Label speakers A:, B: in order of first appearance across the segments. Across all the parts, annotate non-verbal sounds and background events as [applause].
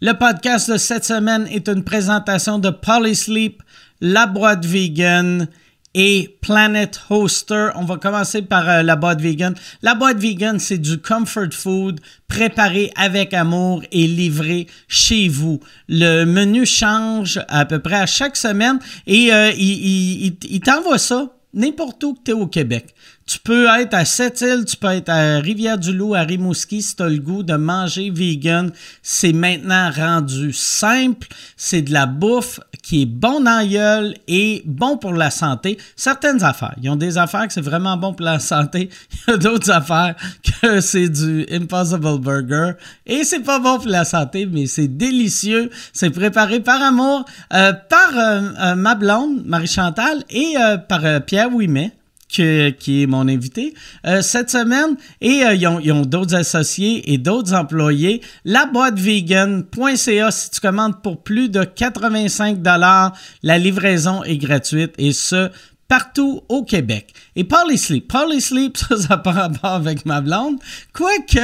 A: Le podcast de cette semaine est une présentation de Polysleep, la boîte vegan et Planet Hoster. On va commencer par euh, la boîte vegan. La boîte vegan, c'est du comfort food préparé avec amour et livré chez vous. Le menu change à peu près à chaque semaine et euh, il, il- il- il t'envoie ça n'importe où que tu es au Québec. Tu peux être à Sept-Îles, tu peux être à Rivière-du-Loup, à Rimouski, si tu as le goût de manger vegan. C'est maintenant rendu simple. C'est de la bouffe qui est bon en gueule et bon pour la santé. Certaines affaires. Ils ont des affaires que c'est vraiment bon pour la santé. [laughs] Il y a d'autres affaires que c'est du Impossible Burger. Et c'est pas bon pour la santé, mais c'est délicieux. C'est préparé par amour, euh, par euh, euh, ma blonde, Marie-Chantal, et euh, par euh, Pierre Ouimet que- qui est mon invité euh, cette semaine. Et euh, ils ont, ils ont d'autres associés et d'autres employés. Laboîtevegan.ca, si tu commandes pour plus de 85 la livraison est gratuite et ce, partout au Québec. Et Parley Sleep. Parley Sleep, [laughs] ça, ça n'a pas rapport avec ma blonde. Quoique,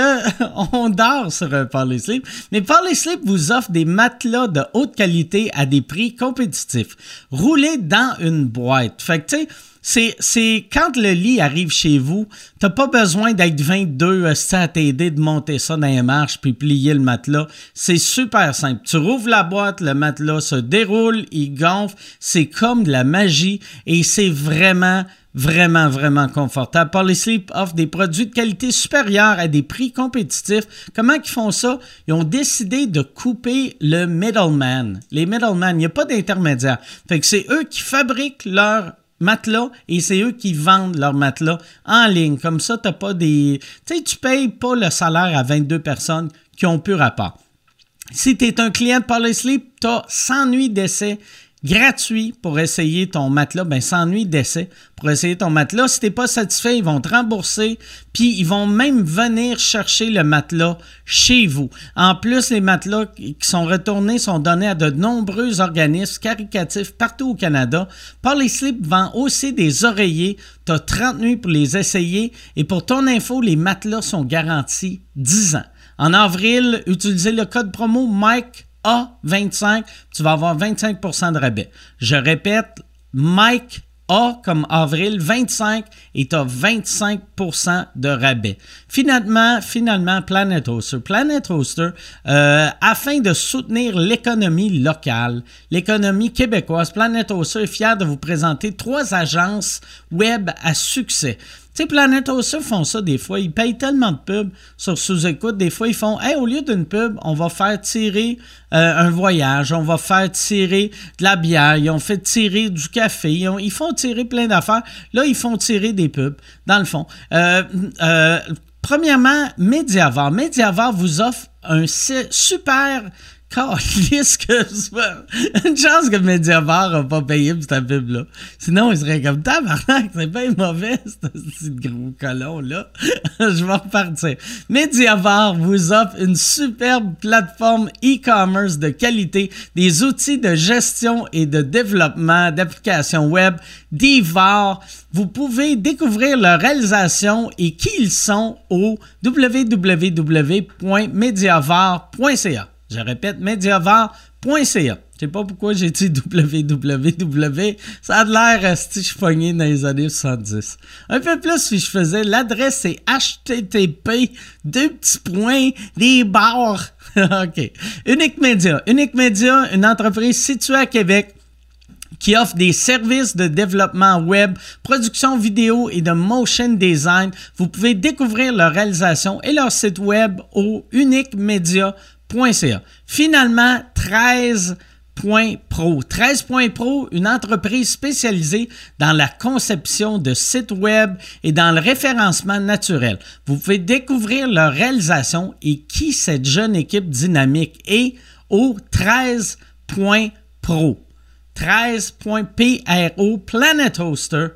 A: [laughs] on dort sur un Parley Sleep. Mais Parley Sleep vous offre des matelas de haute qualité à des prix compétitifs. Roulez dans une boîte. Fait que, tu sais, c'est, c'est quand le lit arrive chez vous, t'as pas besoin d'être 22 hosties à t'aider de monter ça dans les marches puis plier le matelas. C'est super simple. Tu rouvres la boîte, le matelas se déroule, il gonfle. C'est comme de la magie et c'est vraiment vraiment, vraiment confortable. Polysleep offre des produits de qualité supérieure à des prix compétitifs. Comment ils font ça? Ils ont décidé de couper le middleman. Les middlemen, il n'y a pas d'intermédiaire. Fait que c'est eux qui fabriquent leur matelas et c'est eux qui vendent leur matelas en ligne. Comme ça, t'as pas des... Tu sais, tu payes pas le salaire à 22 personnes qui ont pu rapport. Si tu es un client de Polysleep, tu as 100 nuits d'essai gratuit pour essayer ton matelas. Ben, 100 nuits d'essai pour essayer ton matelas. Si t'es pas satisfait, ils vont te rembourser. Puis, ils vont même venir chercher le matelas chez vous. En plus, les matelas qui qui sont retournés sont donnés à de nombreux organismes caricatifs partout au Canada. Polysleep vend aussi des oreillers. Tu as 30 nuits pour les essayer. Et pour ton info, les matelas sont garantis 10 ans. En avril, utilisez le code promo Mike A25, tu vas avoir 25 de rabais. Je répète, Mike A comme avril 25 et tu as 25 de rabais. Finalement, finalement, Planet Hoster. Planet Hoster, euh, afin de soutenir l'économie locale, l'économie québécoise, Planet Hoster est fier de vous présenter trois agences web à succès. Tu sais, Planet Hoster font ça des fois. Ils payent tellement de pubs sur sous-écoute. Des fois, ils font Hey, au lieu d'une pub, on va faire tirer euh, un voyage, on va faire tirer de la bière, ils ont fait tirer du café, ils, ont- ils font tirer plein d'affaires. Là, ils font tirer des pubs, dans le fond. Euh, euh, premièrement, Mediavar. Mediavar vous offre un si- super Calisse que je- Une chance que Mediavar n'a pas payé pour cette pub-là. Sinon, il serait comme tabarnak, c'est bien mauvais, [laughs] ce petit gros colon-là. [laughs] je vais repartir. Mediavar vous offre une superbe plateforme e-commerce de qualité, des outils de gestion et de développement d'applications web, d'Ivar. Vous pouvez découvrir leur réalisation et qui ils sont au www.mediavar.ca. Je répète, mediavar.ca. Je sais pas pourquoi j'ai dit www. Ça a de l'air euh, si je pogné dans les années 70. Un peu plus si je faisais. L'adresse c'est http deux petits points des barres. [laughs] OK. Unique Média. Unique Média, une entreprise située à Québec qui offre des services de développement web, production vidéo et de motion design. Vous pouvez découvrir leur réalisation et leur site web au uniquemedia.ca. Finalement, 13 Point Pro. 13 Point Pro, une entreprise spécialisée dans la conception de sites web et dans le référencement naturel. Vous pouvez découvrir leur réalisation et qui cette jeune équipe dynamique est au 13 Point Pro. 13.pro Planet Hoster,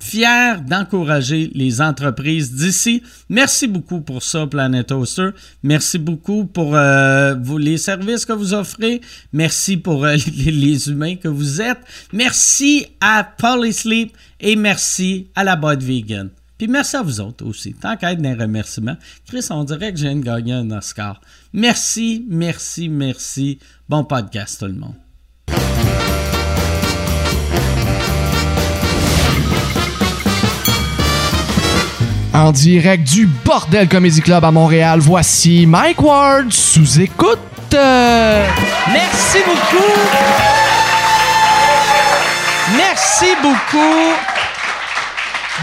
A: fier d'encourager les entreprises d'ici. Merci beaucoup pour ça, Planet Hoster. Merci beaucoup pour euh, vous- les services que vous offrez. Merci pour euh, [laughs] les, les humains que vous êtes. Merci à Polysleep et merci à la boîte vegan. Puis merci à vous autres aussi. Tant qu'à être dans les remerciements, Chris, on dirait que j'ai viens de gagner un Oscar. Merci, merci, merci. Bon podcast, tout le monde.
B: En direct du Bordel Comedy Club à Montréal, voici Mike Ward sous écoute. Euh,
A: Merci beaucoup. Merci beaucoup.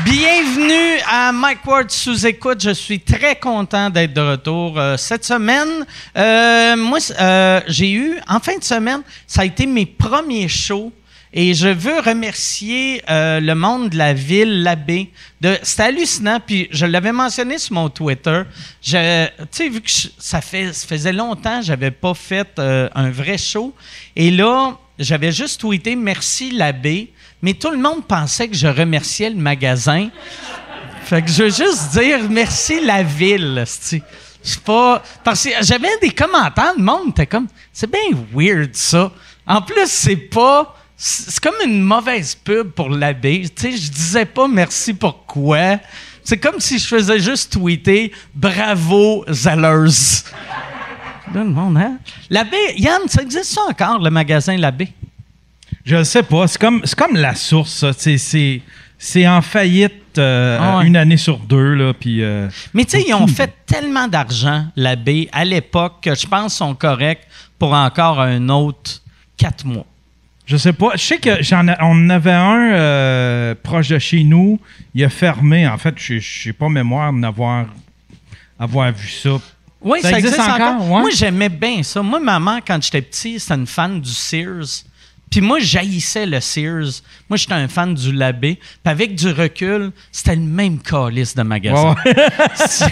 A: Bienvenue à Mike Ward sous écoute. Je suis très content d'être de retour euh, cette semaine. euh, moi, c- euh, j'ai eu en fin de semaine, ça a été mes premiers shows. Et je veux remercier euh, le monde de la ville, l'abbé. de- C'était hallucinant, puis je l'avais mentionné sur mon Twitter. Je- Tu sais, vu que je- ça, fait, ça faisait longtemps, j'avais pas fait euh, un vrai show. Et là, j'avais juste tweeté merci l'abbé, mais tout le monde pensait que je remerciais le magasin. Fait que je veux juste dire merci la ville, c'ti. C'est pas. Parce que j'avais des commentaires, le monde était comme. C'est bien weird ça. En plus, c'est pas. C'est c'est comme une mauvaise pub pour l'abbé. Tu sais, je disais pas merci pour quoi. C'est comme si je faisais juste tweeter bravo Zellers. Là, le monde, hein? L'abbé, Yann, ça existe ça encore, le magasin L'abbé?
C: Je sais pas. C'est comme, c'est comme la source, ça. C'est- C'est c'est en faillite euh,
A: Ah ouais.
C: une année sur deux, là. Puis. euh,
A: Mais tu sais, ils ont fait tellement d'argent, l'abbé, à l'époque, que je pense sont corrects pour encore un autre quatre mois.
C: Je sais pas. Je sais que j'en a- on en avait un euh, proche de chez nous. Il a fermé. En fait, je n'ai pas mémoire d'avoir avoir vu ça.
A: Oui, ça, existe, encore.
C: ouais.
A: Moi, j'aimais bien ça. Moi, maman, quand j'étais petit, c'était une fan du Sears. Puis moi, j'haïssais le Sears. Moi, j'étais un fan du Labbé. Puis avec du recul, c'était le même calice de magasin.
C: Ouais, ouais.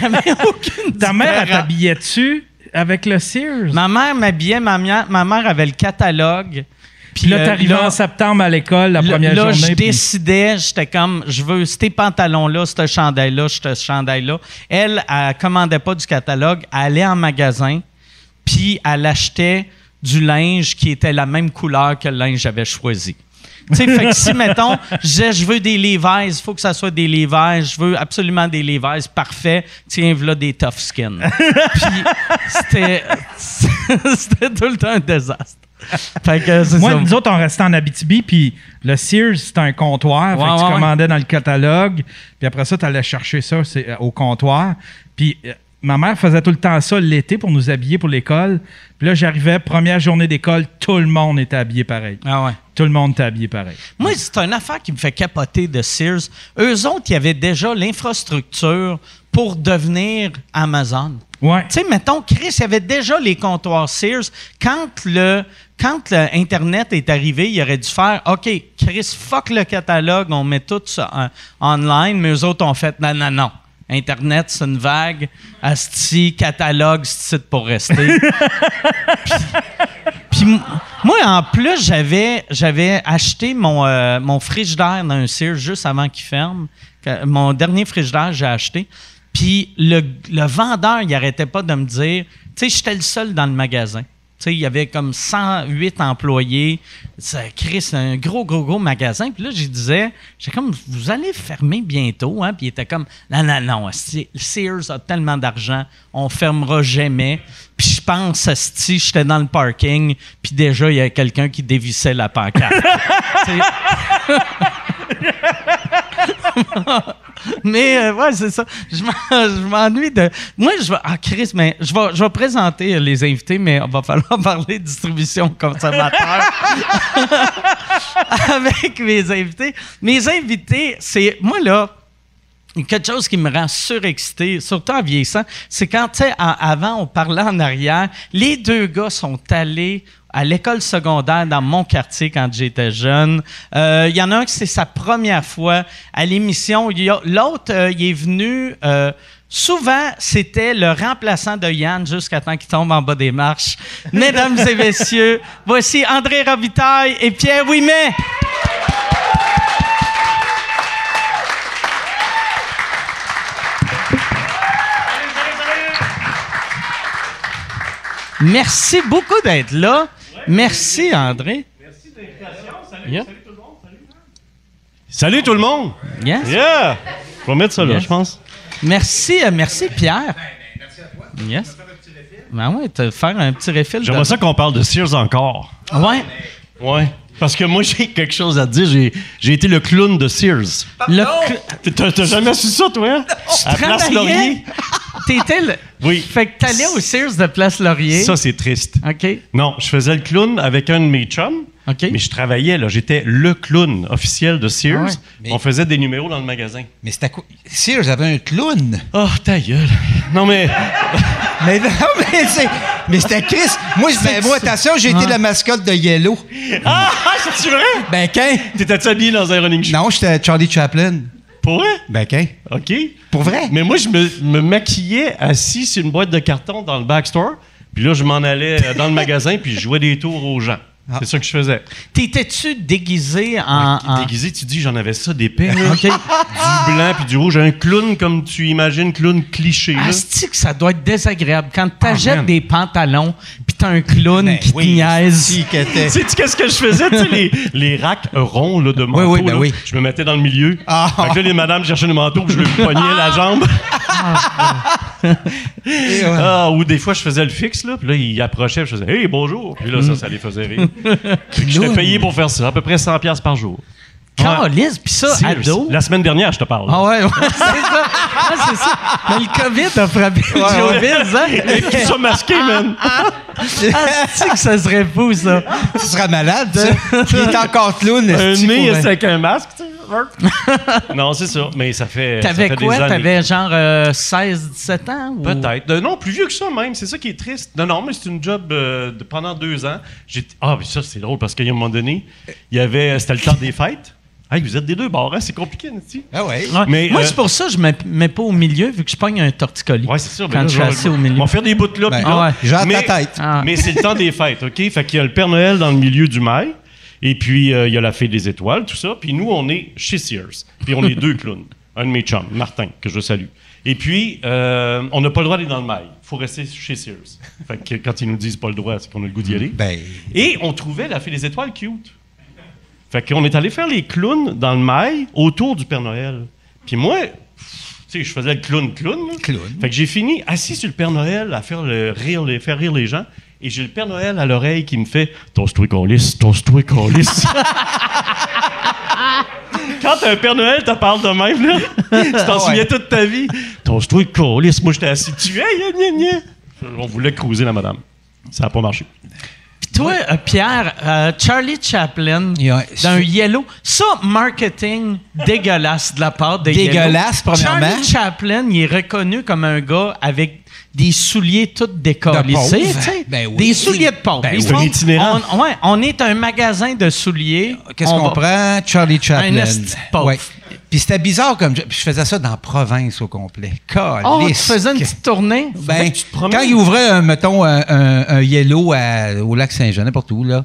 A: [laughs] J'avais aucune
C: Ta mère, elle
A: différence.
C: t'habillait-tu avec le Sears?
A: Ma mère m'habillait, ma, mia- ma mère avait le catalogue.
C: Puis là,
A: euh,
C: t'arrivais
A: là-
C: en septembre à l'école, la
A: Là-
C: première
A: là,
C: journée.
A: je
C: puis-
A: décidais, j'étais comme, je veux ces pantalons-là, ce chandail-là, ce chandail-là. Elle, elle commandait pas du catalogue, elle allait en magasin, puis elle achetait du linge qui était la même couleur que le linge que j'avais choisi. Tu sais, fait que
C: [laughs]
A: si, mettons, je disais, je veux des Levi's, il faut que ça soit des Levi's, je veux absolument des Levi's, parfait, tiens, voilà des Tough Skin.
C: [laughs]
A: Puis c'était [laughs] c'était tout le temps un désastre. Fait que c'est
C: Moi,
A: ça.
C: nous autres, on restait en Abitibi, puis le Sears, c'était un comptoir. fait
A: Ouais,
C: que tu
A: ouais,
C: commandais dans le catalogue, puis après ça, tu allais chercher ça c'est, euh, au comptoir. Puis euh, ma mère faisait tout le temps ça l'été pour nous habiller pour l'école. Puis là, j'arrivais, première journée d'école, tout le monde était habillé pareil.
A: Ah ouais.
C: Tout le monde était habillé pareil.
A: Moi, c'est une affaire qui me fait capoter de Sears. Eux autres, ils avaient déjà l'infrastructure pour devenir Amazon.
C: Ouais.
A: Tu sais, mettons, Chris, il y avait déjà les comptoirs Sears. Quand le, quand le Internet est arrivé, il aurait dû faire OK, Chris, fuck le catalogue, on met tout ça en, online, mais eux autres ont fait non, non, non. Internet, c'est une vague. Asti, catalogue, c'est site pour rester. Puis m- moi, en plus, j'avais, j'avais acheté mon, euh, mon frigidaire dans un Sears juste avant qu'il ferme. Que- Mon dernier frigidaire, j'ai acheté. Puis le, le vendeur, il n'arrêtait pas de me dire, tu sais, j'étais le seul dans le magasin. Tu sais, il y avait comme 108 employés. Ça crée c'est un gros, gros, gros magasin. Puis là, je disais, j'ai comme, vous allez fermer bientôt. Hein? Puis il était comme, non, non, non, esti, Sears a tellement d'argent, on fermera jamais. Puis je pense, si j'étais dans le parking, puis déjà, il y a quelqu'un qui dévissait la pancarte. Tu sais, [laughs] mais euh, ouais, c'est ça. Je m'en- je m'ennuie de. Moi, je vais. Ah, Chris, mais je vais, je vais présenter les invités, mais on va falloir [laughs] parler de distribution conservateur [laughs] avec mes invités. Mes invités, c'est. Moi, là. Quelque chose qui me rend surexcité, surtout en vieillissant, c'est quand, tu sais, en- avant, on parlait en arrière, les deux gars sont allés à l'école secondaire dans mon quartier quand j'étais jeune. Euh, Il y en a un qui c'est sa première fois à l'émission. Il y a- L'autre, euh, il est venu... euh, Souvent, c'était le remplaçant de Yann jusqu'à temps qu'il tombe en bas des marches. Mesdames et messieurs, voici André Robitaille et Pierre Ouimet. Merci beaucoup d'être là. Merci, André.
D: Salut tout le monde!
A: Yes.
D: Yeah! Je vais mettre ça là,
A: Yes.
D: je pense.
A: Merci, euh, merci Pierre. Yes.
E: faire un petit refill.
A: Ben ouais, te faire un petit refill.
D: J'aimerais ça qu'on parle de Sears encore.
A: de- Ouais.
D: Ouais. Parce que moi, j'ai quelque chose à te dire. J'ai, j'ai été le clown de Sears.
A: Le cl-
D: T'as, t'as jamais su ça, toi? hein? À Place
A: travaillais?
D: Laurier?
A: [laughs] T'étais le.
D: Oui.
A: Fait que t'allais au Sears de Place Laurier.
D: Ça, c'est triste.
A: OK.
D: Non, je faisais le clown avec un de mes chums.
A: OK.
D: Mais je travaillais, là. J'étais le clown officiel de Sears.
A: Ah ouais.
F: Mais-
D: On faisait des numéros dans le magasin.
F: Mais c'était quoi? Sears avait un clown.
D: Oh, ta gueule. Non, mais.
F: Mais non, [laughs] mais c'est. Mais c'était Chris. Moi, je- ben, moi, attention, j'ai été la mascotte de Yellow.
D: ah, c'est vrai?
F: Ben, qu'un?
D: T'étais-tu habillé dans un running shoe?
F: Non, j'étais Charlie Chaplin.
D: Pour vrai?
F: Ben, qu'un?
D: OK.
F: Pour vrai?
D: Mais moi, je me, me maquillais assis sur une boîte de carton dans le backstore. Puis là, je m'en allais euh, dans le magasin, puis je jouais des tours aux gens.
F: Ah.
D: C'est ça que je faisais.
A: T'étais-tu déguisé en.
F: ah.
A: en-
D: Déguisé, tu dis, j'en avais ça d'épais. là.
A: OK.
D: [laughs] du blanc puis du rouge. Un clown comme tu imagines, clown cliché. là.
A: Asti que ça doit être désagréable quand t'achètes
D: man.
A: des pantalons pis t'as un clown qui te niaise.
F: Si, que t'es-
D: Sais-tu qu'est-ce que je faisais? tu sais, les, les racks ronds là, de manteau,
F: oui, ben
D: là,
F: oui.
D: je me mettais dans le milieu.
F: Ah.
D: Fait que là, les madames cherchaient le manteau, puis je lui pognais la jambe.
F: Et, ouais.
D: Ah, ou des fois, je faisais le fixe, là, puis là, il approchait, puis je faisais « Hey, bonjour! » Puis là, ça, ça les faisait rire. Fait que J'étais payé pour faire ça, à peu près 100 pièces par jour.
A: Calisse, pis ça,
D: Serious.
A: ado.
D: La semaine dernière, je te parle.
A: Ah ouais, [laughs] ouais, c'est ça. Ouais, c'est ça. Mais le COVID a frappé le showbiz,
D: Et puis,
A: hein?
D: ça masqué, man!
A: Asti Ah, que ça serait fou, ça.
F: Tu seras malade, [laughs] ça. Il est encore clown.
D: Un
F: esti,
D: nez
F: pour vrai.
D: avec un masque, tu sais. non, c'est ça, mais ça fait, ça
A: T'avais
D: fait
A: quoi?
D: des années.
A: T'avais genre euh, 16, 17 ans? ou-
D: Peut-être. Euh, Non, plus vieux que ça même. C'est ça qui est triste. Non, non, mais c'est une job euh, de, pendant deux ans. J'ai- Ah, mais ça, c'est drôle parce qu'à un moment donné, il y avait, c'était le temps des fêtes. Hey, vous êtes des deux bords, hein? c'est compliqué, Nancy.
F: Ah ouais.
A: Ouais.
D: Mais,
A: Moi,
D: euh,
A: c'est pour ça que je me mets pas au milieu, vu que je pogne un torticolis.
D: Ouais, c'est sûr. ben
A: Quand
D: là,
A: je suis
D: vais-
A: assis au
D: On
A: milieu.
D: va faire des bouts là,
F: Ben,
D: puis
A: ah
D: là.
A: ouais.
F: Genre
D: Mais-
F: ta tête.
A: Ah.
D: Mais c'est le temps des fêtes, OK? Fait qu'il y a le Père Noël dans le milieu du mail, et puis euh, il y a la Fée des Étoiles, tout ça. Puis nous, on est chez Sears. Puis on est deux clowns. [laughs] Un de mes chums, Martin, que je salue. Et puis, euh, on n'a pas le droit d'aller dans le mail. Il faut rester chez Sears. Fait que quand ils nous disent pas le droit, c'est qu'on a le goût d'y aller.
F: Ben,
D: Et on trouvait la Fée des Étoiles cute. Fait qu'on est allé faire les clowns dans le mail autour du Père Noël. Puis moi, pff, tu sais, je faisais le clown-clown. là.
F: Clown.
D: Fait que j'ai fini assis sur le Père Noël à faire, le rire, les, faire rire les gens. Et j'ai le Père Noël à l'oreille qui me fait « Tosse-toi qu'on lisse, tosse-toi qu'on lisse. » [laughs] Quand t'as un Père Noël te parle de même, là, tu
F: Ah
D: t'en souviens toute ta vie. « Tosse-toi qu'on lisse. Moi, j'étais assis. Tu es, gna, gna, gna. On voulait cruiser la madame. Ça n'a pas marché.
A: Puis toi, euh, Pierre, euh, Charlie Chaplin,
F: Il y a-
A: d'un yellow. Ça, marketing dégueulasse de la part de Yellow.
F: Dégueulasse, premièrement.
A: Charlie Chaplin, il est reconnu comme un gars avec des souliers tous décollissés.
F: De pauvre.
A: tu sais.
F: Ben oui.
A: Des souliers de pauvre.
F: Ben
A: Ils
F: oui.
A: font-
D: C'est un itinérant.
A: On, ouais, on est un magasin de souliers.
F: qu'est-ce
A: On
F: qu'on
A: va-
F: prend? Charlie Chaplin.
A: Un esti de pauvre.
F: Puis c'était bizarre comme. Puis je faisais ça dans la province au complet.
A: Oh, tu
F: Calisse.
A: faisais une petite tournée?
F: Ben,
D: promènes.
F: quand il ouvrait, un, mettons, un, un- un yellow à- au lac Saint-Jean, n'importe où, là,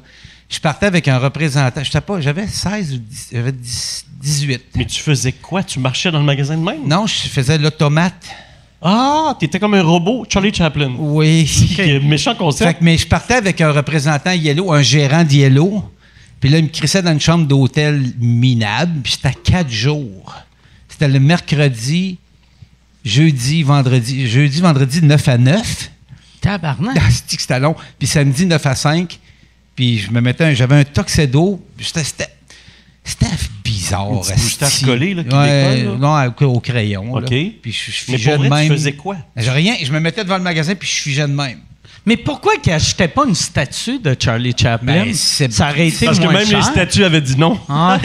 F: je partais avec un représentant. J'étais pas, j'avais 16 ou 10 j'avais 10 18.
D: Mais tu faisais quoi? Tu marchais dans le magasin de même?
F: Non, je faisais l'automate.
D: Ah, t'étais comme un robot, Charlie Chaplin.
F: Oui. [laughs]
D: Quel Méchant
F: Fait
D: concept.
F: que, mais je partais avec un représentant Yellow, un gérant de Yellow. Puis là, il me crissait dans une chambre d'hôtel minable. Puis c'était à quatre jours. C'était le mercredi, jeudi, vendredi. Jeudi, vendredi, 9 à 9.
A: Tabarnak.
F: Ah, c'est-tu que c'était long. Puis samedi, 9 à 5. Puis je me mettais, un- j'avais un tuxedo. Puis C'était, c'était, c'était bizarre.
D: Une petite moustache
F: asti.
D: collée, là, qui
F: Ouais,
D: décolle,
F: Non, à- au crayon. là.
D: OK.
F: Puis je, je
D: Mais
F: figeais
D: pour
F: de
D: vrai, tu
F: même.
D: faisais quoi?
F: J'ai rien. Je me mettais devant le magasin, puis je figeais de même.
A: Mais pourquoi qu'il achetait pas une statue de Charlie Chaplin?
F: Ben, c'est-
A: ça aurait été
D: Parce que
A: moins
D: même
A: cher.
D: les statues avaient dit non.
A: Ah.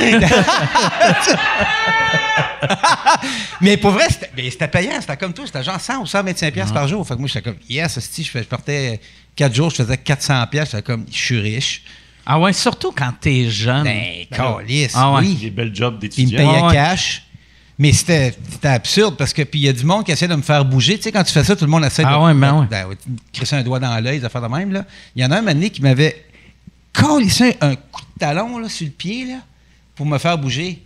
F: Mais pour vrai, c'était, mais c'était payant. C'était comme tout. C'était genre 100 ou 125 pièces
D: Ah.
F: par jour. Fait que moi, j'étais comme, yes, asti, je fais- je partais 4 jours, je faisais 400 pièces. J'étais comme, je suis riche.
A: Ah ouais, surtout quand t'es
D: Ah,
A: jeune.
F: Ben, calisse,
A: Ah ouais.
F: oui.
D: Des belles jobs
F: Puis il me
D: d'étudiant.
F: payait
A: Ah ouais.
F: cash. Mais c'était c'était absurde parce que puis il y a du monde qui essaie de me faire bouger. Tu sais, quand tu fais ça, tout le monde essaie
A: Ah
F: de,
A: ouais, ben
F: de-
A: ouais.
F: de- de crisser un doigt dans l'œil, des affaires de même. Là. Il y en a un moment donné qui m'avait collé un coup de talon là, sur le pied là, pour me faire bouger.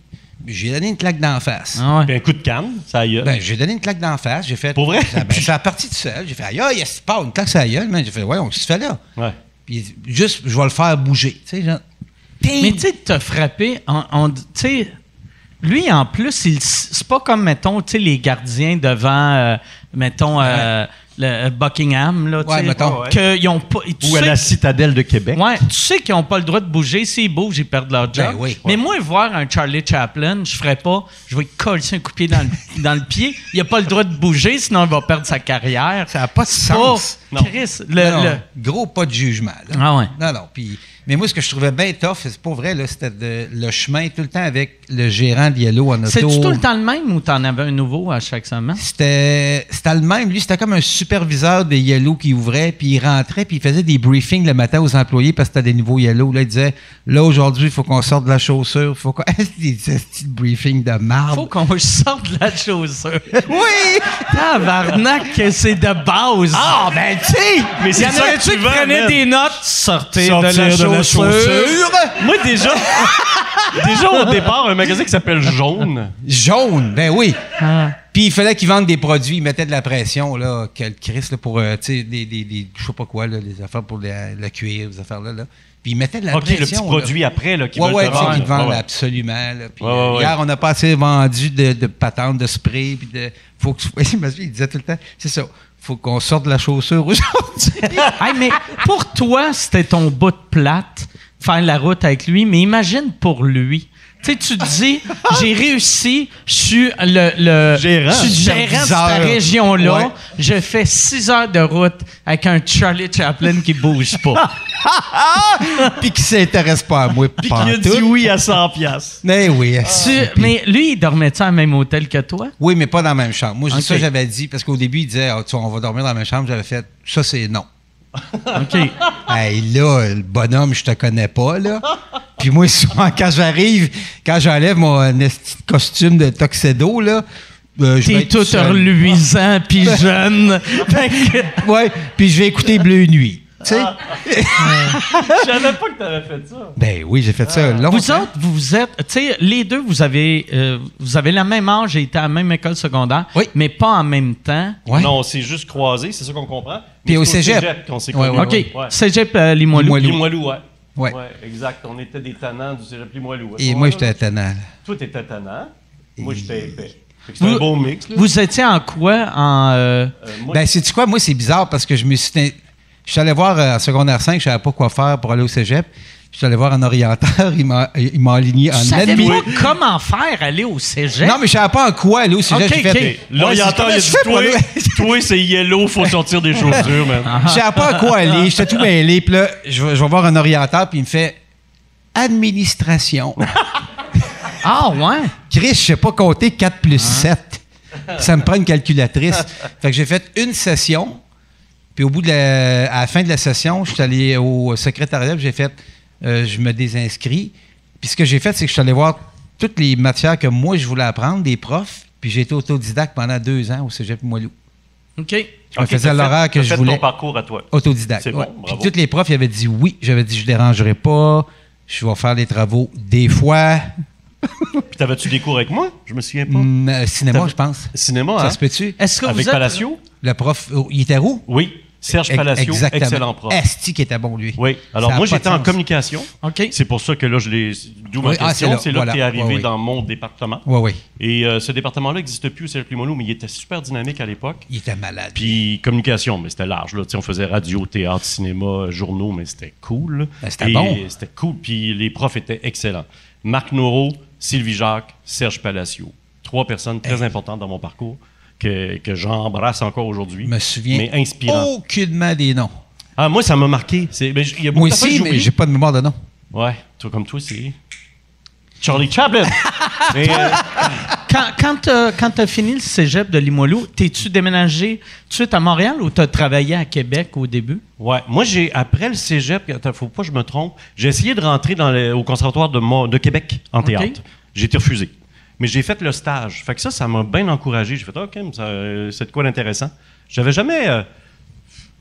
F: J'ai donné une claque d'en face.
A: Ah ouais.
D: Puis un ben, coup de canne, ça aille.
F: Ben, j'ai donné une claque d'en face. J'ai fait.
D: Pour vrai?
F: Ça, ben, ça a parti tout seul. J'ai fait, aïe, aïe, c'est pas une claque sur la gueule, man. J'ai fait, ouais, on se fait là.
D: ouais.
F: Puis juste, je vais le faire bouger. Tu sais, genre.
A: Mais tu sais, t'as frappé, on, on- tu sais, Lui, en plus, il, c'est pas comme, mettons, tu sais, les gardiens devant, euh, mettons, euh, le Buckingham, là, tu
F: Ouais,
A: sais,
F: mettons.
A: qu'ils ont pas... tu
D: Ou à
A: sais-
D: la citadelle de Québec.
A: Ouais, tu sais qu'ils n'ont pas le droit de bouger. S'ils bougent, ils perdent leur job.
F: Ben oui.
A: Mais moi, voir un Charlie Chaplin, je ferais pas. Je vais lui coller un coup de pied dans le, [laughs] dans le pied. Il n'a pas le droit de bouger, sinon il va perdre sa carrière.
F: Ça n'a pas de
A: Oh,
F: sens.
A: Chris, le-
F: Non,
A: le-
F: non, Gros pas de jugement. là.
A: Ah ouais.
F: Non, non. Puis, mais moi, ce que je trouvais bien tough, c'est pas vrai, là, c'était de- le chemin tout le temps avec le gérant de Yellow en auto.
A: C'est-tu tout le temps le même ou t'en avais un nouveau à chaque semaine?
F: C'était, c'était le même. Lui, c'était comme un superviseur des Yellow qui ouvrait, puis il rentrait, puis il faisait des briefings le matin aux employés parce que c'était des nouveaux Yellow. Là, il disait Là, aujourd'hui, il faut qu'on sorte de la chaussure. Faut qu'on. [laughs] des petits briefings de marde.
A: Faut qu'on sorte de la
F: [laughs]
A: chaussure. [laughs]
F: Oui
A: Tabarnak, que c'est de base.
F: Ah, ben, tu sais
A: Il
D: Mais
A: y
D: c'est
A: en
D: ça
A: avait-tu
D: que tu
A: qui
D: veux,
A: prenaient
D: man.
F: euh,
A: des notes? Sortir,
D: Sortir
A: de la
D: de la
A: chaussure.
D: chaussure. Moi, déjà, [laughs] déjà au départ, un magasin qui s'appelle Jaune.
F: Jaune, ben oui.
A: Ah.
F: Puis il fallait qu'ils vendent des produits, ils mettaient de la pression, là, quel Christ, là, pour, euh, tu sais, des, des, des- je sais pas quoi, là, les affaires pour la- le cuir, les affaires-là, là. Puis ils mettaient de la
D: OK,
F: pression.
D: le petit
F: là.
D: produit après là, qui
F: ouais,
D: veulent
F: ouais,
D: te
F: tu sais,
D: vendre.
F: qu'ils te vendent
D: Ouais, ouais.
F: absolument, là. Puis
D: Ouais,
F: euh,
D: ouais,
F: hier, on n'a pas assez vendu de, de patentes, de spray, puis de, faut [laughs] que, je me souviens, il disait tout le temps, c'est ça, faut qu'on sorte de la chaussure aujourd'hui. [laughs]
A: Hey, mais pour toi, c'était ton bout de plate, faire la route avec lui, mais imagine pour lui. Tu sais, tu te
F: [laughs]
A: dis, j'ai réussi, je suis le, le-
D: Gérant.
A: je suis le gérant de cette
F: Superviseur.
A: région-là.
F: Ouais.
A: Je fais six heures de route avec un Charlie Chaplin qui bouge pas.
F: [laughs] puis qui s'intéresse pas à moi,
D: Puis qui a
F: pantoute.
D: dit oui à 100
F: [laughs]
D: piastres.
F: Mais oui,
A: Tu- mais lui, il dormait-tu au même hôtel que toi?
F: Oui, mais pas dans la même chambre. Moi, c'est
A: Ok.
F: ça que j'avais dit, parce qu'au début, il disait, Ah, tu sais, on va dormir dans la même chambre. J'avais fait, ça, c'est non.
A: [laughs] OK.
F: hey, là, le bonhomme, je te connais pas, là. Puis moi, souvent, quand j'arrive, quand j'enlève mon euh, esti de costume de tuxedo, là, euh, je vais
A: T'es
F: être
A: tout
F: seul. [laughs]
A: reluisant puis jeune. Fait que-
F: Ouais, puis je vais écouter Bleu Nuit. Tu sais?
A: Ah.
D: Je savais pas que t'avais fait ça.
F: Ben oui, j'ai fait ça longtemps.
A: Vous autres, vous êtes, tu sais, les deux, vous avez, euh, vous avez la même âge et été à la même école secondaire,
F: Oui.
A: mais pas en même temps.
F: Ouais.
D: Non, c'est juste croisé, c'est ça qu'on comprend.
F: Puis
D: Mais
F: au
D: c'est
F: cégep.
D: qu'on s'est
F: Ouais,
D: connus.
F: ouais,
A: OK, Cégep euh, Limoilou.
F: Limoilou.
D: Limoilou, ouais.
F: Ouais.
D: exact. On était des tannants du cégep Limoilou. à ce
F: Et moi,
D: moment-là.
F: j'étais étonnant.
D: Toi, t'étais tannant. Moi, j'étais épais. Fait que C'était un beau mix. là.
A: Vous étiez en quoi? En, euh,
D: Euh, moi,
F: Ben, sais-tu quoi? Moi, c'est bizarre parce que je me suis. tin- Je suis allé voir euh, en secondaire 5, je savais pas quoi faire pour aller au cégep. Je suis allé voir un orienteur, il m'a euh, il m'a aligné
A: tu
F: en
A: savais
F: admis.
A: pas comment faire aller au Cégep?
F: Non, mais je savais pas en quoi aller au sujet.
A: Ok,
F: j'ai fait,
A: ok.
F: Ouais,
D: L'orienteur, il a
F: c'est-
D: dit
F: je fais
D: Toi,
F: pas aller-
D: [laughs] toi c'est yellow, faut sortir des chaussures, man.
F: Je savais pas à
A: [laughs]
F: quoi aller. J'étais tout mêlé. Puis là, je vais, je vais voir un orienteur, puis il me fait administration.
A: Ah ouais?
F: Chris, je sais pas compter 4
D: Hein?
F: plus 7. Ça me prend
D: [laughs]
F: une calculatrice. Fait que j'ai fait une session. Puis au bout de la, à la fin de la session, je suis allé au secrétariat, puis j'ai fait, euh, je me désinscris. Puis ce que j'ai fait, c'est que je suis allé voir toutes les matières que moi, je voulais apprendre, des profs. Puis j'ai été autodidacte pendant deux ans au Cégep Moilou.
A: OK.
F: Je me
D: Ok,
F: faisais
D: t'as
F: l'horaire
D: fait-
F: que
D: t'as
F: je
D: fait
F: voulais. Oh.
D: ton parcours à toi.
F: Autodidacte.
D: C'est bon,
F: ouais.
D: bravo.
F: Puis tous les profs, ils avaient dit oui. J'avais dit, je dérangerai pas. Je vais faire les travaux. Des fois,
D: Puis t'avais-tu des cours avec moi Je me souviens pas.
F: hum, euh, cinéma,
D: T'avais-
F: je pense.
D: Cinéma,
F: Ça
D: hein?
F: se peut-tu?
A: Est-ce que
D: Avec
A: vous êtes...
D: Palacio
F: Le prof, oh, il était roux?
D: Oui. Serge Palacio,
F: Exactement.
D: excellent prof.
F: Esti qui était bon, lui.
D: Oui. Alors,
F: Ça a
D: moi,
F: pas de
D: j'étais en
F: sens.
D: communication.
A: OK.
D: C'est pour ça que là, je l'ai. D'où ma
F: Oui, ah,
D: question.
F: c'est là,
D: c'est là,
F: voilà.
D: que tu es arrivé
F: Oui, oui.
D: dans mon département.
F: Oui, oui.
D: Et euh, ce département-là n'existe plus au Cégep Limoilou, mais il était super dynamique à l'époque.
F: Il était malade.
D: Puis communication, mais c'était large. Là. Tu sais, On faisait radio, théâtre, cinéma, journaux, mais c'était cool. là.
F: Ben, c'était
D: Et
F: bon.
D: C'était cool. Puis les profs étaient excellents. Marc Nourau, Sylvie Jacques, Serge Palacio. Trois personnes très importantes dans mon parcours que, que j'embrasse encore aujourd'hui.
F: je me souviens Oh!
D: Mais inspirant.
F: aucunement des noms.
D: Ah, moi, ça m'a marqué. C'est- mais j- il y a beaucoup
F: Moi
D: d'affaires que
F: aussi, mais
D: j'oublie.
F: j'ai pas de mémoire de nom.
D: Ouais, toi comme toi, c'est. Charlie
F: [laughs]
D: Chaplin! Mais, euh,
A: Quand, quand t'as- quand t'as fini le Cégep de Limoilou, t'es-tu déménagé tout de suite à Montréal ou t'as travaillé à Québec au début?
D: ouais, moi, j'ai, après le cégep, attends, faut pas que je me trompe, j'ai essayé de rentrer dans le- au Conservatoire de, Mo- de Québec en théâtre. J'ai été refusé. Mais j'ai fait le stage. Fait que ça, ça m'a bien encouragé. J'ai fait, OK, mais ça, euh, c'est de quoi d'intéressant? J'avais jamais. euh,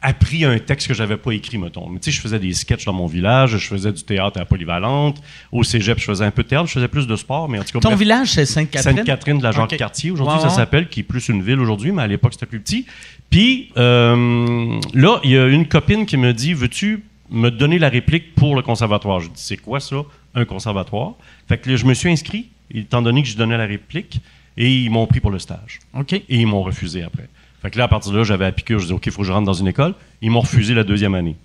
D: appris un texte que j'avais pas écrit, mettons. Mais tu sais, je faisais des sketchs dans mon village, je faisais du théâtre à la Polyvalente, au cégep, je faisais un peu de théâtre, je faisais plus de sport, mais en tout cas...
A: Ton
D: bref.
A: village, c'est Sainte-Catherine?
D: Sainte-Catherine de la
A: Ok.
D: Jacques-Cartier. Aujourd'hui,
A: Ouais,
D: ça
A: ouais.
D: s'appelle, qui est plus une ville aujourd'hui, mais à l'époque, c'était plus petit. Puis euh, là, il y a une copine qui me dit Veux-tu me donner la réplique pour le conservatoire Je dis C'est quoi ça, un conservatoire Fait que là, je me suis inscrit. étant donné que je donnais la réplique, et ils m'ont pris pour le stage.
A: OK.
D: Et ils m'ont refusé après. Fait que là, à partir de là, j'avais à piqûre, je dis OK, il faut que je rentre dans une école. Ils m'ont refusé la deuxième année.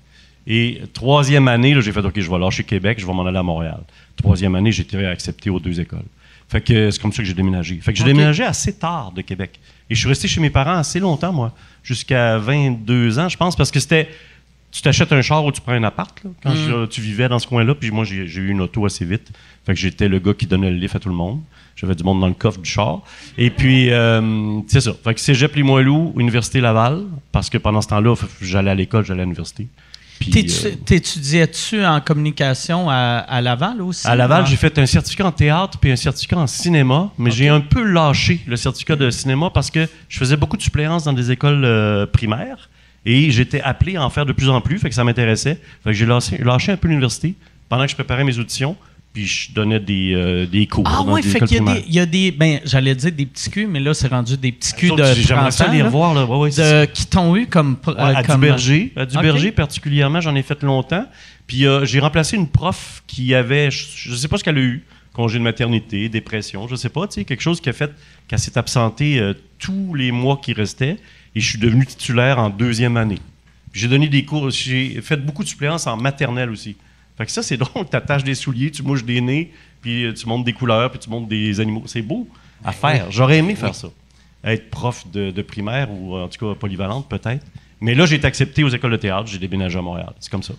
D: Et troisième année, là, j'ai fait OK, je vais lâcher Québec, je vais m'en aller à Montréal. Troisième année, j'ai été accepté aux deux écoles. Fait que euh, c'est comme ça que j'ai déménagé. Fait que j'ai déménagé assez tard de Québec. Et je suis resté chez mes parents assez longtemps, moi, jusqu'à 22 ans, je pense, parce que c'était. Tu t'achètes un char ou tu prends un appart, là, quand je- tu vivais dans ce coin-là. Puis moi, j'ai j'ai eu une auto assez vite. Fait que j'étais le gars qui donnait le lift à tout le monde. J'avais du monde dans le coffre du char. Et puis, euh, c'est ça. Fait que cégep Limoilou, Université Laval, parce que pendant ce temps-là, f- j'allais à l'école, j'allais à l'université. Puis,
A: T'étu-
D: euh,
A: T'étudiais-tu en communication à, à Laval aussi?
D: à Laval,
A: Ah.
D: j'ai fait un certificat en théâtre puis un certificat en cinéma, mais j'ai un peu lâché le certificat de cinéma parce que je faisais beaucoup de suppléances dans des écoles euh, primaires et j'étais appelé à en faire de plus en plus, fait que ça m'intéressait. Fait que j'ai lâché, lâché un peu l'université pendant que je préparais mes auditions, puis je donnais des, euh, des cours.
A: Ah
D: dans
A: oui,
D: des
A: fait
D: écoles
A: qu'il y a
D: primaires.
A: des, il y a des- ben, j'allais dire des petits culs, mais là, c'est rendu des petits culs de
D: Sauf que J'aimerais
A: 30
D: ça
A: ans,
D: les
A: là,
D: revoir, là. Ouais, ouais, c'est
A: de- qui t'ont eu comme... pr-
D: Ouais,
A: euh,
D: à
A: comme-
D: Duberger. À Duberger,
A: Ok.
D: particulièrement, j'en ai fait longtemps. Puis euh, j'ai remplacé une prof qui avait, je ne sais pas ce qu'elle a eu, congé de maternité, dépression, je sais pas, tu sais, quelque chose qui a fait qu'elle s'est absentée euh, tous les mois qui restaient. Et je suis devenu titulaire en deuxième année. Puis j'ai donné des cours, j'ai fait beaucoup de suppléances en maternelle aussi. Fait que ça, c'est [laughs] drôle, tu attaches des souliers, tu mouches des nez, puis euh, tu montes des couleurs, puis tu montes des animaux. C'est beau à faire. J'aurais aimé faire ça. Être prof de, de primaire ou en tout cas polyvalente peut-être. Mais là, j'ai été accepté aux écoles de théâtre, j'ai déménagé à Montréal. C'est comme ça.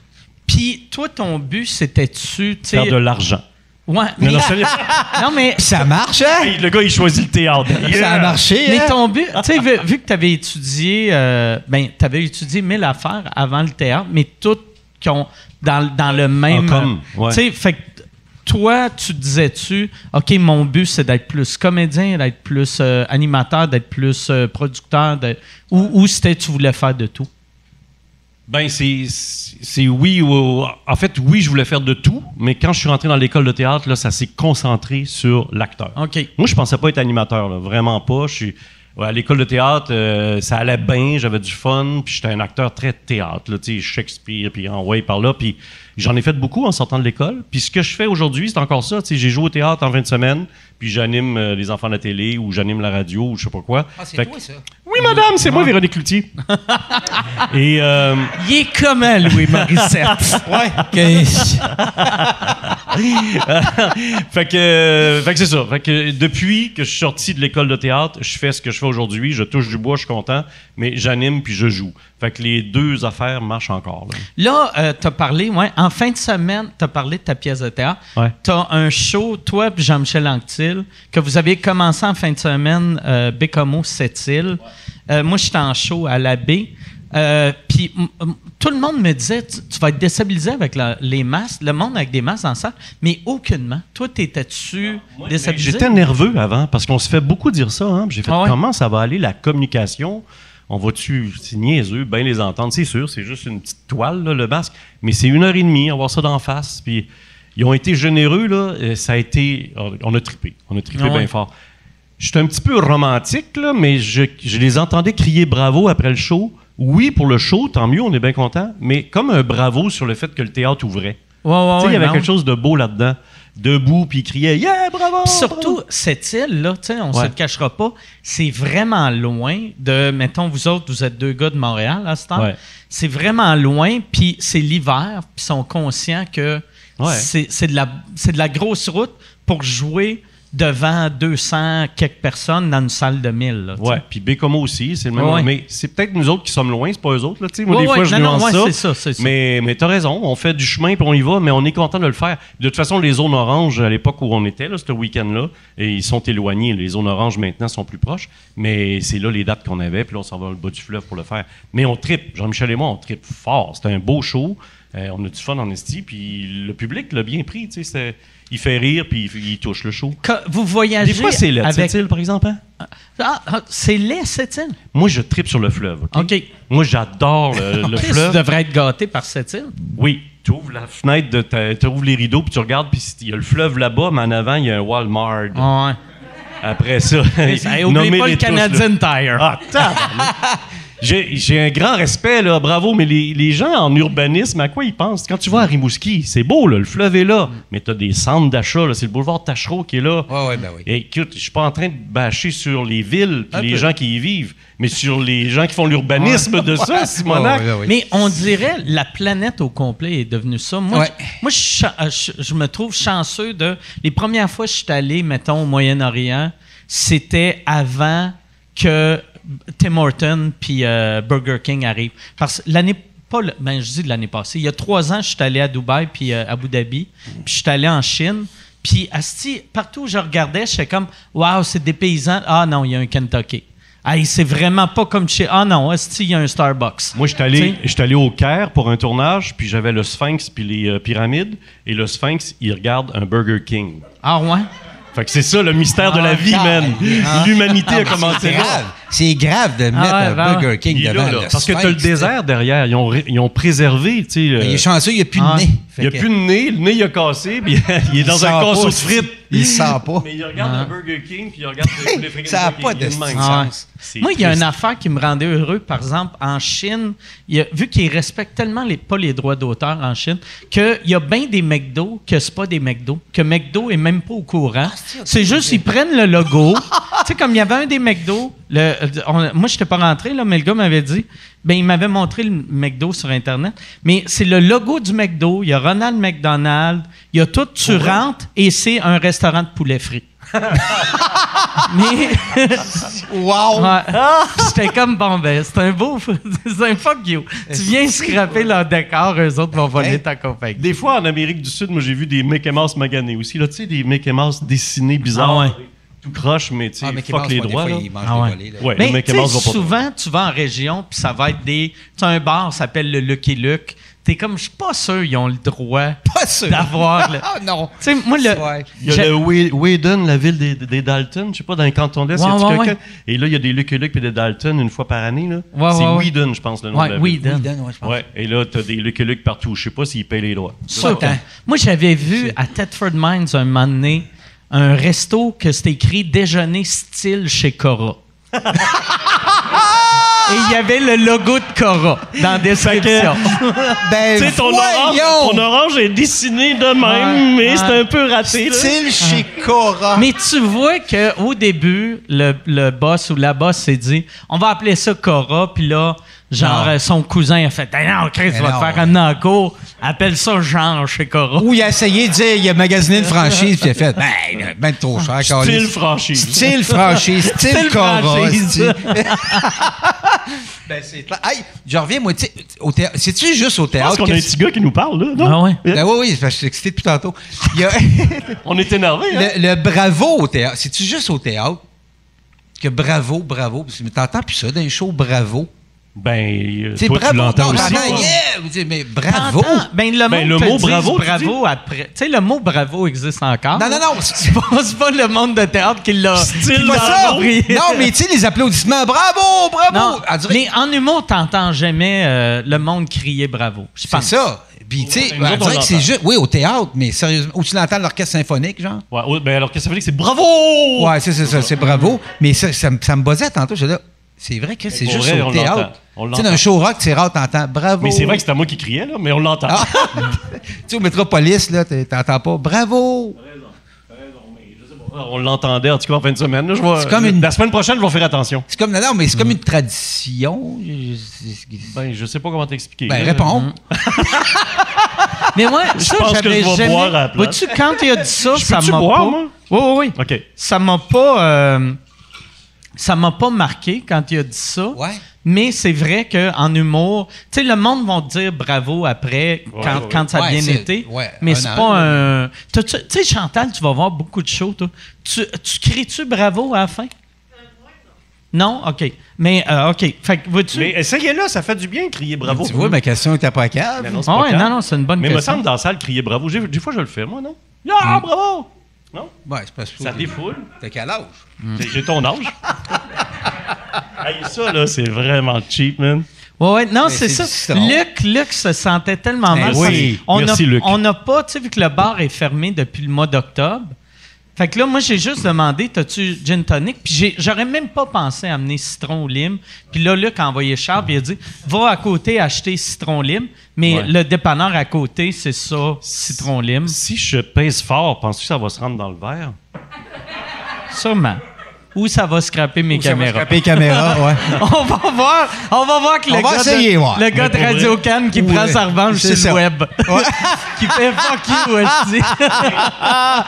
A: Puis toi, ton but, c'était-tu... tu sais-
D: Faire de l'argent.
A: Ouais,
D: Non,
A: mais-
D: non, sérieux.
A: [laughs] non, mais...
F: Puis ça marche, hein?
D: Hey, le gars, il choisit le théâtre.
F: Ça a
D: Yeah!
F: marché,
A: Mais
F: hein?
A: ton but, tu sais, vu, vu que tu avais étudié, euh, ben, tu avais étudié mille affaires avant le théâtre, mais toutes qui ont dans, dans le même. euh,
D: En com, ouais.
A: Tu sais, fait que toi, tu disais-tu, OK, mon but, c'est d'être plus comédien, d'être plus euh, animateur, d'être plus euh, producteur, de, ou, ou c'était tu voulais faire de tout?
D: Ben, c'est c'est oui. ou- en fait, oui, je voulais faire de tout, mais quand je suis rentré dans l'école de théâtre, là, ça s'est concentré sur l'acteur.
A: OK.
D: Moi, je pensais pas être animateur, là, vraiment pas. Je suis ouais, à l'école de théâtre, euh, ça allait bien, j'avais du fun, puis j'étais un acteur très théâtre, là, tu sais, Shakespeare, puis en way par là, puis j'en ai fait beaucoup en sortant de l'école. Puis ce que je fais aujourd'hui, c'est encore ça, tu sais, j'ai joué au théâtre en 20 semaines, puis j'anime euh, les enfants de la télé ou j'anime la radio ou je sais pas quoi. Fait que-
F: ça.
D: Oui, madame, c'est moi, Véronique Cloutier. Et euh,
A: Il est comment, Louis Morissette?
F: Ouais.
D: [laughs] fait que, euh, fait que c'est ça. Fait que euh, depuis que je suis sorti de l'école de théâtre, je fais ce que je fais aujourd'hui. Je touche du bois, je suis content, mais j'anime puis je joue. Fait que les deux affaires marchent encore. là.
A: Là, euh, t'as parlé, ouais, en fin de semaine, t'as parlé de ta pièce de théâtre.
D: Ouais.
A: T'as un show, toi et Jean-Michel Anctil, que vous avez commencé en fin de semaine, euh, Bécomo, Sept-Îles. Euh, moi, j'étais en show à la baie. Euh, Puis m- m- tout le monde me disait, tu, tu vas être déstabilisé avec la- les masques, le monde avec des masques dans la salle, mais aucunement. Toi, t'étais-tu déstabilisé?
D: J'étais nerveux avant parce qu'on se fait beaucoup dire ça. Hein? puis J'ai fait
A: Ah ouais?
D: comment ça va aller la communication. On va-tu, c'est niaiseux, bien les entendre, c'est sûr, c'est juste une petite toile, là, le masque. Mais c'est une heure et demie, avoir ça d'en face. Puis ils ont été généreux, là. euh, Ça a été. On a trippé. On a trippé
A: Ah ouais?
D: bien fort. Je suis un petit peu romantique, là, mais je, je les entendais crier bravo après le show. Oui, pour le show, tant mieux, on est bien content, mais comme un bravo sur le fait que le théâtre ouvrait.
A: Ouais, ouais,
D: tu
A: Ah
D: sais, il y
A: ouais,
D: avait
A: non.
D: quelque chose de beau là-dedans. Debout, puis il criait Yeah, bravo!
A: Puis
D: bravo!
A: surtout, cette île-là, tu sais, on se
D: Ouais.
A: le cachera pas, c'est vraiment loin de, mettons, vous autres, vous êtes deux gars de Montréal à ce temps.
D: Ouais.
A: C'est vraiment loin, puis c'est l'hiver, puis ils sont conscients que
D: Ouais.
A: c'est c'est de, la, c'est de la grosse route pour jouer devant 200 quelques personnes dans une salle de 1000. là, tu sais.
D: Ouais, puis Bécomo aussi, c'est le même.
A: Ouais.
D: Mais c'est peut-être nous autres qui sommes loin, c'est pas eux autres. Là, tu sais. moi,
A: Ouais,
D: des fois,
A: ouais,
D: je
A: non, non,
D: nuance
A: ouais,
D: ça.
A: c'est ça, c'est ça.
D: Mais, mais t'as raison, on fait du chemin puis on y va, mais on est content de le faire. De toute façon, les zones oranges, à l'époque où on était, là, ce week-end-là, et ils sont éloignés. Les zones oranges, maintenant, sont plus proches. Mais c'est là les dates qu'on avait, puis là, on s'en va au bas du fleuve pour le faire. Mais on tripe. Jean-Michel et moi, on tripe fort. C'était un beau show. Euh, on a du fun en esti, puis le public l'a bien pris. tu sais, c'était- Il fait rire, puis il, il touche le show.
A: Quand vous voyagez
D: Des fois, c'est laid,
A: avec...
D: cette île, par exemple. hein?
A: Ah, ah, c'est laid, cette île?
D: Moi, je tripe sur le fleuve. OK?
A: OK.
D: Moi, j'adore le,
A: [laughs]
D: le
A: Chris,
D: fleuve.
A: tu devrais être gâté par cette île.
D: Oui, tu ouvres la fenêtre, de ta- tu ouvres les rideaux, puis tu regardes, puis il y a le fleuve là-bas, mais en avant, il y a un Walmart.
A: Ouais.
D: Après ça,
F: [laughs]
A: Hey, oublie
D: nommez
A: pas
D: les
A: le
D: tous, là.
A: Canadian Tire.
D: Ah, tabarnak. J'ai j'ai un grand respect, là, bravo, mais les, les gens en urbanisme, à quoi ils pensent? Quand tu vas à Rimouski, c'est beau, là, le fleuve est là, mais tu as des centres d'achat, là, c'est le boulevard Tachereau qui est là.
F: Mm. Ouais, ouais, ben oui.
D: Et Écoute, je suis pas en train de bâcher sur les villes et
F: Un
D: les
F: peu.
D: gens qui y vivent, mais sur les gens qui font l'urbanisme de ça, Simonac.
F: [laughs] Ouais, ouais, ouais, ouais.
A: Mais on dirait la planète au complet est devenue ça. Moi,
F: Ouais.
A: je, moi, je suis cha- je- je me trouve chanceux de. Les premières fois que je suis allé, mettons, au Moyen-Orient, c'était avant que Tim Horton puis euh, Burger King arrivent. Parce que l'année. Pas le- ben, je dis de l'année passée. Il y a trois ans, je suis allé à Dubaï puis euh, Abu Dhabi. Puis je suis allé en Chine. Puis, asti, partout où je regardais, j'étais comme, waouh, c'est des paysans. Ah non, il y a un Kentucky. Ah, c'est vraiment pas comme chez. Ah non, asti, il y a un Starbucks.
D: Moi, j'étais
A: Tu
D: allé,
A: sais?
D: j'étais allé au Caire pour un tournage, puis j'avais le Sphinx puis les euh, pyramides, et le Sphinx, il regarde un Burger King.
A: Ah ouais?
D: Fait que c'est ça le mystère
F: Ah,
D: de la vie, man. L'humanité a commencé
F: C'est
D: là.
F: grave. C'est grave de mettre
A: ouais,
F: un
A: ben ouais.
F: Burger King
D: Il est
F: devant
D: là, là.
F: le
D: Parce que t'as le
F: Sphinx,
D: désert derrière. Ils ont, ré- ils ont préservé, tu sais.
F: t'sais. Il
D: euh,
F: est chanceux, il n'y a plus
A: Ah.
F: de nez.
D: Il n'y a plus de nez, le nez il a cassé, [laughs] puis il est dans un casseau de frites.
F: Il sent pas. Ah.
D: Mais il regarde un Burger King, puis il regarde le poulet frit
F: Ça a
D: Kentucky.
F: pas de
D: Il est même.
F: sens.
A: Ah ouais.
D: C'est
A: Moi, il y a une
D: triste.
A: affaire qui me rendait heureux, par exemple, en Chine, il y a- vu qu'ils respectent tellement les, pas les droits d'auteur en Chine, qu'il y a bien des McDo que c'est pas des McDo, que McDo est même pas au courant. c'est juste, ils prennent le logo. [laughs] tu sais, comme il y avait un des McDo, le, on- moi, je n'étais pas rentré, là, mais le gars m'avait dit, ben, il m'avait montré le McDo sur Internet, mais c'est le logo du McDo, il y a Ronald McDonald, il y a tout, tu rentres, et c'est un restaurant de poulet frit. [laughs] mais...
D: Ah,
F: Wow!
A: Ouais. Puis Ah! J'étais comme bon ben, c'est un beau [laughs] c'est un fuck you. Tu viens scraper leur décor, eux autres vont voler ta compagnie.
D: Des fois, en Amérique du Sud, moi, j'ai vu des Mickey Mouse maganés aussi. Là, tu sais, des Mickey Mouse dessinés bizarres.
A: Ah ouais.
D: Tout croche, mais tu sais,
F: Ah, mais qui
D: fuck
F: mange,
D: les
F: moi, des
D: droits.
F: fois,
D: là.
F: il mange
A: Ah
F: des
A: ouais.
F: volets, là.
D: Ouais, le
A: Mais
D: Ben, Mickey
A: tu sais,
D: Mouse va pas
A: souvent tu vas en région puis ça va être des tu as un bar ça s'appelle le Lucky Luke. T'es comme je suis pas sûr ils ont le droit
F: Pas sûr.
A: d'avoir le
F: Ah non!
A: Tu sais moi le
F: Ouais.
D: Il y a
A: j'ai-
D: le Wa- Whedon, la ville des, des Dalton, je sais pas, dans le canton de l'Est,
A: Ouais,
D: il y a
A: ouais,
D: quelqu'un?
A: ouais.
D: Et là, il y a des Lucky Luke et des Dalton une fois par année. là.
A: Ouais,
D: c'est
A: ouais, ouais.
D: Whedon, je pense, le nom de
A: Ouais,
D: la
A: oui,
D: ville.
A: Dan.
F: Whedon, ouais, je pense.
D: Ouais, et là, t'as des Lucky Luke partout. Je sais pas s'ils payent les droits.
A: Sûr que- hein, Moi, j'avais vu à Thetford Mines un moment donné un resto que c'était écrit déjeuner style chez Cora. Et il y avait le logo de Cora dans la description.
F: Ben,
D: Tu sais, ton orange, ton orange est dessiné de même,
A: Ouais,
D: mais
A: ouais.
D: c'est un peu raté. là.
F: Style chez Cora.
A: Mais tu vois que au début, le, le boss ou la boss s'est dit on va appeler ça Cora, puis là, genre,
F: Non.
A: euh, son cousin a fait Eh non, Chris,
F: Eh
A: va
F: non.
A: te faire un encours, appelle ça genre chez Cora.
F: Ou il a essayé de dire, il a magasiné une franchise, puis il a fait, ben, ben trop cher,
D: Style
F: Carlis.
D: franchise.
F: Style franchise, style
A: Style
F: Cora.
A: franchise.
F: style- [laughs] ben, c'est clair. Hey, je reviens, moi, tu sais, au théâtre. C'est-tu juste au
D: Je pense
F: théâtre?
D: qu'on a un
F: que-
D: petit gars qui nous parle, là, non?
A: Ah ouais.
F: Ben oui, oui, c'est parce que je suis excité depuis tantôt. Il y a [laughs]
D: On est énervé, hein?
F: le, le bravo au théâtre. C'est-tu juste au théâtre? Que bravo, bravo. Parce que T'entends plus ça dans les shows, bravo.
D: Ben, euh,
F: Tu sais,
D: toi, tu
F: bravo,
D: l'entends aussi.
F: t'entends,
D: toi.
F: yeah! Vous dites, mais bravo!
A: T'entends? Ben, le,
D: Ben,
A: monde
D: le
A: te
D: mot
A: dit
D: bravo, tu
A: bravo après. Tu sais, le mot bravo existe encore.
F: Non, non,
A: [laughs]
F: non!
A: Je pense pas le monde de théâtre qui l'a.
D: Style
A: qui l'a
F: Pas ça!
A: approprié.
F: Non, mais tu sais, les applaudissements, bravo,
A: Non,
F: bravo! On dirait-
A: mais en humour, t'entends jamais euh, le monde crier bravo. Je
F: C'est
A: pense.
F: ça. Puis, tu sais,
D: Nous autres,
F: on dirait
D: on
F: que c'est
D: l'entend.
F: juste. Oui, au théâtre, mais sérieusement. Ou tu l'entends à l'orchestre symphonique, genre?
D: Ouais, ouais, ben, alors, qu'est-ce que ça veut dire? C'est bravo!
F: Ouais, c'est c'est ça, c'est bravo. Mais ça, ça, me- ça me buzzait tantôt. Je là, c'est vrai que c'est
D: pour
F: juste
D: vrai, on
F: au
D: l'entend.
F: théâtre.
D: On
F: Tu sais,
D: l'entend.
F: d'un show rock, c'est rare, t'entends bravo.
D: Mais c'est vrai que c'est à moi qui criais, là, mais on l'entend.
F: Ah! [laughs] tu sais, au Métropolis, là, t'es- t'entends pas bravo.
D: On l'entendait, en tout cas, en fin de semaine. là, je vois- euh,
F: C'est comme une-
D: La semaine prochaine, je vais faire attention.
F: C'est comme, non, non, mais c'est comme une tradition. Je- je- je-
D: Ben, je sais pas comment t'expliquer.
F: Ben,
D: Là,
F: réponds.
A: Mais moi, ça,
D: pense que
A: j'avais
D: je vais
A: jamais-
D: boire à la place.
A: Vois-tu, quand il a dit ça,
D: Je
A: ça m'a
D: peux-tu
A: pas.
D: boire, moi?
A: Oui, oui, oui.
D: OK.
A: Ça m'a pas. euh, ça m'a pas marqué quand il a dit ça.
F: Ouais.
A: Mais c'est vrai qu'en humour, tu sais, le monde va te dire bravo après quand,
D: ouais.
A: quand ça a
F: Ouais,
A: bien
F: c'est-
A: été.
F: ouais,
A: mais
F: un
A: c'est
F: an,
A: pas un. T'as- Tu tu sais, Chantal, tu vas voir beaucoup de shows, toi. Tu, tu cries-tu bravo à la fin? Non? OK. Mais, euh, OK. Fait que, vois-tu.
D: Mais essayez-le, ça fait du bien, crier bravo.
F: Tu vois, ma question était pas
D: Mm-hmm. Mais
F: cave.
D: non, c'est
A: Ah
D: pas
A: ouais,
D: calme.
A: non, non, c'est une bonne
D: Mais il me
A: question.
D: semble, dans la salle, crier bravo. J'ai- Des fois, je le fais, moi, non? Ah,
F: Mm.
D: bravo! Non?
F: Ouais, c'est pas
D: Ça défoule.
F: T'as quel âge?
D: J'ai- J'ai ton
F: [laughs]
D: âge. hey, ça, là, c'est vraiment cheap, man.
A: Ouais, ouais, non,
F: Mais
A: c'est
F: c'est
A: ça.
F: du citron.
A: Luc, Luc se sentait tellement
F: Eh
A: mal.
F: oui,
A: On a-
D: merci, Luc.
A: On n'a pas, tu sais, vu que le bar est fermé depuis le mois d'octobre, Fait que là, moi, j'ai juste demandé, t'as-tu gin tonic? Puis j'ai- j'aurais même pas pensé à amener citron ou lime. Puis là, Luc a envoyé Charles, puis il a dit, va à côté acheter citron lime. Mais
D: Ouais.
A: le dépanneur à côté, c'est ça, citron lime.
D: Si je pèse fort, penses-tu que ça va se rendre dans le verre?
A: Sûrement. Ou ça va scraper mes caméras.
F: Les caméras, ouais.
A: [laughs] On va voir, on va voir que le
F: On va
A: gars,
F: essayer,
A: de,
F: ouais.
A: le gars de
D: pour
A: Radio Can qui prend sa revanche
F: C'est
A: sur
F: ça.
A: le web. [laughs] qui fait fuck [laughs] you aussi.
G: Ah,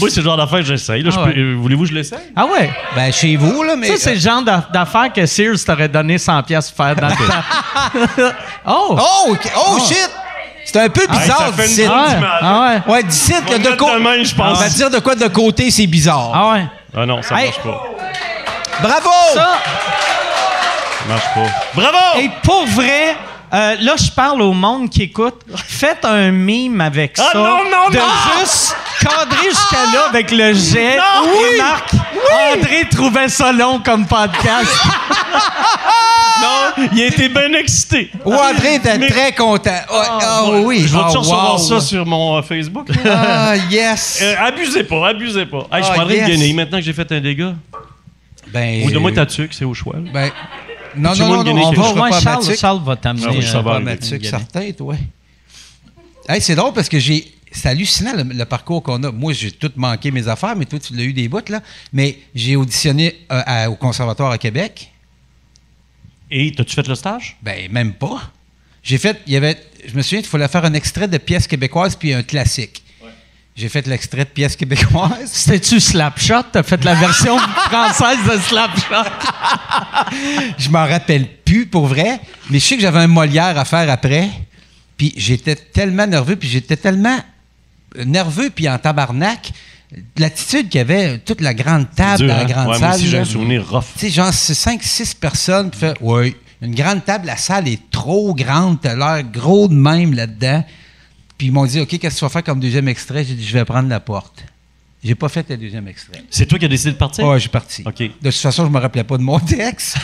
D: Moi, c'est le genre d'affaire que j'essaye. là. Je
A: Ah ouais.
D: peux- euh, Voulez-vous que je l'essaye?
A: Ah ouais?
F: Ben, chez vous, là, mais.
A: Ça, c'est le genre d'aff- d'affaires que Sears t'aurait donné 100$ piastres pour faire dans le temps. [laughs] oh!
F: Oh, ok- oh, shit! C'est un peu bizarre
D: ça fait une
F: d'ici.
D: grande-
A: ah, ouais.
D: imagine.
A: ah ouais.
F: Ouais, d'ici,
D: On
F: que
D: le
F: de
D: note
F: côté.
D: demain, je pense.
F: va dire de quoi de côté, c'est bizarre.
A: Ah ouais.
D: Ah non, ça
A: Hey.
D: marche pas.
F: Bravo!
A: Ça,
D: Ça marche pas. Bravo!
A: et pour vrai, euh, là, je parle au monde qui écoute. Faites un mime avec ça.
D: Ah non, non,
A: de
D: non!
A: juste cadrer jusqu'à là avec le jet.
D: Non!
A: Et Marc, André trouvait ça long comme podcast.
D: Non, il a été bien excité.
F: Ou
A: ah.
F: André était très content. Oh, oh, oui.
D: Je vais
F: Ah,
D: toujours recevoir
F: wow.
D: ça sur mon euh, Facebook.
F: Ah, yes.
D: Euh, abusez pas, abusez pas. Hey, je
F: Ah,
D: prendrais
F: yes.
D: une guenille maintenant que j'ai fait un dégât.
F: ben,
D: Ou de moi ta tuque, c'est au choix. là.
F: ben, non,
D: Tu
F: non,
D: vois
F: non,
D: le
F: non,
D: Guinée
F: on
D: qui-
F: va
D: Je
F: on va pas
A: Ah, Charles,
F: Matic.
A: Charles va t'amener.
D: Ah oui, ça
A: euh,
D: va.
F: Pas
D: aller,
F: Matic,
A: Guinée.
F: certain, toi. Hey, c'est drôle parce que j'ai. C'est hallucinant le, le parcours qu'on a. Moi, j'ai tout manqué mes affaires, mais toi, tu l'as eu des bouts, là. Mais j'ai auditionné euh, à- au Conservatoire à Québec.
D: Et t'as-tu fait le stage?
F: Ben, même pas. J'ai fait, il y avait, je me souviens, il fallait faire un extrait de pièces québécoises puis un classique. J'ai fait l'extrait de pièces québécoises.
A: C'était-tu Slapshot? T'as fait la [laughs] version française de Slapshot?
F: je m'en rappelle plus pour vrai, mais je sais que j'avais un Molière à faire après. Puis j'étais tellement nerveux, puis j'étais tellement nerveux, puis en tabarnak. L'attitude qu'il y avait, toute la grande table,
D: Dur,
F: dans Ah, ben, la
D: hein?
F: grande
D: Ouais,
F: salle.
D: Moi aussi, j'ai
F: là.
D: un souvenir rough.
F: Tu sais, genre, c'est 5, 6 personnes, puis fait, oui, une grande table, la salle est trop grande, t'as l'air gros de même là-dedans. Puis ils m'ont dit, OK, qu'est-ce que tu vas faire comme deuxième extrait? J'ai dit, je vais prendre la porte. J'ai pas fait le deuxième extrait.
D: C'est toi qui as décidé de partir?
F: Ah Ouais, je suis parti.
D: OK.
F: De toute façon, je me rappelais pas de
A: [laughs]
F: mon texte.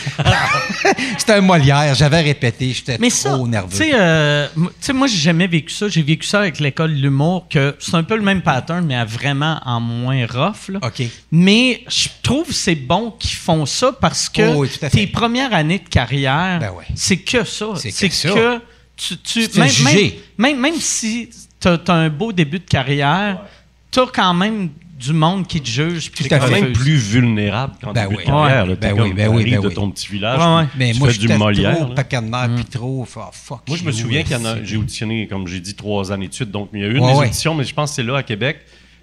F: [laughs] C'était un Molière, j'avais répété, j'étais
A: Mais ça,
F: trop Oh, nerveux.
A: tu sais, euh, m- tu sais, moi, j'ai jamais vécu ça. J'ai vécu ça avec l'école de l'humour, que c'est un peu le même pattern, mais à vraiment en moins rough. là.
F: OK.
A: Mais je trouve que c'est bon qu'ils font ça parce que
F: Oh oui, tout à fait.
A: tes premières années de carrière,
F: Ben ouais.
A: c'est que ça.
F: C'est que
A: C'est
F: ça.
A: que tu, tu-
F: C'est
A: même, même,
F: jugé.
A: même- même si tu as, un beau début de carrière, tu as quand même du monde qui te juge. puis
F: Tout
A: qui
F: à
D: T'es quand
F: fait.
D: même plus vulnérable quand
F: Ben
D: début
F: oui.
D: de carrière.
F: Ouais.
D: là. T'es
F: Ben
D: comme
F: oui, ben
D: t'arrives
F: oui, ben
D: de
F: oui.
D: ton petit village,
A: Ouais, ouais.
D: puis
F: Mais
D: tu
F: moi,
D: fais du
F: j'étais
D: Molière.
F: trop
D: là.
F: paquet de nerfs,
A: Mm.
F: puis trop, oh, fuck
D: Moi, je me
F: you,
D: souviens qu'il y en
F: c'est-
D: a. J'ai auditionné, comme j'ai dit, trois ans d'études, donc il y a eu une
F: Ouais,
D: des
F: ouais.
D: auditions, mais je pense que c'est là à Québec.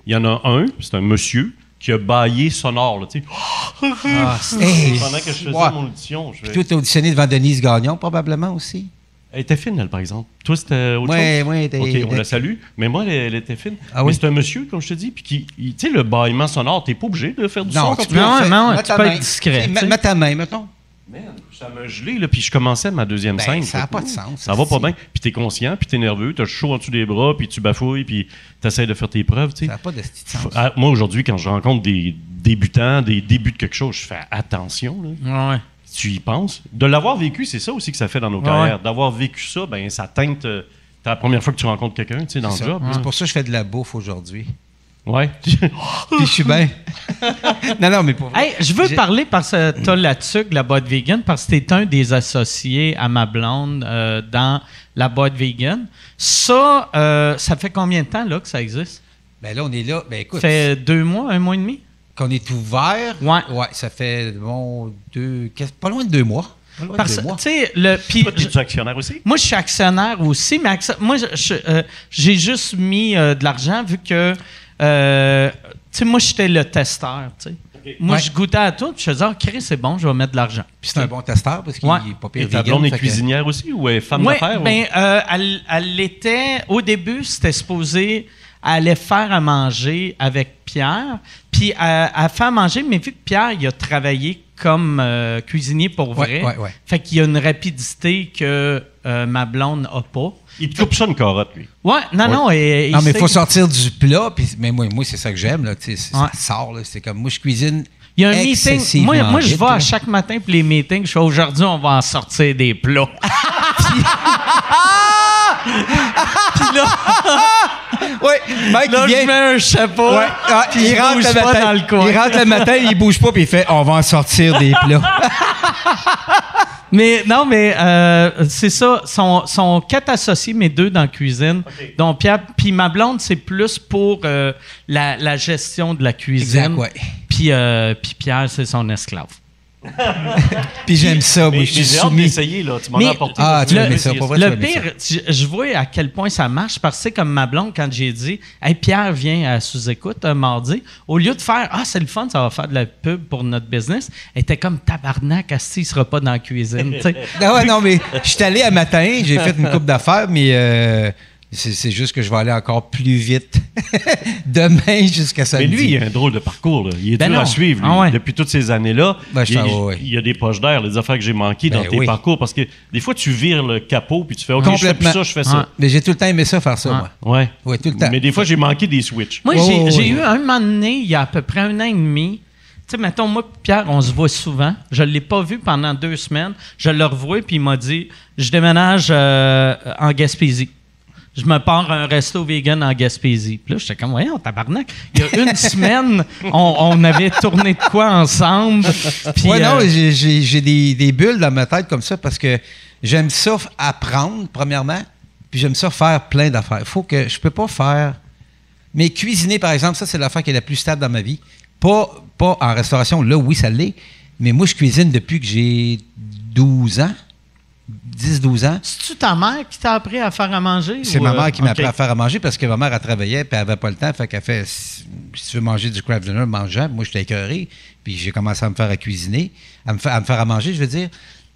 D: Il y en a un, c'est un monsieur qui a baillé sonore, là, tu sais. [laughs]
F: Ah, hey,
D: Pendant que je faisais
F: ouais.
D: mon audition, je
F: Puis
D: vais-
F: toi, t'as auditionné devant Denise Gagnon, probablement aussi.
D: Elle était fine, elle, par exemple. Toi, c'était autre
F: Ouais,
D: chose?
F: ouais, t'es-
D: OK, on
F: t'es-
D: la salue. Mais moi, elle, elle était fine.
F: Ah
D: mais
F: oui?
D: c'est un monsieur, comme je te dis, puis qui... il- Tu sais, le baillement sonore, t'es pas obligé de faire du son. comme
F: tu
D: ça.
A: Non,
F: fais-
A: non,
F: mets
A: tu
F: ta
A: peux
F: main.
A: être discret,
F: Tu sais,
A: tu sais.
F: Mets mets ta main, mettons.
D: Man, ça m'a gelé, là, puis je commençais ma deuxième
F: Ben,
D: scène.
F: ça
D: fait
F: a
D: que,
F: pas de
D: ouh,
F: sens,
D: Ça va
F: ça,
D: pas
F: si.
D: bien, puis t'es conscient, puis t'es nerveux, t'as chaud en dessous des bras, puis tu bafouilles, puis t'essayes de faire tes preuves, tu sais.
F: Ça n'a pas de style de sens.
D: Faut- ah, Moi, aujourd'hui, quand je rencontre des débutants, des débuts de quelque chose, je fais attention, là.
A: Ouais.
D: Tu y penses. De l'avoir vécu, c'est ça aussi que ça fait dans nos
A: Ouais.
D: carrières. D'avoir vécu ça, ben ça teinte... euh, t'as la première fois que tu rencontres quelqu'un, tu sais, dans le
F: C'est ça.
D: job. là.
F: C'est pour ça que je fais de la bouffe
A: [laughs]
F: aujourd'hui.
D: Ouais. [laughs]
F: Puis je suis bien. non, non, mais pour vrai.
A: Hey, je veux
F: J'ai-
A: parler parce que t'as la tuque, la boîte vegan, parce que t'es un des associés à ma blonde euh, dans la boîte vegan. Ça, euh, ça fait combien de temps là, que ça existe?
F: Ben là, on est là. Ben
A: Ça
F: écoute,
A: fait deux mois, un mois et demi?
F: qu'on est ouvert.
A: Ouais.
F: ça fait bon deux, qu'est- pas loin de deux mois. Ouais,
A: Parce
F: des
A: que,
F: mois.
A: tu sais, le. puis
D: Toi, t'es-tu actionnaire aussi?
A: moi, je suis actionnaire aussi, mais actio- moi, je- je, euh, j'ai juste mis euh, de l'argent vu que, euh, tu sais, moi, j'étais le testeur, tu sais. Moi,
F: Ouais.
A: je goûtais à tout, puis je disais, ah, Chris, c'est bon, je vais mettre de l'argent.
F: Puis c'est un bon testeur parce qu'il
A: Ouais.
F: est pas pire.
D: Et ta
F: vegan,
D: blonde est
F: fait que-
D: cuisinière aussi ou elle est femme
A: Oui,
D: d'affaires? ou-
A: ben, euh, elle, elle l'était. Au début, c'était supposé elle allait faire à manger avec Pierre. Puis elle, elle fait à manger, mais vu que Pierre, il a travaillé comme euh, cuisinier pour
F: Ouais,
A: vrai,
F: ouais, ouais.
A: fait qu'il y a une rapidité que euh, ma blonde n'a pas.
D: Il te coupe ça une carotte, lui.
A: Ouais, non, non. et- et
F: Non, mais il
A: sait-
F: faut sortir du plat. Puis, mais moi, moi c'est ça que j'aime. Là, tu sais, c'est-
A: Ouais.
F: Ça sort. Là, c'est comme moi, je cuisine.
A: Il y a un meeting. Moi, moi je vais à
F: à
A: chaque matin pour les meetings. Je fais aujourd'hui, on va en sortir des plats.
F: Oui, Mike,
A: Là,
F: il vient.
A: je mets un chapeau.
F: Ouais. Ah,
A: puis
F: il,
A: je
F: rentre
A: bouge
F: le
A: pas
F: matin,
A: dans le coin.
F: il rentre le matin, il bouge pas, puis il fait On va en sortir des [laughs] plats.
A: Mais non, mais euh, c'est ça. Sont, sont quatre associés, mais deux dans la cuisine. Donc, Pierre, puis ma blonde, c'est plus pour euh, la, la gestion de la cuisine.
F: Exact, ouais.
A: Puis, euh, puis Pierre, c'est son esclave.
F: Puis j'aime ça, Ah, moi,
D: Mais
F: je suis
D: j'ai hâte
F: soumis.
D: d'essayer, là. Tu m'en
A: Mais-
D: as apporté.
F: Ah, tu
D: vas
F: vas aimer ça, pour vrai, tu vas
A: Le
F: aimer ça.
A: pire, je, je vois à quel point ça marche parce que c'est comme ma blonde, quand j'ai dit Hey, Pierre vient à sous-écoute un mardi, au lieu de faire Ah, c'est le fun, ça va faire de la pub pour notre business, elle était comme tabarnak, assis, il sera pas dans la cuisine. tu sais.
F: Non, Ah ouais, non, mais je suis allé à matin, j'ai fait une coupe d'affaires, mais euh, c'est c'est juste que je vais aller encore plus vite [laughs] demain jusqu'à
D: Mais
F: samedi.
D: lui, il a un drôle de parcours. là. Il est
A: Ben
D: dur à
A: non.
D: suivre. lui.
A: Ah ouais.
D: Depuis toutes ces années-là,
F: Ben, je
D: il,
F: t'en- ouais, ouais.
D: il y a des poches d'air, les affaires que j'ai manquées
F: Ben
D: dans tes
F: oui.
D: parcours. Parce que des fois, tu vires le capot puis tu fais OK, je fais plus
F: Complètement.
D: ça, je fais ça.
F: Mais j'ai tout le temps aimé ça, faire ça,
A: Ouais.
F: moi.
D: Ouais.
F: Ouais, tout le temps.
D: Mais des fois, j'ai manqué des switches.
A: Moi,
F: Ouais,
A: j'ai,
F: ouais,
A: j'ai
F: ouais.
A: eu un moment donné, il y a à peu près un an et demi. Tu sais, mettons, moi, et Pierre, on se voit souvent. Je ne l'ai pas vu pendant deux semaines. Je le revois, puis il m'a dit Je déménage euh, en Gaspésie. Je me pars à un resto vegan en Gaspésie. Puis là, j'étais comme, voyons, tabarnak. Il y
F: [laughs]
A: a une semaine, on, on avait tourné de quoi ensemble. Puis,
F: ouais, non,
A: euh,
F: j'ai- j'ai j'ai des, des bulles dans ma tête comme ça parce que j'aime ça f- apprendre, premièrement, puis j'aime ça faire plein d'affaires. Il faut que je peux pas faire. Mais cuisiner, par exemple, ça, c'est l'affaire qui est la plus stable dans ma vie. Pas, pas en restauration, là, oui, ça l'est. Mais moi, je cuisine depuis que j'ai 12 ans, 10-12 ans.
A: c'est-tu ta mère qui t'a appris à faire à manger?
F: C'est
A: ou,
F: ma
A: euh,
F: mère qui m'a appris
A: ok.
F: à faire à manger parce que ma mère, elle travaillait puis elle n'avait pas le temps. Fait qu'elle fait si si tu veux manger du craft dinner, mangeant. Moi, j'étais écœuré. Puis j'ai commencé à me faire à cuisiner, à me, fa- à me faire à manger, je veux dire.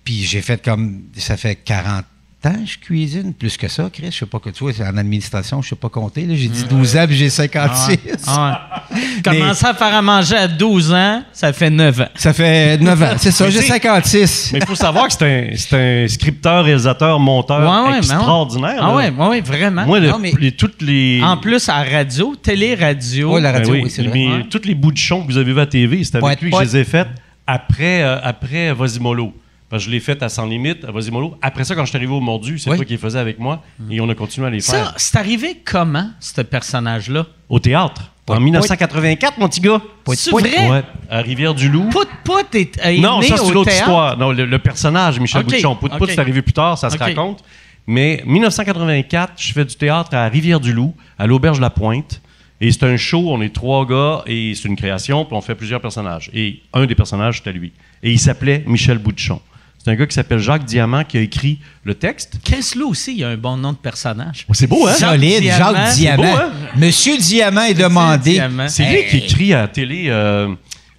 F: Puis j'ai fait comme. Ça fait 40 ans que je cuisine, plus que ça, Chris. Je sais pas que tu vois, c'est en administration, je sais pas compter. là. J'ai dit 12 ans puis j'ai 56.
A: Ah ouais. Commencer à faire à manger à 12 ans, ça fait 9 ans.
F: [laughs] Ça fait 9 ans. C'est ça,
D: Mais
F: j'ai
D: tu sais-
F: 56.
D: Mais il faut savoir que c'est un, c'est un scripteur, réalisateur, monteur
A: Ouais, ouais, mais
D: extraordinaire.
A: Ah
D: là.
A: ouais, ouais, ouais, vraiment.
D: Moi, le-
F: Non, mais-
D: les- toutes les.
A: en plus, à radio, télé-radio.
F: Ouais, la
D: Ben
F: radio,
D: oui,
F: oui, c'est vrai.
D: mais
A: Ouais.
D: toutes les bouts de chon que vous avez vu à TV, c'est avec
F: Ouais,
D: lui que
F: ouais.
D: je les ai faites après, euh, après Vasimolo. Parce que je l'ai faite à Sans Limite, à Vasimolo. Après ça, quand je suis arrivé au Mordu, c'est
F: Oui. Mm.
D: toi qui les faisais avec moi. Et on a continué à les
A: Ça,
D: faire.
A: Ah, c'est arrivé comment, ce personnage-là?
D: Au théâtre. En 1984, mon petit gars.
A: C'est vrai?
D: Ouais, à Rivière-du-Loup.
A: Pout Pout est, est
D: non,
A: né
D: ça, c'est
A: au
D: l'autre
A: théâtre.
D: histoire. Non, le, le personnage, Michel
A: Ok,
D: Bouchon. Pout Pout,
A: ok.
D: c'est arrivé plus tard, ça se
A: Ok.
D: raconte. Mais 1984, je fais du théâtre à Rivière-du-Loup, à l'Auberge La Pointe. Et c'est un show, on est trois gars, et c'est une création, puis on fait plusieurs personnages. Et un des personnages, c'était lui. Et il s'appelait Michel Bouchon. C'est un gars qui s'appelle Jacques Diamant qui a écrit le texte.
A: Chris Lou aussi, il a un bon nom de personnage.
D: Oh, c'est beau, hein?
A: Jacques
F: Solide,
A: Diamant.
F: Jacques
A: C'est
F: Diamant.
D: beau, hein?
F: Monsieur Diamant est demandé.
A: Diamant.
D: C'est lui qui écrit à la télé euh,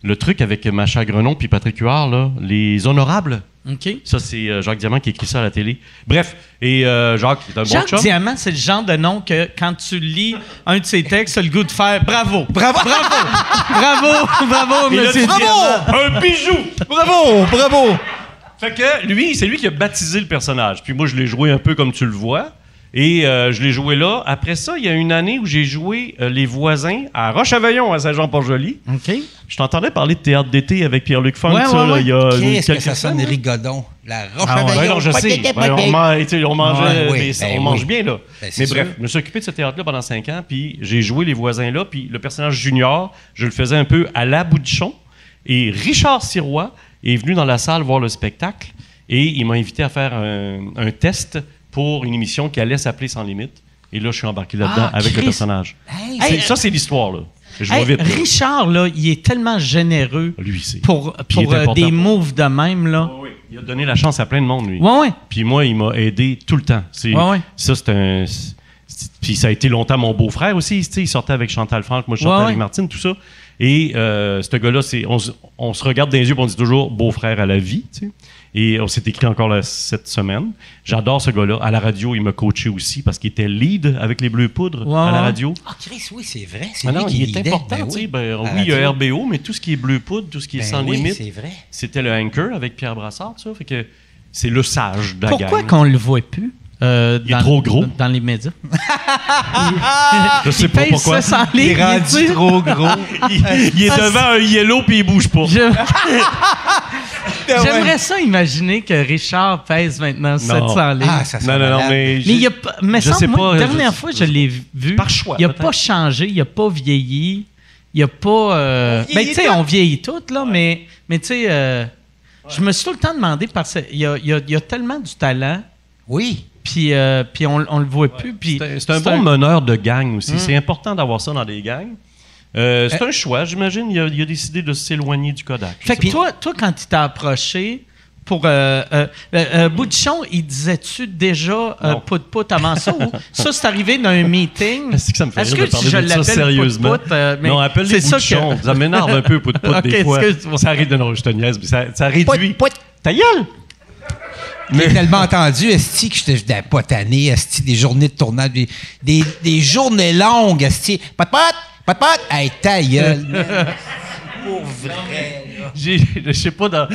D: le truc avec Macha Grenon puis Patrick Huard, là, les honorables.
A: OK.
D: Ça, c'est euh, Jacques Diamant qui écrit ça à la télé. Bref, et euh, Jacques, il est un bon
A: Jacques
D: chum.
A: Diamant, c'est le genre de nom que quand tu lis un de ses textes, t'as le goût de faire bravo.
F: Bravo!
A: Bravo, bravo,
D: Et là,
A: monsieur.
D: tu dis, Un bijou!
F: Bravo! Bravo!
D: Fait que lui, c'est lui qui a baptisé le personnage. Puis moi, je l'ai joué un peu comme tu le vois. Et euh, je l'ai joué là. Après ça, il y a une année où j'ai joué euh, Les Voisins à Roche-Aveillon, à Saint-Jean-Port-Joli.
A: OK.
D: Je t'entendais parler de théâtre d'été avec Pierre-Luc Funk,
A: Ouais,
D: ça,
A: ouais,
D: là,
A: ouais.
D: il y a une-
F: Qu'est-ce que
D: quelques
F: ça sonne
D: semaines, là.
F: rigodon? La roche
D: Ah, ouais, non, je sais. Ben, on, man- tu sais, on mangeait
F: Ah, oui,
D: des-
F: ben
D: on
F: oui.
D: mange bien, là.
F: Ben, c'est
D: Mais
F: sûr.
D: bref, je me suis occupé de ce théâtre-là pendant cinq ans, puis j'ai joué les voisins là, puis le personnage junior, je le faisais un peu à la Bouchon. Et Richard Sirois est venu dans la salle voir le spectacle, et il m'a invité à faire un, un test pour une émission qui allait s'appeler Sans Limite. Et là, je suis embarqué là-dedans
A: Ah,
D: avec le
A: Christ.
D: personnage.
F: Hey,
D: C'est-
A: euh,
D: ça, c'est l'histoire, là. Je vais
A: Hey,
D: vite. là.
A: Richard, là, il est tellement généreux
D: Lui, c'est.
A: pour,
D: Puis il
A: pour
D: est
A: euh,
D: important
A: des
D: pour-
A: moves de même. Là.
D: oui. Il a donné la chance à plein de monde, lui.
A: Ouais, ouais.
D: Puis moi, il m'a aidé tout le temps. C'est-
A: Ouais, ouais.
D: Ça, c'est un. c'est- Puis ça a été longtemps mon beau-frère aussi. tu sais, Il sortait avec Chantal Franck, moi je sortais
A: Ouais,
D: avec
A: ouais.
D: Martine, tout ça. Et euh, ce gars-là, c'est- on, se- on se regarde dans les yeux et on dit toujours beau-frère à la vie. tu sais. Et on s'est écrit encore la- cette semaine. J'adore ce gars-là. À la radio, il m'a coaché aussi parce qu'il était lead avec les Bleus Poudres
A: Ouais,
D: à la
A: ouais.
D: radio.
F: Ah, Chris, oui, c'est vrai. C'est
D: Ah
F: lui
D: non,
F: qui
D: il est
F: leadait.
D: important.
F: Ben
D: tu sais.
F: oui,
D: Ben,
F: à
D: oui,
F: la
D: il y a
F: radio.
D: RBO, mais tout ce qui est Bleu Poudre, tout ce qui est
F: Ben
D: sans
F: oui,
D: limite,
F: c'est vrai.
D: c'était le anchor avec Pierre Brassard. Ça. Fait que c'est le sage de la
A: Pourquoi
D: gang.
A: qu'on le voit plus? euh,
D: Il est
A: dans-
D: trop gros.
A: Dans les médias.
D: Je sais
A: Il
D: pas
A: pèse
D: pourquoi.
A: 700 livres, il est
F: rendu
A: dur.
F: trop gros.
D: il, [laughs] il est devant un yellow puis il bouge pas.
A: Je- J'aimerais ça imaginer que Richard pèse maintenant 700 livres.
F: Ah, ça serait
D: Non, non, non,
F: malade.
D: mais.
A: mais il y a pas. Mais
D: je
A: semble,
D: sais
A: moi,
D: pas,
A: la dernière
D: je-
A: fois,
D: je
A: je
D: sais
A: l'ai vu.
D: Par choix,
A: Il a
D: peut-être.
A: pas changé, il a pas vieilli, il a pas. euh, ben,
G: On vieillit
A: tu sais,
G: tous.
A: on vieillit toutes, là, mais, mais tu sais, euh, je me suis tout le temps demandé parce qu'il y a, il y a- il y a tellement du talent,
F: Oui.
A: puis euh, puis on, on le voit plus. puis
D: C'est un- c'est un bon meneur de gang
A: Hum.
D: aussi. C'est important d'avoir ça dans des gangs. Euh, c'est un choix, j'imagine. Il a, il a décidé de s'éloigner du Kodak. Je
A: Fait
D: sais
A: que
D: pas.
A: toi, toi, quand il t'a approché pour euh, euh, euh, euh, Bouchon, il disait-tu déjà euh,
D: Non.
A: pout-pout avant ça?
F: [laughs]
A: ou- ça, c'est arrivé d'un meeting.
D: Est-ce que ça me fait
A: Est-ce
D: rire de
A: que
D: parler
A: je
D: de ça
A: l'appelle
D: sérieusement?
A: pout-pout, euh, mais
D: non, appelle les
A: c'est ça
D: bouchons.
A: que-
D: Ça m'énerve un peu, pout pout
A: [laughs] Ok,
D: des fois.
A: excuse-moi.
D: Ça arrive de non, je te niaise, mais ça, ça réduit.
A: Ta gueule!
F: J'ai tellement entendu, Esti, que j'étais j'étais pas tanné, Esti, des journées de tournage, des, des, des journées longues, Esti. Pas de pote, pas de pote. Hey, ta gueule, man. Pour vrai, là.
D: [laughs] J'ai- Je sais pas, dans-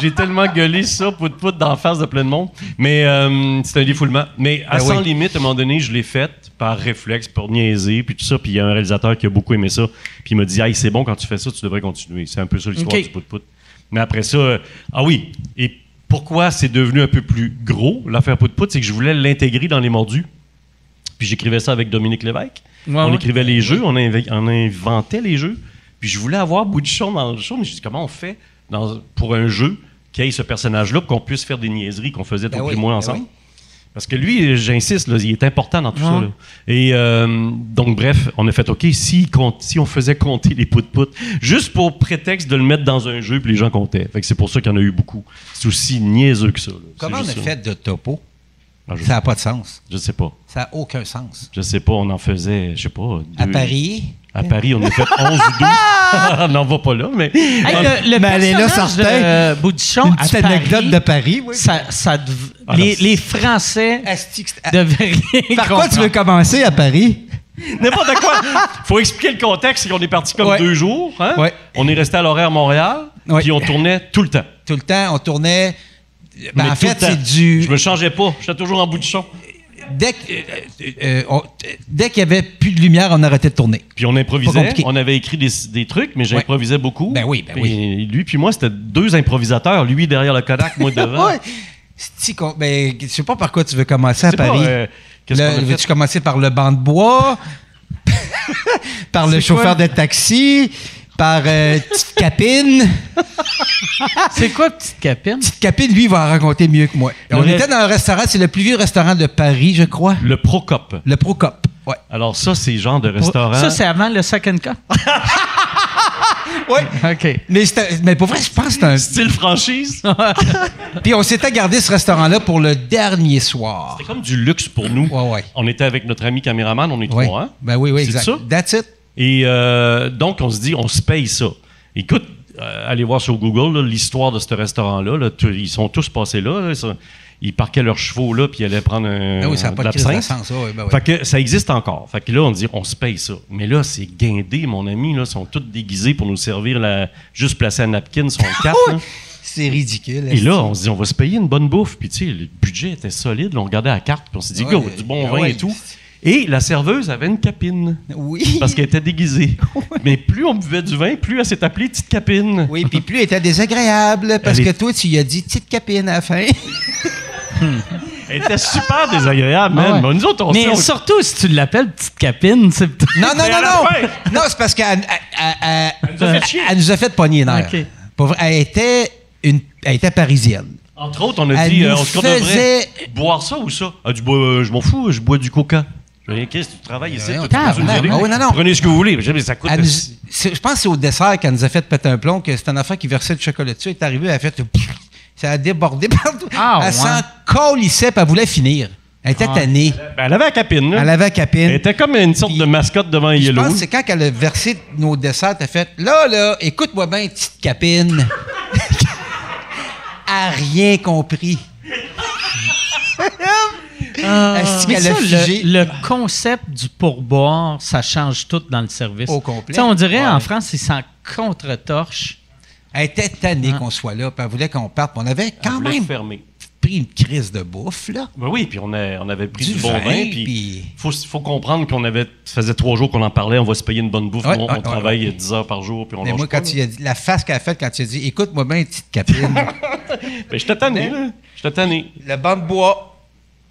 D: j'ai tellement gueulé ça, pout pout d'en face de plein de monde. Mais euh, c'est un défoulement. Mais à
F: Ben
D: sans
F: oui.
D: limite, à un moment donné, je l'ai faite par réflexe, pour niaiser, puis tout ça. Puis il y a un réalisateur qui a beaucoup aimé ça. Puis il m'a dit, hey, c'est bon quand tu fais ça, tu devrais continuer. C'est un peu ça l'histoire
A: Ok.
D: du pout pout. Mais après ça, euh, ah oui. Et pourquoi c'est devenu un peu plus gros, l'affaire pout pout, c'est que je voulais l'intégrer dans les mordus. Puis j'écrivais ça avec Dominique Lévesque.
A: Ouais,
D: on
A: ouais.
D: écrivait les jeux, on, inve- on inventait les jeux. Puis je voulais avoir Bouchon dans le show, mais je dis comment on fait dans- pour un jeu qui ait ce personnage-là, pour qu'on puisse faire des niaiseries qu'on faisait
F: Ben
D: toi
F: oui,
D: et moi
F: ben
D: ensemble.
F: oui.
D: Parce que lui, j'insiste, là, il est important dans tout ça.
A: Ouais.
D: là. Et euh, donc, bref, on a fait OK, si, compte- si on faisait compter les pout-pout, juste pour prétexte de le mettre dans un jeu, puis les gens comptaient. Fait que c'est pour ça qu'il y en a eu beaucoup. C'est aussi niaiseux que ça. là. [laughs] C'est
F: Comment on a
D: juste ça.
F: fait de topo?
D: Ah, je,
F: Ça n'a pas de sens.
D: je sais pas.
F: Ça n'a aucun sens.
D: Je sais pas, on en faisait, je sais pas.
F: À
D: deux-
F: Paris,
D: À Paris, on a fait 11 ou 12.
F: Ah!
D: [laughs] on n'en va pas là, mais. Ah,
A: Hey,
F: euh,
A: le le
F: Mais elle est là,
A: personnage de
F: certain. Ah,
A: euh, Bouchon
F: une
A: à
F: petite anecdote
A: Paris,
F: de Paris, oui.
A: ça, ça dev-
D: Ah,
A: les,
D: non.
A: les
F: [laughs]
A: Français
F: Esti que c'était-
A: devaient rien
F: Par quoi tu veux
A: comprendre.
F: commencer à Paris?
D: [laughs] N'importe quoi. Faut expliquer le contexte, c'est qu'on est parti comme
F: Ouais.
D: deux jours. hein.
F: Ouais.
D: On est resté à l'horaire Montréal,
F: Ouais.
D: puis on tournait tout le temps.
F: Tout le temps, on tournait. Ben,
D: Mais
F: en
D: tout le
F: fait,
D: temps.
F: c'est du.
D: Je me changeais pas. J'étais toujours en bout de champ.
F: Dès que- euh, euh, euh, on- euh, dès qu'il n'y avait plus de lumière, on arrêtait de tourner.
D: Puis on
F: Pas
D: improvisait.
F: compliqué.
D: On avait écrit des, des trucs, mais j'improvisais beaucoup.
F: Ben oui, ben
D: Puis
F: oui.
D: Lui puis moi, c'était deux improvisateurs. Lui derrière le Kodak,
F: [laughs]
D: moi devant.
F: Ouais. C'est-tu qu'on- ben, je sais pas par quoi tu veux commencer à
D: C'est pas,
F: Paris.
D: euh, qu'est-ce
F: Le-
D: qu'on a fait?
F: Veux-tu commencer par le banc de bois? [laughs] par le chauffeur de taxi? Par euh, Petite Capine?
A: C'est quoi, petite capine?
F: Petite Capine, lui, va en raconter mieux que moi.
D: Le
F: on
D: ré-
F: était dans un restaurant, c'est le plus vieux restaurant de Paris, je crois.
D: Le Procop.
F: Le Procop. Ouais.
D: Alors ça, c'est le genre de restaurant.
A: Ça, c'est avant le second cup?
F: Ah, Oui.
A: [laughs] OK.
F: Mais, c'était- mais pour vrai, je pense que c'est un.
D: style franchise.
F: Puis on s'était gardé ce restaurant-là pour le dernier soir.
D: C'était comme du luxe pour nous.
F: Ouais, ouais.
D: On était avec notre ami caméraman, on est
F: Ouais.
D: trois. hein?
F: Ben oui, oui,
D: C'est
F: exact.
D: ça?
F: That's it.
D: Et euh, donc, on se dit, on se paye ça. Écoute, euh, allez voir sur Google là, l'histoire de ce restaurant-là. là. Tout- ils sont tous passés là. là. Ils- ils parquaient leurs chevaux là, puis ils allaient prendre un.
F: Ben oui, ça n'a pas de
D: de
F: crise de
D: l'absinthe.
F: sens. ouais, ben oui.
D: Fait que ça existe encore. Fait que là, on dit, on se paye ça. Mais là, c'est guindé, mon ami. Là, Ils sont tous déguisés pour nous servir la... juste placer un napkin
F: [laughs]
D: sur le cap. là.
F: C'est ridicule.
D: Et là, on se dit, on va se payer une bonne bouffe. Puis, tu sais, le budget était solide. là, on regardait la carte, puis on s'est dit,
F: Ouais,
D: go, du bon
F: ouais,
D: vin
F: ouais.
D: et tout. Et la serveuse avait une capine.
F: Oui.
D: Parce qu'elle était
F: [laughs]
D: déguisée. Mais plus on buvait du vin, plus elle s'est appelée Petite Capine.
F: Oui, puis plus elle était désagréable parce
D: Elle
F: que
D: est-
F: toi, tu lui as dit petite capine à
D: [laughs]
F: la fin.
D: Elle était super désagréable, man.
A: Ah ouais.
D: Mais nous autres, on
A: Mais
D: sait,
A: surtout, si tu l'appelles petite capine, c'est peut-être...
F: Non, non,
D: Mais à
F: non,
D: la
F: non.
D: fin.
F: Non, c'est parce qu'elle elle- elle- elle-
D: nous a fait chier.
F: elle nous a fait pogner dans
A: Ok.
F: Elle était une, elle était parisienne.
D: on- entre autres, on a
F: Elle
D: dit,
F: nous
D: euh, on se devrait
F: faisait-
D: boire ça ou ça. Elle a dit, Bah, euh, je m'en fous, je bois du coca. Je dis, qu'est-ce que tu travailles ici? toi,
F: Ouais,
D: tu
F: on
D: peux nous
F: tabarnak.
D: aider?
F: Ah oui, non, non.
D: Prenez ce que vous voulez. Mais j'ai dit, Mais ça coûte.
F: Elle nous- c'est- je pense que c'est au dessert qu'elle nous a fait péter un plomb, que c'est un enfant qui versait du chocolat dessus. Elle est arrivée, elle a fait Ça a débordé partout.
A: Ah,
F: elle
A: ouais. Ah.
F: s'en colissait, puis elle voulait finir. Elle était tannée.
D: Ben, elle avait la capine, là.
F: Elle avait la capine.
D: Elle était comme une sorte
F: Puis-
D: de mascotte devant
F: Je
D: Yellow.
F: pense que c'est quand elle a versé nos desserts, t'as fait Là, là, écoute-moi bien, petite capine. [laughs] a
A: [laughs]
F: rien compris. Est-ce
A: Ah. Mais
F: qu'elle a
A: ça,
F: figé?
A: le, le concept du pourboire, ça change tout dans le service.
F: Au complet.
A: Tu sais, on dirait
F: Ouais.
A: en France, ils s'en contre-torche.
F: Elle était tannée
A: Ah.
F: qu'on soit là, puis elle voulait qu'on parte. Puis on avait
D: Elle
F: quand
D: voulait
F: même
D: fermer.
F: pris une crise de bouffe, là.
D: Ben oui, puis on, a- on avait pris
F: Du
D: du, bon
F: vin,
D: vin, puis
F: puis-
D: faut, faut comprendre qu'on avait ça faisait trois jours qu'on en parlait, on va se payer une bonne bouffe,
F: Ouais,
D: on,
F: ouais,
D: on
F: ouais,
D: travaille 10 heures par jour, puis on
F: Mais
D: lâche
F: moi,
D: pas,
F: quand il a dit, la face qu'elle a faite quand tu as dit Écoute-moi bien, petite capine.
D: là. Ben, j'étais tanné, là. J'étais tanné.
F: [laughs] le banc de bois.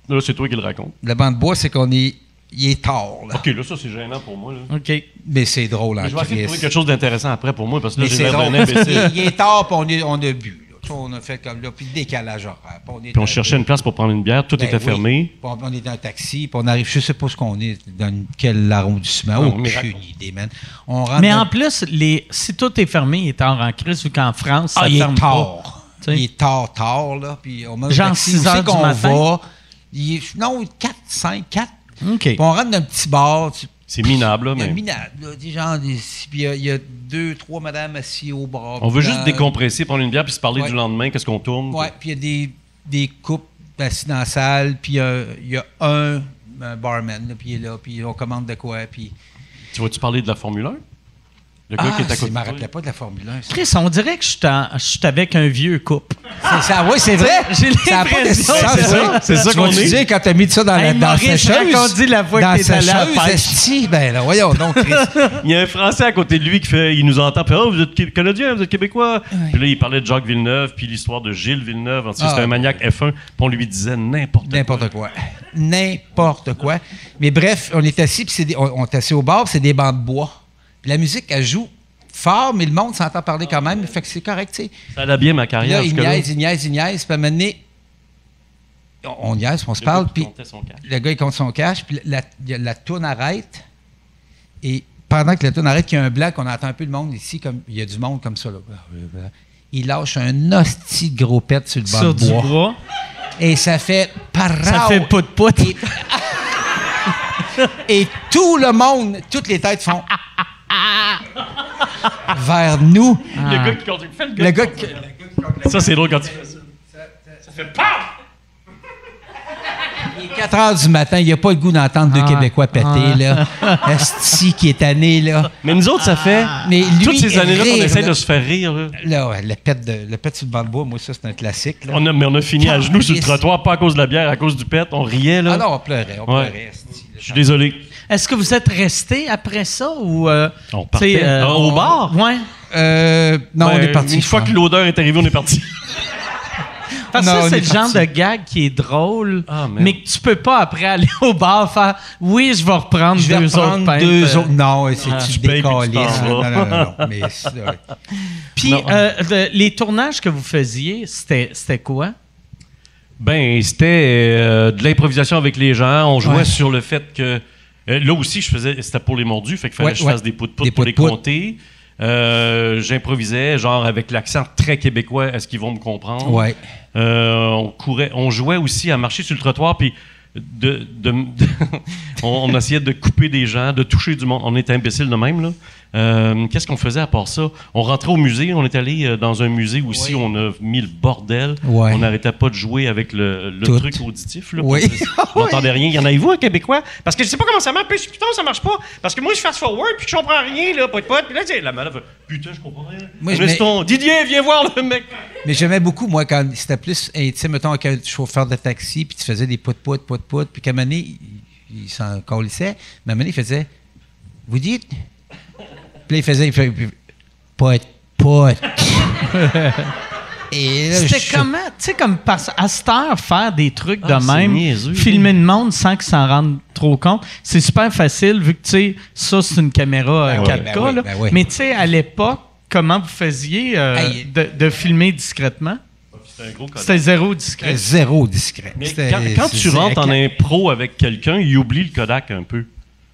D: Là, c'est toi qui le raconte.
F: Le banc de bois, c'est qu'on est. Il est tard, là.
D: OK, là, ça, c'est gênant pour moi, là.
F: Ah,
A: OK.
F: Mais c'est drôle, en
D: Mais je vais essayer de trouver
F: crise.
D: quelque chose d'intéressant après pour moi, parce que là,
F: Mais
D: j'ai
F: c'est
D: l'air
F: drôle.
D: d'un
F: parce qu'il- [laughs]
D: imbécile.
F: Il est tard, puis on, est- on a bu. là. Tu sais, On a fait comme là, puis décalage horaire. Puis on, est
D: Puis on
F: dans-
D: cherchait une place pour prendre une bière, tout
F: Ben
D: était
F: oui.
D: fermé.
F: Puis on, on est dans un taxi, puis on arrive, je sais pas ce qu'on est, dans quel arrondissement.
D: Non, mais
F: Aucune
D: raconte.
F: idée, man. On rentre
A: Mais
F: dans-
A: en plus, les, si tout est fermé, il est tard en crise ou qu'en France, ça
F: Ah, il
A: ferme
F: est
A: pas.
F: tard.
A: Tu sais.
F: Il est tard, tard, là. Puis on met le
A: Genre
F: taxi,
A: six
F: où c'est
A: heures du
F: qu'on
A: matin.
F: va? Il est- non, 4, 5, 4.
A: OK.
F: Puis on rentre dans un petit bar. tu-
D: C'est minable, là,
F: Il y a
D: mais.
F: minable, là, des gens, des- puis il y a- il y, a deux, trois madames assises au bar.
D: On veut juste
F: Dans-
D: décompresser, prendre une bière, puis se parler
F: Ouais.
D: du lendemain, qu'est-ce qu'on tourne.
F: Ouais, puis il y a des, des couples assis dans la salle, puis il y a- il y, a un, un barman, là, puis il est là, puis on commande de quoi, puis...
D: Tu vas-tu parler de la Formule 1? Le gars
F: Ah,
D: qui est à
F: c'est-
D: côté.
F: je
D: de
F: me
D: toi.
F: rappelais pas de la Formule 1. ça.
A: Chris, on dirait que je suis en- je suis avec un vieux couple.
F: C'est ça, oui, c'est vrai.
A: [laughs] J'ai
F: Ça a pas de
A: l'impression
F: sens,
A: que c'est
F: ça.
D: c'est ça
F: Tu
D: qu'on
F: vas-tu
D: est.
F: dire quand t'as mis ça dans la
A: Hey,
F: dans la
A: Maurice,
F: sécheuse?
A: raconte-y la fois que
F: Dans la
A: t'es allé à la
F: sécheuse,
A: pêche.
F: esti, ben là, voyons donc,
A: [laughs]
F: Chris.
D: Il y a un Français à côté de lui qui fait, il nous entend, puis oh, vous êtes Qué- Canadien, vous êtes Québécois. Puis là, il parlait de Jacques Villeneuve, puis l'histoire de Gilles Villeneuve. En tout cas,
F: Ah.
D: C'était un maniaque F1, puis on lui disait n'importe quoi.
F: N'importe quoi. N'importe quoi. Mais bref, on est assis, puis c'est des- on, on est assis au bar, puis c'est des bancs de bois. Puis la musique, elle joue fort, mais le monde s'entend parler quand même, fait que c'est correct, tu sais.
D: Ça allait bien ma
F: Puis
D: carrière.
F: là, il
D: jusque-là.
F: niaise, il niaise, il niaise. Puis à un moment donné, on, on niaise, on se
D: Le gars
F: parle.
D: qui
F: Puis
D: comptait son cash.
F: le gars, il compte son cash. Puis la, la, la tourne arrête. Et pendant que la tourne arrête, qu'il y a un black, on entend un peu le monde ici. comme Il y a du monde comme ça. Là. Il lâche un hostie de gros pet sur le banc
A: Sur
F: de
A: du
F: bois.
A: bois.
F: Et ça fait parao.
A: Ça fait pout-pout.
F: [laughs] Et, et tout le monde, toutes les têtes font [laughs] vers nous.
D: Le gars qui conduit, fais le gars.
F: Ah. Le gars qui- Ah.
D: Ça, c'est drôle quand tu fais ça. Ça fait PAM!
F: Il est 4 heures du matin, il n'y a pas le goût d'entendre
A: Ah.
F: deux Québécois péter, là. Esti qui est tanné, là.
D: Mais nous autres, ça fait.
F: Mais lui,
D: Ah, Toutes ces années-là qu'on
F: rire,
D: essaie
F: là.
D: de se faire rire, là.
F: Là, ouais, le pète, de, le pète sur le banc de bois, moi, ça, c'est un classique, là.
D: On a, mais on a fini à genoux sur le
F: Yes.
D: trottoir, pas à cause de la bière, à cause du pet. On riait, là.
F: Ah non, on pleurait, on
D: Ouais.
F: pleurait, esti, là.
D: Je suis désolé.
A: Est-ce que vous êtes resté après ça ou. euh,
D: On
A: tu sais,
D: partait. Ah, au
A: on-
D: bar?
A: Ouais.
F: Euh, non, on
D: Ben,
F: est parti.
D: Une
F: je
D: fois
F: pense.
D: que l'odeur est arrivée, on est parti.
A: Parce que
F: Non, on
A: ça, c'est
F: est
A: le genre de
F: parti.
A: gag qui est drôle,
D: Ah, merde.
A: mais que tu peux pas après [laughs] aller au bar faire Oui, je vais reprendre
F: Je vais
A: deux autres
F: reprendre
A: pintes.
F: deux
D: euh,
F: autres. Non, c'est
D: Tu
F: tu
D: payes puis tu
F: décalisses.
D: t'en
F: là. Non,
D: vas.
F: non, non, non. Mais c'est- ouais.
A: Puis euh, le- les tournages que vous faisiez, c'était c'était quoi?
D: Ben, c'était euh, de l'improvisation avec les gens. On jouait
F: Ouais.
D: sur le fait que. euh, là aussi, je faisais. C'était pour les mordus, fait qu'il fallait
F: Ouais,
D: que je
F: ouais.
D: fasse des pout
F: Des
D: de pour les
F: pout-pout.
D: compter. Euh, J'improvisais, genre avec l'accent très québécois, est-ce qu'ils vont me comprendre? [laughs]
F: Ouais.
D: Euh, on courait, on jouait aussi à marcher sur le trottoir, puis de, de- de- [laughs] on, on essayait de couper des gens, de toucher du monde. On était imbéciles de même, là. Euh, Qu'est-ce qu'on faisait à part ça? On rentrait au musée, on est allé euh, dans un musée aussi, on a mis le bordel.
F: Ouais.
D: On n'arrêtait pas de jouer avec le, le
F: Tout.
D: truc auditif. Là,
F: Oui. [laughs]
D: parce que On n'entendait rien. Il y en avez-vous, un Québécois? Parce que je sais pas comment ça marche. Puis putain, ça marche pas. Parce que moi, je fast forward, puis je comprends rien, là, pas de pote. Puis là, c'est la malade. Putain, je comprends rien.
F: Moi, je
D: Laisse
F: mets-
D: ton- Didier, viens voir le mec.
F: Mais j'aimais beaucoup, moi, quand c'était plus, hey, tu sais, mettons, avec un chauffeur de taxi, puis tu faisais des pout-pout, pout-pout, puis qu'à un moment donné, il, il s'en colissait, mais à un moment donné, il faisait Vous dites Puis là, il faisait, il faisait pout-pout. Et là,
A: C'était
F: Euh, je-
A: comment? Tu sais, comme parce- à cette heure, faire des trucs
D: Ah,
A: de
D: c'est
A: même,
D: niaiseux.
A: filmer le monde sans qu'ils s'en rendent trop compte, c'est super facile vu que, tu sais, ça, c'est une caméra euh,
F: Ben oui,
A: 4K.
F: ben oui,
A: là.
F: ben oui.
A: Mais, tu sais, à l'époque, comment vous faisiez euh,
F: Aïe.
A: de, de filmer discrètement?
D: C'était un gros connard.
A: C'était zéro
F: C'était
A: discret.
F: zéro discret.
D: Mais
F: C'était-
D: quand, quand tu
F: c'est-
D: rentres en impro avec quelqu'un, il oublie le Kodak un peu.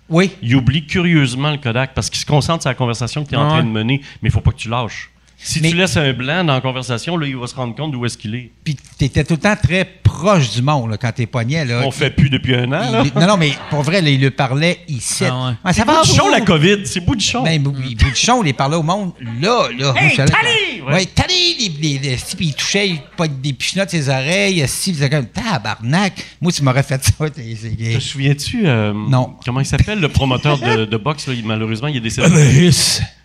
F: Oui.
D: Il oublie curieusement le Kodak parce qu'il se concentre sur la conversation que tu es en
A: Ouais.
D: train de mener, mais il faut pas que tu lâches. Si
F: Mais-
D: tu laisses un blanc dans la conversation, là, il va se rendre compte d'où est-ce qu'il est.
F: Puis t'étais tout le temps très proche du monde là, quand t'es pogné. Là.
D: On fait plus depuis un an,
F: Il-
D: là.
F: non, non, mais pour vrai, là, il le parlait ici.
A: Ah ouais.
F: Ah, ça va
D: Bouchon,
F: vous?
D: la COVID, c'est Bouchon.
F: Ben, oui, Bouchon, il parlait au monde, là, là. Hey, Tali!
D: Ouais.
F: Ouais, Tali! les- les- les- si, puis il touchait il, pas des pichinots de ses oreilles, euh, si, il faisait comme, tabarnak! Moi, tu m'aurais fait ça, [laughs] t'es- c'est gay.
D: Te souviens-tu euh,
F: Non.
D: comment il s'appelle, le promoteur de, de boxe? là? Il- malheureusement, il est décédé.
F: Régis!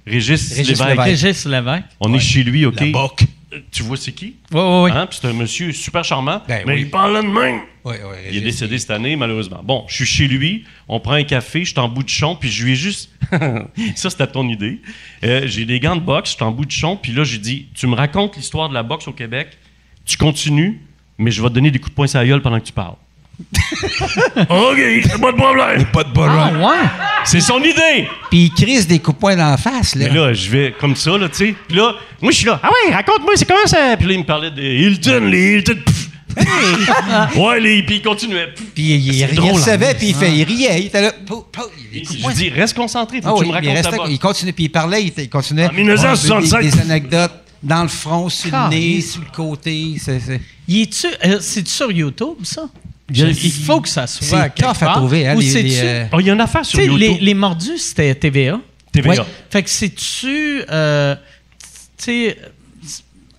D: Régis,
F: Régis
D: Lévesque.
F: Lévesque.
A: Régis Lévesque.
D: On est chez lui, OK?
F: La boque.
D: Euh, Tu vois, c'est qui?
A: Oui, oui, oui.
D: Hein? Puis C'est un monsieur super charmant,
F: Ben
D: mais
F: oui.
D: il parle de même.
F: Ouais, ouais,
D: Il est
F: Régis.
D: décédé cette année, malheureusement. Bon, je suis chez lui, on prend un café, je suis en bout de champ, puis je lui ai juste. [laughs] ça, c'était ton idée. Euh, j'ai des gants de boxe, je suis en bout de champ, puis là, j'ai dit Tu me racontes l'histoire de la boxe au Québec, tu continues, mais je vais te donner des coups de poing sur la gueule pendant que tu
F: [laughs]
D: parles. OK, pas de problème.
F: Pas de bol.
A: Ah, ouais.
D: C'est son idée.
F: Puis il crise des coups de poing dans la face, là.
D: Mais là, je vais comme ça, là, tu sais. Puis là, moi, je suis là. Ah ouais, raconte-moi, c'est comment ça? Puis là, il me parlait des Hilton, les Hilton.
A: [laughs]
D: pff. ouais, les, puis il continuait. pff.
F: Puis il, il,
D: C'est drôle,
F: il recevait,
D: hein.
F: puis il, fait, il riait. Il était là. pou, pou, il- des coups de
D: Je
F: poing.
D: dis, reste concentré, faut
F: Ah
D: que tu
F: oui,
D: me
F: il,
D: racontes
F: restait-
D: la boxe.
F: il continuait, puis il parlait, il, il continuait.
D: En 1967.
F: Des, des anecdotes dans le front, sur le
A: Carré.
F: nez, sur le côté. C'est, c'est-
A: Y est-tu, euh, c'est-tu sur YouTube, ça? Il faut que ça soit.
F: c'est
A: quelque
F: tough à
A: part.
F: trouver. Hein,
A: Ou
F: les-
A: c'est-tu-
F: les, euh,
D: Oh, il y a une affaire
A: tu
D: sur
A: sais,
D: YouTube.
A: les, les mordus, c'était TVA.
D: TVA.
F: Ouais.
A: Fait que c'est-tu. euh, tu sais,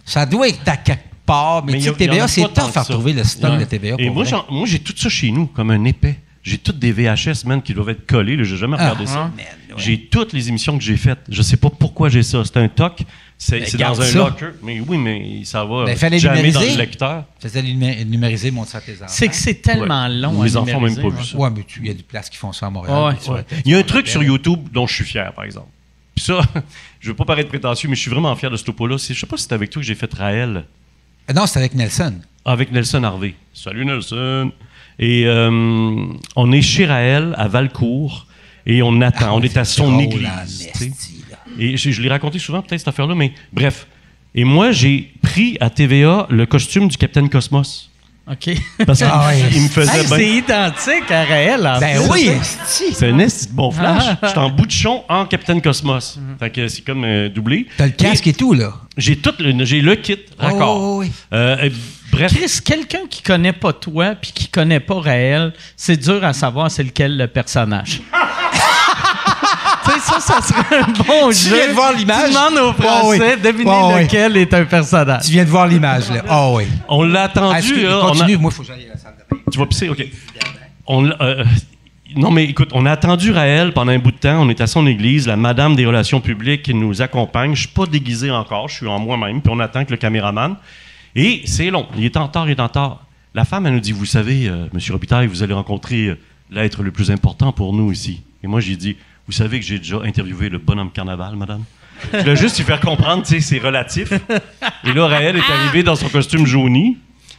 F: Ça doit être à quelque part, mais,
D: Mais
F: tu
D: il y
F: sais,
D: a- il y en
F: TVA,
D: a
F: c'est
D: pas tant
F: tough
D: que
F: à
D: ça.
F: retrouver le stock
D: Ouais.
F: de TVA.
D: Et
F: pour
D: moi,
F: vrai.
D: j'en- moi, j'ai tout ça chez nous, comme un épais. J'ai toutes des VHS, man, qui doivent être collées. là, J'ai jamais
F: Ah,
D: regardé ça.
F: man, ouais.
D: J'ai toutes les émissions que j'ai faites. Je sais pas pourquoi j'ai ça. C'est un toc. C'est c'est
F: garde
D: dans un
F: ça.
D: locker. Mais oui, mais ça va
F: Ben, fallait
D: jamais dans
F: numériser.
D: le lecteur.
F: Je faisais numé- numériser mon sac tes enfants.
A: c'est que c'est tellement
D: Ouais.
A: long.
D: Les
A: à
D: enfants n'ont même
A: numériser,
D: pas
A: ouais.
D: vu ça.
F: Ouais, mais tu- il y a des places qui font ça à
A: Ah ouais.
F: Montréal. puis tu vois, t'as-
D: Il y a un truc sur YouTube dont je suis fier, par exemple. Puis ça, [laughs] je veux pas paraître prétentieux, mais je suis vraiment fier de ce topo-là. C'est- Je sais pas si c'est avec toi que j'ai fait Raël.
F: Ah Non, c'était avec Nelson.
D: avec Nelson Harvey. Salut Nelson. Et euh, on est chez Raël à Valcourt et on attend. Ah, on est à son
F: Ah, drôle, hein,
D: église. tu sais.
F: Nasty, là.
D: Et je, je l'ai raconté souvent peut-être cette affaire-là, mais bref. Et moi, j'ai pris à TVA le costume du Capitaine Cosmos.
A: OK.
D: Parce qu'il
F: Ah ouais.
D: il me faisait
A: Hey,
D: bien.
A: c'est identique à Raël. en
F: Ben
A: plus.
F: oui,
D: C'est un esti de bon flash.
F: Ah.
D: J'étais en bout de chon en Capitaine Cosmos. Fait que c'est comme euh, doublé.
F: Mhm. t'as le casque et tout, là.
D: J'ai tout le, j'ai le kit, d'accord.
F: Oh, oui.
D: Euh, et bref,
A: Chris, quelqu'un qui connaît pas toi puis qui connaît pas Raël, c'est dur à savoir c'est lequel le
D: [laughs]
A: personnage. tu sais, ça, ça serait un bon jeu.
F: viens de voir l'image?
A: Tu demandes aux Français,
F: Ah oui.
A: devinez
F: Ah oui.
A: lequel est un personnage.
F: Tu viens de voir l'image, là. Ah oui.
D: on l'a
F: Ah,
D: attendu.
F: excuse-
D: là, on a-
F: Continue, moi, il faut que j'aille à la salle de bain.
D: Tu vas pisser, ok. On l'a- euh, non, mais écoute, on a attendu Raël pendant un bout de temps. On est à son église. La madame des relations publiques qui nous accompagne. Je suis pas déguisé encore. Je suis en moi-même. Puis on attend que le caméraman. Et c'est long. Il est en retard, il est en retard. La femme, elle nous dit Vous savez, euh, monsieur Robitaille, vous allez rencontrer euh, l'être le plus important pour nous ici. Et moi, j'ai dit Vous savez que j'ai déjà interviewé le bonhomme carnaval, madame Je voulais juste lui faire comprendre, tu sais, c'est relatif. Et là, Raël est arrivé dans son costume jauni,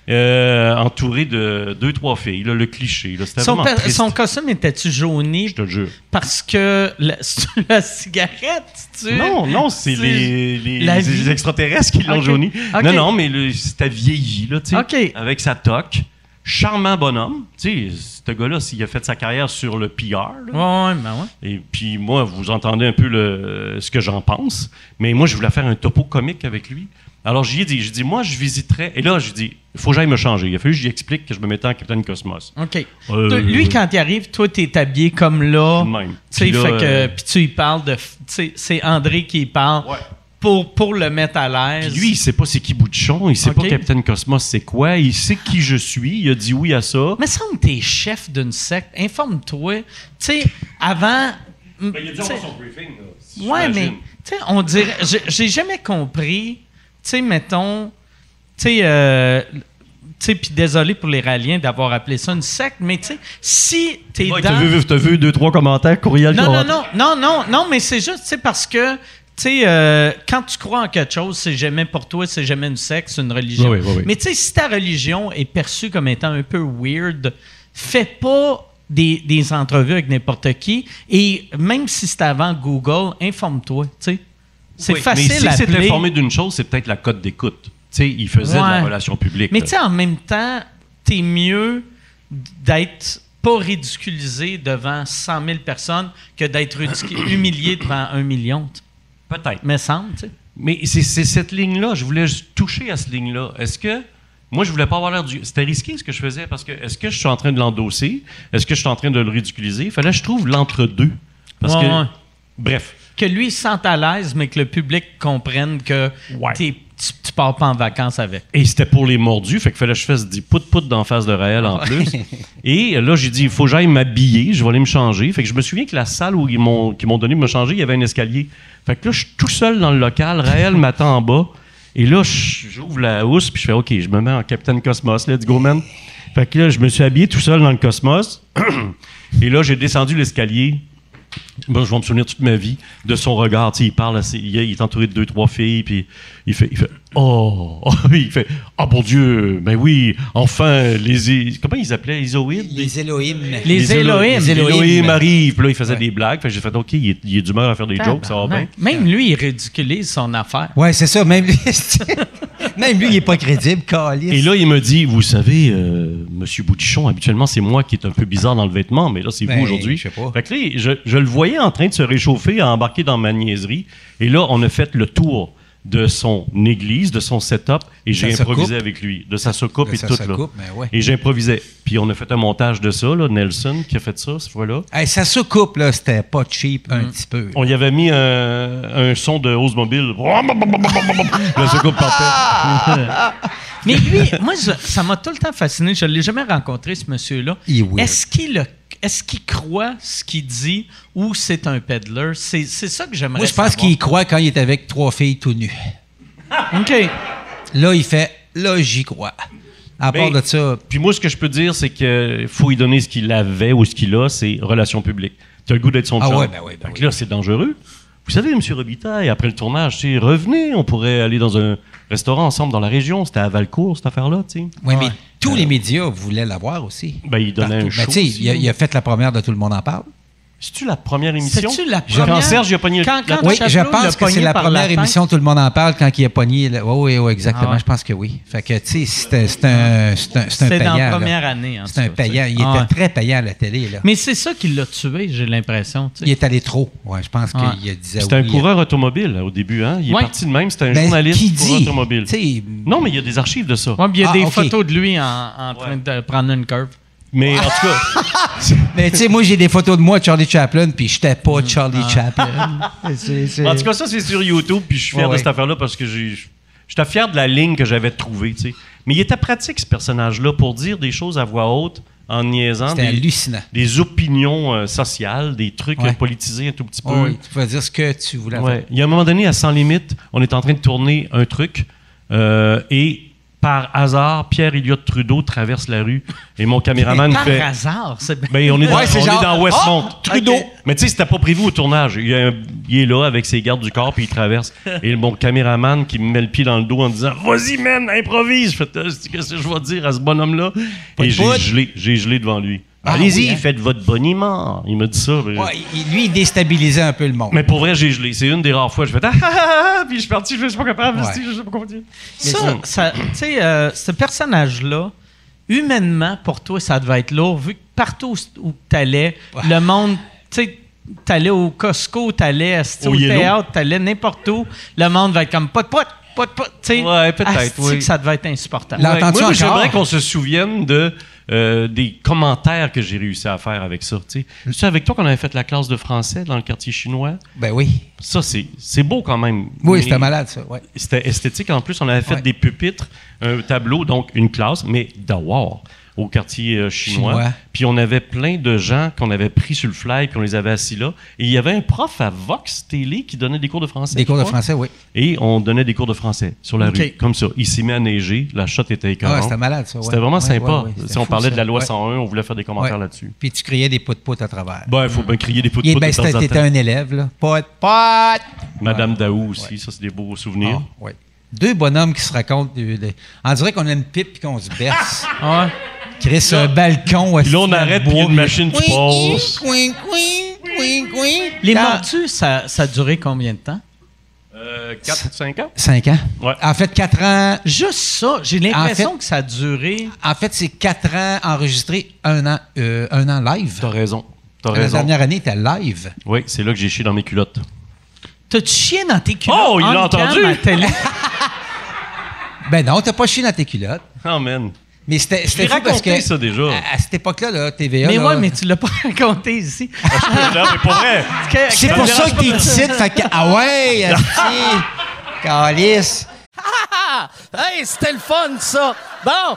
D: euh, entouré de deux, trois filles. Là, le cliché. Là, c'était
A: Son,
D: vraiment
A: per-
D: triste.
A: son costume était-tu jauni
D: Je te le jure.
A: parce que la, [laughs] c'est la cigarette, tu
D: Non, non, c'est
A: Euh, c'est
D: les, les-
A: la
D: les
A: vie.
D: extraterrestres qui l'ont
A: Ok.
D: jauni.
A: Ok.
D: Non, non, mais le- c'était vieilli, là, tu sais,
A: Ok.
D: avec sa toque. Charmant bonhomme. Tu sais, ce gars-là, s'il a fait sa carrière sur le PR, là,
A: Ouais, ouais, ben ouais.
D: et puis moi, vous entendez un peu le, ce que j'en pense, mais moi, je voulais faire un topo comique avec lui. Alors, j'y ai dit, j'ai dit, moi, je visiterais. Et là, j'ai dit, il faut que j'aille me changer. Il a fallu que j'y explique que je me mettais en Capitaine Cosmos.
A: OK.
D: Euh,
A: Toi, lui, quand il arrive, toi, t'es habillé comme là.
D: De même.
A: Tu sais,
D: Puis là,
A: fait que.
D: euh,
A: Puis tu y parles de. f- tu sais, c'est André qui y parle.
D: Ouais.
A: Pour, pour le mettre à l'aise.
D: Puis lui, il sait pas c'est qui Boutchon, il sait
A: Ok.
D: pas Capitaine Cosmos c'est quoi, il sait qui je suis, il a dit oui à ça.
A: Mais semble que t'es chef d'une secte. Informe-toi. Tu sais, avant.
D: Ben,
A: mm, tu sais,
D: briefing,
A: Ouais, mais. Tu sais, on dirait. j'ai- J'ai jamais compris. Tu sais, mettons. Tu sais, euh, tu sais, puis désolé pour les Raliens d'avoir appelé ça une secte, mais tu sais, si t'es
D: Ouais,
A: dans.
D: t'as vu, t'as vu deux, trois commentaires, courriel
A: Non,
D: qu'on
A: non,
D: rentre.
A: non, non, non, non, mais c'est juste, tu sais, parce que, tu sais, euh, quand tu crois en quelque chose, c'est jamais pour toi, c'est jamais une secte, c'est une religion.
D: Oui, oui, oui.
A: Mais tu sais, si ta religion est perçue comme étant un peu weird, fais pas des, des entrevues avec n'importe qui. Et même si c'est avant Google, informe-toi, tu sais. C'est
D: Oui,
A: facile
D: Mais si
A: à
D: c'est
A: appeler.
D: informé d'une chose, c'est peut-être la cote d'écoute. Tu sais, il faisait de
A: Ouais.
D: la relation publique.
A: Mais
D: là.
A: tu sais, en même temps, t'es mieux d'être pas ridiculisé devant 100 [coughs] 000 personnes que d'être ridicu- humilié devant un million, tu sais.
D: peut-être.
A: me semble, tu sais.
D: Mais c'est c'est cette ligne-là, je voulais juste toucher à cette ligne-là. Est-ce que. Moi, je voulais pas avoir l'air du. C'était risqué ce que je faisais parce que est-ce que je suis en train de l'endosser? Est-ce que je suis en train de le ridiculiser? Il fallait que je trouve l'entre-deux. Parce
A: Ouais,
D: que.
A: ouais.
D: Bref.
A: Que lui se sente à l'aise, mais que le public comprenne que
D: Ouais.
A: t'es- tu, tu pars pas en vacances avec.
D: Et c'était pour les mordus, fait que fallait que je fasse des pout-pout d'en face de Raël en plus. Et là, j'ai dit, il faut que j'aille m'habiller, je vais aller me changer. Fait que je me souviens que la salle où ils m'ont, qu'ils m'ont donné de me changer, il y avait un escalier. Fait que là, je suis tout seul dans le local, Raël m'attend en bas. Et là, je- j'ouvre la housse, puis je fais, OK, je me mets en Capitaine Cosmos, let's go, man. Fait que là, je me suis habillé tout seul dans le Cosmos. [clears throat] Et là, j'ai descendu l'escalier. Bon, je vais me souvenir toute ma vie de son regard. Tu sais, il parle, assez- il est il est entouré de deux, trois filles, puis il fait, il fait Oh, [laughs] il fait Ah, bon Dieu, ben oui, enfin, les. Comment ils appelaient Les Zoïdes
F: Les Elohim.
A: Les, Elohim.
F: les Elohim.
D: Elohim arrive. Puis là, il faisait des blagues. Fait que j'ai fait OK, il est, il est d'humeur à faire des jokes, ça va
F: Hein?
D: bien.
A: Tabarnak. Même lui, il ridiculise son affaire.
F: Ouais, c'est ça. Même lui, même lui, il est pas crédible, calice.
D: Et là, il me dit Vous savez, euh, Monsieur Boudichon, habituellement, c'est moi qui est un peu bizarre dans le vêtement, mais là, c'est
F: Ben,
D: vous aujourd'hui.
F: je sais pas.
D: Fait que là, je, je le voyais en train de se réchauffer, à embarquer dans ma niaiserie. Et là, on a fait le tour de son église, de son setup, et j'ai
F: sa
D: improvisé
F: soucoupe.
D: avec lui, de sa soucoupe
F: De
D: et
F: sa
D: tout.
F: soucoupe,
D: là.
F: ben ouais.
D: Et j'improvisais. Puis on a fait un montage de ça, là, Nelson qui a fait ça, cette fois-là.
F: Hey, sa soucoupe, là, c'était pas cheap un petit peu.
D: On y avait mis un, un son de Oldsmobile. [laughs] La soucoupe partait.
A: Mais
F: [laughs]
A: lui, moi, je- ça m'a tout le temps fasciné. Je ne l'ai jamais rencontré, ce monsieur-là.
F: Il est weird.
A: Est-ce qu'il le- est-ce qu'il croit ce qu'il dit ou c'est un peddler? C'est c'est ça que j'aimerais
F: Moi, je pense
A: savoir.
F: qu'il y croit quand il est avec trois filles tout nues.
A: OK.
F: Là, il fait là, j'y crois. À part
D: Mais-
F: de ça,
D: Puis moi, ce que je peux dire, c'est que faut lui donner ce qu'il avait ou ce qu'il a, c'est relations publiques. Tu as le goût d'être son
F: Ah
D: chum.
F: ouais, ben ouais, ben
D: Fait que
F: oui.
D: là, c'est dangereux. Vous savez, M. Robitaille, après le tournage, c'est revenez, on pourrait aller dans un restaurant ensemble dans la région. C'était à Valcourt, cette affaire-là, tu sais.
F: ouais, mais tous
A: Euh,
F: les médias voulaient l'avoir aussi.
D: Ben, il donnait
F: Partout.
D: un show.
F: Ben, tu sais, il, a- il a fait la première de Tout le monde en parle.
D: C'est-tu la première émission?
A: C'est-tu la
D: Quand
A: première?
D: Serge, il a pogné le-
A: Quand-
D: la-
A: quand
F: Oui,
A: Chapelot
F: je
A: l'a
F: pense que c'est
A: pogné
F: la
A: par
F: première
A: tête.
F: émission Tout le monde en parle quand il a pogné. le- Oh Oui, oui, oui, exactement.
A: Ah ouais.
F: Je pense que oui. Fait que, tu sais, c'était- c'est un, c'est un, c'est
A: C'est
F: un payant.
A: dans la
F: là.
A: première année, en
F: C'est un
A: tout cas, tu
F: payant.
A: sais.
F: Il était
A: Ah ouais.
F: très payant à la télé. Là.
A: Mais c'est ça qui l'a tué, j'ai l'impression. tu sais.
F: Il est allé trop. Ouais, je pense qu'il
A: Ouais.
F: il disait
D: C'était un
F: Ben oui.
D: coureur automobile là, au début, hein? Il
A: Ouais.
D: est parti de même, c'était un
F: Ben,
D: journaliste
F: qui
D: coureur
F: dit?
D: automobile.
F: Tu sais,
D: Non, mais il y a des archives de ça.
A: Ouais, puis il y a
F: Ah,
A: des
F: ok.
A: photos de lui en, en train de prendre une curve.
D: Mais
A: [laughs]
D: en tout cas,
F: Mais tu sais, moi, j'ai des photos de moi, Charlie Chaplin, puis j'étais
A: Mm.
F: pas
A: Ah.
F: Charlie
A: [laughs]
F: Chaplin. C'est- c'est-
D: en tout cas, ça c'est sur YouTube, puis je suis fier
F: Ouais,
D: de
F: ouais.
D: cette affaire-là parce que j'ai, j'étais fier de la ligne que j'avais trouvée, tu sais. Mais il était pratique ce personnage-là pour dire des choses à voix haute en niaisant
F: C'était
D: des,
F: hallucinant.
D: des opinions euh, sociales, des trucs
F: Ouais.
D: euh, politisés un tout petit peu.
F: Oui, tu pouvais dire ce que tu voulais.
D: Ouais. Il y a un moment donné, à Sans Limite, on est en train de tourner un truc euh, et par hasard, Pierre Elliott Trudeau traverse la rue et
F: [laughs]
D: mon caméraman
F: Euh,
A: Par
D: fait.
A: hasard, c'est bien.
D: Ben, on est dans,
F: Ouais, c'est
D: on est
F: genre,
D: dans Westmont.
F: Ah, Trudeau.
D: Ok. Mais tu sais, c'était pas prévu au tournage. Il, y a un- il est là avec ses gardes du corps, puis il
F: [laughs]
D: traverse. Et mon caméraman qui me met le pied dans le dos en disant Vas-y, man, improvise. Je fais, Euh, c'est- Qu'est-ce que je vais dire à ce bonhomme-là Et j'ai gelé, j'ai gelé devant lui.
F: Ah,
D: Allez-y,
F: oui, hein.
D: faites votre boniment. Il me dit ça. mais-
F: Ouais, il- lui, il déstabilisait un peu le monde.
D: Mais pour vrai, j'ai gelé. C'est une des rares fois. Je fais [laughs] ah, ah, ah, ah, puis je suis parti, je suis pas capable,
F: Ouais.
D: je sais pas comment dire.
A: Ça, ça- tu sais, euh, ce personnage-là, humainement, pour toi, ça devait être lourd, vu que partout où- où t'allais, le monde, tu sais, t'allais au Costco, t'allais asti,
D: Au
A: au
D: Yellow.
A: théâtre, t'allais n'importe où, le monde va être comme pas de pote, pas de pote, tu sais.
D: Ouais, peut-être,
A: asti
D: oui.
A: que ça devait être insupportable.
F: La-
D: Ouais, moi,
F: L'entends-tu
D: moi,
F: encore?
D: j'aimerais qu'on se souvienne de, euh, des commentaires que j'ai réussi à faire avec ça. tu sais. C'est avec toi qu'on avait fait la classe de français dans le quartier chinois.
F: Ben oui.
D: Ça, c'est c'est beau quand même.
F: Oui,
D: Mais
F: c'était malade, ça. Ouais.
D: C'était esthétique. En plus, on avait fait
F: Ouais.
D: des pupitres, un tableau, donc une classe, mais dehors, au quartier euh, chinois.
F: Chinois.
D: Puis on avait plein de gens qu'on avait pris sur le fly, puis on les avait assis là. Et il y avait un prof à Vox Télé qui donnait des cours de français.
F: Des
D: je
F: cours de
D: crois.
F: français, oui.
D: Et on donnait des cours de français sur la
A: Ok.
D: rue, comme ça. Il s'est mis à neiger, la shot était écœurante.
F: Ah, c'était malade, ça. ouais.
D: C'était vraiment
F: Ouais,
D: sympa.
F: ouais, ouais,
D: si on
F: c'était fou,
D: parlait de
F: ça.
D: la loi
F: Ouais.
D: 101, on voulait faire des commentaires
F: Ouais.
D: là-dessus.
F: Puis tu criais des potes-potes à travers.
D: Ben, il faut bien crier des pots de
F: Et
D: potes
F: ben,
D: de temps
F: c'était
D: en
F: t'étais
D: temps.
F: un élève, là. Pote, pote!
D: Madame Daou aussi, ça, c'est des beaux souvenirs.
F: Ah, ouais. Deux bonhommes qui se racontent. du- de- On dirait qu'on a une pipe et qu'on se
D: [laughs]
F: berce.
A: Ouais.
F: Chris, un balcon.
D: Puis là, on arrête, puis il y a une machine qui passe.
A: Les mordus, ça, ça a duré combien de temps?
D: 4 Euh, ou 5 ans?
F: Cinq ans.
D: Ouais.
F: En fait, quatre ans.
A: Juste ça, j'ai l'impression
F: En fait-
A: que ça a duré.
F: En fait, c'est quatre ans enregistrés, un an, euh, un an live.
D: T'as raison. T'as
F: La
D: raison.
F: dernière année était live.
D: Oui, c'est là que j'ai chié dans mes culottes.
A: T'as-tu chié dans tes culottes?
D: Oh, il
A: on
D: l'a
A: cam
D: entendu!
A: à [laughs] télé?
F: Ben non, t'as pas chié dans tes culottes.
D: Oh, man.
F: Mais c'était
D: Je l'ai
F: c'était fou parce
D: raconté,
F: que
D: ça, déjà.
F: À, à cette époque-là, là, TVA.
A: mais
F: là,
A: ouais, mais tu l'as pas [laughs] raconté ici.
D: Non, mais pour vrai.
A: Que-
F: C'est
D: Ça
F: pour
D: me
F: ça
D: dérange
F: que t'es ici. Fait que, ah
D: [laughs]
F: ouais, asti, calice.
G: Ah! Hey, c'était le fun, ça! Bon!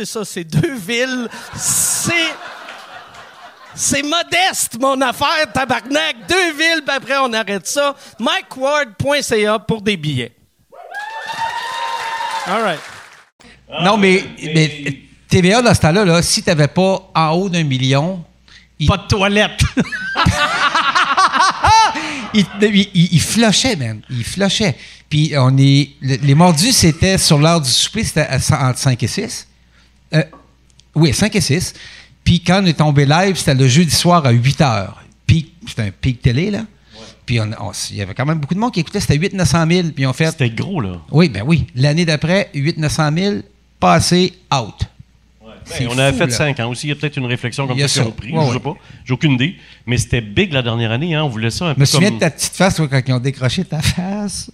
G: ça, c'est deux villes. C'est... C'est modeste, mon affaire, tabarnak. Deux villes, puis après, on arrête ça. MikeWard.ca pour des billets. All right.
F: non, mais, mais TVA, dans ce temps-là, là, si t'avais pas en haut d'un million, il,
A: Pas de toilette.
F: il, il, il- il flochait, man. Il flochait. Puis on est. le- les mordus, c'était sur l'heure du souper, c'était à cin- entre 5 et 6. Euh, oui, 5 et 6. Puis quand on est tombé live, c'était le jeudi soir à 8 heures. Puis c'était un pic télé, là. Puis on- on s- il y avait quand même beaucoup de monde qui écoutait. C'était 8 900 000. Puis on fait.
D: C'était gros, là.
F: Oui, ben oui. L'année d'après, 8 900 000, passé out. C'est
D: Ben, on avait
F: fou,
D: fait
F: là.
D: 5 ans aussi. Il y a peut-être une réflexion comme
F: Il y a
D: ça
F: ça.
D: qu'ils ont pris.
F: Ouais,
D: je
F: ouais.
D: sais pas. J'ai aucune idée. Mais c'était big la dernière année. Hein. On voulait ça un
F: Je me
D: peu comme...
F: souviens de ta petite face, toi, quand ils ont décroché ta face.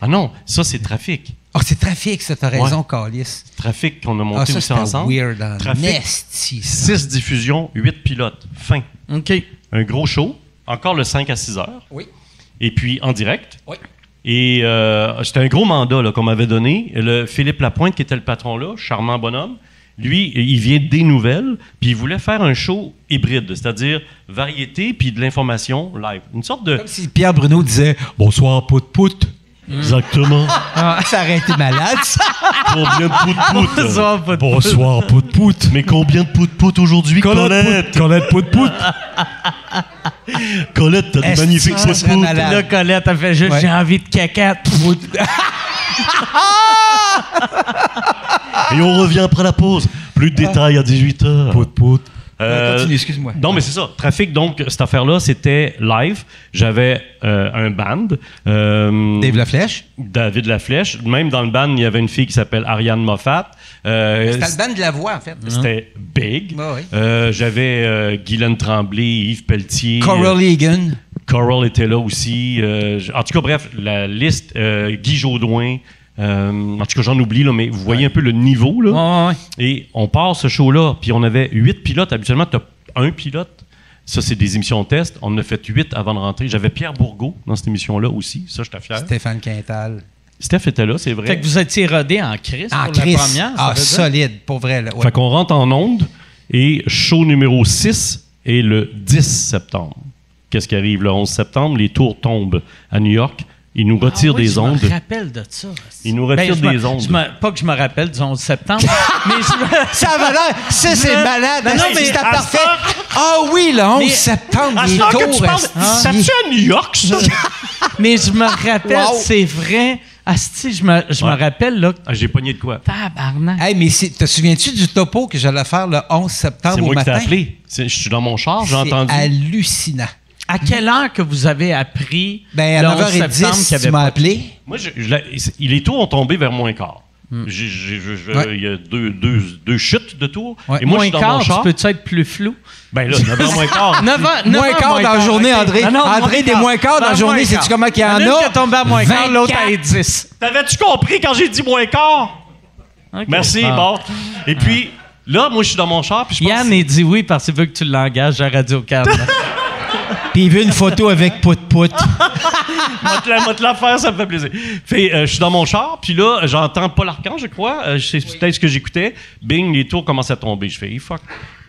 D: Ah non, ça, c'est Trafic.
F: Oh, c'est trafic, ça, t'as raison, Calice.
D: Trafic qu'on a monté
F: Ah, ça,
D: aussi
F: c'était
D: ensemble.
F: weird. hein.
D: Trafic.
F: Nasty, ça.
D: 6 diffusions, 8 pilotes. Fin.
A: [laughs] OK.
D: Un gros show. Encore le 5 à 6 heures.
F: Oui.
D: Et puis en direct.
F: Oui.
D: Et euh, c'était un gros mandat là, qu'on m'avait donné. Le Philippe Lapointe, qui était le patron là, charmant bonhomme, lui, il vient des nouvelles, puis il voulait faire un show hybride, c'est-à-dire variété puis de l'information live. Une sorte de...
F: Comme si Pierre Bruno disait Bonsoir, pout-pout.
D: Exactement.
F: [laughs] Ça aurait été malade, ça.
D: [laughs] Combien de pout-pout?
A: Bonsoir, pout-pout.
D: Bonsoir, pout-pout. Mais combien de pout-pout aujourd'hui, Colette?
F: Colette, pout-pout.
D: [laughs] Colette, t'as
F: Est-ce
D: des magnifiques
F: que ça serait
D: pout-pout.
F: malade?
A: Là, Colette, elle fait juste
F: Ouais.
A: J'ai envie de [laughs] cacate.
D: Et on revient après la pause. Plus de détails à 18h.
F: Pout-pout.
C: Continue, excuse-moi.
D: Euh, Non, mais c'est ça. Trafic, donc, cette affaire-là, c'était live. J'avais euh, un band. euh,
F: Dave Laflèche.
D: David Laflèche. Même dans le band, il y avait une fille qui s'appelle Ariane Moffat. Euh,
F: C'était le band de la voix, en fait.
D: c'était big.
F: Ouais, ouais.
D: Euh, J'avais euh, Guylaine Tremblay, Yves Pelletier.
F: Coral Egan.
D: Coral était là aussi. Euh, j- en tout cas, bref, la liste, euh, Guy Jodoin. euh, en tout cas, j'en oublie, là, mais vous voyez un peu le niveau. Là.
A: Ouais, ouais,
D: Et on part ce show-là, puis on avait huit pilotes. Habituellement, tu as un pilote. Ça, c'est des émissions test. On en a fait huit avant de rentrer. J'avais Pierre Bourgault dans cette émission-là aussi. Ça, j'étais fier.
F: Stéphane Quintal.
D: Steph était là, c'est vrai.
A: Fait que vous étiez rodé en crise
F: En
A: pour
F: Chris.
A: la première. ça
F: Ah,
A: veut dire?
F: solide, pour vrai. Là. Ouais.
D: Fait qu'on rentre en onde et show numéro 6 est le 10 septembre. Qu'est-ce qui arrive le 11 septembre? Les tours tombent à New York. Ils nous
A: Ah
D: retirent
A: oui,
D: des
A: je
D: ondes.
A: me rappelle de ça. Ben,
D: Ils nous retirent
A: je me-
D: des ondes.
A: je me- pas que je me rappelle du 11 [laughs] septembre, mais je me-
F: Ça va là. Ça, c'est
A: Mais-
F: malade.
A: Non, non,
F: Asti,
A: mais-
F: C'était parfait. Ah oui, le 11 septembre,
D: À
F: il
D: ce
F: est
D: moment Ah, que tu
F: tour,
D: parles,
A: hein?
F: Asti.
D: ça tue à New York, ça?
A: mais je me rappelle,
F: Wow.
A: c'est vrai. Asti, je me, je me
D: Ouais.
A: rappelle, là,
D: Ah, J'ai pogné de quoi?
A: tabarnak.
F: Hey, mais c'est- te souviens-tu du topo que j'allais faire le 11 septembre
D: C'est
F: au
D: moi qui t'ai
F: matin?
D: appelé. C'est- Je suis dans mon char, j'ai
F: C'est
D: entendu.
F: hallucinant.
A: À quelle heure que vous avez appris
F: Ben,
A: le
F: à
A: 11 septembre
F: 9h10,
A: qu'il y avait
F: tu m'as
A: pas-
F: appelé.
D: Moi, je, je la- il- les tours ont tombé vers moins quart.
A: Hmm.
D: J'ai- j'ai- je- je-
F: Ouais.
D: Il y a deux, deux, deux chutes de tours.
F: Ouais.
D: Et moi, je
A: moins
D: suis dans mon
A: quart, tu
D: char.
A: peux-tu être plus flou?
D: Ben là, devant
A: [laughs]
D: moins quart.
A: 9 heures,
F: Moins quart dans la journée, André. André, des moins quarts
A: quart
F: dans la journée, sais-tu comment qu'il y en a?
A: Une qui est tombée à moins quart, l'autre à
F: 24.
A: 10.
D: T'avais-tu compris quand j'ai dit moins quart?
A: Ok.
D: Merci,
A: Ah.
D: bon. Et puis, là, moi, je suis dans mon char, puis je pense...
A: Yann, il dit oui parce qu'il veut que tu l'engages à Radio-Canada.
F: Puis il veut une photo avec Pout-Pout.
A: Ah,
D: Moi, te la, moi, te la faire, ça me fait plaisir. Fait, euh, je suis dans mon char, puis là, j'entends Paul Arcand, je crois. euh, c'est peut-être ce que j'écoutais. Bing, les tours commencent à tomber. Je fais, hey, fuck.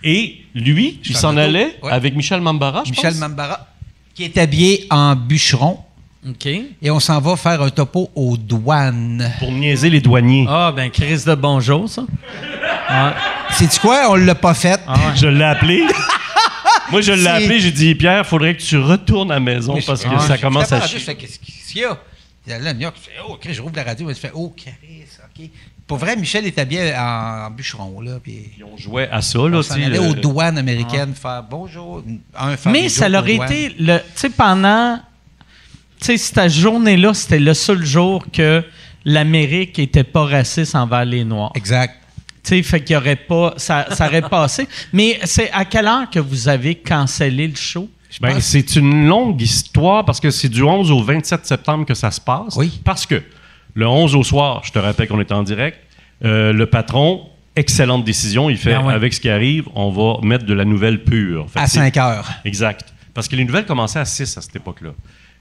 D: Et lui, il s'en
F: Legault,
D: allait
F: ouais.
D: avec Michel Mambara, je
F: Michel
D: pense.
F: Mambara, qui est habillé en bûcheron.
A: OK.
F: Et on s'en va faire un topo aux douanes.
D: pour niaiser les douaniers.
A: Ah, ben, crise de bonjour, ça. Ah,
D: Ah,
F: C'est tu quoi? On l'a pas fait. [laughs]
D: Je l'ai appelé. Moi, je l'ai
F: C'est-
D: appelé, j'ai dit, Pierre, faudrait que tu retournes à la maison
F: Mais je-
D: parce que
F: ah,
D: ça
F: je-
D: commence
F: j'étais
D: à
F: pas
D: chier.
F: rendu, je fais, Qu'est-ce qu'est-ce qu'il y a? Il y a là, New York, je fais, oh, OK, je rouvre la radio, je fais, oh, Caris, OK. Pour vrai, Michel est habillé en, en bûcheron, là, puis
D: Puis on jouait à ça, là,
F: on
D: tu
F: s'en
D: sais, euh,
F: allait
D: le-
F: aux douanes américaines faire bonjour, un faire
A: Mais
F: des
A: ça
F: jokes aux
A: l'aurait
F: douanes.
A: été. le- Tu sais, pendant. Tu sais, cette journée-là, c'était le seul jour que l'Amérique était pas raciste envers les Noirs. Tu
F: Exact.
A: sais, fait qu'il y aurait pas. Ça, ça aurait
D: [laughs]
A: passé. Mais c'est à quelle heure que vous avez cancellé le show?
D: Ben, c'est une longue histoire parce que c'est du 11 au 27 septembre que ça se passe.
F: Oui.
D: Parce que le 11 au soir, je te rappelle qu'on était en direct, euh, le patron, excellente décision, il fait
A: Ben ouais.
D: avec ce qui arrive, on va mettre de la nouvelle pure. Fait que
F: À
D: c'est-
F: 5 heures.
D: Exact. Parce que les nouvelles commençaient à 6 à cette époque-là.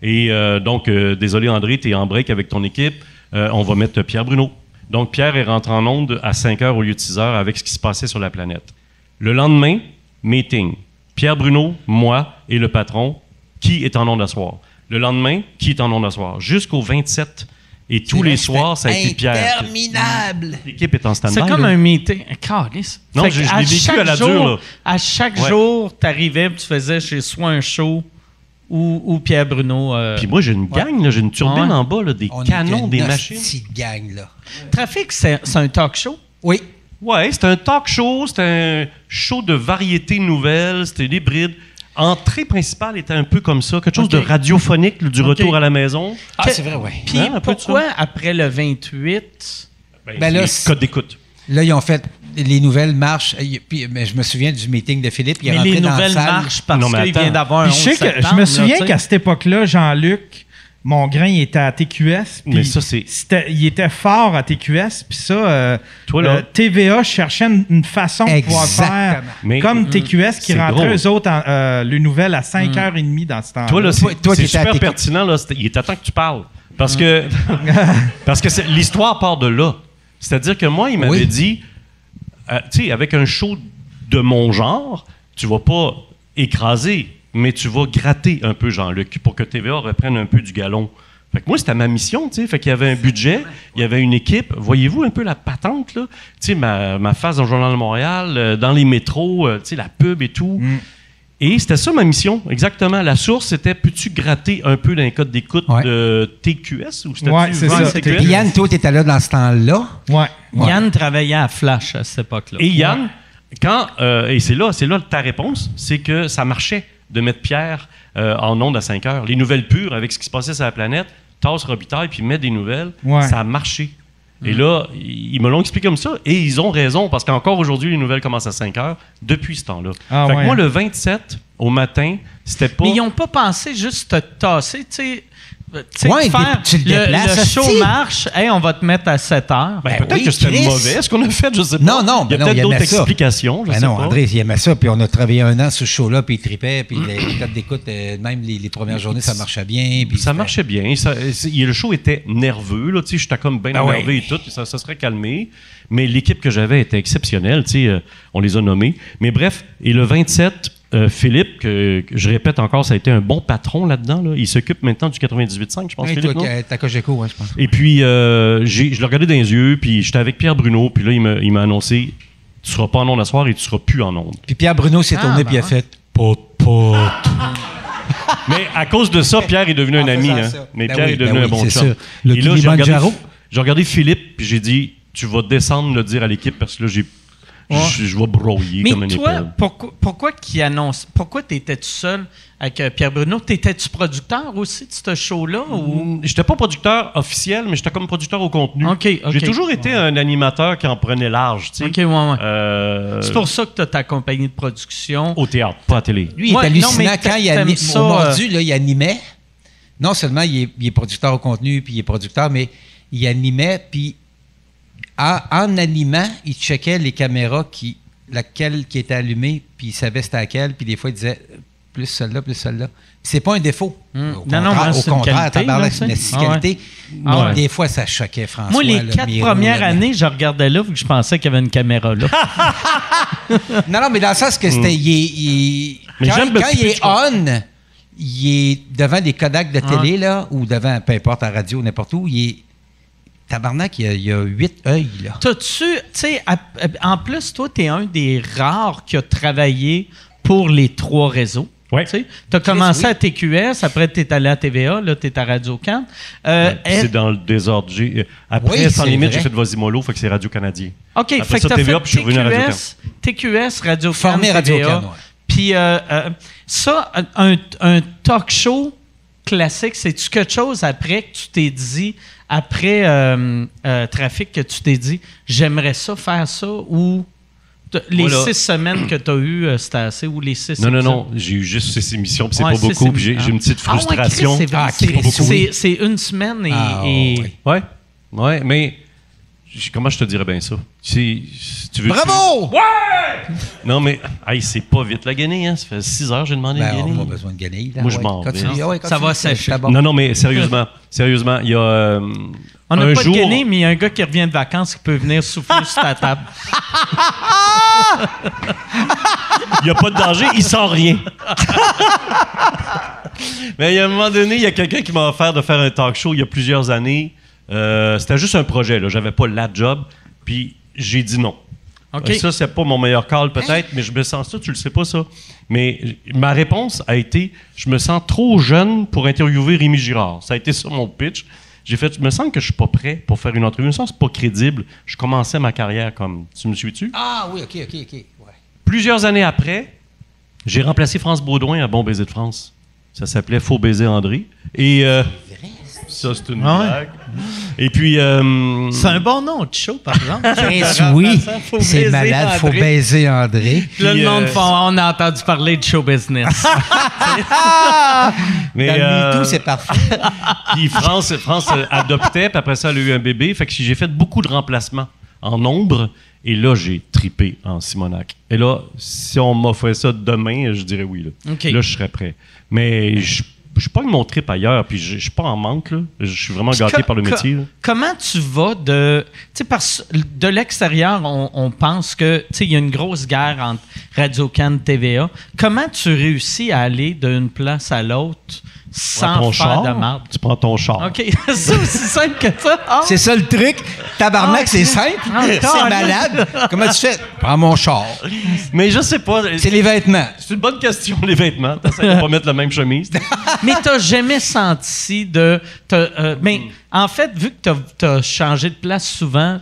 D: Et euh, donc, euh, désolé André, tu es en break avec ton équipe. Euh, on va mettre Pierre Bruno. Donc, Pierre est rentré en onde à 5 heures au lieu de 6 heures avec ce qui se passait sur la planète. Le lendemain, meeting. Pierre Bruno, moi et le patron, qui est en onde à soir? Le lendemain, qui est en onde à soir? Jusqu'au 27. Et tous les soirs, ça a été Pierre.
F: Interminable.
D: L'équipe est en stand-by.
A: C'est comme
D: là.
A: un meeting. Eh, câlisse.
D: Non,
A: Fait
D: je- je
A: qu'à
D: l'ai vécu
A: chaque
D: à la dure,
A: jour-
D: là.
A: À chaque
D: Ouais.
A: jour, t'arrivais, puis tu faisais chez soit un show ou, ou Pierre Bruno. euh,
D: Puis moi, j'ai une gang, là, j'ai une turbine
A: Ouais.
D: en bas, là, des
F: On était
D: canons,
F: une
D: des machines.
F: hostie de gang, là.
A: Trafic, c'est c'est un talk show.
F: Oui.
D: Ouais, c'était un talk show, c'était un show de variété nouvelle, c'était l'hybride. Entrée principale était un peu comme ça, quelque chose de radiophonique, du retour à la maison.
F: Ah, c'est vrai, oui.
A: Puis
D: Hein, un peu de
A: pourquoi après le 28?
D: Ben,
F: Ben là,
D: les
F: c'est-
D: codes d'écoute.
F: Là, ils ont fait les nouvelles marches. Et puis, mais je me souviens du meeting de Philippe. Il est
A: Mais
F: rentré
A: les
F: dans la
A: nouvelles
F: salle.
A: marchent parce
D: Non, mais
A: qu'il
D: attends.
A: vient d'avoir un
C: Puis je,
A: 11
C: sais que, je
A: septembre,
C: me
A: là,
C: souviens
A: tu sais.
C: qu'à cette époque-là, Jean-Luc, mon grain, il était à TQS. puis
D: Mais ça, c'est-
C: c'était- Il était fort à TQS. Puis ça, euh,
D: Toi, là.
C: euh, TVA cherchait une, une façon de pouvoir faire
F: Exactement.
D: Mais- hum,
C: comme TQS qui
D: C'est
C: rentrait
D: drôle.
C: eux autres en, euh, les nouvelles à 5h30 dans ce temps-là.
D: Toi, là,
F: Toi-
D: c'est
F: toi,
D: c'est
F: t'étais à
D: super
F: tes-
D: pertinent, là, c'était- il est à temps que tu parles. Parce que, parce que c'est- l'histoire part de là. C'est-à-dire que moi, il m'avait
F: Oui.
D: dit, euh, tu sais, avec un show de mon genre, tu vas pas écraser, mais tu vas gratter un peu Jean-Luc pour que TVA reprenne un peu du galon. Fait que moi, c'était ma mission, tu sais. Fait qu'il y avait un budget, il y avait une équipe. Voyez-vous un peu la patente, là? Tu sais, ma, ma face dans le Journal de Montréal, euh, dans les métros, euh, tu sais, la pub et tout. Et c'était ça ma mission, exactement. La source, c'était peux-tu gratter un peu dans les codes d'écoute
F: Ouais.
D: de TQS ou c'était
C: Ouais, c'est ça,
F: Puis
C: TQS.
F: Yann, toi, t'étais là dans ce temps-là.
C: Ouais.
A: Yann travaillait à Flash à cette époque-là.
D: Et Yann, quand, euh, et c'est là, c'est là ta réponse, c'est que ça marchait de mettre Pierre euh, en onde à 5 heures. Les nouvelles pures avec ce qui se passait sur la planète, tasse Robitaille puis mettre des nouvelles,
C: Ouais. Mm.
D: ça a marché. Et là, ils ils me l'ont expliqué comme ça, et ils ont raison, parce qu'encore aujourd'hui, les nouvelles commencent à 5 heures depuis ce temps-là.
C: Ah,
D: fait
C: ouais.
D: que moi, le 27 au matin, c'était pas.
A: Mais ils n'ont pas pensé juste te tasser, tu sais. euh, tu sais,
F: Ouais,
A: de faire
F: tu le déplaces,
A: le show
F: hostie.
A: marche, hey, on va te mettre à 7 heures.
D: Ben,
F: Ben
D: peut-être
F: oui,
D: que c'était
F: Chris.
D: mauvais ce qu'on a fait, je sais pas.
F: Non, non,
D: il y
F: ben
D: a peut-être
F: non, il aimait
D: d'autres
F: ça.
D: explications, Oh, je
F: Ben
D: sais
F: non,
D: pas.
F: André, il aimait ça. Puis on a travaillé un an sur ce show-là, puis il tripait. Puis
D: [clears throat]
F: les codes d'écoute, euh, même les, les premières journées, ça marchait bien. Puis
D: Ça marchait bien. Ça- c'est- le show était nerveux. Là, tu sais, j'étais comme
F: Ben
D: bien énervé et tout. Ça, ça serait calmé. Mais l'équipe que j'avais était exceptionnelle. tu sais, euh, on les a nommés. Mais bref, et le 27, euh, Philippe, que, que je répète encore, ça a été un bon patron là-dedans. là. Il s'occupe maintenant du 98.5, je pense.
F: Hey,
D: Philippe,
F: toi,
D: non?
F: euh, t'as Cogeco, hein, je pense.
D: Et puis, euh, j'ai- je le regardais dans les yeux. Puis, j'étais avec Pierre Bruno. Puis là, il m'a- il m'a annoncé Tu seras pas en onde à soir et tu seras plus en onde.
F: Puis Pierre Bruno s'est
A: Ah,
F: tourné,
A: ben
F: puis il a
A: ouais.
F: fait Pote, pote.
D: Mais à cause de ça, Pierre est devenu
F: En
D: un ami.
F: faisant
D: hein.
F: ça.
D: Mais
F: Ben
D: Pierre
F: oui,
D: est devenu
F: ben
D: un
F: oui,
D: bon
F: c'est
D: chum.
F: ça. Le
D: Et là, j'ai regardé,
F: Kilimanjaro.
D: j'ai regardé Philippe, puis j'ai dit Tu vas descendre le dire à l'équipe parce que là, j'ai, je, je vais broyer
A: Mais
D: comme une
A: toi,
D: épelle.
A: pourquoi, pourquoi qui annonce Pourquoi t'étais-tu seul avec euh, Pierre Bruno T'étais-tu producteur aussi de ce show-là ou
D: Mm, J'étais pas producteur officiel, mais j'étais comme producteur au contenu.
A: Ok, ok.
D: J'ai toujours été un animateur qui en prenait large. tu sais.
A: Ok, ouais, ouais.
D: Mm. Euh,
A: C'est pour ça que t'as ta compagnie de production.
D: Au théâtre, pas à télé.
F: Lui, il
A: Ouais,
F: est
A: non, mais
F: hallucinant.
A: t'a-
F: Quand il
A: t'aimes
F: anime,
A: ça, euh,
F: au mordu, là, il animait. Non seulement il est, il est producteur au contenu, puis il est producteur, mais il animait, puis en, en animant, il checkait les caméras qui, laquelle qui était allumée, puis il savait c'était laquelle, puis des fois, il disait euh, plus celle-là, plus celle-là. Puis C'est pas un défaut.
A: Hum.
F: Au
A: Non, non,
F: contraire,
A: mais c'est
F: au
A: une
F: contraire,
A: qualité,
F: tabarnak,
A: là,
F: c'est une
A: tu sais.
F: assiduité. qualité.
A: Ah
F: Donc,
A: ouais.
F: Des fois, ça choquait François.
A: Moi, les
F: là,
A: quatre
F: Miro,
A: premières
F: là,
A: années, je regardais là, vu que je pensais qu'il y avait une caméra [laughs] là.
F: Non, non, mais dans le sens que c'était. il est- il est-
D: Hmm. Mais
F: quand
D: j'aime le
F: quand il
D: petit
F: est on, il est devant des Kodak de télé, là, ou devant, peu importe, à la radio, n'importe où, il est. Tabarnak, il y a- il y a huit œils, là.
A: T'as-tu, tu sais, à- en plus, toi, t'es un des rares qui a travaillé pour les trois réseaux.
D: Ouais.
A: Tu as commencé à TQS, après tu es allé à TVA, là tu es à Radio-Can. Euh,
D: Ben, Puis
A: elle-
D: C'est dans le désordre. J'ai- euh, Après,
F: Oui,
D: sans
F: c'est
D: limite,
F: vrai.
D: j'ai fait Vasimolo, fait que c'est Radio-Canadien.
A: OK,
D: Après
A: fait
D: ça,
A: que t'as
D: TVA,
A: fait
D: puis je suis revenu à Radio-Can.
A: TQS, TQS, Radio-Can,
F: Formé Radio-Can,
A: TVA.
F: ouais.
A: Puis euh, euh, ça, un, un talk show classique, c'est-tu quelque chose après que tu t'es dit, après euh, euh, Trafic, que tu t'es dit, j'aimerais ça faire ça ou t- les
D: Voilà.
A: six semaines que tu as eues, euh, c'était assez, ou les six
D: Non, non,
A: épisodes?
D: non. J'ai eu juste ces émissions, puis c'est
A: Ouais,
D: pas
A: six
D: beaucoup. puis j'ai
A: émissions.
D: j'ai une petite
A: Ah ouais, Chris,
D: frustration.
A: c'est vrai,
F: Ah,
A: c'est-
F: Chris,
A: c'est-
F: oui.
A: c'est une semaine et...
F: Ah,
A: et-
F: ouais.
D: Ouais, ouais, mais j- comment je te dirais bien ça? Si, si tu veux,
F: Bravo!
D: tu- Non, mais hey, c'est pas vite la guenille, hein? Ça fait six heures que j'ai demandé une
F: Ben, on n'a
D: guenille.
F: pas besoin de gagner. là.
D: Moi, je
F: Ouais,
D: m'en
F: continue.
D: vais.
F: Ah ouais,
A: Ça
F: continue,
A: va
F: c'est-
A: sécher.
D: [laughs]
F: c'est bon.
D: Non, non, mais sérieusement, sérieusement, il y a. euh,
A: On n'a
D: un
A: pas
D: jour,
A: de gainé, mais il y a un gars qui revient de vacances qui peut venir souffler sur ta table.
D: Il n'y a pas de danger, il sent rien. [laughs] Mais il y a un moment donné, il y a quelqu'un qui m'a offert de faire un talk show il y a plusieurs années. Euh, C'était juste un projet, là. J'avais pas la job, puis j'ai dit non.
A: OK.
D: Euh, Ça, c'est pas mon meilleur call, peut-être, mais je me sens ça, tu le sais pas, ça. Mais j- ma réponse a été je me sens trop jeune pour interviewer Rémi Girard. Ça a été ça mon pitch. J'ai fait je me sens que je suis pas prêt pour faire une entrevue. Je me sens que c'est pas crédible. Je commençais ma carrière comme. Tu me suis-tu
F: Ah oui, OK, OK, OK. ouais.
D: Plusieurs années après, j'ai remplacé France Baudouin à Bon Baiser de France. Ça s'appelait Faux Baiser André. Et. euh, ça, c'est une
A: Ah ouais.
D: blague. Et puis. euh,
A: C'est un bon nom de show, par exemple.
F: Chris, oui,
A: Faut
F: c'est
A: baiser
F: malade, faut
A: André.
F: baiser André.
A: Là, [laughs]
D: Puis,
A: le monde
D: euh,
A: font, on a entendu parler de show [laughs] business.
D: mais,
F: Dans le
D: euh,
F: MeToo, c'est parfait.
D: Puis France, France euh, adoptait, puis après ça, elle a eu un bébé. Fait que j'ai fait beaucoup de remplacements en nombre. Et là, j'ai tripé en Simonac. Et là, si on m'offrait ça demain, je dirais oui. Là,
A: OK.
D: Là, je serais prêt. Mais je je pogne mon trip ailleurs, puis je je suis pas en manque. là. Je suis vraiment gâté
A: Co-
D: par le
A: co-
D: métier. là.
A: Comment tu vas de. Tu sais, parce de l'extérieur, on, on pense que. Tu sais, il y a une grosse guerre entre Radio-Can TVA. Comment tu réussis à aller d'une place à l'autre sans
D: Prends
A: faire de marde?
D: Tu prends ton char.
A: OK. [laughs] c'est aussi simple que ça. Ah!
F: C'est ça le truc. Tabarnak,
A: Ah,
F: c'est
A: tu-
F: simple.
A: Ah,
F: C'est
A: calme.
F: malade. Comment tu fais? Prends mon char.
D: Mais je sais pas.
F: C'est
D: C'est
F: les vêtements.
D: une bonne question, les vêtements. T'essaies de pas mettre la même chemise.
A: Mais t'as jamais senti de. t'as, euh, mais en fait, vu que t'as as changé de place souvent,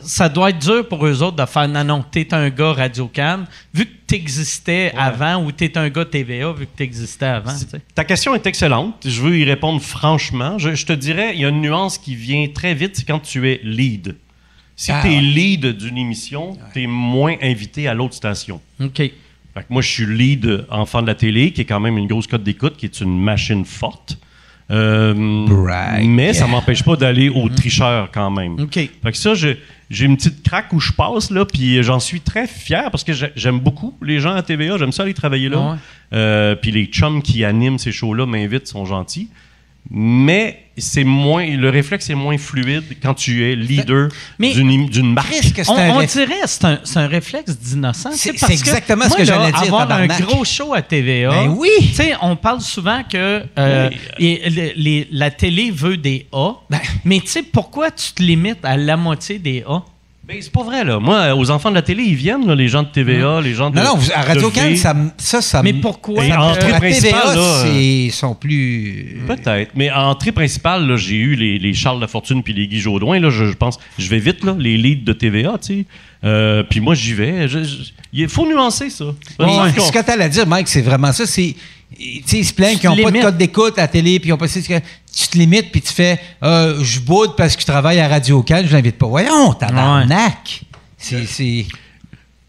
A: ça doit être dur pour eux autres de faire non, non, t'es un gars Radio Can, vu que t'existais avant ou t'es un gars TVA, vu que t'existais avant. tu sais.
D: Ta question est excellente. Je veux y répondre franchement. Je, je te dirais, il y a une nuance qui vient très vite, c'est quand tu es lead. Si
F: Ah,
D: tu es
F: ouais.
D: lead d'une émission, tu es moins invité à l'autre station.
A: OK.
D: Fait que moi, je suis lead euh, enfant de la télé, qui est quand même une grosse cote d'écoute, qui est une machine forte. Euh,
F: Brag.
D: mais ça m'empêche pas d'aller au tricheur quand même.
A: OK.
D: Fait que ça, je- j'ai une petite craque où je passe, là, puis j'en suis très fier parce que j'ai- j'aime beaucoup les gens à TVA, j'aime ça aller travailler là.
A: Ah ouais.
D: Euh, puis les chums qui animent ces shows-là m'invitent, sont gentils. Mais c'est moins, le réflexe est moins fluide quand tu es leader
A: Mais-
D: d'une im- d'une marque.
F: Ben, Chris, que c'est
A: On,
F: un
A: on
F: ré-
A: dirait que c'est un, c'est un réflexe d'innocent. tu sais,
F: C'est-
A: parce
F: c'est exactement ce
A: moi,
F: que
A: là,
F: j'allais dire,
A: Avoir un
F: tabarnak.
A: gros show à TVA.
F: Ben oui!
A: Tu sais, on parle souvent que euh, et- les- les- la télé veut des A,
F: Ben-
A: mais tu sais, pourquoi tu te limites à la moitié des A?
D: Ben, c'est pas vrai, là. Moi, aux enfants de la télé, ils viennent, là, les gens de TVA, les gens de.
F: Non, non, vous- à
D: de
F: Radio-Can,
D: V.
F: ça, m- ça, ça...
A: Mais
F: m-
A: pourquoi?
D: Et
F: ça me-
D: entrée
F: à
D: principale,
F: TVA,
D: là,
F: c'est- ils sont plus...
D: Mm. Peut-être. Mais en entrée principale, là, j'ai eu les, les Charles Lafortune puis les Guy Jodoin. Là, je, je pense, je vais vite, là, les leads de TVA, tu sais. Euh, puis moi, j'y vais. Je- je- Il faut nuancer ça.
F: Mais
D: Parce qu'on-
F: ce que t'allais dire, Mike, c'est vraiment ça. C'est, tu sais, ils se plaignent
A: Tu
F: qu'ils
A: te
F: n'ont pas de
A: limites.
F: code d'écoute à la télé, puis ils ont pas. c'est- Tu te limites, puis tu fais euh, Je boude parce que je travaille à Radio-Can, je l'invite pas. Voyons, tabarnak! C'est, c'est.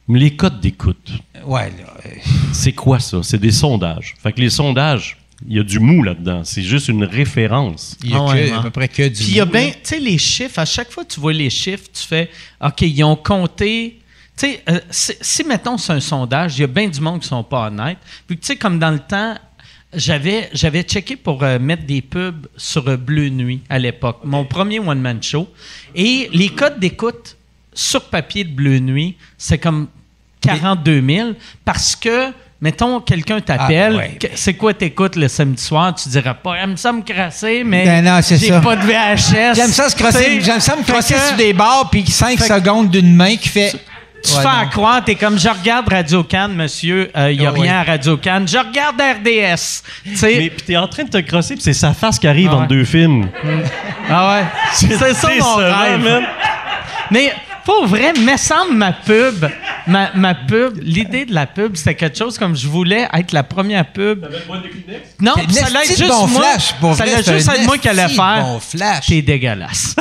D: Les codes d'écoute,
F: Ouais, là. euh,
D: c'est quoi ça? C'est des sondages. Fait que les sondages, il y a du mou là-dedans. C'est juste une référence.
F: Il y a
A: Ah
F: que-
A: ouais,
F: à peu près que du.
A: Puis il y a
F: mou,
A: bien,
F: là.
A: tu sais, les chiffres, à chaque fois que tu vois les chiffres, tu fais OK, ils ont compté. Tu sais, euh, si, si, mettons, c'est un sondage, il y a bien du monde qui sont pas honnêtes. Puis, tu sais, comme dans le temps, j'avais, j'avais checké pour euh, mettre des pubs sur euh, Bleu Nuit à l'époque, mon premier one-man show. Et les codes d'écoute sur papier de Bleu Nuit, c'est comme 42 000 parce que. Mettons, quelqu'un t'appelle,
F: Ah, ouais.
A: que- c'est quoi t'écoutes le samedi soir, tu diras pas, elle me semble crasser, mais
F: Ben non, c'est
A: j'ai
F: ça.
A: pas de VHS.
F: J'aime ça se crosser,
A: T'sais,
F: j'aime ça me
A: fait
F: crosser
A: que-
F: sur des barres, puis 5
A: fait que-
F: secondes d'une main qui fait
A: Tu
F: Ouais,
A: fais à
F: non. Ah
A: croire, t'es comme je regarde Radio Cannes, monsieur, il n'y a
F: Ouais.
A: rien à Radio Cannes. Je regarde RDS. Tu sais,
D: Mais puis t'es en train de te crosser, puis c'est sa face qui arrive
A: Ah ouais.
D: entre deux films.
A: Ah
F: [laughs]
A: ouais. [laughs] C'est ça mon
D: décevant,
A: rêve.
D: man.
A: Mais pour vrai, me semble ma pub, ma, ma pub, l'idée de la pub, c'était quelque chose comme je voulais être la première pub. Non,
F: C'est
A: ça
F: un
A: allait être
F: esti Ah,
A: juste
F: de bon
A: moi.
F: flash, pour
A: ça
F: vrai,
A: allait
F: c'est
A: juste
F: un
A: être moi qui allait
F: esti de
A: faire.
F: bon flash.
A: T'es dégueulasse.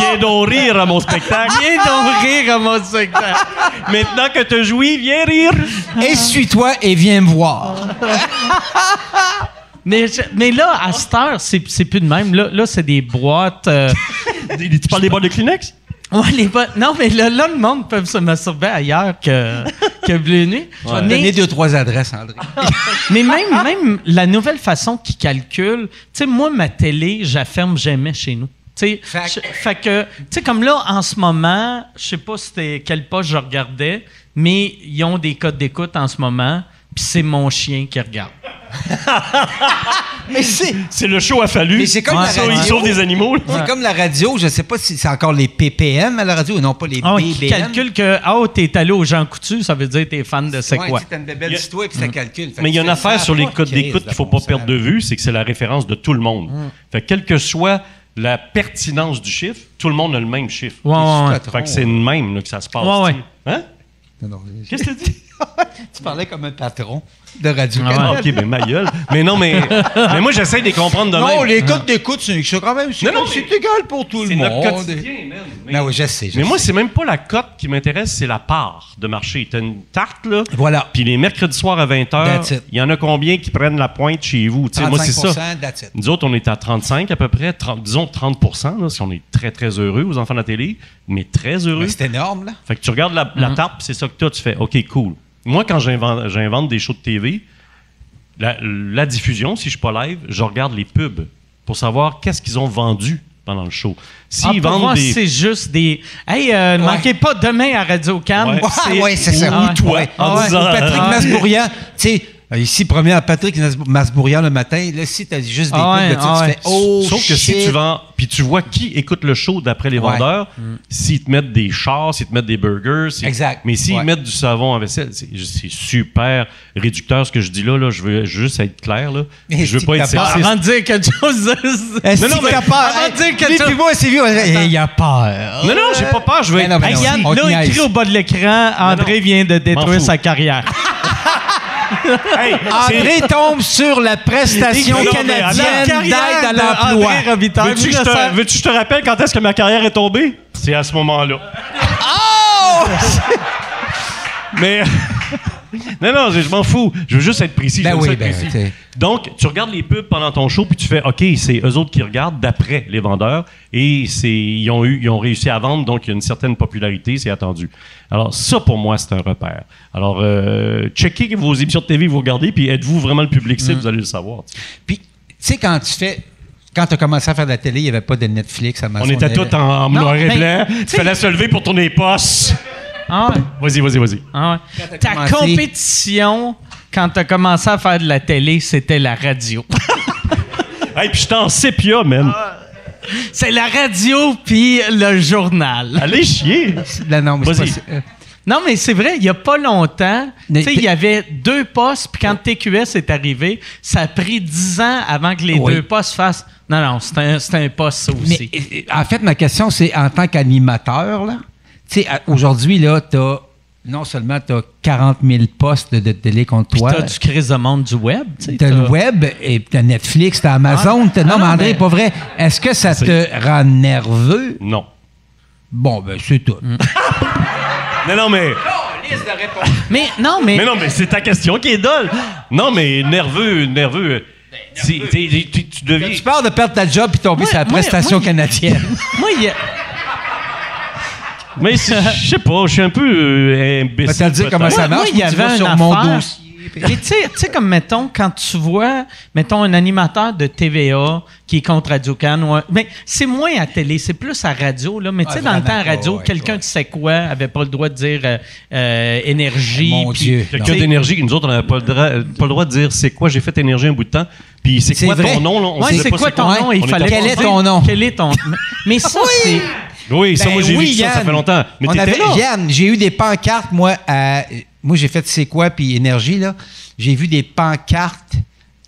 D: Viens donc rire à mon spectacle.
A: Oh! [laughs] Viens donc rire à mon spectacle.
D: Maintenant que t'as joué, viens rire.
F: Ah. Essuie-toi et viens me voir.
A: Mais, je- mais là, à cette heure, c'est c'est plus de même. Là, là c'est des boîtes. euh, [laughs]
D: Tu parles des bords de Kleenex?
A: ouais, les boîtes. Non, mais là, là, le monde peut se masturber ailleurs [laughs] que, que Bleu Nuit.
F: Je vais te
A: Mais-
F: donner deux, trois adresses, André.
A: Mais même, même la nouvelle façon qu'ils calculent, tu sais, moi, ma télé, j'affirme jamais chez nous. Tu sais,
F: Fact.
A: je- fait que, tu sais, comme là, en ce moment, je sais pas c'était quel poste je regardais, mais ils ont des codes d'écoute en ce moment, puis c'est mon chien qui regarde.
F: [laughs] Mais c'est.
D: C'est le show a fallu.
F: Mais c'est comme la
D: ils, sauvent,
F: radio.
D: ils sauvent des animaux. là.
F: C'est comme la radio, je sais pas si c'est encore les PPM à la radio et non pas les
A: Ah,
F: BBM.
A: ils calculent que, ah, oh, t'es allé au Jean Coutu, ça veut dire que t'es fan de c'est
F: Ouais,
A: quoi.
F: tu sais, t'as une belle
D: Il y a-
F: histoire puis ça calcule. Fait
D: Mais il y a
F: que
D: une
F: ça
D: affaire
F: sert
D: sur les
F: pas de
D: codes
F: crise,
D: d'écoute
F: là,
D: qu'il faut
F: bon,
D: pas
F: ça
D: perdre de vue, c'est que c'est la référence de tout le monde.
F: Mm.
D: Fait que quelle que soit la pertinence du chiffre, tout le monde a le même chiffre.
A: Ouais, ouais, ouais.
D: Fait que c'est de même là, que ça se passe.
A: Ouais, ouais.
D: tu sais. Hein?
F: Non, non, je-
D: Qu'est-ce que tu dis?
F: Tu parlais comme un patron de radio.
D: Ah, [laughs] ok, ben ma gueule. Mais non, mais, mais moi j'essaie de les comprendre de
F: Non,
D: même.
F: les codes d'écoute, c'est c'est quand même.
D: Ah. Non, non,
F: c'est
D: mais-
F: égal pour tout le
D: C'est
F: monde.
D: notre quotidien, man. Mais,
F: Non, oui, je sais. je
D: mais moi,
F: sais.
D: c'est même pas la cote qui m'intéresse, c'est la part de marché. T'as une tarte, là.
F: Voilà.
D: Puis les mercredis soirs à 20h,
F: That's it.
D: il y en a combien qui prennent la pointe chez vous? Tu sais, moi, c'est ça.
F: 35%, that's it.
D: Nous autres, on est à 35 à peu près, 30, disons 30 là, si on est très, très heureux aux enfants de la télé, mais très heureux.
F: Mais C'est énorme, là.
D: Fait que tu regardes la,
A: Mhm.
D: la tarte, puis c'est ça que toi, tu fais. OK, cool. Moi, quand j'invente j'invente des shows de TV, la, la diffusion, si je suis pas live, je regarde les pubs pour savoir qu'est-ce qu'ils ont vendu pendant le show. S'ils
A: Ah, pour
D: vendent
A: moi,
D: des...
A: c'est juste des. Hey, euh, manquez pas demain à Radio Cannes.
D: Ouais.
F: Ouais, ouais, c'est ça.
A: Ah ouais.
F: Ou toi.
A: Ouais.
F: En
A: Ah ouais.
F: disant,
A: Ah ouais.
F: Patrick
D: hein.
A: Ah ouais.
F: Masbourian, tu sais, euh, ici, premier à Patrick Nas- Masbourian le matin, là, si t'as juste des
A: Ah ouais,
F: pubs de ça,
A: ah
F: tu
A: ouais.
F: fais Oh,
D: Sauf que si
F: shit.
D: tu vends, puis tu vois qui écoute le show d'après les
F: Ouais. Mm.
D: vendeurs, s'ils te mettent des chars, s'ils te mettent des burgers, s'ils-
F: Exact.
D: Mais s'ils
F: Ouais.
D: mettent du savon à vaisselle, c'est c'est super réducteur ce que je dis là. là. Je veux juste être clair. Là.
F: Mais
D: Je veux
F: si
D: pas être
F: t'as pas-
D: sexiste.
A: Avant de dire quelque chose.
F: Est-ce
D: Non, non,
F: que t'as
D: mais-
F: peur?
A: Avant de dire que
F: Lui,
A: tu-
F: puis moi, c'est lui, on dirait, Eh, il a peur.
D: Non, non, j'ai pas peur. Je veux
F: Mais
D: être.
F: Ben non,
D: Hey,
F: mais non.
D: Yann,
F: On te
A: là,
F: niaise.
A: écrit au bas de l'écran, André vient de détruire
D: fous.
A: sa carrière.
D: hey, c'est-
F: André tombe sur
D: [laughs]
F: la prestation
D: Non, mais
F: canadienne
D: attends.
F: d'aide à l'emploi.
A: André Robitaille,
D: Veux-tu que, je
A: 1900.
D: te- veux-tu que je te rappelle quand est-ce que ma carrière est tombée? C'est à ce moment-là. [laughs] Mais. [laughs] non, non, je, je m'en fous. Je veux juste être précis.
F: Ben
D: j'aime
F: oui,
D: ça être
F: ben
D: précis.
F: oui, t'sais.
D: Donc, tu regardes les pubs pendant ton show, puis tu fais OK, c'est eux autres qui regardent d'après les vendeurs, et c'est, ils, ont eu, ils ont réussi à vendre, donc il y a une certaine popularité, c'est attendu. Alors, ça, pour moi, c'est un repère. Alors, euh, checkez vos émissions de TV que vous regardez, puis êtes-vous vraiment le public
F: Mm.
D: cible, vous allez le savoir. tu sais.
F: Puis, tu sais, quand tu fais. Quand tu as commencé à faire de la télé, il n'y avait pas de Netflix à
D: On était tous en, en
A: Non,
D: noir et
A: mais,
D: blanc.
A: tu
D: Tu
A: sais-
D: fallais se lever pour tourner les postes.
A: Ah ouais,
D: Vas-y, vas-y, vas-y.
A: ah ouais.
F: Quand t'as
A: Ta
F: commencé-
A: compétition, quand t'as commencé à faire de la télé, c'était la radio. [laughs]
D: Hey, puis j'étais en sépia, man.
A: C'est la radio puis le journal.
D: Allez chier.
F: Là, non, mais c'est
D: Vas-y.
F: pas- euh,
A: Non, mais c'est vrai, il n'y a pas longtemps, tu
F: Mais
A: sais,
F: t'es-
A: il y avait deux postes, puis quand TQS est arrivé, ça a pris dix ans avant que les
F: Oui.
A: deux postes fassent. Non, non, c'est un, c'est un poste, ça
F: Mais
A: aussi.
F: euh, en fait, ma question, c'est en tant qu'animateur, là, tu sais, à- aujourd'hui, là, t'as non seulement tu as 40 000 postes de télé contre
A: Puis
F: toi,
A: t'as du crise de monde du web, tu sais.
F: t'as le
A: t'as-
F: web, et t'as Netflix, t'as Amazon, t'as-
A: ah
F: non,
A: non,
F: mais André,
A: mais-
F: pas vrai. Est-ce que ça te rend nerveux?
D: Non.
F: Bon, ben, c'est tout.
A: Mm.
D: Non, non, mais,
A: Mais non, mais.
D: mais non, mais c'est ta question qui est dolle. Non, mais nerveux, nerveux.
A: Ben,
D: Si- t'sais, tu, tu, deviens.
F: Tu pars de perdre ta job et tomber
A: Moi-
F: sur la
A: moi-
F: prestation
A: moi-
F: canadienne.
A: Moi, il y a-
D: Mais c'est- je sais pas, je suis un peu euh,
F: Ben,
D: imbécile.
F: t'as dit comment
D: peut-être.
F: ça
A: moi,
F: marche,
A: il y
F: puis tu vas
A: avait
F: sur
A: un
F: mon
A: affaire.
F: dossier.
A: Mais tu sais, tu sais, comme mettons, quand tu vois, mettons, un animateur de TVA qui est contre Radio-Can, ou un- mais c'est moins à télé, c'est plus à radio, là. Mais tu sais,
F: Ah,
A: dans le temps, à
F: vraiment,
A: radio,
F: ouais,
A: quelqu'un,
F: ouais.
A: tu sais quoi, avait pas le droit de dire euh, euh, énergie.
F: Mon
A: puis-
F: Dieu.
D: Quelqu'un
A: Non.
D: d'énergie, nous autres, on n'avait pas, le dra- pas le droit de dire c'est quoi, j'ai fait énergie un bout de temps. Puis Puis c'est
F: C'est
D: quoi
F: vrai.
D: ton nom? Là? On
F: Ouais,
D: sait
A: C'est
D: pas
A: quoi ton
F: quoi.
A: nom?
F: Ouais,
A: Il
D: on est
A: fallait
D: tombé.
F: Quel est
A: trouver
F: ton nom?
A: Quel est ton Mais ça, c'est.
D: Oui, ça,
F: Ben
D: moi, j'ai
F: oui,
D: vu ça, ça
F: Yann.
D: fait longtemps. Mais
F: on
D: t'étais
F: avait,
D: là.
F: Yann, j'ai eu des pancartes, moi, à- moi j'ai fait C'est quoi, puis Énergie, là. J'ai vu des pancartes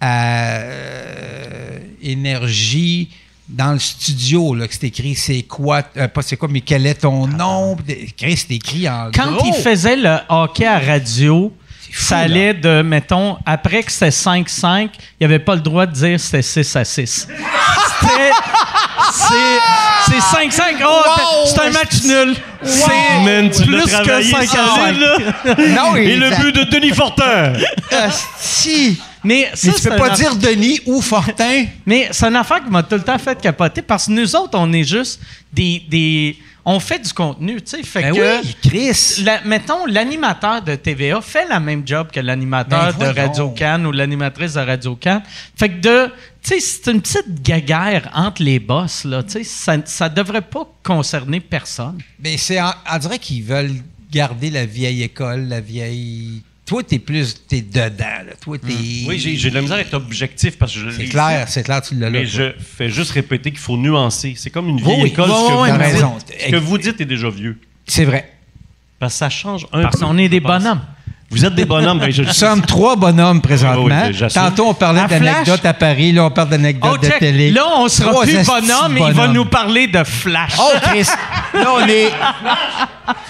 F: à euh, Énergie dans le studio, là, que c'est écrit C'est quoi, euh, pas C'est quoi, mais quel est ton
D: Ah.
F: nom? Puis des- Chris, c'est écrit en
A: Quand
F: gros.
A: il faisait le hockey à radio,
F: fou,
A: ça
F: là.
A: allait de, mettons, après que c'était 5-5, il n'y avait pas le droit de dire c'était 6 à 6. C'était. c'est- C'est 5-5. Oh, t'as- c'est un match nul. C'est
D: Man, tu l'as
A: plus que
D: travaillé
A: 5 à 5.
D: sans là.
F: Non,
D: Et
F: il-
D: le but de Denis Fortin.
F: Asti.
A: euh, Mais, ça,
F: Mais tu
A: c'est
F: peux pas
A: un-
F: dire Denis ou Fortin.
A: Mais c'est une affaire qui m'a tout le temps fait capoter parce que nous autres, on est juste des. des on fait du contenu, tu sais. Fait
F: Ben
A: que.
F: oui, Chris.
A: La- mettons, l'animateur de TVA fait la même job que l'animateur
F: Ben,
A: de
F: voyons.
A: Radio Cannes ou l'animatrice de Radio Cannes. Fait que de. Tu sais, c'est une petite gaguerre entre les boss, là. Tu sais, ça, ça devrait pas concerner personne.
F: Mais c'est, en- on dirait qu'ils veulent garder la vieille école, la vieille. Toi, t'es plus, t'es dedans, là. Toi, t'es.
D: Mm. Oui, j'ai j'ai de la misère à être objectif parce que je l'ai
F: C'est
D: ici.
F: clair, c'est clair, tu l'as là.
D: Mais
F: toi.
D: je fais juste répéter qu'il faut nuancer. C'est comme une vieille
F: Oui, oui.
D: école.
F: Oui,
D: ce, que
F: oui,
D: vous
F: oui, t'as
D: dites-
F: raison.
D: ce que vous dites est déjà vieux.
F: C'est vrai.
D: Parce que ça change un
A: Parce
D: peu,
A: qu'on est
D: je
A: des
D: pense.
A: bonhommes.
D: Vous êtes des bonhommes. Ben, je,
F: [laughs] Nous sommes trois bonhommes présentement.
D: Oui, oui, j'assume.
F: Tantôt, on parlait
A: À
F: d'anecdotes
A: Flash.
F: à Paris. Là, on parle d'anecdotes
A: Oh,
F: de
A: check.
F: télé.
A: Là, on sera
F: Trois
A: plus
F: astis
A: bonhomme,
F: bonhommes.
A: il va nous parler de Flash.
F: Oh, Chris. là,
A: [laughs]
F: on est.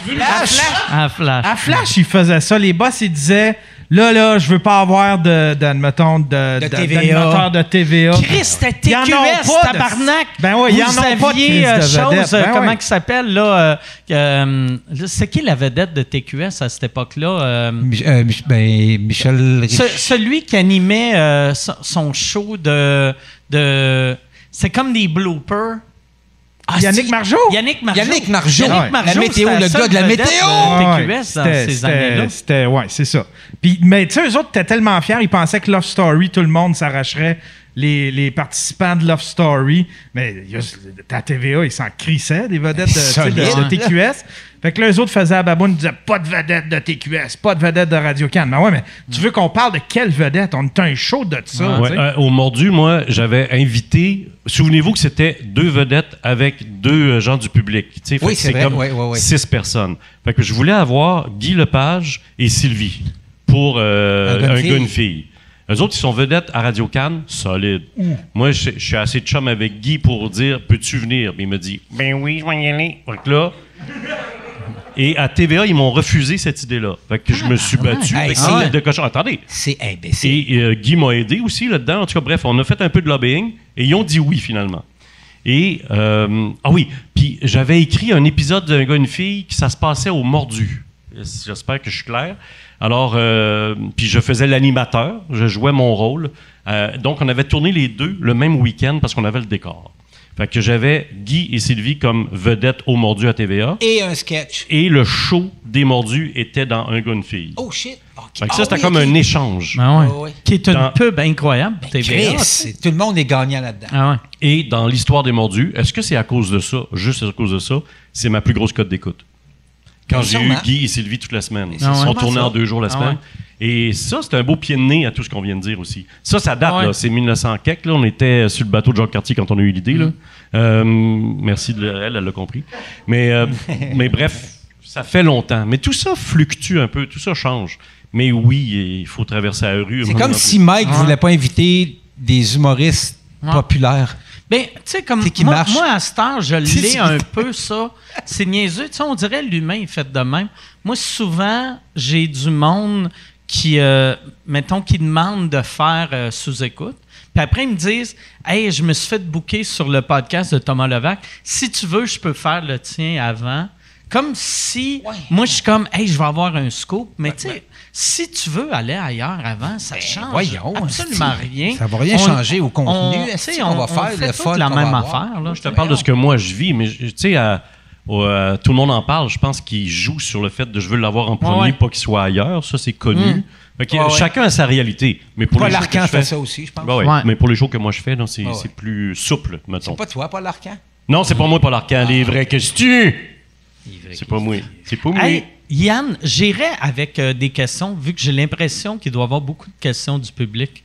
F: Flash.
A: Ah, Flash.
C: À Flash, ils faisaient ça. Les boss, ils disaient Là, là, je veux pas avoir de, de, admettons, de, de-
F: De TVA.
C: d'animateur de TVA.
A: Chris, c'était
C: Ils en ont
A: TQS,
C: pas de-
A: tabarnak!
C: Ben oui,
A: Vous
C: ils en ont pas de
A: aviez,
C: crise
A: euh,
C: de vedette.
A: chose, euh,
C: Ben
A: comment
C: oui.
A: qui s'appelle, là? euh, euh, là, c'est qui la vedette de TQS à cette époque-là? euh,
F: Mich- euh, Mich- ben, Michel.
A: ce- celui qui animait euh, son- son show de... de c'est comme des bloopers. Ah,
C: Yannick
A: c'est-
C: Margeau?
A: Yannick Margeau.
F: Yannick Margeau.
A: Yannick
F: La météo,
A: c'était
F: le
A: seule
F: gars de la
A: vedette
F: météo.
A: de
C: Ah Ouais,
A: TQS dans
C: c'était-
A: ces
C: c'était-
A: années-là.
C: C'était, ouais, c'est ça. Puis, mais tu sais, eux autres étaient tellement fiers, ils pensaient que Love Story, tout le monde s'arracherait les, les participants de Love Story. Mais il y a- ta TVA, ils s'en crissaient des vedettes de, tu sais, de- de
F: Solide.
C: TQS. Fait que là, eux autres faisaient à baboune, ils disaient pas de vedette de TQS, pas de vedette de Radio Cannes. Mais ouais, mais tu veux qu'on parle de quelle vedette On est un show de ça.
D: Ouais,
C: tu sais.
D: euh, au Mordu, moi, j'avais invité. Souvenez-vous que c'était deux vedettes avec deux euh, gens du public. Tu sais, fait
F: Oui,
D: que
F: c'est vrai. Oui, oui, oui.
D: six personnes. Fait que je voulais avoir Guy Lepage et Sylvie pour euh,
F: Un gars, une
D: un gars, une
F: fille.
D: fille. Eux autres, ils sont vedettes à Radio Cannes, solide. Moi, je, je suis assez chum avec Guy pour dire Peux-tu venir Puis il me dit Ben oui, je vais y aller. Fait que là. Et à TVA, ils m'ont refusé cette idée-là. Fait que je me suis battu
F: Ah, ouais.
D: avec
F: Hey,
D: ma
F: c'est-
D: tête de cochon. Attendez,
F: C'est imbécile.
D: et euh, Guy m'a aidé aussi là-dedans. En tout cas, bref, on a fait un peu de lobbying et ils ont dit oui finalement. Et, euh, ah oui, puis j'avais écrit un épisode d'un gars, une fille, qui ça se passait au mordu. J'espère que je suis clair. Alors, euh, puis je faisais l'animateur, je jouais mon rôle. Euh, donc, on avait tourné les deux le même week-end parce qu'on avait le décor. Fait que j'avais Guy et Sylvie comme vedettes au mordu à TVA.
F: Et un sketch.
D: Et le show des mordus était dans un gars, une fille.
F: Oh shit. OK.
D: Fait que
F: Ah
D: ça, c'était
F: oui,
D: comme
F: OK.
D: un échange.
A: Ah ouais.
F: Ah ouais. Ben,
A: Qui est une
D: Dans-
A: pub incroyable, TVA.
F: Chris, c'est- tout le monde est gagnant là-dedans.
A: Ah ouais.
D: Et dans l'histoire des mordus, est-ce que c'est à cause de ça, juste à cause de ça, c'est ma plus grosse cote d'écoute? Quand
F: Mais
D: j'ai eu
F: sûrement.
D: Guy et Sylvie toute la semaine. Ils
A: Ah ouais.
D: sont tournés
A: Ah
D: en deux jours la
A: ouais.
D: semaine. Et ça, c'est un beau pied de nez à tout ce qu'on vient de dire aussi. Ça, ça date,
A: Ouais.
D: là. C'est 1900 quelques, là. On était sur le bateau de Jacques Cartier quand on a eu l'idée, là.
A: Mm.
D: Euh, merci de le- elle, elle l'a compris. Mais,
A: [laughs]
D: euh, mais bref, ça fait longtemps. Mais tout ça fluctue un peu, tout ça change. Mais oui, il faut traverser la rue.
F: C'est comme si Mike voulait pas inviter des humoristes
A: Ouais.
F: populaires.
A: Ben, tu sais, comme
F: C'est qui
A: moi,
F: marche.
A: moi, à cette heure,
F: [laughs]
A: je
F: C'est qui-
A: l'ai un peu, ça. C'est niaiseux. Tu sais, on dirait l'humain est fait de même. Moi, souvent, j'ai du monde qui, euh, mettons, qui demande de faire euh, sous-écoute. Puis après, ils me disent Hey, je me suis fait booker sur le podcast de Thomas Levac. Si tu veux, je peux faire le tien avant. Comme si. Moi, je suis comme Hey, je vais avoir un scoop. Mais tu sais, si tu veux aller ailleurs avant, ça
F: Ben,
A: change.
F: voyons,
A: absolument
F: c'est-
A: rien.
F: ça va rien changer au contenu.
A: on-
F: Est-ce
A: tu sais,
F: qu'on va faire
A: fait
F: le
A: toute
F: fun
A: la
F: qu'on
A: même
F: va avoir?
A: affaire. Ah, Là,
D: Je te parle de ce que moi je vis, mais je- tu sais, à- au- à tout le monde en parle. Je pense qu'il joue sur le fait de je veux l'avoir en premier,
A: Ouais. Hmm.
D: pas qu'il soit ailleurs. Ça, c'est connu. Fait que,
F: Ouais, ouais.
D: Chacun a sa réalité. Mais pour
F: Paul
D: les shows que je
F: Arcand fait
D: fais- Bah
F: ça aussi, je pense. Bah
D: Ouais, ouais.
A: Ouais.
D: Mais pour les shows que moi je fais, non, c'est
F: Ouais,
D: c'est
F: ouais.
D: plus souple, mettons.
F: C'est pas Ah. toi, Paul Arcand?
D: Non, c'est pas moi, Paul Arcand. Les vrais questions. C'est pas moi. C'est pas moi.
A: Hey, Yann, j'irai avec euh, des questions, vu que j'ai l'impression qu'il doit y avoir beaucoup de questions du public.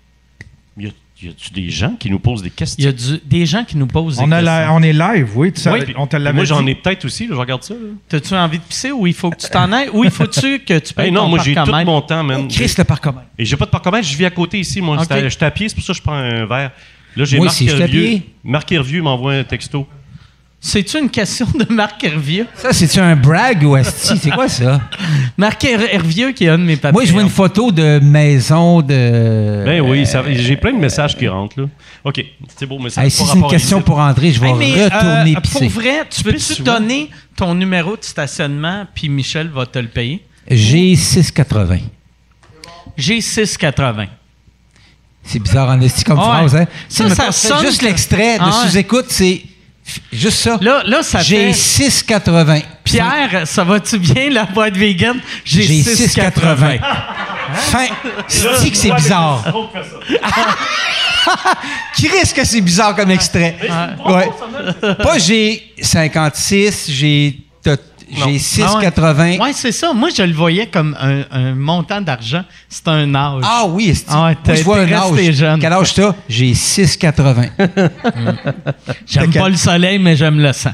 D: Il y a Y a-tu des gens qui nous posent des questions?
A: Il y a du- des gens qui nous posent
C: On,
A: des
C: a la-
A: questions.
C: on est live, oui. Tu savais-
D: Puis-
C: on te
D: puis
C: l'avait
D: Moi, j'en
C: dit.
D: ai peut-être aussi. là, je regarde ça. là.
A: T'as-tu envie de pisser ou il faut que tu t'en ailles ou il faut-tu que tu payes
D: Hey,
A: ton
D: non, moi, j'ai
A: parc en
D: tout
A: mètre?
D: mon temps, man.
F: Chris le parc commun.
D: Et j'ai pas de parcours, je vis à côté ici. Moi,
A: Ok.
D: J'étais- j'étais à pied, c'est pour ça que je prends un verre. Là, j'ai
F: Moi
D: Marc
F: aussi, j'étais à
D: Hervieux.
F: pied.
D: Marc Hervieux m'envoie un texto.
A: C'est-tu une question de Marc Hervieux? [laughs]
F: Ça, c'est-tu un brag ou asti? C'est quoi ça?
A: Marc Her- Hervieux qui est un de mes papiers.
F: Moi, je vois une photo de maison de.
D: Ben oui, ça- j'ai plein de messages qui rentrent. Là. OK, c'est beau, mais ça
F: Hey,
D: n'a
F: si
D: pas
F: c'est une
D: rapport à
F: question
D: ici.
F: pour André, je vais
A: Hey, mais,
F: retourner
A: euh,
F: pisser.
A: Pour vrai, tu peux-tu donner ton numéro de stationnement puis Michel va te le payer?
F: J'ai 6,80.
A: J'ai 6,80.
F: C'est bizarre en esti comme
A: Ouais.
F: phrase, hein?
A: Ça,
F: Mais
A: ça
F: mettons, fais
A: sonne,
F: Juste
A: ça.
F: l'extrait de
A: Ah ouais.
F: sous-écoute, c'est f- juste ça.
A: Là, là, ça
F: J'ai
A: fait...
F: 6,80.
A: Pierre, ça va-tu bien, la boîte vegan?
F: J'ai 6,80. Fin. C'est que c'est bizarre. [laughs] Qui risque que c'est bizarre comme extrait? Ouais. Pas j'ai 56, j'ai tot- j'ai
A: Ah ouais.
F: 6,80.
A: Ouais, c'est ça. Moi, je le voyais comme un, un montant d'argent. C'est un âge.
F: Ah oui, esti.
A: Ah ouais,
F: Moi,
A: t'es-
F: je vois
A: t'es
F: un
A: resté
F: âge.
A: jeune.
F: Quel âge t'as? J'ai 6,80.
A: j'aime
F: t'as-
A: pas le soleil, mais j'aime le sang.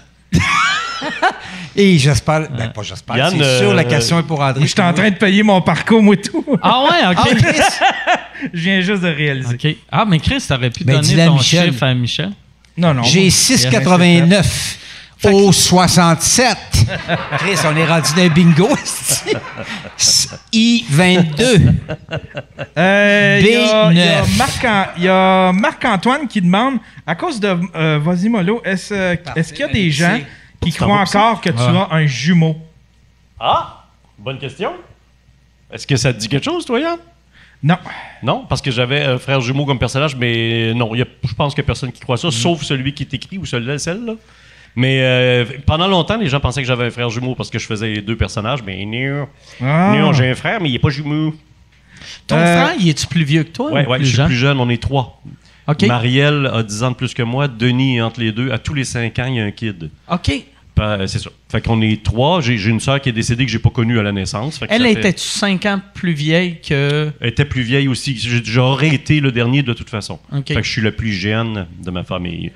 F: Et j'espère, ben pas j'espère,
D: Yann,
F: c'est sûr,
D: euh,
F: la question est pour André.
C: Je suis en train de payer mon parcours, moi, et tout.
A: [laughs] Ah ouais,
F: Ah,
A: OK.
F: Chris!
C: [laughs] Je viens juste de réaliser.
A: OK. Ah, mais Chris, t'aurais pu
F: Ben,
A: donner
F: dis-le à
A: ton
F: Michel.
A: chiffre à Michel.
C: Non, non.
F: J'ai 6,89 au 67. Chris, on est rendu d'un bingo. I22.
C: Euh, Il y a- il y a
F: B9.
C: Marc- il y a Marc-Antoine qui demande à cause de euh, Vas-y Molo, est-ce euh, est-ce qu'il y a des gens qui
D: t'en
C: croient
D: vas pisser?
C: encore que tu
F: Ah.
C: as un jumeau
D: Ah, bonne question. Est-ce que ça te dit quelque chose, toi, Yann?
C: Non.
D: Non, parce que j'avais un frère jumeau comme personnage, mais non, il y a- je pense qu'il n'y a personne qui croit ça, sauf celui qui est écrit ou celui-là, celle-là. Mais euh, pendant longtemps, les gens pensaient que j'avais un frère jumeau parce que je faisais les deux personnages, mais non,
C: Ah.
D: non j'ai un frère, mais il n'est pas jumeau.
A: Ton
C: Euh,
A: frère, il est-tu plus vieux que
F: Ah,
A: toi
D: Ouais,
A: ou
D: ouais,
A: plus
D: je suis
A: jeune?
D: plus jeune, on est trois.
A: OK.
D: Marielle a 10 ans de plus que moi, Denis est entre les deux. À tous les 5 ans, il y a un kid.
A: OK.
D: Ben, c'est ça. Fait qu'on est trois. J'ai j'ai une sœur qui est décédée que j'ai pas connue à la naissance. Fait que
A: Elle
D: ça fait-
A: était-tu 5 ans plus vieille que...
D: Elle était plus vieille aussi. J- J'aurais été le dernier de toute façon.
A: Ok.
D: Fait que je suis le plus jeune de ma famille.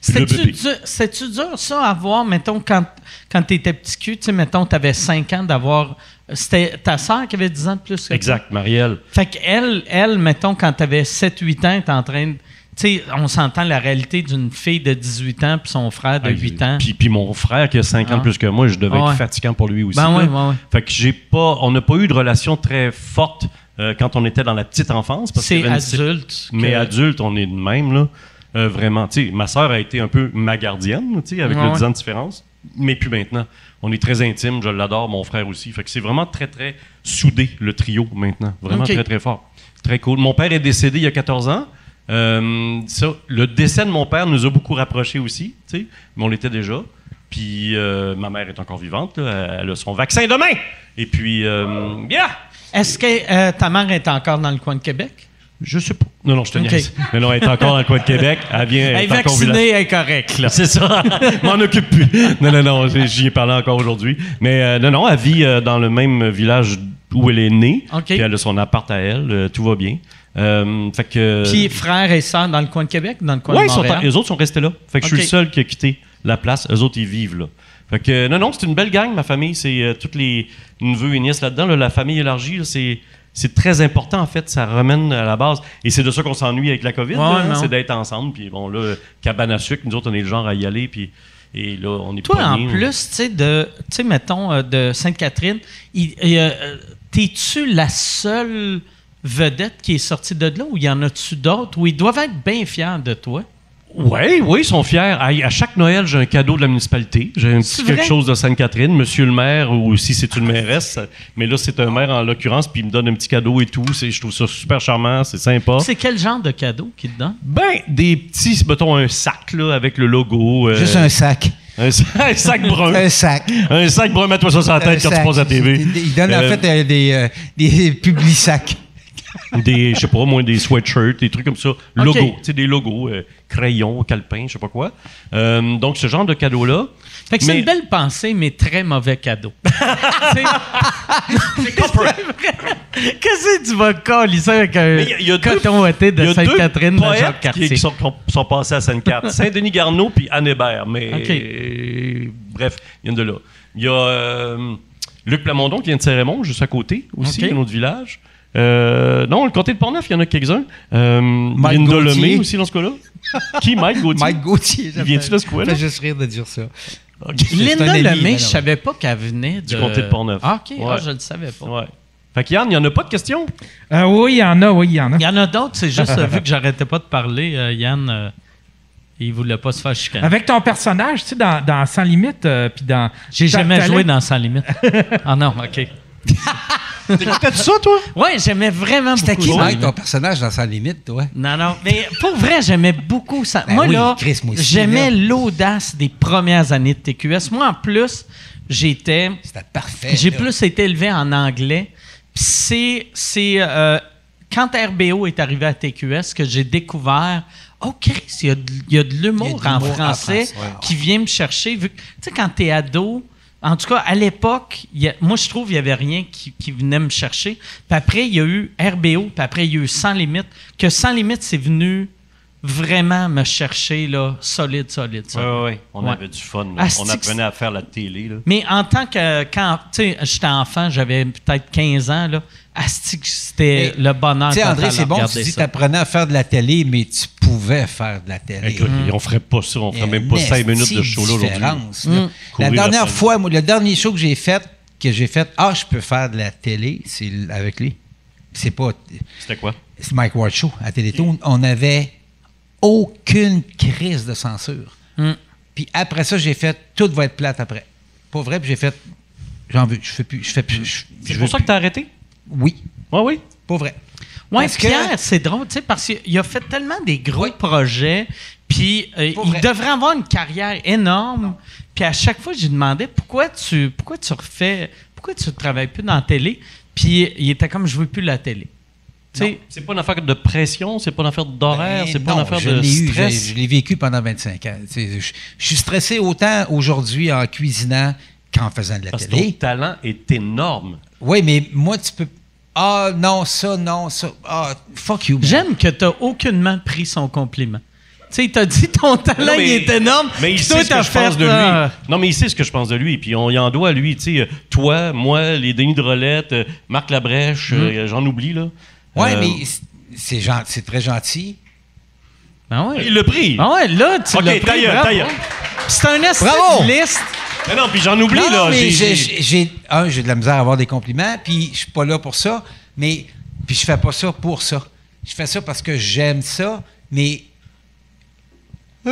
A: C'était-tu
D: bébé.
A: dur, c'était-tu dur, ça, à voir, mettons, quand, quand t'étais petit cul, tu sais, mettons, t'avais 5 ans d'avoir... C'était ta sœur qui avait 10 ans de plus que toi.
D: Exact, Marielle.
A: Fait qu'elle, elle, mettons, quand t'avais 7-8 ans, t'es en train de... Tu sais, on s'entend la réalité d'une fille de 18 ans puis son frère de
D: Ah,
A: 8 ans.
D: Puis, puis mon frère qui a 5 ans
A: Ah.
D: de plus que moi, je devais
A: Ah ouais.
D: être fatigant pour lui aussi.
A: Ben ouais,
D: là.
A: ouais, ouais.
D: Fait que j'ai pas, on n'a pas eu de relation très forte euh, quand on était dans la petite enfance. parce qu'il y
A: C'est
D: avait une-
A: adulte. que-
D: Mais adulte, on est de même, là. Euh, vraiment, tu sais, ma sœur a été un peu ma gardienne, tu sais, avec
A: Ouais,
D: le
A: ouais.
D: 10 ans de différence. Mais plus maintenant. On est très intime, je l'adore, mon frère aussi. Fait que c'est vraiment très, très soudé, le trio, maintenant. Vraiment
A: Ok.
D: très, très fort. Très cool. Mon père est décédé il y a 14 ans. Euh, ça, le décès de mon père nous a beaucoup rapprochés aussi, tu sais, mais on l'était déjà. Puis euh, ma mère est encore vivante, là. elle a son vaccin demain. Et puis, euh, yeah!
A: Est-ce que euh, ta mère est encore dans le coin de Québec?
D: Je sais pas. Non, non, je te
A: Ok.
D: niaise. Mais non, elle est encore dans le coin de Québec. Elle vient.
A: Elle est
D: est encore village-
A: vaccinée, elle est correcte. là.
D: C'est ça. [laughs] M'en occupe plus. Non, non, non. j'ai- J'y ai parlé encore aujourd'hui. Mais euh, non, non, elle vit euh, dans le même village où elle est née.
A: Ok.
D: Puis elle a son appart à elle. euh, tout va bien. Euh, fait que.
A: Puis frère et sœur dans le coin de Québec, dans le coin
D: ouais,
A: de
D: ils sont,
A: Montréal?
D: les autres sont restés là. Fait que je
A: Ok.
D: suis le seul qui a quitté la place. Eux autres, ils vivent là. Fait que, euh, non, non, c'est une belle gang, ma famille. C'est euh, toutes les neveux et nièces là-dedans. là. la famille élargie, là, c'est. C'est très important, en fait. Ça ramène à la base. Et c'est de ça qu'on s'ennuie avec la COVID.
A: Ouais,
D: là, hein,
A: non.
D: c'est d'être ensemble. Puis bon, là, cabane à sucre, nous autres, on est le genre à y aller. Puis, et là, on est
A: Toi,
D: pognés,
A: en
D: on-
A: plus, tu sais, de, tu sais, mettons, euh, de Sainte-Catherine, il- il y a, euh, t'es-tu la seule vedette qui est sortie de là ou y en a-tu d'autres où ils doivent être bien fiers de toi?
D: Oui, oui, ils sont fiers. À, à chaque Noël, j'ai un cadeau de la municipalité. J'ai un
A: C'est
D: petit quelque
A: vrai?
D: chose de Sainte-Catherine, monsieur le maire, ou si c'est une mairesse. Mais là, c'est un maire en l'occurrence, puis il me donne un petit cadeau et tout. C'est- Je trouve ça super charmant, c'est sympa.
A: C'est quel genre de cadeau qu'ils te donnent?
D: Ben, des petits, mettons, un sac là, avec le logo. euh,
F: Juste un sac.
D: un sa- [laughs] un sac brun.
F: Un sac.
D: un sac brun, mets-toi ça sur la
F: Un
D: tête quand
F: sac.
D: tu passes à la TV.
F: Il il donne en
D: Euh,
F: fait euh, des, euh, des publics sacs.
D: des, je sais pas, moi, des sweatshirts, des trucs comme ça. Logo,
A: Ok.
D: tu sais, des logos, euh, crayons, calepins, je sais pas quoi. Euh, donc, ce genre de cadeau-là.
A: Fait que c'est
D: Mais-
A: une belle pensée, mais très mauvais
D: [laughs]
A: cadeau. c'est [laughs] Qu'est-ce que tu vas colisser avec un
D: Mais il y a- il y a deux-
A: coton ouaté
D: Il y
A: de
D: a deux
A: Sainte-Catherine dans
D: poètes
A: Jacques Cartier?
D: qui, qui sont, qui sont passés à Sainte-Catherine. Saint-Denis Garneau puis Anne Hébert. Mais
A: Ok.
D: euh, bref, ils viennent de là. Il y a euh, Luc Plamondon qui vient de Saint-Raymond, juste à côté aussi,
A: Ok.
D: un autre village. Euh, non, le comté de Portneuf, il y en a quelques-uns. Euh,
F: Mike
D: Linda
F: Gauthier.
D: Lemay aussi dans ce cas-là. qui, Mike Gauthier?
F: Mike Gauthier.
D: Il vient-tu de ce coin-là?
F: Je juste rire de dire ça. C'est un
A: Linda
F: ami,
A: Lemay,
F: madame.
A: je savais pas qu'elle venait de...
D: Du comté de Portneuf.
A: Ah, OK. Ah,
D: Ouais.
A: je le savais pas.
D: Ouais. Fait que Yann, il n'y en a pas de questions?
C: Euh, oui, il y en a, oui, il y en a.
A: Il y en a d'autres, c'est juste euh, vu que j'arrêtais pas de parler, euh, Yann, euh, il voulait pas se faire chicaner.
C: Avec ton personnage, tu sais, dans, dans Sans Limite, euh, puis dans...
A: J'ai
C: t'a-
A: jamais
C: t'allais-
A: joué dans Sans Limite. ah non, OK.
F: T'as-tu ça, toi?
A: Ouais, j'aimais vraiment
F: C'était
A: beaucoup
F: qui,
A: Sans
F: Mike,
A: Limite.
F: ton personnage dans sa limite, toi?
A: Non, non, mais pour vrai, j'aimais beaucoup ça.
F: Ben
A: moi,
F: oui,
A: là,
F: Chris, moi aussi,
A: j'aimais
F: là.
A: l'audace des premières années de TQS. Moi, en plus, j'étais...
F: C'était parfait.
A: J'ai
F: là.
A: plus été élevé en anglais. Puis c'est, c'est euh, quand RBO est arrivé à TQS que j'ai découvert. Oh, Chris, il y a de, il y a de l'humour
F: Il y a
A: en
F: de l'humour en
A: français
F: France, ouais.
A: qui vient me chercher. Vu que, tu sais, quand t'es ado, en tout cas, à l'époque, il y a- moi, je trouve qu'il n'y avait rien qui, qui venait me chercher. Puis après, il y a eu RBO, puis après, il y a eu Sans Limite, que Sans Limite, c'est venu vraiment me chercher, là, solide, solide, solide.
D: On
A: Ouais.
D: avait du fun. là.
A: Ah,
D: on
A: c'est-
D: apprenait à faire la télé. Là.
A: Mais en tant que. Quand, tu sais, j'étais enfant, j'avais peut-être 15 ans, là. Asti, que c'était
F: Mais,
A: le bonheur.
F: Tu sais,
A: quand
F: André,
A: t'allais
F: c'est bon, tu
A: regarder
F: dis
A: ça.
F: t'apprenais à faire de la télé, mais tu pouvais faire de la télé.
D: Écoute, on ferait pas ça. On ferait même pas
F: Une
D: 5 minutes de
F: petite
D: show là aujourd'hui. Mmh.
F: différence, là. La
D: Courir
F: dernière
D: après-
F: fois, moi, le dernier show que j'ai fait, que j'ai fait, ah, je peux faire de la télé, c'est l- avec lui. C'est pas.
D: C'était quoi?
F: C'est Mike Ward Show à Télétoon. On avait aucune crise de censure.
D: Mmh.
A: Mm.
F: Puis après ça, j'ai fait, tout va être plate après. Pour vrai, puis j'ai fait, j'en veux, je fais plus, je fais plus. je- je
D: C'est
F: veux
D: pour ça que t'as arrêté?
F: plus. Oui,
D: Oui, oui.
F: pour vrai.
A: Ouais,
F: Parce que-
A: Pierre, c'est drôle, tu sais, parce qu'il a fait tellement des gros projets, puis euh,
F: Pas
A: il
F: vrai.
A: devrait avoir une carrière énorme. Puis à chaque fois, je lui demandais pourquoi tu, pourquoi tu refais, pourquoi tu travailles plus dans la télé. Puis il était comme, je veux plus la télé. Tu sais,
D: C'est pas une affaire de pression, c'est pas une affaire d'horaire,
F: Ben
D: c'est pas
F: non,
D: une affaire
F: je
D: de
F: l'ai eu, je-
D: stress.
F: je l'ai vécu pendant 25 ans. Tu sais, Je, je suis stressé autant aujourd'hui en cuisinant qu'en faisant de la
D: Parce que ton
F: télé.
D: talent est énorme.
F: Oui, mais moi, tu peux. Ah, non, ça, non, ça. Ah, fuck you. man.
A: J'aime que tu aucunement pris son compliment. Tu sais, il t'a dit ton talent,
D: Non, mais-
A: il est énorme.
D: Mais il
A: puis
D: sait
A: toi,
D: ce
A: t'as
D: que je pense
A: fait,
D: de
A: euh,
D: lui. Non, mais il sait ce que je pense de lui. Puis on y en doit à lui. Tu sais, euh, toi, moi, les Denis de Rolette, euh, Marc Labrèche, euh, j'en oublie, là.
F: Mm. Ouais,
D: Euh,
F: mais c'est- c'est gen- c'est très gentil.
A: Ah ouais.
D: Il l'a pris.
A: Ah ouais, là, tu
D: Ok,
A: l'as pris,
D: tailleur,
A: bravo.
D: tailleur.
A: C'est un
F: Bravo.
A: astuce liste.
D: Mais Ben non, puis j'en oublie,
F: Non,
D: là.
F: non, mais
D: J'ai-
F: j'ai-
D: j'ai-
F: j'ai- j'ai- un, j'ai de la misère à avoir des compliments, puis je suis pas là pour ça, mais puis je fais pas ça pour ça. Je fais ça parce que j'aime ça, mais Ah!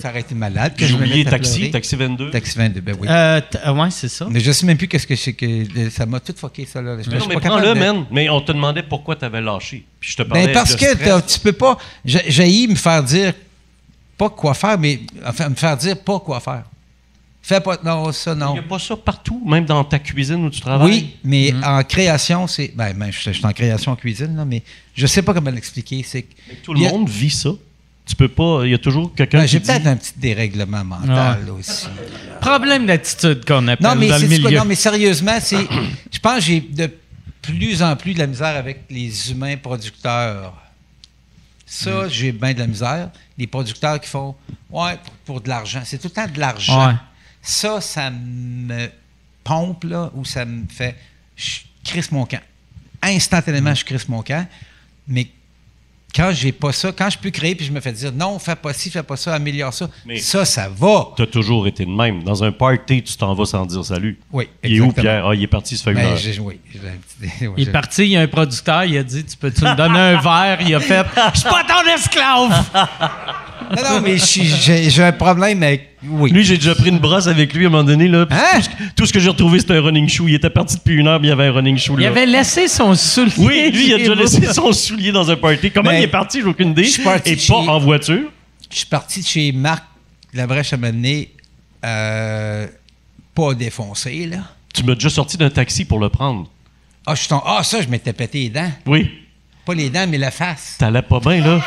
F: ça aurait été malade que
D: J'ai
F: je me
D: oublié
F: mette à
D: Taxi,
F: pleurer.
D: Taxi 22.
F: Taxi 22, ben oui.
A: Euh, t- euh, ouais, c'est ça.
F: Mais je sais même plus qu'est-ce que c'est que euh, ça m'a tout fucké ça là. Je- je
D: Non,
F: suis
D: mais
F: pas
D: prends-le,
F: capable de-
D: man. Mais on te demandait pourquoi t'avais lâché. Puis je te parlais
F: Ben parce
D: de
F: que
D: stress.
F: t'as- tu peux pas j'ai j'ai me faire dire pas quoi faire mais enfin me faire dire pas quoi faire. Fais pas non ça
D: Il
F: non.
D: n'y a pas ça partout, même dans ta cuisine où tu travailles.
F: Oui, mais
D: Mmh.
F: en création, c'est. Ben, ben, je, je suis en création en cuisine, là, mais je sais pas comment l'expliquer. C'est que-
D: Mais Tout le
F: Il y a-
D: monde vit ça. Tu peux pas. Il y a toujours quelqu'un
F: Ben,
D: qui
F: J'ai
D: dit-
F: peut-être un petit dérèglement mental là, aussi.
A: Problème d'attitude qu'on appelle
F: Non, mais
A: dans le
F: c'est quoi?
A: milieu.
F: Non, mais sérieusement, c'est. [clears throat] je pense que j'ai de plus en plus de la misère avec les humains producteurs. Ça,
A: Mm.
F: j'ai bien de la misère. Les producteurs qui font Ouais, pour, pour de l'argent. C'est tout le temps de l'argent.
A: Ouais.
F: Ça, ça me pompe, là, ou ça me fait. Je crisse mon camp.
A: Mm.
F: Instantanément, je crisse mon camp. Mais quand j'ai pas ça, quand je peux créer, puis je me fais dire non, fais pas ci, fais pas ça, améliore ça.
D: Mais-
F: ça, ça va.
D: T'as toujours été de même. Dans un party, tu t'en vas sans dire salut.
F: Oui,
D: Il est où,
F: exactement.
D: Pierre? Ah, il est parti, il se fait une
F: Ben,
D: heure.
F: j'ai- oui, j'ai un petit- [laughs] oui,
A: Il
F: j'ai-
A: est parti, il y a un producteur, il a dit Tu peux-tu me donner un verre Il a
D: [laughs]
A: fait Je suis pas ton esclave
F: Non, non, mais je suis- j'ai j'ai un problème avec. Oui.
D: Lui, j'ai déjà pris une brosse avec lui à un moment donné. Là, puis
F: Hein?
D: tout, ce que, tout ce que j'ai retrouvé, c'était un running shoe. Il était parti depuis une heure, puis il y avait un running shoe.
A: Il
D: là.
A: avait laissé son soulier.
D: Oui, lui, il a
A: chez
D: déjà
A: vous.
D: laissé son soulier dans un party. Comment
F: Ben,
D: il est parti, j'ai aucune idée.
F: je suis parti
D: Et
F: chez-
D: pas en voiture.
F: Je suis parti de chez Marc Labrèche à un moment donné, euh, pas défoncé, là.
D: Tu m'as déjà sorti d'un taxi pour le prendre.
F: Ah, je suis tombé- Ah, ça, je m'étais pété les dents.
D: Oui.
F: Pas les dents, mais la face.
D: T'allais pas bien, là.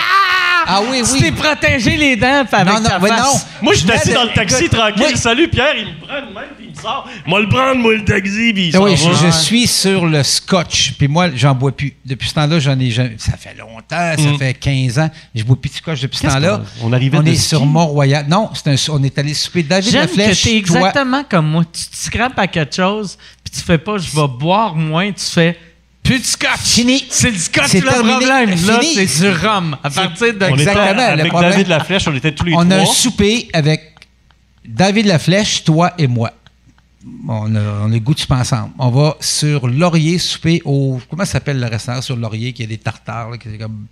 F: Ah oui,
A: Tu
F: oui.
A: t'es protégé les dents pis avec
F: Non, non,
A: ta
F: ouais,
A: face.
F: non.
D: Moi, je suis assis
F: Mais,
D: dans le taxi
F: écoute,
D: tranquille.
F: oui.
D: Salut Pierre, il me prend de même puis il me sort. Moi le prendre, moi le taxi puis il s'en
F: Ah Oui, je,
D: va.
F: je suis sur le scotch. Puis moi, j'en bois plus. Depuis ce temps-là, j'en ai jamais- Ça fait longtemps, ça fait 15 ans. Je bois plus de scotch depuis ce
D: Mm. Qu'est-ce
F: temps-là.
D: qu'on- on arrivait
F: On
D: de
F: est
D: ski?
F: sur Mont-Royal. Non, c'est un- on est allé souper. David
A: J'aime que
F: Laflèche.
A: t'es
F: toi-
A: exactement comme moi. Tu te scrapes à quelque chose, puis tu fais pas « je vais boire moins », tu fais « plus de scotch ».
F: Fini.
A: C'est du scotch
F: C'est
A: le
F: terminé.
A: problème. Là,
F: Fini.
A: c'est du rhum. À partir de
D: On était
F: Exactement, le
D: avec
F: problème.
D: David Laflèche, on était tous les
F: on
D: trois.
F: a un souper avec David Laflèche, toi et moi. On a, on a le goût de souper ensemble. On va sur Laurier souper au. Comment ça s'appelle le restaurant sur Laurier qui a des tartares, là, qui est comme.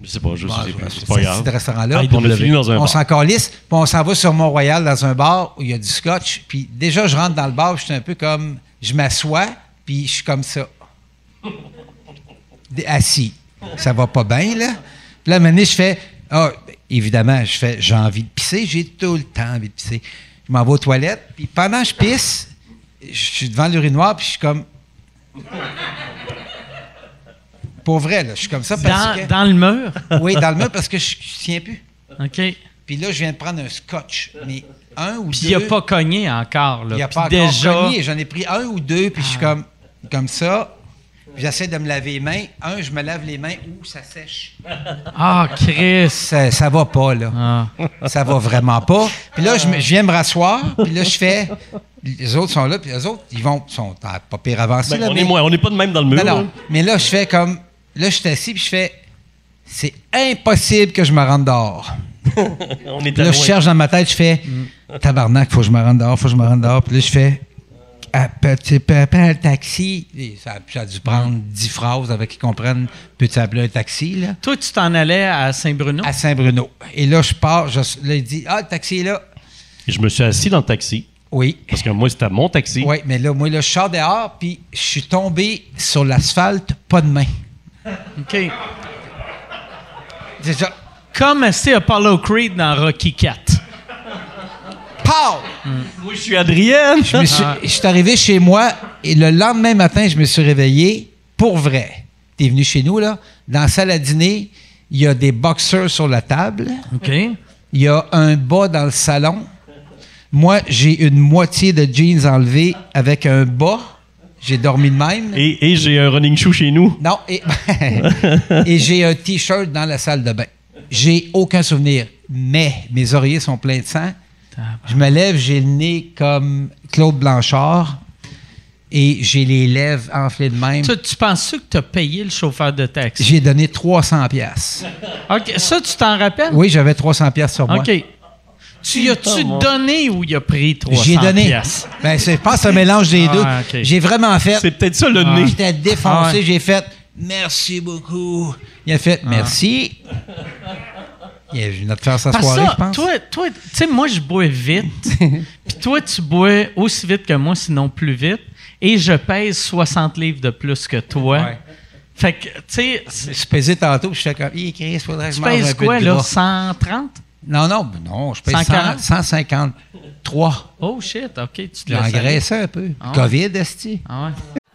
D: Je sais pas, je sais
F: Bah,
D: pas, c'est
F: c'est
D: pas
F: ce
D: grave. Ah,
F: petit restaurant-là.
D: Puis on a fini dans un
F: on
D: bar.
F: s'en calisse, puis on s'en va sur Mont-Royal dans un bar où il y a du scotch. Puis déjà, je rentre dans le bar, puis je suis un peu comme. Je m'assois, puis je suis comme ça. D- Assis. Ça va pas bien, là. Puis là, à un moment donné, je fais. Ah, évidemment, je fais. J'ai envie de pisser, j'ai tout le temps envie de pisser. Je m'en vais aux toilettes, puis pendant que je pisse, je suis devant l'urinoir, puis je suis comme. Pour vrai, là, je suis comme ça parce
A: dans,
F: que.
A: dans le mur.
F: Oui, dans le mur parce que je, je tiens plus.
A: OK. Puis
F: Puis là, je viens de prendre un scotch, mais un ou deux.
A: il a pas cogné encore. Là.
F: il a
A: Puis
F: pas
A: déjà,
F: encore cogné. J'en ai pris un ou deux, puis je suis comme, comme ça. Puis J'essaie de me laver les mains. Un, je me lave les mains. Ouh, ça sèche.
A: Ah, Chris.
F: Ça, ça va pas, là.
A: Ah.
F: Ça va vraiment pas. Puis là, je, me- je viens me rasseoir, puis là, je fais. Les autres sont là, puis les autres, ils vont, sont à pas pire avancés.
D: Ben,
F: là,
D: on
F: mais-
D: est moins, hein. on n'est pas de même dans le mur.
F: Non, non.
D: là.
F: Mais là, je fais comme. Là, je suis assis, puis je fais. C'est impossible que je me rende dehors.
D: On
F: Puis
D: était
F: là,
D: loin.
F: je cherche dans ma tête, je fais tabarnak, faut que je me rende dehors, faut que je me rende dehors. Puis là, je fais Ah, Appelle- tu peux appeler un taxi. Et Ça, ça a dû prendre dix phrases avec qu'ils comprennent Peux-tu appeler un taxi, là,
A: Toi, tu t'en allais à Saint-Bruno.
F: à Saint-Bruno. Et là, je pars, je, là, il dit Ah, le taxi est là.
D: Je me suis assis dans le taxi
F: Oui.
D: parce que moi c'était mon taxi.
F: Oui, mais là, moi, là, je sors dehors, puis je suis tombé sur l'asphalte, pas de main.
A: OK.
F: C'est ça.
A: Comme c'est Apollo Creed dans Rocky 4.
F: Pow!
D: Mm. Moi je suis Ah. Adrienne.
F: Je me suis- je suis arrivé chez moi et le lendemain matin, je me suis réveillé pour vrai. T'es venu chez nous, là. Dans la salle à dîner, il y a des boxeurs sur la table.
A: OK.
F: Il y a un bas dans le salon. Moi, j'ai une moitié de jeans enlevés avec un bas. J'ai dormi de même.
D: Et, et j'ai un running shoe chez nous.
F: Non, et, [laughs] et j'ai un T-shirt dans la salle de bain. J'ai aucun souvenir, mais mes oreillers sont pleins de sang. Je me lève, j'ai le nez comme Claude Blanchard et j'ai les lèvres enflées de même.
A: Tu, tu penses-tu que tu as payé le chauffeur de taxi?
F: J'ai donné 300 pièces.
A: OK. Ça, tu t'en rappelles?
F: Oui, j'avais 300 pièces sur moi.
A: OK. Tu y as-tu donné ou il a pris 300
F: J'ai donné.
A: piastres?
F: Ben, c'est- je pense que c'est un mélange des
A: Ah,
F: deux.
A: ok.
F: J'ai vraiment fait.
D: C'est peut-être ça le nez.
F: J'étais
A: Ah
F: défoncé,
A: ouais. Ah.
F: j'ai fait merci beaucoup. Il a fait merci. Il est venu te faire sa
A: Parce
F: soirée, je
A: que
F: pense.
A: toi, toi, tu sais, moi, je bois
F: [laughs]
A: vite. Puis toi, tu bois aussi vite que moi, sinon plus vite. Et je pèse 60 livres de plus que toi.
F: Ouais.
A: Fait que, tu sais, c'est-
F: Je pesais tantôt, puis je fais comme, il Chris, faudrait que je
A: tu
F: mange un
A: pèses
F: peu
A: quoi,
F: de
A: là?
F: gras.
A: 130?
F: Non, non, ben non, je pèse
A: 140?
F: 100 153.
A: Oh shit, OK, tu te laisses. aller.
F: J'engraissais un peu.
A: Ah ouais.
F: COVID, esti.
A: Ah ouais.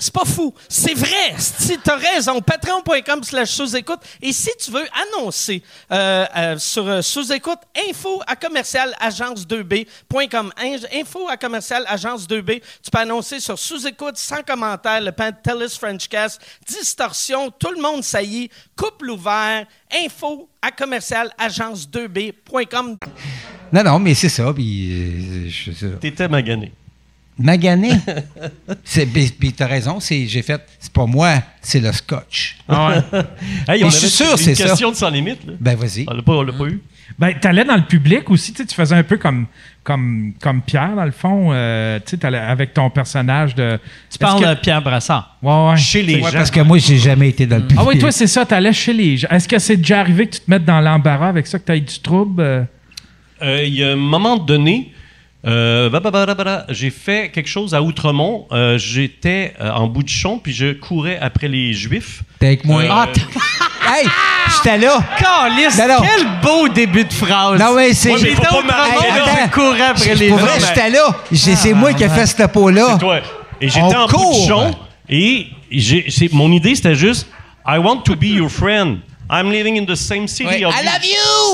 G: C'est pas fou. C'est vrai. Si t'as raison, patreon.com slash sous-écoute. Et si tu veux annoncer euh, euh, sur euh, sous-écoute, info à commercial agence2b.com. In- Info à commercial agence2b. Tu peux annoncer sur sous-écoute, sans commentaire, le pan TELUS Frenchcast, distorsion, tout le monde saillit, couple ouvert, info à commercial agence2b.com.
F: Non, non, mais c'est ça, puis euh, je sais ça.
D: T'étais magané.
F: Magané. c'est, puis, puis t'as raison, c'est, j'ai fait, c'est pas moi, c'est le scotch.
D: Hey,
F: Mais
D: on
F: je suis
D: avait
F: sûr,
D: une
F: c'est ça.
D: question de sans limite. là.
F: Ben, vas-y.
D: On l'a pas, on l'a pas eu.
C: Ben, t'allais dans le public aussi, tu sais, tu faisais un peu comme, comme, comme Pierre, dans le fond, euh, tu sais, t'allais avec ton personnage de...
A: Tu parles de
C: Est-ce que-
A: Pierre Brassard.
C: Ouais, ouais.
D: Chez les
F: Ouais,
D: gens.
F: parce que moi, j'ai jamais été dans le public.
C: Ah
F: [laughs]
C: oui, toi, c'est ça, t'allais chez les gens. Est-ce que c'est déjà arrivé que tu te mettes dans l'embarras avec ça, que t'aies du trouble? euh?
D: Euh, Il y a un moment donné, euh, bababababara, j'ai fait quelque chose à Outremont. Euh, J'étais euh, en bout de champ, puis je courais après les Juifs.
F: T'es avec moi.
D: Euh,
F: Ah, t- [laughs] hey, j'étais là.
A: Calice,
F: Non, non.
A: quel beau début de phrase.
F: Non, mais c'est.
D: Ouais, mais faut pas m'arrêter
F: Hey,
D: là.
F: attends.
A: Je courais après
F: Je-
A: les
F: pour
A: gens.
F: vrai,
D: mais-
F: j'étais là. J'ai- c'est moi qui ai fait ce pot-là.
D: Toi. Et
F: On
D: j'étais en bout
F: court.
D: de champ, et j'ai- c'est- mon idée, c'était juste I want to be your friend. I'm living in the same city.
F: Ouais. I
D: of you.
F: love you!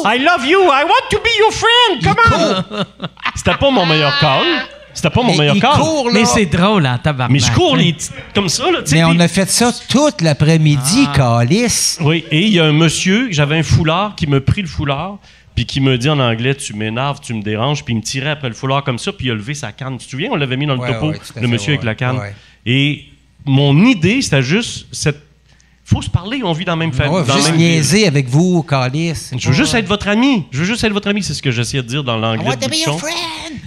D: I love you. I want to be your friend. Come on. C'était pas mon meilleur call. C'était pas mon
F: Mais
D: meilleur
F: il
D: call.
F: court, là.
A: Mais c'est drôle, en tabarnak.
D: Mais je cours les petites- comme ça là. tu sais,
F: Mais on
D: puis-
F: a fait ça toute l'après-midi,
D: Ah.
F: Calice.
D: Oui, et il y a un monsieur, j'avais un foulard qui me prit le foulard, puis qui me dit en anglais Tu m'énerves, tu me déranges, puis il me tirait après le foulard comme ça, puis il a levé sa canne. Tu te souviens, on l'avait mis dans le
F: Ouais,
D: topo,
F: ouais, tout à
D: le
F: fait,
D: monsieur
F: ouais,
D: avec la canne.
F: ouais.
D: Et mon idée, c'était juste cette. Faut se parler, on vit dans la même famille.
F: Ouais,
D: dans la
F: juste
D: même ville.
F: niaiser avec vous, Calice.
D: Je veux juste être votre ami. Je veux juste être votre ami. C'est ce que j'essayais de dire dans
F: Ah
D: l'anglais. de Bouchon.
F: friend.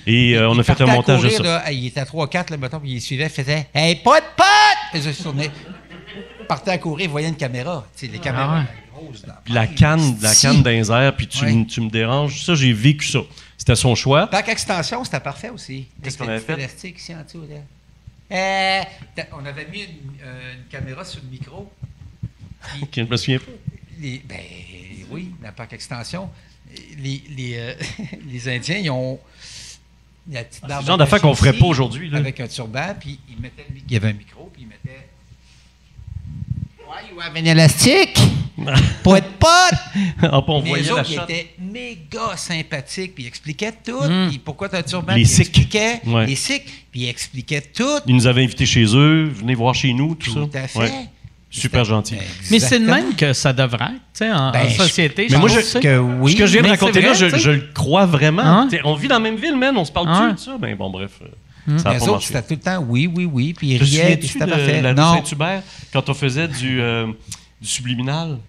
D: Et euh, on a fait un montage de ça.
F: il était à 3-4, le mettons, puis il suivait, il faisait Hey, pote, pote! Et je suis tourné. Partait à courir, il voyait une caméra. Tu
D: Ah
F: sais, les caméras. grosses dans-
D: Puis la canne, la
F: Si.
D: canne d'un air, puis tu,
F: Ouais.
D: m- tu me déranges. Ça, j'ai vécu ça. C'était son choix.
F: Pack extension, c'était parfait aussi.
D: Qu'est-ce qu'on
F: Avec
D: avait
F: le
D: fait?
F: petit élastique ici en dessous, là. Euh, t'as- on avait mis une, euh, une caméra sur le micro.
D: Ok, je me souviens pas.
F: Les- ben oui, la parc extension. Les, les, euh, [laughs] les Indiens, ils ont. La
D: Ah, c'est
F: petite
D: le
F: barbe
D: genre d'affaire qu'on ferait
F: attachée
D: pas aujourd'hui, là.
F: Avec un turban, puis ils mettaient le mic- il y avait un micro, puis ils mettaient. Ouais, you have
D: [laughs]
F: an élastique! pas de pote!
D: Ah, puis on
F: Mais
D: voyait
F: les
D: la
F: autres, ils
D: chatte. Hmm.
F: étaient méga sympathiques, puis ils expliquaient tout, puis pourquoi t'as un turban,
D: Les
F: puis ils
D: Sikhs.
F: expliquaient,
D: Ouais.
F: les Sikhs, puis ils expliquaient tout,
D: Ils nous avaient invités chez eux, venez voir chez nous, tout,
F: tout
D: ça.
F: à fait. ben,
D: Ouais. Super gentil.
A: Mais c'est le
F: Exactement.
A: même que ça devrait être, tu sais, en,
F: Ben,
A: en
F: je-
A: société.
D: mais moi,
A: pense,
D: je-
A: tu sais.
F: Que oui.
D: Ce que je viens de
A: mais
D: raconter
A: c'est
D: là,
A: vrai,
D: je,
A: tu sais.
D: je le crois vraiment.
A: Ah
F: Hein?
A: ouais.
D: T'sais, On vit dans la même ville, man, on se parle
A: Ah
D: tout
A: ouais.
D: de ça. Ben bon, bref, euh, ça a
F: Hum. Les
D: pas
F: autres,
D: marché.
F: c'était tout le temps oui, oui, oui, puis ils
D: Te
F: riaient,
D: souviens-tu
F: puis c'était
D: de
F: parfait.
D: la rue
F: non,
D: Saint-Hubert, quand on faisait du, euh, du subliminal?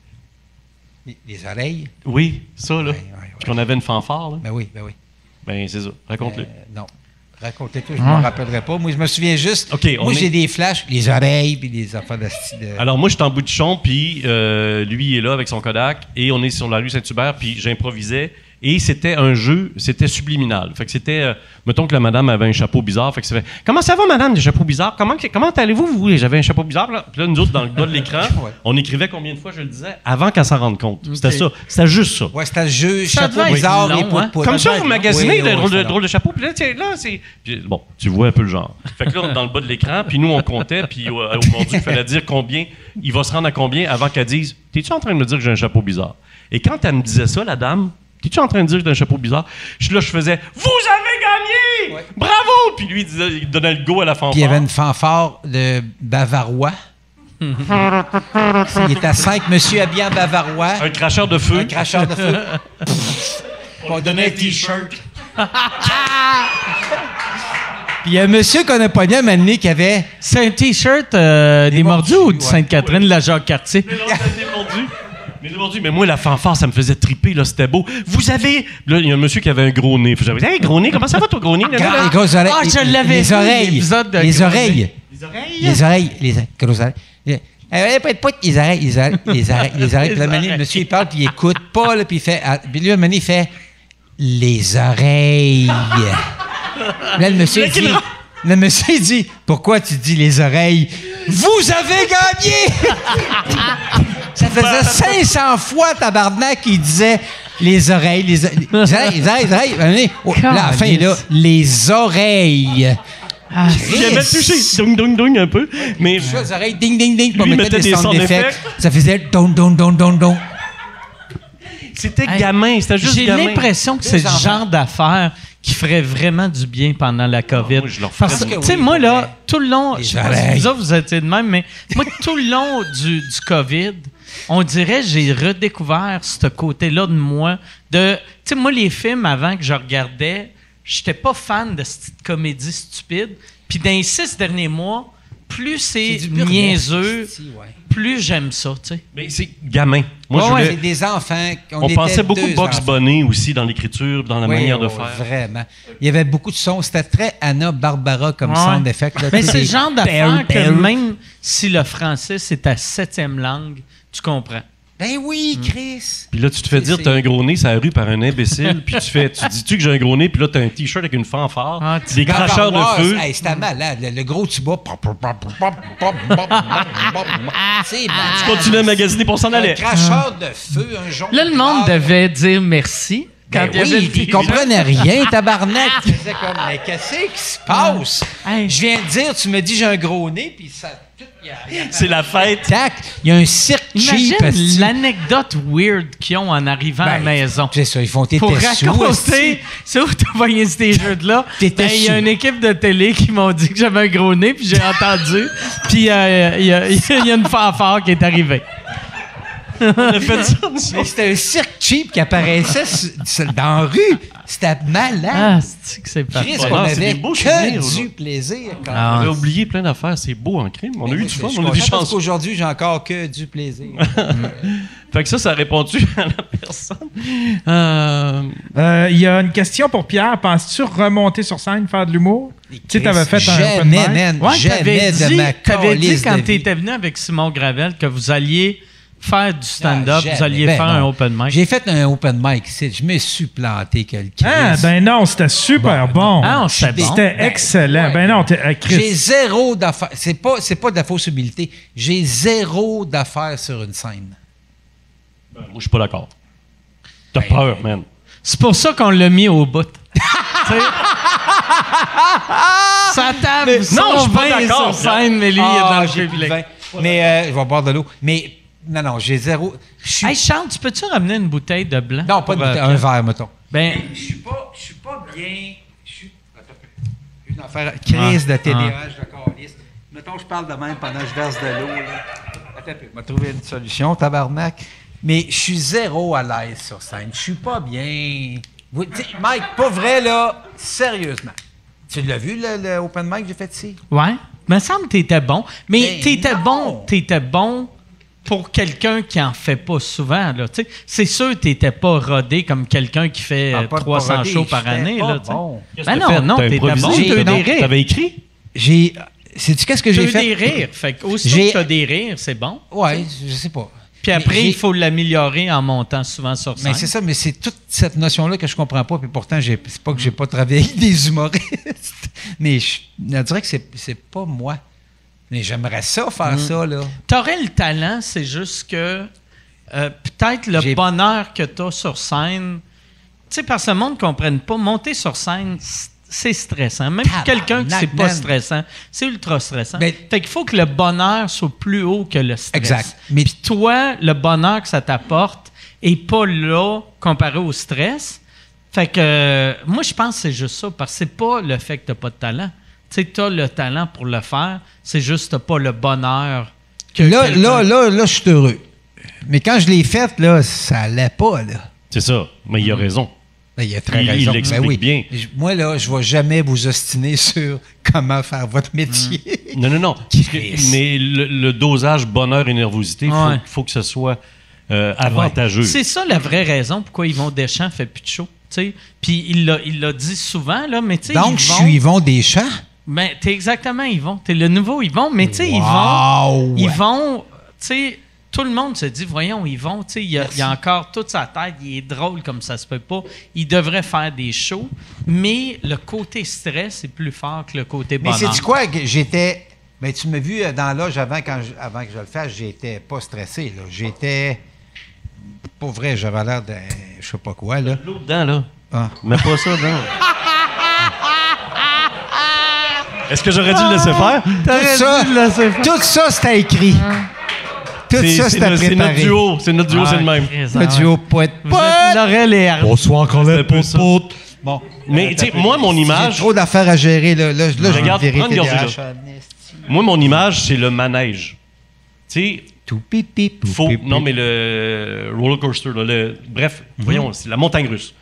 F: les, les oreilles,
D: Oui, ça, là.
F: Ouais, ouais, ouais.
D: Parce qu'on avait une fanfare, là.
F: ben oui, ben oui.
D: Ben, c'est ça. Raconte-le. Ah.
F: Euh, non, racontez-tout, je ne m'en rappellerai pas. Moi, je me souviens juste,
D: OK, on
F: moi,
D: est-
F: j'ai des flashs, les oreilles, puis les enfants de... de-
D: Alors moi, j'étais en bout de champ, puis euh, lui il est là avec son Kodak, et on est sur la rue Saint-Hubert, puis j'improvisais. Et c'était un jeu, c'était subliminal. Fait que c'était, euh, mettons que la madame avait un chapeau bizarre, fait que ça fait, comment ça va madame, le chapeau bizarre? Comment, que- comment allez-vous, vous? Et J'avais un chapeau bizarre, là. Puis là, nous autres, dans le bas de l'écran,
F: Ouais.
D: on écrivait combien de fois je le disais, avant qu'elle s'en rende compte. C'était
A: Ok.
D: ça, c'était juste ça.
F: Ouais, c'était le jeu,
A: Ça
F: chapeau
A: devait être
F: bizarre
A: long,
F: et pout
A: hein?
F: pout.
D: Comme ça,
F: Oui,
D: vous magasinez
F: oui,
D: des
F: oui,
D: drôles de,
F: c'était long.
D: drôles de chapeaux, puis là, tiens, là, c'est. puis bon, tu vois un peu le genre. Fait que là, on est dans le bas de l'écran, puis nous, on comptait, puis euh, au, au mordu, il fallait dire combien, il va se rendre à combien avant qu'elle dise T'es-tu en train de me dire que j'ai un chapeau bizarre Et quand elle me disait ça, la dame, T'es-tu en train de dire que j'ai un chapeau bizarre Je suis là, je faisais Vous avez gagné
F: Ouais.
D: Bravo Puis lui, il, disait- il donnait le go à la fanfare.
F: Puis il y avait une fanfare de
D: [laughs]
F: bavarois. il était à cinq monsieur habillés en bavarois,
D: Un cracheur de feu.
F: un cracheur de feu. on lui donnait un [laughs] t-shirt. Puis il y a un monsieur qu'on a pas bien amené qui avait
A: C'est un T-shirt euh, des, mordus,
F: mordus,
A: ou du
F: ouais.
A: Sainte-Catherine de la Jacques-Cartier?
D: Mais non, c'était mordu. Mais le mordu, mais moi, la fanfare, ça me faisait triper, là, c'était beau. Vous avez. Là, il y a un monsieur qui avait un gros nez. Puis J'avais dit, hey, gros nez, comment ça va, ton gros nez? là, là,
F: Regarde
D: là?
F: les grosses oreilles.
A: Ah, je
F: les-
A: l'avais
F: Les
A: vu,
F: oreilles.
A: l'épisode de
F: Les
A: Gros
F: oreilles.
A: nez.
D: Les oreilles?
F: Les oreilles. Les grosses oreilles. Les- Eh, ouais, pas de pote, les oreilles, les oreilles, les oreilles, les oreilles. Puis là, un moment donné, le monsieur, il parle, puis il écoute pas, là, puis il fait. ah, Puis lui, un moment donné, il fait les oreilles. Là, le monsieur
D: Le
F: dit.
D: grand-
F: [laughs] Le monsieur il dit Pourquoi tu dis les oreilles Vous avez gagné [laughs] Ça
D: Bah.
F: faisait 500 fois tabarnak qu'il disait les oreilles, les oreilles, les oreilles, les oreilles. les oreilles. Venez. Oh, là, à la fin, là, les oreilles.
A: Ah,
D: J'avais touché, dung dung dung un peu, mais
F: Je vois les oreilles, ding, ding, ding. puis on
D: Lui, il mettait des sound
F: d'effet.
D: effects.
F: Ça faisait don, don, don, don, don.
D: c'était
A: Hey,
D: gamin, c'était juste
A: J'ai
D: gamin.
A: l'impression que c'est le genre d'affaires qui ferait vraiment du bien pendant la COVID.
D: Ah, moi, je leur ferais
A: Parce
F: du
A: que,
F: bien.
A: tu sais, moi, là, tout le long,
F: Les
A: je sais pas si
F: oreilles.
A: vous autres, vous étiez de même, mais moi, tout le long du, du COVID, on dirait j'ai redécouvert ce côté-là de moi. De, tu sais, moi, les films avant que je regardais, j'étais pas fan de cette petite comédie stupide. Puis dans les six derniers mois, plus c'est
F: du burlesque,
A: niaiseux,
F: esti, ouais.
A: plus j'aime ça, tu sais.
D: Mais c'est gamin. Moi, je
F: Ouais,
D: voulais-
F: c'est des enfants.
D: on,
F: était
D: pensait beaucoup
F: deux
D: Box
F: enfants.
D: Bunny aussi dans l'écriture, dans la
F: Oui,
D: manière de
F: oui,
D: faire.
F: Vraiment. Il y avait beaucoup de sons. C'était très Anna Barbara comme
A: Ouais.
F: sound effect. là,
A: Mais
F: tous
A: c'est
F: des
A: le genre
F: perles,
A: d'affaire que
F: perles.
A: même si le français c'est ta septième langue, tu comprends.
F: Ben
A: Hmm.
F: oui, Chris.
D: Puis là, tu te fais dire, t'as un gros nez sur la rue par un imbécile, puis tu fais, tu dis-tu que j'ai un gros nez, puis là, t'as un t-shirt avec une fanfare,
A: Ah, tu
D: des cracheurs de
F: Gambard
D: feu.
F: Wars, hey, c'était
A: Hmm.
F: malade. Le, le gros tuba. Pop, pop, pop, pop, pop, pop, pop, pop. C'est malade.
D: Tu continues à magasiner pour s'en
F: Un
D: aller.
F: cracheur de feu, un jongleur.
A: Là, le monde devait dire merci quand
F: Ah, Ben
A: il y avait
F: oui,
A: le
F: il
A: [laughs]
F: comprenait rien, tabarnak. Il faisait comme, mais qu'est-ce qui se passe?
A: Ah. Hey.
F: Je viens de dire, tu me dis j'ai un gros nez, puis ça... tout, il y a- il y a-
D: C'est la fête.
F: Tac, il y a un cirque cheap.
A: Imagine
F: esti.
A: l'anecdote weird qu'ils ont en arrivant à la
F: Ben,
A: maison.
F: C'est ça, ils font tes
A: Pour
F: tests sous,
A: [laughs]
F: esti.
A: raconter, c'est où t'as voyé ces jeux-là? Ben, Il
F: T'étais
A: y a
F: sous.
A: une équipe de télé qui m'ont dit que j'avais un gros nez, puis j'ai
F: [laughs]
A: entendu. Puis euh, il y, a- [laughs] il y a une fanfare qui est arrivée.
D: On a fait ça, nous
F: Mais
D: autres.
F: c'était un cirque cheap qui apparaissait sur- sur- dans la rue. C'était malade.
A: Ah, c'est que c'est pas.
F: Chris,
D: ouais,
F: on
D: non, c'est
F: avait
D: des beaux souvenirs,
F: que du
D: aujourd'hui.
F: plaisir. Quand
D: On
A: Ah,
D: a oublié plein d'affaires. C'est beau en crime. On a eu du fun, on a eu des chances.
F: Aujourd'hui, j'ai encore que du plaisir.
D: Fait que ça, ça a répondu [laughs] à la personne. Euh,
C: Euh, Il y a une question pour Pierre. Penses-tu remonter sur scène, faire de l'humour? Tu sais, t'avais fait un open
F: Jamais,
C: mic.
F: man.
A: Ouais,
F: jamais
A: t'avais
F: de
A: dit,
F: ma
A: t'avais dit
F: câlisse de
A: quand
F: vie.
A: t'étais venu avec Simon Gravel que vous alliez faire du [laughs]
F: Ah,
A: stand-up,
F: jamais.
A: vous alliez
F: Ben
A: faire
F: non.
A: un open mic.
F: J'ai fait un open mic ici. Je me suis planté quelqu'un.
C: Ah, ben non, c'était super bon.
A: Ah, on s'est bon.
C: C'était excellent.
F: ouais.
C: Ben non, t'es- euh, Chris.
F: J'ai zéro d'affaires. C'est pas, c'est pas de la fausse humilité. J'ai zéro d'affaires sur une scène.
D: moi, je suis pas d'accord. T'as
F: Ben,
D: peur, man.
A: C'est pour ça qu'on l'a mis au bout. [laughs] Tu sais? Ça tape.
D: non, je suis pas d'accord.
A: sur scène, mais lui, il est dans
F: Ah,
A: le
F: j'ai plus de
A: public.
F: vin. Mais euh, je vais boire de l'eau. Mais non, non, j'ai zéro. je suis-
A: Hey Charles, tu peux-tu ramener une bouteille de blanc?
F: non, pas de
A: Pour, euh,
F: bouteille, un verre, mettons.
A: Ben,
F: Je suis pas, je suis pas bien. Je suis. Une affaire crise de
A: Ah,
F: TDAH, de câlisse. Mettons, je parle de même pendant que je verse de l'eau. là. Attends un peu, m'a trouvé une solution, tabarnak. Mais je suis zéro à l'aise sur scène. Je suis pas bien. Vous- tu sais, Mike, pas vrai, là, sérieusement. Tu l'as vu, le, le open mic que j'ai fait ici?
A: ouais. Me semble que t'étais bon. Mais
F: Ben
A: t'étais
F: non.
A: bon, t'étais bon pour quelqu'un qui en fait pas souvent, là. tu sais. C'est sûr que t'étais pas rodé comme quelqu'un qui fait
F: Ah,
A: euh,
F: pas de
A: 300
F: rodé,
A: shows par
F: j'étais
A: année,
F: pas
A: là. tu sais.
F: bon.
A: Ben
D: Qu'est-ce que t'as
A: non,
D: fait?
A: non,
D: T'as
A: t'étais
D: improvisé,
A: bon.
F: J'ai eu
D: t'as-
F: des rires.
D: T'avais écrit?
F: J'ai. Sais-tu qu'est-ce que
A: T'as
F: j'ai
A: eu
F: fait?
A: des rires. Fait que aussitôt
F: J'ai-
A: que t'as des rires, c'est bon.
F: Ouais, je sais pas.
A: Puis
F: Mais
A: après,
F: j'ai-
A: il faut l'améliorer en montant souvent sur scène.
F: Mais c'est ça, mais c'est toute cette notion-là que je comprends pas. Puis pourtant, j'ai- c'est pas que j'ai pas travaillé avec des humoristes, [laughs] mais je, on dirait que c'est, c'est pas moi. Mais j'aimerais ça faire
A: Mm.
F: ça, là.
A: T'aurais le talent, c'est juste que euh, peut-être le
F: J'ai-
A: bonheur que t'as sur scène. Tu sais, parce que le monde ne comprenne pas, monter sur scène, c- c'est stressant. Même pour
F: Tabarnak,
A: quelqu'un qui c'est pas
F: man.
A: stressant, c'est ultra stressant.
F: Ben-
A: fait qu'il faut que le bonheur soit plus haut que le stress.
F: Exact. Mais-
A: Puis toi, le bonheur que ça t'apporte est pas là comparé au stress. Fait que euh, moi, je pense que c'est juste ça, parce que c'est pas le fait que t'as pas de talent. Tu sais, t'as le talent pour le faire, c'est juste que t'as pas le bonheur que
F: Là,
A: quelqu'un-
F: là, là, là, je suis heureux. Mais quand je l'ai faite, là, ça allait pas, là.
D: C'est ça. Mais il a raison.
F: Ben, il a très
D: Il- il
F: raison. Ben
D: l'explique
F: oui.
D: bien.
F: Je- Moi, là, je vais jamais vous ostiner [laughs] sur comment faire votre métier.
A: Mm.
D: Non, non, non. Parce que-
F: Chris.
D: mais le, le dosage bonheur et nervosité, il
A: Ouais.
D: faut, faut que ce soit euh, avantageux.
A: C'est ça la vraie raison pourquoi Yvon Deschamps fait plus de show. tu sais. Puis il l'a, il l'a dit souvent, là, mais tu sais,
F: Donc, je
A: Yvon-
F: suis Yvon Deschamps.
A: Ben, t'es exactement Yvon. T'es le nouveau Yvon, mais tu sais, Yvon,
F: Wow!
A: Yvon, tu sais, tout le monde se dit, voyons, Yvon, tu sais, il a, il a encore toute sa tête, il est drôle comme ça se peut pas. Il devrait faire des shows, mais le côté stress est plus fort que le côté
F: Mais
A: bonheur.
F: c'est du quoi que j'étais. Mais tu m'as vu euh, dans l'âge avant, quand je- avant que je le fasse, j'étais pas stressé. là. J'étais. Pour vrai, j'avais l'air de. Je sais pas quoi, là.
D: L'eau dedans, là.
F: Ah.
D: Mais pas ça,
F: [laughs]
D: non. Est-ce que j'aurais dû le laisser faire?
F: Tout ça, tout ça, c'était écrit. Tout
D: C'est-
F: ça,
D: c'est
F: c'était
D: le- c'est notre
F: préparé.
D: duo. Ah, C'est notre duo, c'est le même.
F: Le duo poète.
A: Vous êtes Laurel et Hardy.
D: Bonsoir, encore là, pote. Bon. Mais, tu sais, moi, mon
F: J'ai
D: image,
F: trop d'affaires à gérer, là. Là, là, je vais
D: Regarde, prends
F: virer
D: une gorgée,
F: TDAH.
D: là. moi, mon image, c'est le manège. Tu sais,
F: Tout pip, pip, tout
D: Faut,
F: pip,
D: non,
F: pip. Mhm.
D: mais le roller coaster, là, le- bref, voyons, c'est la montagne russe.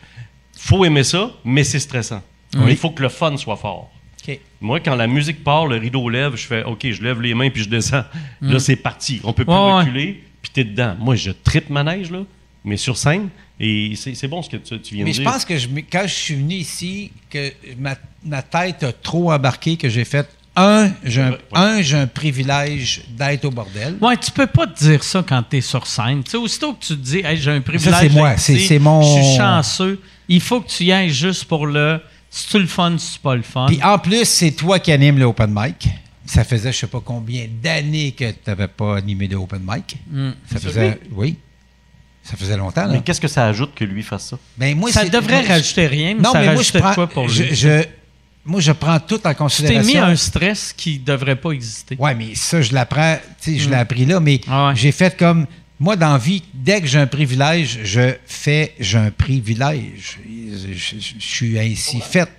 D: Faut aimer ça, mais c'est stressant. Il faut que le fun soit fort.
F: OK.
D: Moi, quand la musique part, le rideau lève, je fais OK, je lève les mains puis je descends. Là, c'est parti. On peut plus
A: Mm. Ouais, ouais.
D: reculer, puis t'es dedans. Moi, je tripe ma neige, là, mais sur scène. Et c'est c'est bon ce que tu, tu viens
F: Mais
D: de
F: je
D: dire.
F: pense que je, me- quand je suis venu ici, que ma, ma tête a trop embarqué, que j'ai fait un, j'ai un,
D: Ouais.
F: un, j'ai un privilège d'être au bordel.
A: Ouais, tu peux pas te dire ça quand t'es sur scène. Tu sais, aussitôt que tu te dis, hey, j'ai un privilège.
F: c'est
A: d'être
F: moi,
A: ici,
F: c'est- c'est mon-
A: Je suis chanceux. Il faut que tu y ailles juste pour le. C'est-tu le fun, c'est pas le fun?
F: Puis ah, en plus, c'est toi qui anime le open mic. Ça faisait je sais pas combien d'années que tu n'avais pas animé de open mic.
A: Hmm.
F: Ça faisait, oui. Ça faisait longtemps. Là.
D: Mais qu'est-ce que ça ajoute que lui fasse ça?
F: Ben, moi,
A: ça
F: c'est-
A: devrait
F: moi, je-
A: rajouter rien, mais
F: non,
A: ça
F: mais moi, je
A: rajoutait
F: prends,
A: quoi pour
F: je,
A: lui?
F: je- moi, je prends tout en
A: tu t'es
F: considération.
A: mis un stress qui devrait pas exister.
F: Oui, mais ça, je l'apprends, tu sais, je l'ai appris là, mais
A: Ah ouais.
F: j'ai fait comme. Moi, dans la vie, dès que j'ai un privilège, je fais, j'ai un privilège. Je, je- je- je suis ainsi fait.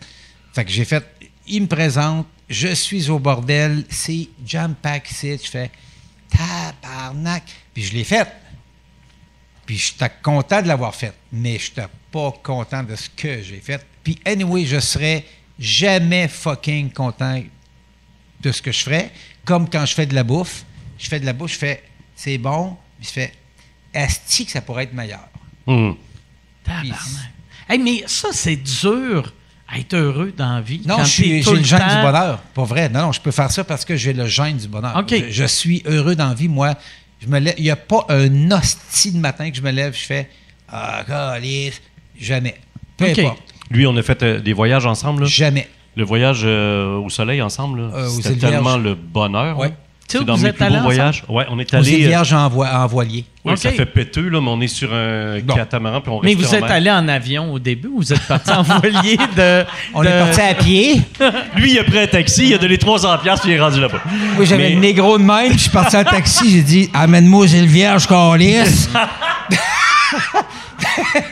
F: Fait que j'ai fait, il me présente, je suis au bordel, c'est jam pack sit, je fais tabarnak. Puis je l'ai fait. Puis je suis content de l'avoir fait, mais je suis pas content de ce que j'ai fait. Puis anyway, je serais jamais fucking content de ce que je ferais. Comme quand je fais de la bouffe, je fais de la bouffe, je fais c'est bon, puis je fais asti que ça pourrait être meilleur.
D: Hum.
A: Tabarnak. Hey, mais ça, c'est dur à être heureux dans la vie.
F: Non,
A: quand
F: je suis-
A: t'es tout
F: j'ai le gène
A: temps-
F: du bonheur. Pas vrai. Non, non, je peux faire ça parce que j'ai le gène du bonheur.
A: OK.
F: Je, je suis heureux dans la vie. Moi, je me lève. Il n'y a pas un hostie de matin que je me lève, je fais Ah, calisse. Jamais. Peu
A: OK.
F: importe.
D: Lui, on a fait euh, des voyages ensemble. là.
F: Jamais.
D: Le voyage euh, au soleil ensemble, là,
F: Euh, aux
D: c'était
F: îles Vierges.
D: tellement le bonheur.
F: Ouais.
D: là.
A: Tu sais
D: C'est
A: où
D: dans
A: vous
D: mes
A: êtes
D: plus
A: allés
D: beaux
A: ensemble?
D: voyages. Ouais, on est
F: Aux îles
D: allé. euh,
F: Vierges en, voi- en voilier.
D: oui, Ça
A: OK.
D: fait péteux, là, mais on est sur un
F: Bon.
D: catamaran puis on
A: Mais
D: restait
A: vous
D: en
A: êtes
D: mer.
A: allé en avion au début ou vous êtes parti en [laughs] voilier de.
F: On
A: de-
F: est parti à
A: [laughs]
F: pied.
D: Lui, il a pris un taxi, il a donné 300$ piastres, puis il est rendu là-bas.
F: Oui, j'avais
D: Mais-
F: le négro de même, puis je suis parti en taxi, j'ai dit Amène-moi aux îles
A: [laughs]
F: Vierges, calisse.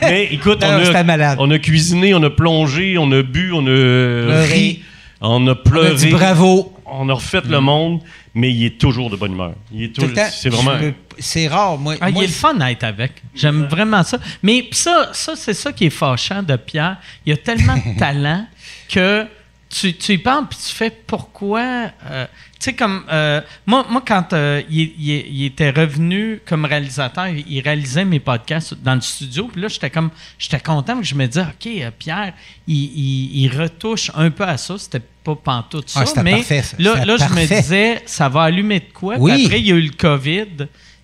D: Mais écoute,
F: Non,
D: on,
F: c'était
D: a,
F: malade.
D: on a cuisiné, on a plongé, on a bu, on a euh,
F: Pleuré.
D: ri, on a
F: On
D: pleuré.
F: a dit bravo.
D: On a refait le monde, mais il est toujours de bonne humeur. Il est
F: Tout le
D: toujours.
F: temps.
D: C'est vraiment.
F: Je veux- C'est rare, moi.
A: Ah,
F: moi,
A: il est le fun à être avec. J'aime vraiment ça. Mais pis ça, ça c'est ça qui est fâchant de Pierre. Il a tellement
F: [laughs]
A: de talent que tu, tu y penses puis tu fais pourquoi. euh, tu sais, comme. euh, moi, moi, quand euh, il, il- il était revenu comme réalisateur, il il réalisait mes podcasts dans le studio. Puis là, j'étais comme. J'étais content que je me disais, OK, euh, Pierre, il, il- il retouche un peu à ça. C'était pas pantoute ça.
F: Ah, c'était
A: mais
F: parfait, ça.
A: là,
F: C'était
A: là je me
F: parfait.
A: disais, ça va allumer de quoi. Puis
F: Oui.
A: après, il y a eu le COVID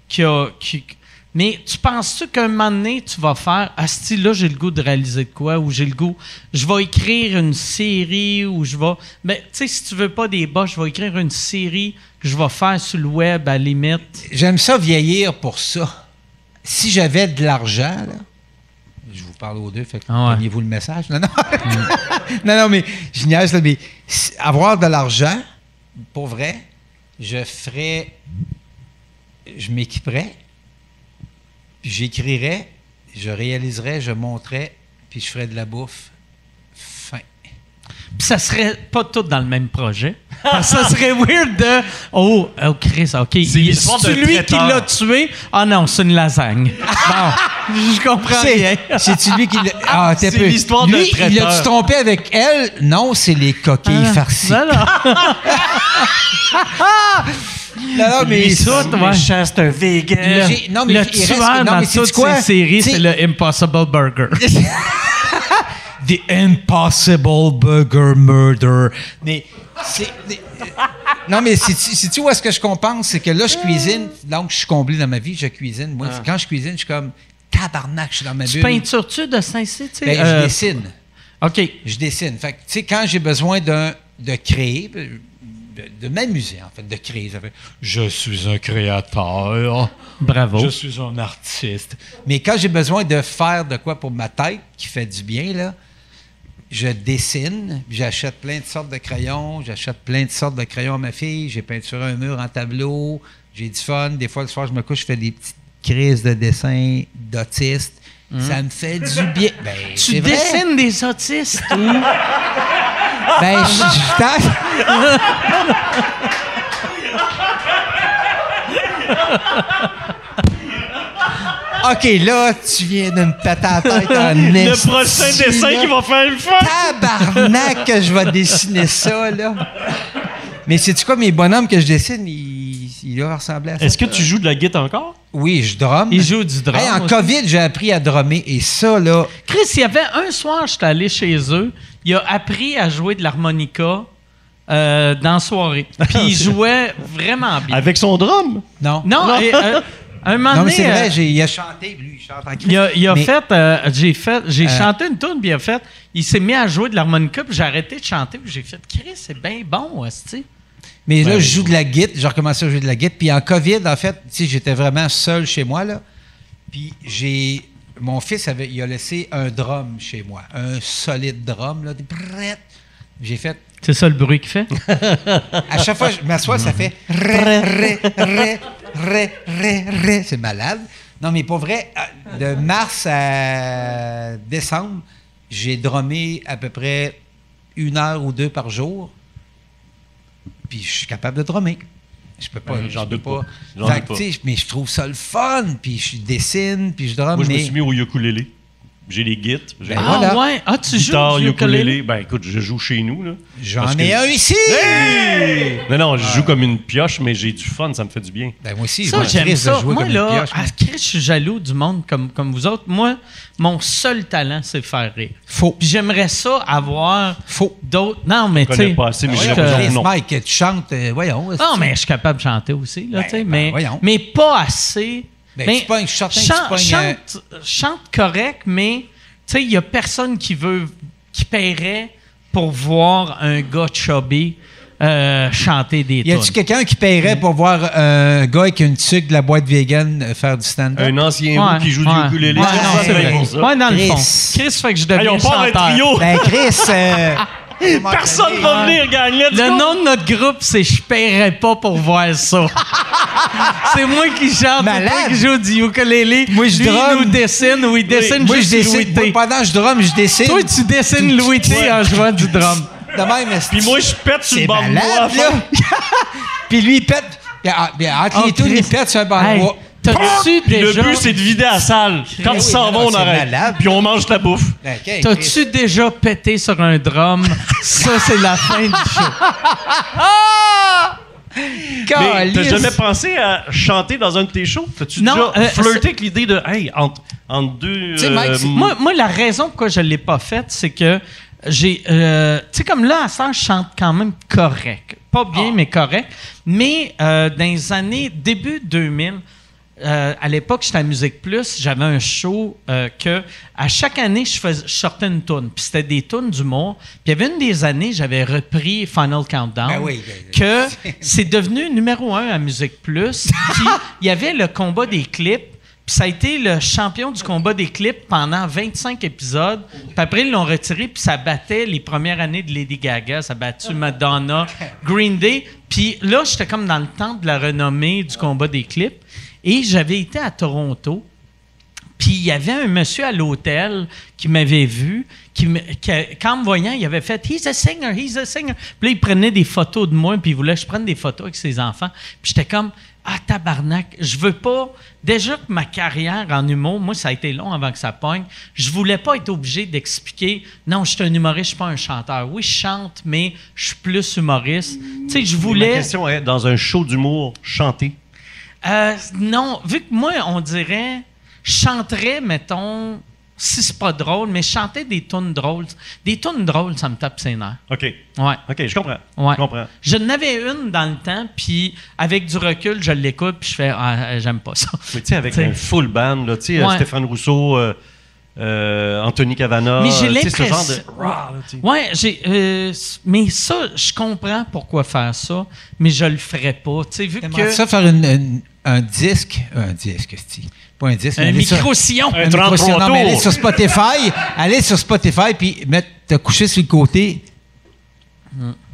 A: qui a. qui- mais tu penses-tu qu'un moment donné, tu vas faire Ah, si, là, j'ai le goût de réaliser de quoi ou j'ai le goût. Je vais écrire une série ou je vais. Mais tu sais, si tu veux pas des bas, je vais écrire une série que je vais faire sur le web à la limite.
F: J'aime ça vieillir pour ça. Si j'avais de l'argent, là, je vous parle aux deux, fait que
A: Ah ouais.
F: preniez-vous le message. Non, [laughs] non, non, non, mais je niaise, là, mais si- avoir de l'argent, pour vrai, je ferais, je m'équiperais, puis j'écrirais, je réaliserais, je monterais, puis je ferais de la bouffe. Fin.
A: Puis ça serait pas tout dans le même
D: [laughs]
A: projet. Parce que ça serait weird de Oh, oh Chris, OK.
D: C'est
A: il-
D: l'histoire
A: C'est
D: d'un
A: lui
D: traiteur.
A: qui l'a tué. Ah non, c'est une
D: [laughs]
A: lasagne. Bon, je comprends bien.
F: C'est lui qui [laughs] l'a. Ah, t'es
D: C'est
F: peu.
D: l'histoire d'un
F: Lui, Il
D: traiteur.
F: a-tu trompé avec elle? Non, c'est les coquilles farcies.
A: Ah, Non, non.
F: Non, non, mais
A: ça, ouais.
G: c'est un vegan.
A: Le,
F: J'ai- non, mais
A: le
F: il reste-
A: tueur
F: non,
A: dans
F: mais sais-tu
A: toutes
F: quoi?
A: ces séries,
F: Tu sais-
A: c'est le Impossible Burger.
F: The Impossible Burger Murder. Mais c'est. mais- Non, mais si tu, si tu vois ce que je compense, c'est que là, je cuisine. Donc, je suis comblé dans ma vie, je cuisine. Moi, quand je cuisine, je suis comme tabarnak, [laughs] je suis dans ma
A: tu
F: bulle.
A: peintures-tu de Saint-Cyr? tu sais?
F: Ben,
A: Euh,
F: Je dessine.
A: OK.
F: Je dessine. Fait que, tu sais, quand j'ai besoin d'un, de créer, de, de m'amuser, en fait, de créer, ça fait, je suis un créateur.
A: Bravo.
F: Je suis un artiste. Mais quand j'ai besoin de faire de quoi pour ma tête, qui fait du bien, là, je dessine, j'achète plein de sortes de crayons, j'achète plein de sortes de crayons à ma fille, j'ai peinturé un mur en tableau, j'ai du fun. Des fois, le soir, je me couche, je fais des petites crises de dessin d'autiste. Ça me fait du bien. Ben,
A: Hein? Tu
F: c'est vrai.
A: dessines des
F: [laughs]
A: autistes.
F: Ben, je- je tâche. OK, là, tu viens de me péter la tête en
D: Le
F: esti,
D: prochain dessin
F: là.
D: qu'il va faire une fois.
F: Tabarnak que je vais dessiner ça, là. Mais c'est-tu quoi, mes bonhommes que je dessine, ils, ils doivent ressembler à ça.
D: Est-ce que tu joues de la guitare encore?
F: Oui, je drumme.
A: Il joue du drum.
F: Hey, en
A: aussi.
F: COVID, j'ai appris à drummer. Et ça, là,
A: Chris, il y avait un soir, j'étais allé chez eux, il a appris à jouer de l'harmonica euh, dans la soirée. Puis
F: [laughs]
A: il jouait vraiment bien.
D: Avec son drum?
F: non.
A: Non, et, euh, un moment
F: Non, mais
A: donné,
F: c'est
A: euh,
F: vrai, j'ai- il a chanté, puis lui, il chante en crise.
A: il a, il a
F: Mais-
A: fait, euh, j'ai fait, j'ai
F: Euh,
A: chanté une tune, puis il a fait, il s'est mis à jouer de l'harmonica, puis j'ai arrêté de chanter, puis j'ai fait, Chris, c'est bien bon, hostie.
F: Mais là, je joue de la guitare. J'ai recommencé à jouer de la guitare. Puis en COVID, en fait, tu sais, j'étais vraiment seul chez moi, là. Puis j'ai. Mon fils, avait, il a laissé un drum chez moi. Un solide drum, là. des brrrrett. J'ai fait.
A: C'est ça le bruit qu'il fait?
F: À chaque fois que je m'assois, ça fait. ré, ré, ré, ré, ré, ré. C'est malade. Non, mais pour vrai, à- de mars à décembre, j'ai drummé à peu près une heure ou deux par jour. Puis je suis capable de drummer. Je peux pas.
D: Ben, j'en
F: je peux
D: doute pas. J'en
F: Fait
D: doute
F: que,
D: pas.
F: tu sais, Mais je trouve ça le fun. Puis je dessine, puis je drumme.
D: Moi, je me
F: mais-
D: suis mis au ukulélé. J'ai les guides. J'ai
F: Ben,
A: Ah
F: voilà.
A: ouais? Ah, tu joues
D: guitare,
A: du ukulélé?
D: ukulélé. Ben écoute, je joue chez nous, là.
F: J'en
D: Parce que-
F: ai un ici!
D: Mais non, je joue comme une pioche, mais j'ai du fun, ça me fait du bien.
F: Ben, moi aussi, je
A: Ça,
F: m'en
A: j'aime
F: crisse de
A: ça.
F: jouer
A: Moi,
F: comme une
A: là,
F: pioche, moi.
A: à Chris, je suis jaloux du monde comme, comme vous autres. Moi, mon seul talent, c'est de faire rire.
F: Faux.
A: Puis j'aimerais ça avoir
F: Faux.
A: d'autres. Non, mais tu
D: connais
A: sais.
D: pas assez, mais
A: je
D: j'ai
A: te-
D: l'impression que
F: Chris,
D: non.
F: Mike, tu chantes, euh, voyons.
A: Ah, Non, mais je suis capable de chanter aussi, là,
F: Ben,
A: tu sais.
F: ben,
A: mais,
F: voyons.
A: mais pas assez.
F: Ben,
A: Mais
F: tu pognes- je suis certain que
A: chan-
F: tu pognes, euh,
A: chante, chante correct, mais tu sais, il n'y a personne qui veut. qui paierait pour voir un gars chubby euh, chanter des
F: Y
A: tunes.
F: a-tu quelqu'un qui paierait pour voir euh, un gars avec une tuque de la boîte vegan euh, faire du stand-up?
D: Un ancien roux
A: Ouais,
D: qui joue
A: ouais.
D: du ukulélé.
A: Ouais,
D: ça,
A: non,
D: ça
A: c'est
D: paye
A: vrai.
D: pour ça.
A: Ouais, dans le
F: Chris.
A: fond. Chris fait que je deviens
D: Hey, on part un
A: chanteur.
D: trio.
F: Ben, Chris, euh, comment
D: Personne
F: t'as
D: va
F: dit?
D: venir, gang. Let's
A: Le
D: go.
A: nom de notre groupe, c'est Je paierai pas pour voir
D: [laughs]
A: ça. c'est moi qui chante, c'est toi
F: Malade.
A: qui joue du ukulélé.
F: Moi, je
A: Lui, il
F: drum.
A: nous dessine ou il dessine
F: Moi, je
A: juste Louis
F: dessine.
A: T.
F: Moi, pendant que je drum, je dessine.
A: Toi, tu dessines Louis T en jouant du drum.
F: De même,
D: Puis moi, je pète sur le
F: c'est
D: bord de bois. à
F: malade, là.
D: fond.
F: [laughs] Puis lui, il pète. Puis, ah, puis entre
A: Oh,
F: les tours, il
A: Chris.
F: pète sur un banc de
A: Hey,
F: bois.
A: T'as-tu
D: Puis le
A: déjà,
D: but, c'est de vider la salle. Quand
F: Eh
D: tu
F: oui,
D: s'en
F: non,
D: vas, on
F: c'est
D: arrête.
F: malade.
D: Puis on mange la bouffe.
F: Ben, Ok, Chris.
A: t'as-tu déjà pété sur un drum? ça, c'est la fin du show.
D: Mais t'as
F: Calice.
D: jamais pensé à chanter dans un de tes shows? T'as-tu
A: Non,
D: déjà
A: euh, c'est-
D: flirté avec l'idée de, hey, entre, entre deux. euh,
F: sais, Mike, c'est-
D: moi,
A: moi, moi, la raison pourquoi je l'ai pas faite, c'est que j'ai. euh, tu sais, comme là, à ça, je chante quand même correct. Pas bien, mais correct. Mais euh, dans les années début 2000, euh, à l'époque, j'étais à Musique Plus, j'avais un show euh, que à chaque année, je, faisais, je sortais une toune. Puis c'était des tounes d'humour. Puis il y avait une des années, j'avais repris Final Countdown.
F: Ben oui,
A: [laughs] que c'est devenu numéro un à Musique Plus.
F: [laughs]
A: Puis il y avait le combat des clips. Puis ça a été le champion du combat des clips pendant 25 épisodes. Puis après, ils l'ont retiré, puis ça battait les premières années de Lady Gaga. Ça a battu Madonna, Green Day. Puis là, j'étais comme dans le temps de la renommée du combat des clips. Et j'avais été à Toronto. Puis il y avait un monsieur à l'hôtel qui m'avait vu, qui, me, qui a- qu'en me voyant, il avait fait He's a singer, he's a singer. Puis là, il prenait des photos de moi, puis il voulait que je prenne des photos avec ses enfants. Puis j'étais comme Ah, tabarnak, je veux pas. Déjà que ma carrière en humour, moi, ça a été long avant que ça pogne. Je voulais pas être obligé d'expliquer Non, je suis un humoriste, je suis pas un chanteur. Oui, je chante, mais je suis plus humoriste. Tu sais, je
D: la
A: voulais.
D: question est, dans un show d'humour, chanter.
A: Euh, non, vu que moi, on dirait, je chanterais, mettons, si c'est pas drôle, mais je chantais des tunes drôles. Des tunes drôles, ça me tape ses nerfs.
D: OK.
A: Ouais.
D: OK, je comprends.
A: Ouais.
D: Je comprends.
A: Je n'avais une dans le temps, puis avec du recul, je l'écoute, puis je fais, ah, euh, j'aime pas ça.
D: Mais tu sais, avec
A: T'sais.
D: un full band, là, tu sais, euh,
A: Ouais.
D: Stéphane Rousseau, euh, euh, Anthony Cavana.
A: [laughs] Mais j'ai
D: euh, tu sais, ce genre
A: l'impression.
D: de- Rah, là, tu sais.
A: Ouais, j'ai. euh, s- mais ça, je comprends pourquoi faire ça, mais je le ferais pas. Tu sais, vu
F: J'aimerais
A: que.
F: ça faire une- une- un disque. Un disque, esti. Pas un disque, mais
A: un
F: aller sur-
A: micro-sillon.
D: Un
F: Un micro-
D: 33
F: non, mais allez
D: tours.
F: sur Spotify, allez sur Spotify, puis mettre, te coucher sur le côté,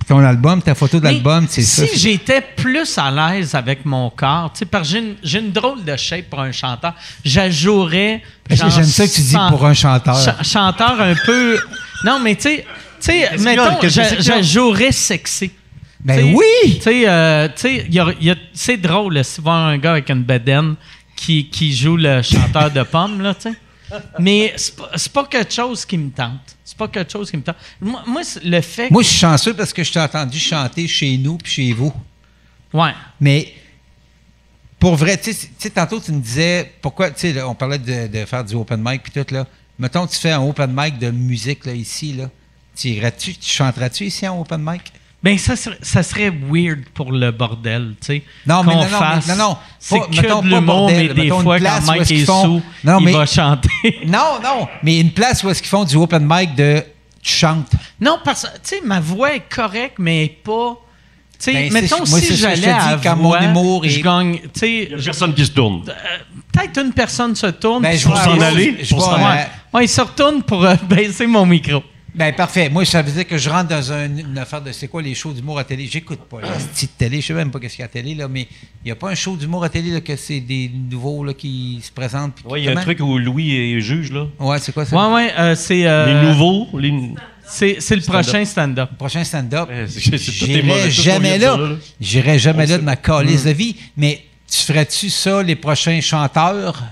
F: ton album, ta photo de
A: Mais
F: l'album, c'est ça.
A: si j'étais plus à l'aise avec mon corps, tu sais, parce que j'ai une, j'ai une drôle de shape pour un chanteur, j'ajouterais.
F: Parce que
A: genre
F: J'aime ça que tu dis
A: cent-
F: pour un chanteur.
A: cha- chanteur un peu. Non, mais tu sais, tu sais,
D: qu'il y a?
A: mettons,
D: Qu'est-ce que c'est
A: j'a-
D: qu'il y a?
A: j'ajouterais sexy. Tu
F: Ben
A: sais,
F: oui!
A: Tu sais, euh, tu sais, il y a- il y a- c'est drôle, là, si voir un gars avec une bedaine qui, qui joue le chanteur de pommes, là, tu sais. Mais c'est pas, c'est pas quelque chose qui me tente. C'est pas quelque chose qui me tente. Moi, moi, c'est le fait.
F: Moi, je suis chanceux parce que je t'ai entendu chanter chez nous puis chez vous.
A: Ouais.
F: Mais pour vrai, tu sais, tu sais, tantôt, tu me disais pourquoi, tu sais, là, on parlait de, de faire du open mic puis tout, là. Mettons, tu fais un open mic de musique, là, ici, là. Tu irais-tu, tu chanteras-tu ici en open mic?
A: Ben, ça serait, ça serait weird pour le bordel, tu sais.
F: Non, mais
A: qu'on
F: non, non,
A: fasse-
F: mais non, non,
A: C'est
F: pas-
A: que de
F: mettons, pas
A: l'humour,
F: bordel,
A: mais des
F: mettons une
A: fois,
F: place
A: quand
F: où
A: Mike
F: est-ce qu'ils
A: est
F: font-
A: sous,
F: Non,
A: il
F: mais-
A: va chanter.
F: Non, non, mais une place où est-ce qu'ils font du open mic de tu chantes.
A: [laughs] non, parce que, tu sais, ma voix est correcte, mais elle est pas... Tu sais,
F: Ben, c'est-
A: mettons,
F: moi,
A: si
F: c'est ça que je te
A: j'allais à
F: dis, quand mon
A: voix,
F: humour est-
A: je gagne... Tu sais,
D: Il n'y a personne qui se tourne.
A: Euh, peut-être une personne se tourne...
F: Ben,
A: puis
F: je vais
A: se
D: s'en
A: retourne.
D: aller,
F: Je euh,
D: pour
F: vais-
D: s'en aller.
F: ouais.
A: Ouais, il se retourne pour euh, [laughs] baisser mon micro.
F: Ben parfait. Moi, ça veut dire que je rentre dans un- une affaire de c'est quoi les shows d'humour à télé. J'écoute pas la petite télé, je sais même pas qu'est-ce qu'il y a à télé, là, mais il n'y a pas un show d'humour à télé là, que c'est des nouveaux là, qui se présentent. puis
D: Oui, il y a
F: comment?
D: un truc où Louis est juge, là.
F: Ouais, c'est quoi ça?
A: Ouais, ouais, euh, c'est... euh,
D: Les nouveaux, les...
A: C'est c'est le prochain stand-up.
F: Le prochain stand-up.
D: Eh, c'est- c'est- c'est- tout est mauvais, tout
F: J'irai
D: ce qu'on
F: jamais
D: vient de
F: là.
D: dire, là, là.
F: J'irai jamais
D: On
F: là
D: sait Hmm.
F: de ma calice de vie. Mais tu ferais-tu ça, les prochains chanteurs?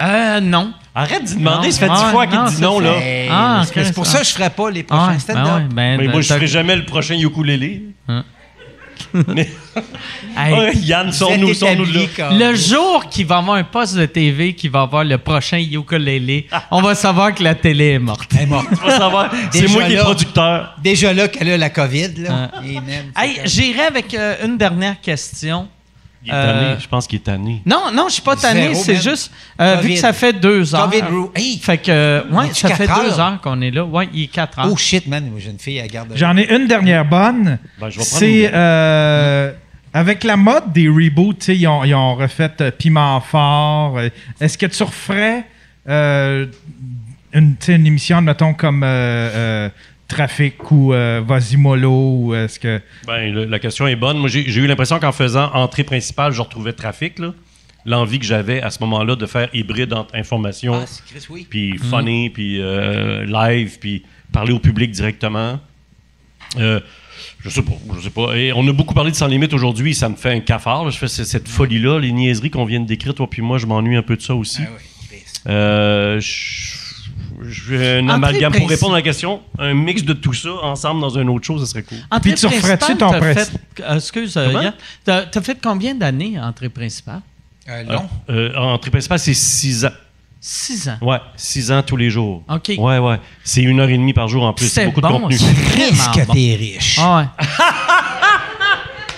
A: Euh, non.
D: Arrête d'y demander, ça fait
A: Non,
D: dix
A: ouais,
D: fois qu'il
A: non,
D: dit
A: c'est
D: non,
A: ça.
D: là.
F: Eh,
A: Ah,
F: c'est-
A: ok,
F: c'est pour
A: ça.
F: ça que je ferais pas les
A: Ah,
F: prochains
A: ouais,
F: stand-up.
A: ben ouais, ben,
D: Mais moi, je
A: t'as-
D: ferai jamais le prochain ukulélé.
A: Hey,
D: Ouais, Yann,
F: Vous êtes
D: sors-nous, sors-nous de là.
F: établis comme-
A: Le jour qu'il va avoir un poste de TV qui va avoir le prochain
D: [laughs]
A: ukulélé, on va savoir que la télé est morte. [laughs]
F: Eh, mort.
D: Tu [laughs] vas savoir, c'est
F: Déjà
D: moi qui est
F: là.
D: producteur.
F: Déjà là qu'elle a la COVID, là. Et même, c'est
A: Hein. Hey,
F: comme-
A: j'irai avec euh, une dernière question.
D: Il est
A: Euh,
D: tanné, je pense qu'il est tanné.
A: Non, non, je suis pas tanné,
F: Zéro,
A: c'est
F: man.
A: juste euh, vu
F: COVID.
A: que ça fait deux heures.
F: COVID rule. Hey!
A: Fait que euh, ouais,
F: Es-tu
A: ça fait
F: quatre
A: deux
F: heures?
A: heures qu'on est là. Ouais, il est quatre heures.
F: Oh shit, man, moi, j'ai une fille à la garde.
C: J'en ai une dernière bonne.
D: Ben, je vais prendre une
C: c'est
D: dernière.
C: euh, avec la mode des reboots, tu sais, ils ont, ils ont refait euh, Piment Fort. Euh, Est-ce que tu referais euh, une, tu sais, une émission, mettons, comme euh, euh, Trafic ou euh, Vasimolo ou euh, est-ce que.
D: Ben, le- la question est bonne. Moi, j'ai j'ai eu l'impression qu'en faisant entrée principale, je retrouvais trafic, là. L'envie que j'avais à ce moment-là de faire hybride entre information,
F: Ah, c'est Chris, oui.
D: puis funny, puis euh, live, puis parler au public directement. Euh, je sais pas, je sais pas. Et on a beaucoup parlé de Sans Limite aujourd'hui, ça me fait un cafard. là. Je fais c- cette folie-là, les niaiseries qu'on vient de décrire, toi puis moi, je m'ennuie un peu de ça aussi.
F: Ah oui, Chris.
D: Euh, je je fais un
A: Entrée
D: amalgame. Pour
A: principale.
D: répondre à la question, un mix de tout ça ensemble dans une autre chose, ça serait cool.
A: Entrée
C: Puis tu referais-tu
A: principale,
C: ton
A: t'as
C: presse-
A: fait- euh, Excuse, euh,
D: Comment?
A: Yann, t'as t'as fait combien d'années entrée principale?
F: Euh,
A: Ah.
D: Euh,
F: long.
D: euh, entrée principale, c'est 6 ans.
A: Six ans.
D: Ouais, 6 ans tous les jours.
A: OK.
D: Ouais, ouais. C'est une heure et demie par jour en plus. C'est
A: C'est
D: beaucoup de
A: bon,
D: contenu.
A: c'est
F: Chris,
A: vraiment
F: que
A: bon.
F: t'es
D: Oh,
F: riche.
A: Ah ouais.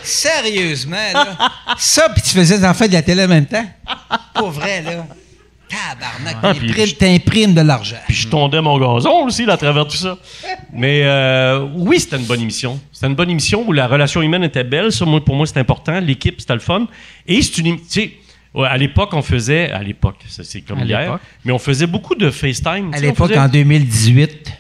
F: Sérieusement, là. ça, puis tu faisais des enfants de la télé en même temps. Pour vrai, là. Tabarnak,
D: Ah, puis
F: t'imprimes,
D: je-
F: t'imprimes de l'argent.
D: [laughs] Puis je tondais mon gazon aussi là, à travers tout ça. Mais euh, oui, c'était une bonne émission. C'était une bonne émission où la relation humaine était belle. Ça, moi, pour moi, c'est important. L'équipe, c'était le fun. Et c'est une... émi- Tu sais, ouais, à l'époque, on faisait... À l'époque, ça, c'est comme
A: À
D: hier.
A: l'époque.
D: Mais on faisait beaucoup de FaceTime. tu
F: À
D: sais, on
F: l'époque,
D: faisait-
F: en 2018.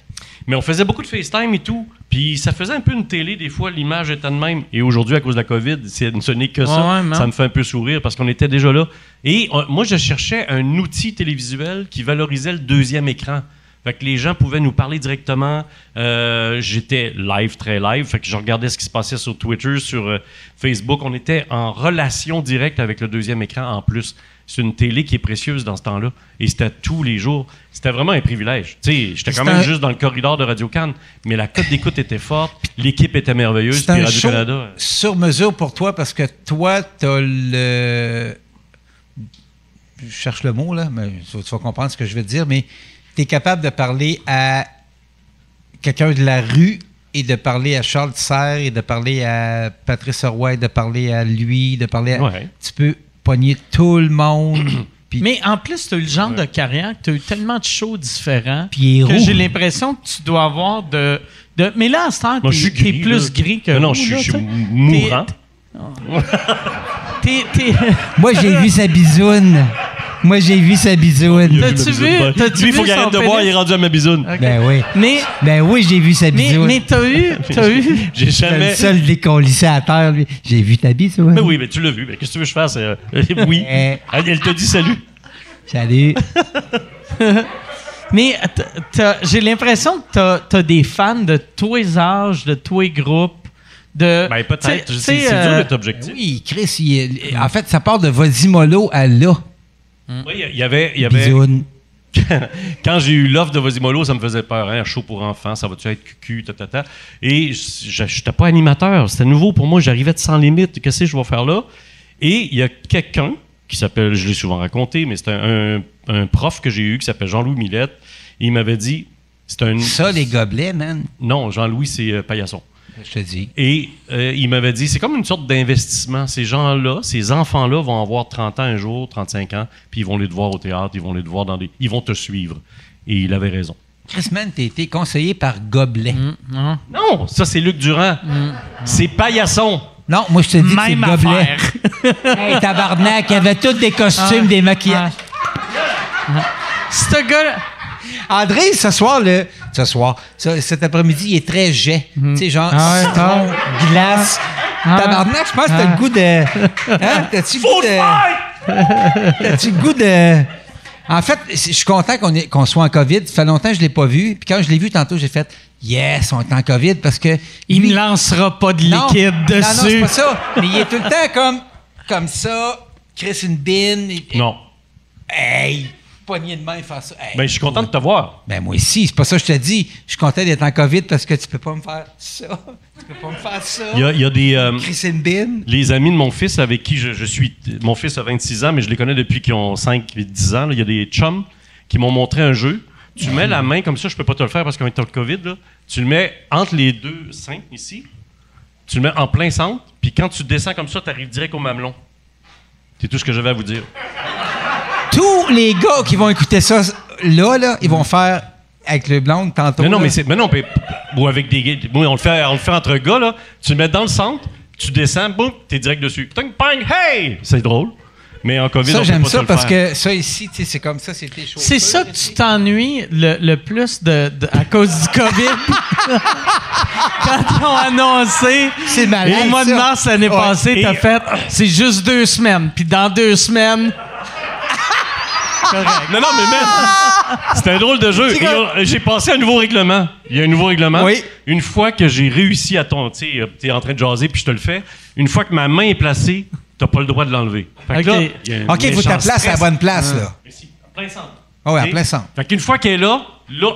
D: Mais on faisait beaucoup de FaceTime et tout. Puis ça faisait un peu une télé, des fois, l'image était de même. Et aujourd'hui, à cause de la COVID, c'est- ce n'est que ça.
A: Ouais, ouais, non.
D: ça me fait un peu sourire parce qu'on était déjà là. Et euh, moi, je cherchais un outil télévisuel qui valorisait le deuxième écran. Fait que les gens pouvaient nous parler directement. Euh, J'étais live, très live. Fait que je regardais ce qui se passait sur Twitter, sur euh, Facebook. On était en relation directe avec le deuxième écran en plus. C'est une télé qui est précieuse dans ce temps-là. Et c'était tous les jours. C'était vraiment un privilège. Tu sais, j'étais quand
F: C'est
D: même
F: un-
D: juste dans le corridor de Radio-Can, mais la cote d'écoute était forte. L'équipe était merveilleuse.
F: C'est
D: Puis
F: un show
D: Radio-Canada. euh,
F: sur mesure pour toi parce que toi, t'as le. Je cherche le mot, là, mais tu vas- tu vas comprendre ce que je veux te dire, mais t'es capable de parler à quelqu'un de la rue et de parler à Charles Serre et de parler à Patrice Roy et de parler à lui, de parler à.
D: Ouais.
F: Tu peux pogner tout le monde. puis
A: Mais en plus, tu as eu le genre de carrière que tu as eu tellement de shows différents
F: Puis il est
A: que
F: roux.
A: j'ai l'impression que tu dois avoir de. de- mais là, à ce temps,
D: Moi, je suis
A: tu es
D: gris,
A: plus
D: là.
A: gris que.
D: Non, non,
A: roux,
D: je suis-
A: là,
D: je suis
A: tu sais.
D: mourant.
A: T'es-
D: [laughs]
A: t'es-
F: Moi, j'ai vu sa bisoune. Moi, j'ai vu sa bisoune.
A: T'as-tu vu? T'as-tu
D: Lui, il faut
A: vu
D: qu'il
A: son
D: arrête de boire, il
A: pénis?
D: est rendu à ma bisoune.
A: Ok.
F: Ben oui.
D: [laughs]
A: Mais,
F: Ben oui, j'ai vu sa
A: mais,
F: bisoune.
A: mais t'as eu. T'as eu.
D: J'ai
F: C'était
D: jamais.
F: le seul décollissé à terre, lui. J'ai vu ta bisoune.
D: Mais oui, mais tu l'as vu. Mais Qu'est-ce que tu veux que je fasse? euh, [laughs] oui.
F: Eh.
D: Elle, elle te dit salut.
F: Salut.
A: Mais t'as- t'as- j'ai l'impression que t'as as des fans de tous les âges, de tous les groupes, De,
D: Ben, peut-être.
A: tu
D: C'est
A: sais,
D: c'est
A: tu sais,
D: dur
A: euh,
D: d'être objectif.
F: [laughs] Oui, Chris, il est- en fait, ça part de Vosimolo à là.
D: Oui, il y avait. il Y avait
F: Bisoun.
D: [laughs] quand j'ai eu l'offre de Vosimolo, ça me faisait peur. Hein? Show pour enfants, ça va-tu être cucu, tatata. Et je n'étais pas animateur. C'était nouveau pour moi. J'arrivais de sans limite. Qu'est-ce que je vais faire là? Et il y a quelqu'un qui s'appelle, je l'ai souvent raconté, mais c'est un, un- un prof que j'ai eu qui s'appelle Jean-Louis Millette. Il m'avait dit c'est un.
F: Ça, les gobelets, man,
D: Non, Jean-Louis, c'est euh, paillasson.
F: je te dis.
D: Et euh, il m'avait dit, c'est comme une sorte d'investissement. Ces gens-là, ces enfants-là vont avoir 30 ans un jour, 35 ans, puis ils vont les devoir au théâtre, ils vont les devoir dans des... Ils vont te suivre. Et il avait raison.
F: Chris, man, t'as été conseillé par gobelet.
D: Mm. Non, ça c'est Luc Durand. C'est paillasson.
F: Non, moi, je te dis que c'est
A: Même
F: gobelet.
A: affaire.
F: [laughs] hey, tabarnak, il y avait tous des costumes,
D: Ah.
F: des maquillages.
A: Ce gars
D: Ah.
F: André, ce soir, là, ce soir, ce- cet après-midi, il est très jet.
D: Mm.
F: Tu sais, genre,
A: Ah ouais,
F: citron,
A: ah.
F: glace.
A: Ah.
F: Tabarnak, je pense que t'as le goût de. Hein? T'as-tu le goût de. T'as-tu le goût de. En fait, c'est- je suis content qu'on ait- qu'on soit en COVID. Ça fait longtemps que je ne l'ai pas vu. Puis quand je l'ai vu tantôt, j'ai fait Yes, on est en COVID parce que.
A: il
F: lui-
A: ne lancera pas de liquide
F: non, Non, c'est
A: dessus.
F: pas ça. Mais il est tout le temps comme, comme ça, Chris une bine. et-
D: Non.
F: Hey! Poignée de main, faire ça. Hey.
D: Ben, je suis content de te voir.
F: Ben moi aussi, c'est pas ça que je te dis. Je suis content d'être en COVID parce que tu peux pas me faire ça. Tu peux pas me faire ça.
D: Il y a, il y a des... euh,
F: Chris une bine.
D: les amis de mon fils avec qui je, je suis... Mon fils a 26 ans, mais je les connais depuis qu'ils ont 5 et 10 ans. là. Il y a des chums qui m'ont montré un jeu. Tu mets la main comme ça, je peux pas te le faire parce qu'on est en COVID. Là. Tu le mets entre les deux seins, ici. Tu le mets en plein centre. Puis quand tu descends comme ça, tu arrives direct au mamelon. C'est tout ce que j'avais à vous dire.
F: Tous les gars qui vont écouter ça là, là, ils vont faire avec le blonde tantôt.
D: Mais non,
F: là.
D: mais c'est. Mais non, puis- ou avec des gays. Moi, on le fait, on le fait entre gars, là. Tu le mets dans le centre, tu descends, boum, t'es direct dessus. Ting, pang, hey! C'est drôle. Mais en COVID, on
F: ça,
D: peut
F: j'aime
D: pas te
F: ça
D: le
F: parce
D: faire.
F: que ça ici, tu sais, c'est comme ça, c'était chaud.
A: C'est ça que tu t'ennuies le, le plus de, de- à cause du COVID.
F: [laughs]
A: Quand ils ont annoncé
F: C'est malade,
A: au mois de
F: ça.
A: mars l'année passée, t'as fait c'est juste deux semaines. Puis dans deux semaines,
F: Ah,
D: Non, non, mais même. C'est un drôle de jeu. Et on- J'ai passé un nouveau règlement. Il y a un nouveau règlement.
F: Oui.
D: Une fois que j'ai réussi à ton. Tu sais, euh, t'es en train de jaser, puis je te le fais. Une fois que ma main est placée, t'as pas le droit de l'enlever. Fait que
A: Ok.
D: là, il y a un
F: OK, il faut que
D: méchant
F: ta place à la
D: stress.
F: bonne place, là.
D: Ici, en plein centre.
F: Ah ouais, en
D: Ok?
F: plein centre.
D: Fait qu'une fois qu'elle est là, là,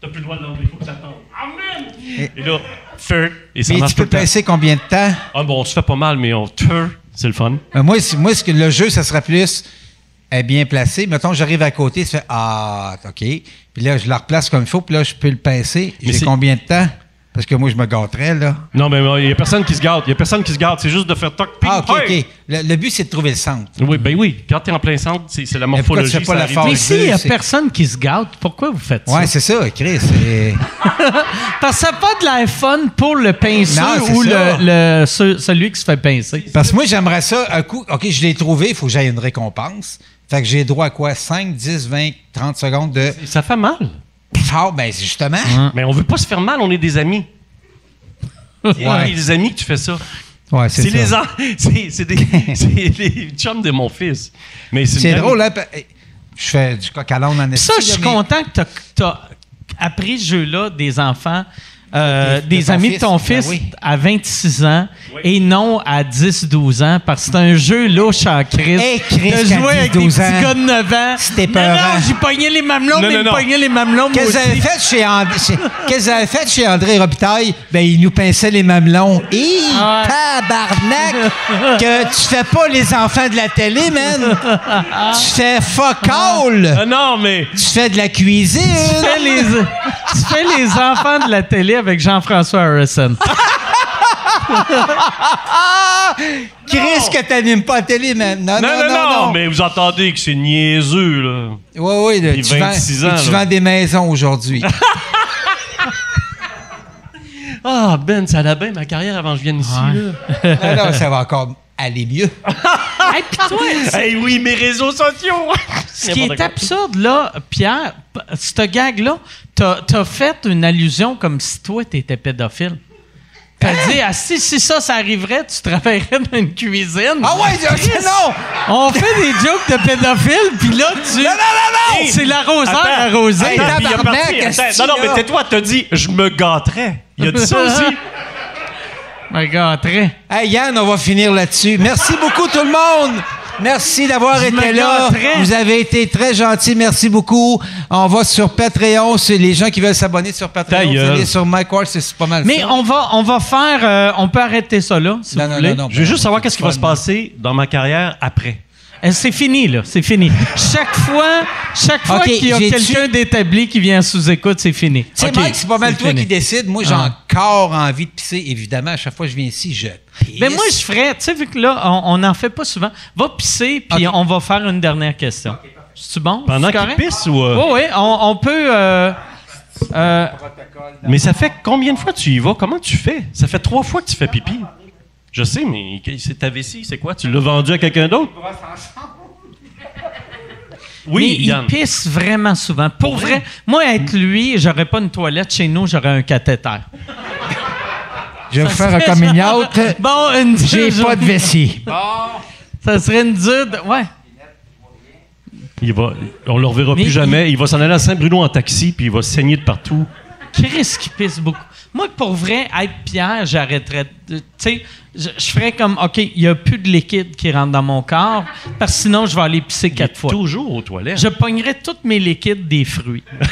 D: t'as plus le droit de l'enlever, faut que ça tombe. Amen! Et là, feu, et ça
F: Mais
D: marche
F: tu peux
D: tout le temps.
F: passer combien de temps?
D: Ah bon, on se fait pas mal, mais on feu, c'est le fun.
F: Ben, moi, si- moi ce que le jeu, ça sera plus euh, bien placé. Mettons, j'arrive à côté, tu fais Ah, OK. Puis là, je la replace comme il faut, puis là, je peux le pincer.
D: Mais
F: J'ai
D: c'est-
F: combien de temps? Parce que moi, je me gâterais, là.
D: Non, mais il y a personne qui se garde, il y a personne qui se garde, c'est juste de faire toc, ping,
F: Ah, OK,
D: hey!
F: OK. Le, le but, c'est de trouver le centre.
D: Oui, ben oui, quand t'es en plein centre, c'est c'est la
F: Mais pourquoi tu
D: morphologie.
F: fais pas
D: ça
F: la
D: arrive.
F: force?
A: mais s'il y a
F: c'est-
A: personne qui se gâte, pourquoi vous faites ça?
F: Ouais, c'est ça, Chris. c'est-
A: Parce que ça n'a pas de l'air fun pour le pinceur
F: Non, c'est
A: ou
F: ça.
A: le, le- ce- celui qui se fait pincer.
F: Parce que moi, j'aimerais ça, un coup, OK, je l'ai trouvé, il faut que j'aille une récompense. Fait que j'ai droit à quoi? 5, 10, 20, 30 secondes de.
D: Ça fait mal.
F: Ah, ben, c'est justement.
D: Mais on veut pas se faire mal, on est des amis. Il y a des amis que tu fais ça.
F: Ouais,
D: C'est
F: ça.
D: les, en- [laughs] c'est- c'est des,
F: [laughs]
D: c'est les chums de mon fils. Mais
F: C'est
D: une-
F: drôle, hein? pa- Je fais du coq à l'âne en
A: Ça,
F: esti,
A: je suis
F: là, mais-
A: content que tu as, appris ce jeu-là des enfants, euh,
F: De- de
A: des
F: ton
A: amis
F: fils.
A: de ton
F: Ben
A: fils
F: oui.
A: à 26 ans et non à 10-12 ans parce que c'est un jeu louche en crise.
F: Hey, Chris,
A: de
F: qu'à
A: jouer avec
F: 10-12
A: des petits
F: ans,
A: gars de 9 ans.
F: c'était
A: non,
F: peurant.
A: non, j'ai pogné les mamelons,
D: Non,
A: mais
D: non,
A: il me
D: non.
A: pognait les mamelons. moi
F: Qu'est-ce qu'elles avaient
A: aussi.
F: fait chez, And- chez- qu'elles avaient fait chez André Robitaille? Ben, il nous pinçait les mamelons. Hi! Tabarnak! que tu fais pas les enfants de la télé, man! tu fais fuck all!
D: Ah non, mais.
F: tu fais de la cuisine!
A: Tu fais les, tu fais les enfants de la télé avec Jean-François Harrison.
F: Chris, que t'animes pas la télé, man! Non,
D: Non,
F: non, non, non!
D: mais vous entendez que c'est niaiseux, là.
F: Ouais, ouais, là,
D: Puis
F: tu,
D: 26
F: vends,
D: ans,
F: tu
D: là.
F: vends des maisons aujourd'hui.
D: Ah, Ben, ça allait bien ma carrière avant que je vienne ici,
F: [laughs] non, non, ça va encore aller mieux. Ah,
A: Hey, puis toi,
D: là. Hey, oui, mes réseaux
F: [laughs]
D: sociaux!
A: Ce qui est absurde, là, Pierre, p- cette gag-là, t'as as fait une allusion comme si toi, t'étais pédophile. T'as dit, ah, si, si ça, ça arriverait, tu travaillerais dans une cuisine.
F: Ah ouais,
A: Chris,
F: ok, non!
A: On fait des jokes de pédophiles, puis là, tu...
F: Non, non, non, non!
A: Hey, C'est l'arroseur
D: Attends.
A: arrosé.
F: Hey,
D: Puis il a
F: tabarnak,
D: parti,
F: esti,
D: attends, Non, non,
F: là. [laughs]
D: mais tais-toi, t'as dit, je me gâterais. Il a dit ça aussi.
A: [laughs] My God, très.
F: Hey Yann, on va finir là-dessus. Merci beaucoup tout le monde. Merci d'avoir
A: Je
F: été
A: me
F: là.
A: gâterais.
F: Vous avez été très gentils. Merci beaucoup. On va sur Patreon. C'est les gens qui veulent s'abonner sur
D: Ta
F: Patreon. Vous
D: gueule.
F: allez sur Mike Ward, c'est pas mal.
A: Mais
F: ça.
A: on va, on va faire. euh, on peut arrêter ça là, si
F: Non,
A: vous
F: non,
A: voulez.
F: non, ben non.
D: Je veux juste savoir qu'est-ce qui va
F: Fun.
D: se passer dans ma carrière après.
A: Euh, C'est fini, là. C'est fini. chaque fois, chaque fois
F: Ok,
A: qu'il y a
F: j'ai-tu-
A: quelqu'un d'établi qui vient sous écoute, c'est fini.
F: Tu sais,
A: Ok,
F: Mike, c'est pas mal toi
A: fini.
F: qui décide. Moi, j'ai
A: Ah.
F: encore envie de pisser. Évidemment, à chaque fois que je viens ici, je pisse.
A: Mais Ben, moi, je ferais, tu sais, vu que là, on n'en fait pas souvent, va pisser, puis
F: Ok.
A: on va faire une dernière question. C'est bon?
D: Pendant
A: C'est
D: qu'il
A: correct? Oh.
D: pisse ou. euh,
A: Oui, oui, on, on peut. euh, euh,
D: Mais ça fait combien de fois tu y vas? Comment tu fais? Ça fait trois fois que tu fais pipi. Je sais, mais que- c'est ta vessie, c'est quoi? Tu l'as vendu à quelqu'un d'autre? Oui,
A: mais il
D: Yann.
A: pisse vraiment souvent. Pour vrai,
D: vrai?
A: moi, être lui, j'aurais pas une toilette chez nous, j'aurais un cathéter.
B: Je vais vous faire un coming out.
A: [laughs] Bon, une
B: J'ai
A: dure
B: pas de
A: journée.
B: vessie.
A: Ça serait une dure. de- Ouais.
D: Il va, on le reverra
A: Mais
D: plus
A: il-
D: jamais. Il va s'en aller à Saint-Bruno en taxi, puis il va saigner de partout.
A: Chris qui pisse beaucoup. Moi, pour vrai, être Pierre, j'arrêterais. de- Tu sais, je, je ferais comme, OK, il n'y a plus de liquide qui rentre dans mon corps, parce que sinon, je vais aller pisser quatre fois.
D: Toujours aux toilettes.
A: Je pognerais tous mes liquides des fruits. [laughs] tu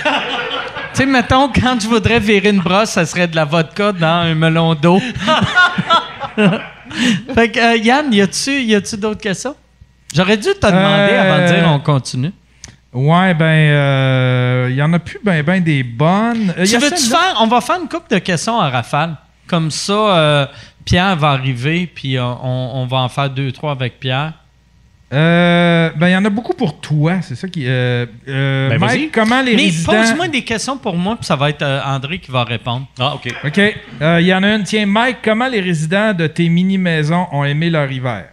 A: sais, mettons, quand je voudrais virer une brosse, ça serait de la vodka dans un melon d'eau. [laughs] fait que, euh, Yann, y a-tu, y a-tu d'autres questions? J'aurais dû te demander
C: Euh,
A: avant de dire on continue.
C: Ouais, ben, euh, il y en a plus ben, ben des bonnes. Euh, il y
A: Tu
C: a
A: veux-tu
C: celle-là.
A: faire? On va faire une couple de questions à rafale. Comme ça, euh, Pierre va arriver, puis euh, on, on va en faire deux, trois avec Pierre.
C: Euh, ben, il y en a beaucoup pour toi, c'est ça qui. Euh, euh,
D: Ben, vas-y.
C: Mike, comment les
A: Mais
C: résidents-
A: pose-moi des questions pour moi, puis ça va être euh, André qui va répondre.
D: Ah, OK.
C: OK. Euh, Il y en a une. Tiens, Mike, comment les résidents de tes mini-maisons ont aimé leur hiver?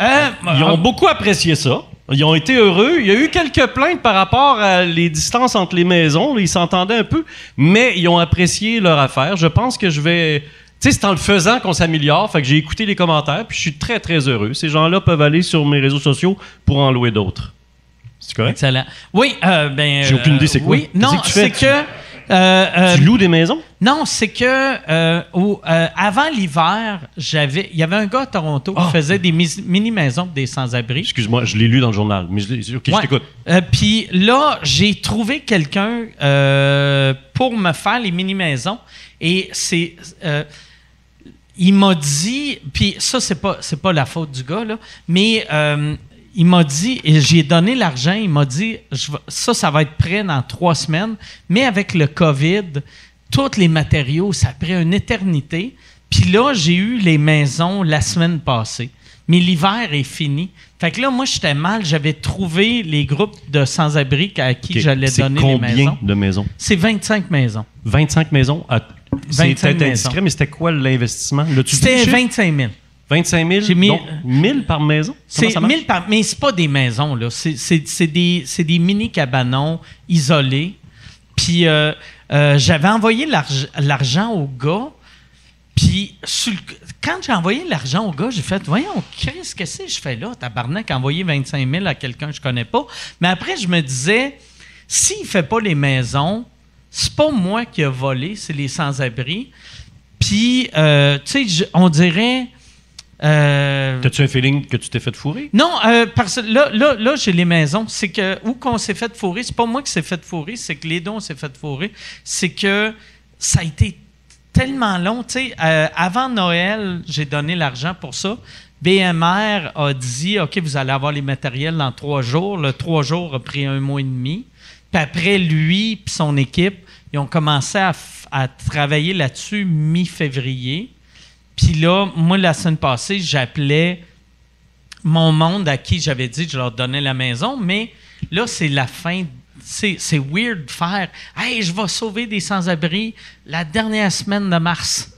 A: Euh,
D: Ils
A: euh,
D: ont beaucoup apprécié ça. Ils ont été heureux. Il y a eu quelques plaintes par rapport à les distances entre les maisons. là, Ils s'entendaient un peu, mais ils ont apprécié leur affaire. Je pense que je vais. Tu sais, c'est en le faisant qu'on s'améliore. Fait que j'ai écouté les commentaires, puis je suis très, très heureux. Ces gens-là peuvent aller sur mes réseaux sociaux pour en louer d'autres. C'est correct?
A: Excellent. Oui, euh, ben.
D: hein? J'ai aucune idée c'est quoi.
A: Oui,
D: Qu'est-ce
A: non,
D: que tu fais,
A: c'est
D: tu-
A: que. euh, euh,
D: tu loues des maisons?
A: non, c'est que euh, au- euh, avant l'hiver, j'avais, il y avait un gars à Toronto
D: Ah!
A: qui faisait des mis- mini-maisons pour des sans-abri.
D: Excuse-moi, je l'ai lu dans le journal. Mais je l'ai- OK,
A: Ouais.
D: je t'écoute.
A: Euh, Puis là, j'ai trouvé quelqu'un euh, pour me faire les mini-maisons. Et c'est. euh, il m'a dit. Puis ça, c'est pas, c'est pas la faute du gars, là. Mais euh, il m'a dit. Et j'ai donné l'argent. Il m'a dit je vais- ça, ça va être prêt dans trois semaines. Mais avec le COVID, tous les matériaux, ça a pris une éternité. Puis là, j'ai eu les maisons la semaine passée. Mais l'hiver est fini. Fait que là, moi, j'étais mal. J'avais trouvé les groupes de sans-abri à qui
D: OK.
A: j'allais
D: C'est
A: donner les
D: combien
A: maisons.
D: de maisons?
A: C'est 25 maisons.
D: 25 maisons. À... C'est
A: 25
D: peut-être
A: maisons.
D: indiscret, mais c'était quoi l'investissement? L'as-tu
A: C'était
D: dit, Chiffre?
A: 25 000.
D: 25 000,
A: J'ai mis- euh,
D: donc 1000 par maison? Comment
A: C'est
D: ça marche?
A: 1000 par- mais c'est pas des maisons, là. C'est- C'est c'est des, c'est des mini-cabanons isolés. Puis euh, euh, j'avais envoyé l'arg- l'argent au gars. Puis sur le- quand j'ai envoyé l'argent au gars, j'ai fait Voyons, Chris, qu'est-ce que je fais là, tabarnak, envoyer 25 000 à quelqu'un que je connais pas. Mais après, je me disais S'il fait pas les maisons, c'est pas moi qui ai volé, c'est les sans-abri. Puis, euh, tu sais, je- on dirait. euh,
D: T'as-tu un feeling que tu t'es fait fourrer?
A: non, euh, parce que là, là, là j'ai les maisons. C'est que où qu'on s'est fait fourrer, c'est pas moi qui s'est fait fourrer, c'est que les dons s'est fait fourrer. C'est que ça a été tellement long. Tu sais, euh, avant Noël, j'ai donné l'argent pour ça. BMR a dit OK, vous allez avoir les matériels dans trois jours. Le trois jours a pris un mois et demi. Puis après, lui et son équipe, ils ont commencé à, f- à travailler là-dessus mi-février. Puis là, moi, la semaine passée, j'appelais mon monde à qui j'avais dit que je leur donnais la maison, mais là, c'est la fin. C'est c'est weird de faire Hey, je vais sauver des sans-abri la dernière semaine de mars.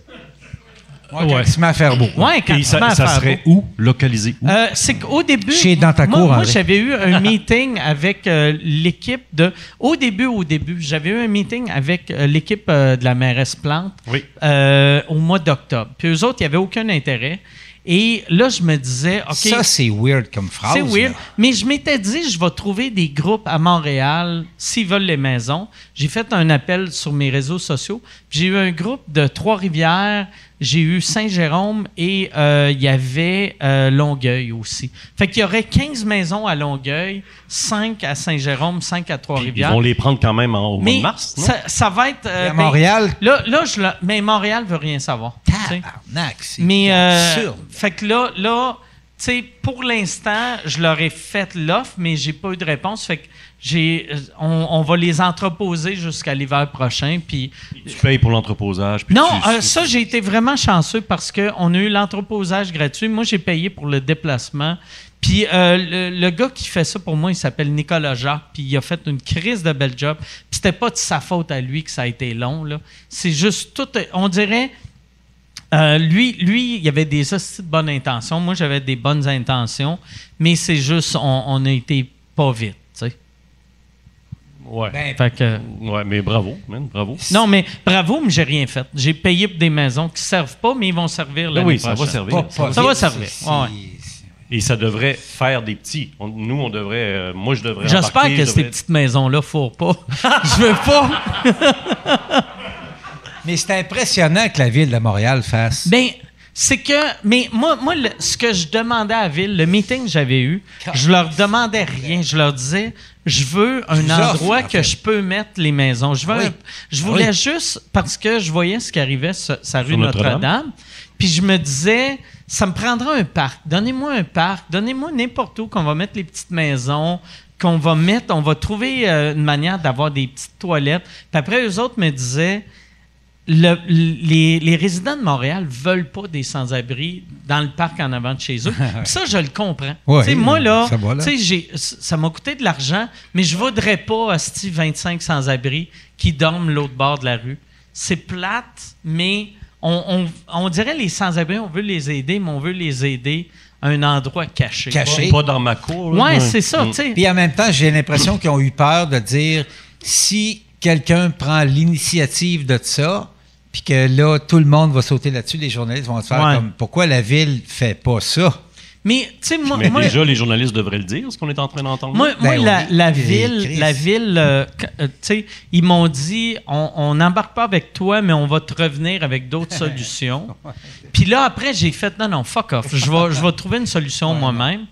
F: Ouais, quand il se met à faire beau.
A: Ouais, quand
D: Et
A: tu m'as
D: ça, ça
A: affaire,
D: serait où? Localisé où?
A: euh, c'est qu'au début,
F: Chez- dans ta
A: moi,
F: cour,
D: hein.
A: moi,
F: André.
A: j'avais eu
D: [laughs]
A: un meeting avec euh, l'équipe de. Au début, au début, j'avais eu un meeting avec euh, l'équipe euh, de la mairesse Plante
D: Oui.
A: euh, au mois d'octobre. Puis eux autres, il n'y avait aucun intérêt. Et là, je me disais, OK.
F: Ça, c'est weird comme phrase.
A: C'est weird.
F: là.
A: Mais je m'étais dit, je vais trouver des groupes à Montréal s'ils veulent les maisons. J'ai fait un appel sur mes réseaux sociaux. Puis J'ai eu un groupe de Trois-Rivières, j'ai eu Saint-Jérôme et euh, il y avait euh, Longueuil aussi. Fait qu'il y aurait 15 maisons à Longueuil, 5 à Saint-Jérôme, 5 à
D: Ils
A: Trois-Rivières.
D: vont les prendre quand même en, au mois
A: Mais
D: de mars, non?
A: ça, ça va être. euh,
F: Et à
A: ben,
F: Montréal,
A: là, là, je le- mais Montréal veut rien savoir. tu sais.
F: tabarnak, c'est
A: Mais euh,
F: absurde.
A: fait que là, là, tu sais, pour l'instant, je leur ai fait l'offre, mais j'ai pas eu de réponse. Fait que j'ai, euh, on, on va les entreposer jusqu'à l'hiver prochain. Puis
D: Tu payes pour l'entreposage. puis
A: non,
D: tu-
A: euh, ça j'ai été vraiment chanceux parce que on a eu l'entreposage gratuit. Moi, j'ai payé pour le déplacement. Puis euh, le, le gars qui fait ça pour moi, il s'appelle Nicolas Jacques. Puis il a fait une crise de bel job. Puis c'était pas de sa faute à lui que ça a été long. Là, c'est juste tout. On dirait. Euh, lui, lui, il y avait des hosties de bonnes intentions. Moi, j'avais des bonnes intentions, mais c'est juste, on, on a été pas vite. tu sais.
D: Ouais.
F: Ben,
A: Fait que,
D: ouais, mais bravo, man, bravo.
A: non, mais bravo, mais j'ai rien fait. J'ai payé pour des maisons qui servent pas, mais ils vont servir
D: Ben
A: l'année
D: oui, ça va
A: prochaine. Oh.
D: servir.
F: pas
A: Ça va
F: vite,
A: servir.
F: c'est-
A: Ouais,
F: c'est-
D: Et ça devrait faire des petits. On- nous, on devrait. euh, moi, je devrais.
A: J'espère
D: embarquer,
A: que
D: je
A: ces
D: devrais-
A: petites maisons-là fourrent pas. [laughs] Je veux pas.
F: Mais c'est impressionnant que la ville de Montréal fasse.
A: Ben, c'est que, mais moi, moi le- ce que je demandais à la ville, le meeting que j'avais eu, je leur demandais rien. Je leur disais, je veux un
F: vous offre,
A: endroit
F: en
A: que
F: fait.
A: je peux mettre les maisons. Je, veux
F: Oui. Ah
A: un- je voulais
F: oui.
A: juste, parce que je voyais ce qui arrivait sur, sur la rue
D: Notre-Dame.
A: Notre-Dame, puis je me disais, ça me prendra un parc. Donnez-moi un parc. Donnez-moi n'importe où qu'on va mettre les petites maisons, qu'on va mettre, on va trouver euh, une manière d'avoir des petites toilettes. Puis après, eux autres me disaient, le- les, les résidents de Montréal veulent pas des sans-abri dans le parc en avant de chez
F: [laughs]
A: eux. Puis ça, je le comprends.
F: Ouais,
A: Tu sais, moi, là,
F: ça va, là.
A: tu sais, j'ai- ça m'a coûté de l'argent, mais je voudrais pas asti 25 sans-abri qui dorment l'autre bord de la rue. C'est plate, mais on, on- on dirait les sans-abri, on veut les aider, mais on veut les aider à un endroit caché.
F: Caché.
D: Pas dans ma cour. là. hum.
A: Ouais, c'est
D: Mm.
A: ça, tu sais.
F: Puis en même temps, j'ai l'impression qu'ils ont eu peur de dire si quelqu'un prend l'initiative de ça, puis que là, tout le monde va sauter là-dessus, les journalistes vont se faire
A: Ouais.
F: comme pourquoi la ville fait pas ça?
A: Mais, tu sais, moi,
D: Mais
A: moi-
D: déjà, les journalistes devraient le dire, ce qu'on est en train d'entendre.
A: Moi,
F: Ben
A: moi, la,
F: oui.
A: la
F: Et
A: ville,
F: Chris.
A: la ville, euh, qu- euh, tu sais, ils m'ont dit, on on n'embarque pas avec toi, mais on va te revenir avec
F: [laughs]
A: d'autres solutions. Puis là, après, j'ai fait, non, non, fuck off, je vais, je vais trouver une solution moi-même.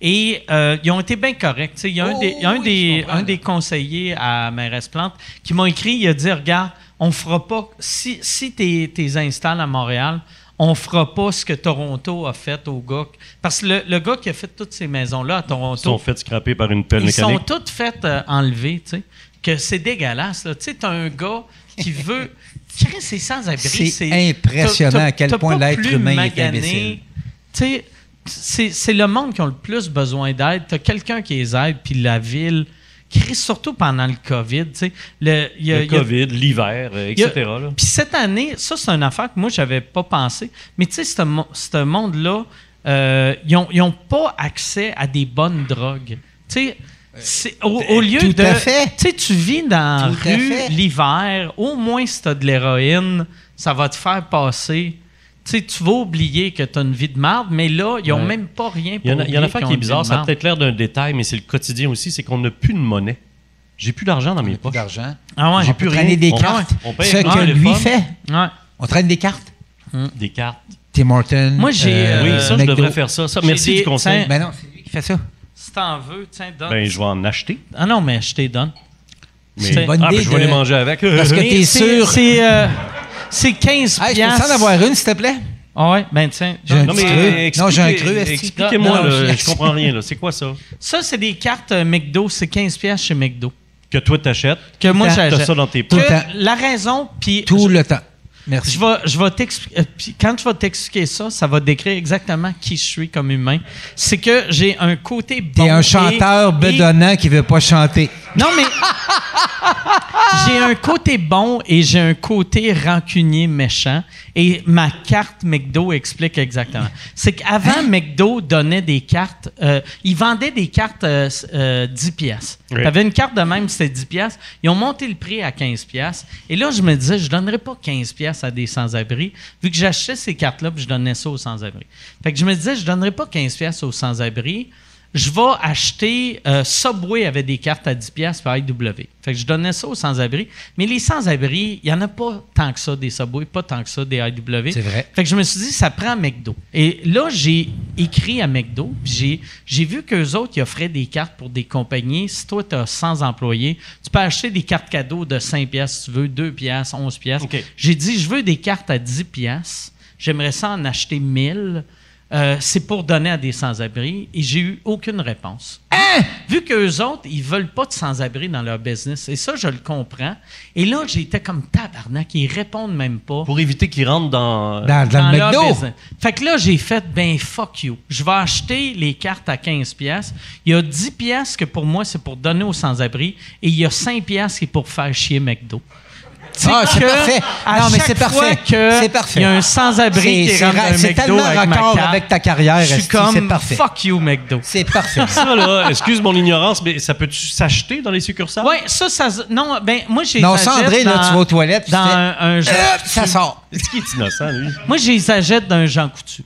A: Et euh, ils ont été bien corrects. tu sais. Il y a un
F: Oh,
A: des, il y a un
F: oui, je
A: des,
F: comprends,
A: un
F: là.
A: des conseillers à Mairesse Plante qui m'a écrit, il a dit, regarde, on fera pas, si, si t'es t'es installes à Montréal, on fera pas ce que Toronto a fait au gars. Parce que le, le gars qui a fait toutes ces maisons-là à Toronto,
D: Ils sont fait scraper par une pelle
A: ils sont
D: mécanique.
A: toutes faites euh, enlever, tu sais. Que c'est dégueulasse, là. Tu sais, t'as un gars
F: [laughs]
A: qui veut. Chris, c'est sans abri.
F: C'est impressionnant à quel
A: t'as
F: point
A: pas
F: l'être
A: plus
F: humain est
A: magané.
F: imbécile.
A: Tu sais, c'est c'est le monde qui a le plus besoin d'aide. T'as quelqu'un qui les aide, puis la ville. Chris, surtout pendant le COVID, tu sais. Le, il y a-
D: Le
A: il y a-
D: COVID, l'hiver, euh,
A: il y a-
D: etc. là.
A: Puis cette année, ça, c'est une affaire que moi, j'avais pas pensé. Mais tu sais, ce mo- ce monde-là, euh, ils ont- ils ont pas accès à des bonnes drogues. Tu sais, c'est- au, au lieu
F: Eh, tout
A: de.
F: à fait.
A: Tu sais, tu vis dans
F: Tout à
A: la rue
F: fait.
A: l'hiver, au moins si tu as de l'héroïne, ça va te faire passer. Tu sais, tu vas oublier que tu as une vie de marde, mais là, ils ont
D: Ouais.
A: même pas rien pour
D: Il y en a, il y en
A: oublier
D: a une affaire
A: qu'ils ont
D: qui
A: une
D: est
A: vie de
D: bizarre, ça a
A: marde.
D: peut-être l'air d'un détail, mais c'est le quotidien aussi, c'est qu'on n'a plus de monnaie. J'ai plus d'argent dans mes
F: Pas
D: poches.
F: d'argent.
A: Ah ouais,
F: J'ai pu traîner des
D: On-
F: cartes.
D: on paye
F: Ce
D: avec
F: que
D: le
F: lui
D: téléphone.
F: fait.
A: Ouais.
F: On traîne des cartes.
D: Des cartes.
F: Tim Horton.
A: Moi, j'ai, euh,
D: oui, ça, je
F: McDo.
D: devrais faire ça. ça
A: J'ai
D: merci
A: des-
D: du conseil.
A: tiens,
F: Ben non, c'est lui qui fait ça.
A: Si t'en veux, tiens, donne.
D: Ben, je vais en acheter.
A: Ah non, mais je t'ai donne.
D: Mais...
A: C'est une bonne
D: ah, ben,
F: idée
D: je vais
F: de-
D: les manger avec.
F: Parce que
A: Mais
F: t'es
A: c'est-
F: sûr.
A: C'est euh, c'est 15
F: Hey, je peux
A: piastres.
F: en avoir une, s'il te plaît?
A: Ah ouais, ben tiens.
F: J'ai un
D: Non,
F: petit
D: mais
F: creux. Non, j'ai un
D: expliquez-
F: creux. est-ce que-
D: Expliquez-moi,
F: Non, non,
D: là,
F: j'ai-
D: je comprends rien. là. C'est quoi ça?
A: Ça, c'est des cartes euh, McDo. C'est 15 piastres chez McDo.
D: Que toi, t'achètes.
A: Que moi,
F: Tout le temps,
D: T'as
A: j'achète.
D: ça dans tes
F: Tout
D: poches.
F: le temps.
A: Que la raison, puis...
F: Tout
A: je-
F: le temps. Merci.
A: Je vais, je vais t'expliquer. euh, puis Quand je vais t'expliquer ça, ça va décrire exactement qui je suis comme humain. C'est que j'ai un côté bon.
F: T'es un
A: et-
F: chanteur
A: et-
F: bedonnant qui veut pas chanter.
A: Non, mais j'ai un côté bon et j'ai un côté rancunier méchant. Et ma carte McDo explique exactement. C'est qu'avant, McDo donnait des cartes. euh, ils vendaient des cartes euh, s- euh, 10 piastres.
D: Oui.
A: T'avais une carte de même, c'était 10 piastres. Ils ont monté le prix à 15 piastres. Et là, je me disais, je donnerais pas 15 piastres à des sans-abri, vu que j'achetais ces cartes-là puis je donnais ça aux sans-abri. Fait que je me disais, je donnerais pas 15 piastres aux sans-abri je vais acheter euh, Subway avec des cartes à 10 pièces par IW. Fait que je donnais ça aux sans-abri, mais les sans-abri, il y en a pas tant que ça des Subway, pas tant que ça des IW.
F: C'est vrai.
A: Fait que je me suis dit ça prend McDo. Et là j'ai écrit à McDo, puis j'ai j'ai vu qu'eux autres ils offraient des cartes pour des compagnies, si toi tu as 100 employés, tu peux acheter des cartes cadeaux de 5 pièces si tu veux, 2 pièces, 11 pièces.
D: OK.
A: J'ai dit je veux des cartes à 10 pièces. J'aimerais ça en acheter 1000. Euh, c'est pour donner à des sans-abri et j'ai eu aucune réponse.
D: Hein?
A: Vu qu'eux autres, ils veulent pas de sans-abri dans leur business. Et ça, je le comprends. Et là, j'étais comme tabarnak. Ils répondent même pas
D: Pour éviter qu'ils rentrent dans.
F: Dans, dans le
A: leur
F: McDo.
A: business. Fait que là, j'ai fait, ben fuck you. Je vais acheter les cartes à 15 pièces. Il y a 10 pièces que pour moi, c'est pour donner aux sans-abri. Et il y a 5 pièces qui est pour faire chier McDo. Tu sais
F: Ah, c'est
A: que
F: parfait.
A: à
F: Non, mais
A: chaque
F: c'est
A: fois
F: parfait.
A: que
F: C'est parfait.
A: Il y a un sans-abri
F: C'est-
A: qui
F: c'est
A: rentre
F: ra-
A: dans un
F: c'est
A: McDo
F: tellement
A: avec, ma
F: raccord
A: carte.
F: avec ta carrière,
A: Je suis
F: esti,
A: comme
F: c'est parfait.
A: fuck you McDo.
F: C'est
A: [laughs]
F: parfait.
D: Ça, là, excuse mon ignorance, mais ça peut-tu s'acheter dans les succursales?
A: Ouais, ça, ça. se- Non, ben moi j'ai.
F: Non, ça, André, là, tu vas aux toilettes, tu
A: Dans
F: fais-
A: un, un Jean-
F: Euh, ça sort.
D: Est-ce qu'il est innocent, lui?
A: Moi, je les achète d'un Jean Coutu.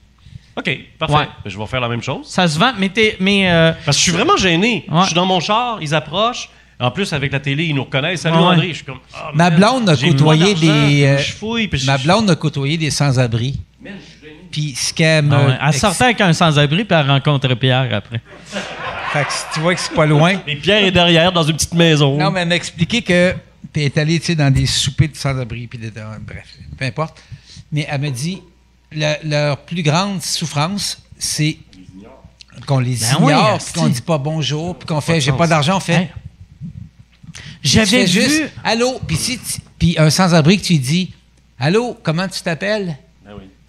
D: OK, parfait.
A: Ouais.
D: Ben, Je vais faire la même chose.
A: Ça se vend, mais t'es, mais euh,
D: Parce que je suis vraiment gêné.
A: Ouais.
D: Je suis dans mon char, ils approchent. En plus, avec la télé, ils nous reconnaissent. Salut
A: Ouais.
D: André. Je suis comme. Ah,
F: Ma
D: man,
F: blonde a
D: j'ai
F: côtoyé
D: moins d'argent,
F: des, euh,
D: Je fouille. puis je-
F: Ma blonde a côtoyé des sans-abri. Puis ce qu'elle me.
A: Ah ouais, elle sortait avec un sans-abri puis elle rencontrait Pierre après.
F: Fait que si tu vois que c'est pas loin.
D: Et Pierre est derrière dans une petite maison.
A: Mmh.
F: Non, mais elle m'a expliqué que. Puis elle est allée, tu sais, dans des soupers de sans-abri. Puis des- euh, bref, peu importe. Mais elle me dit le- leur plus grande souffrance, c'est qu'on les
A: Ben oui,
F: ignore,
A: asti.
F: puis qu'on dit pas bonjour, puis qu'on fait j'ai pas d'argent, on fait.
A: Hey. J'avais
F: Tu fais
A: vu.
F: juste allô puis si tu- puis un sans-abri que tu lui dis allô comment tu t'appelles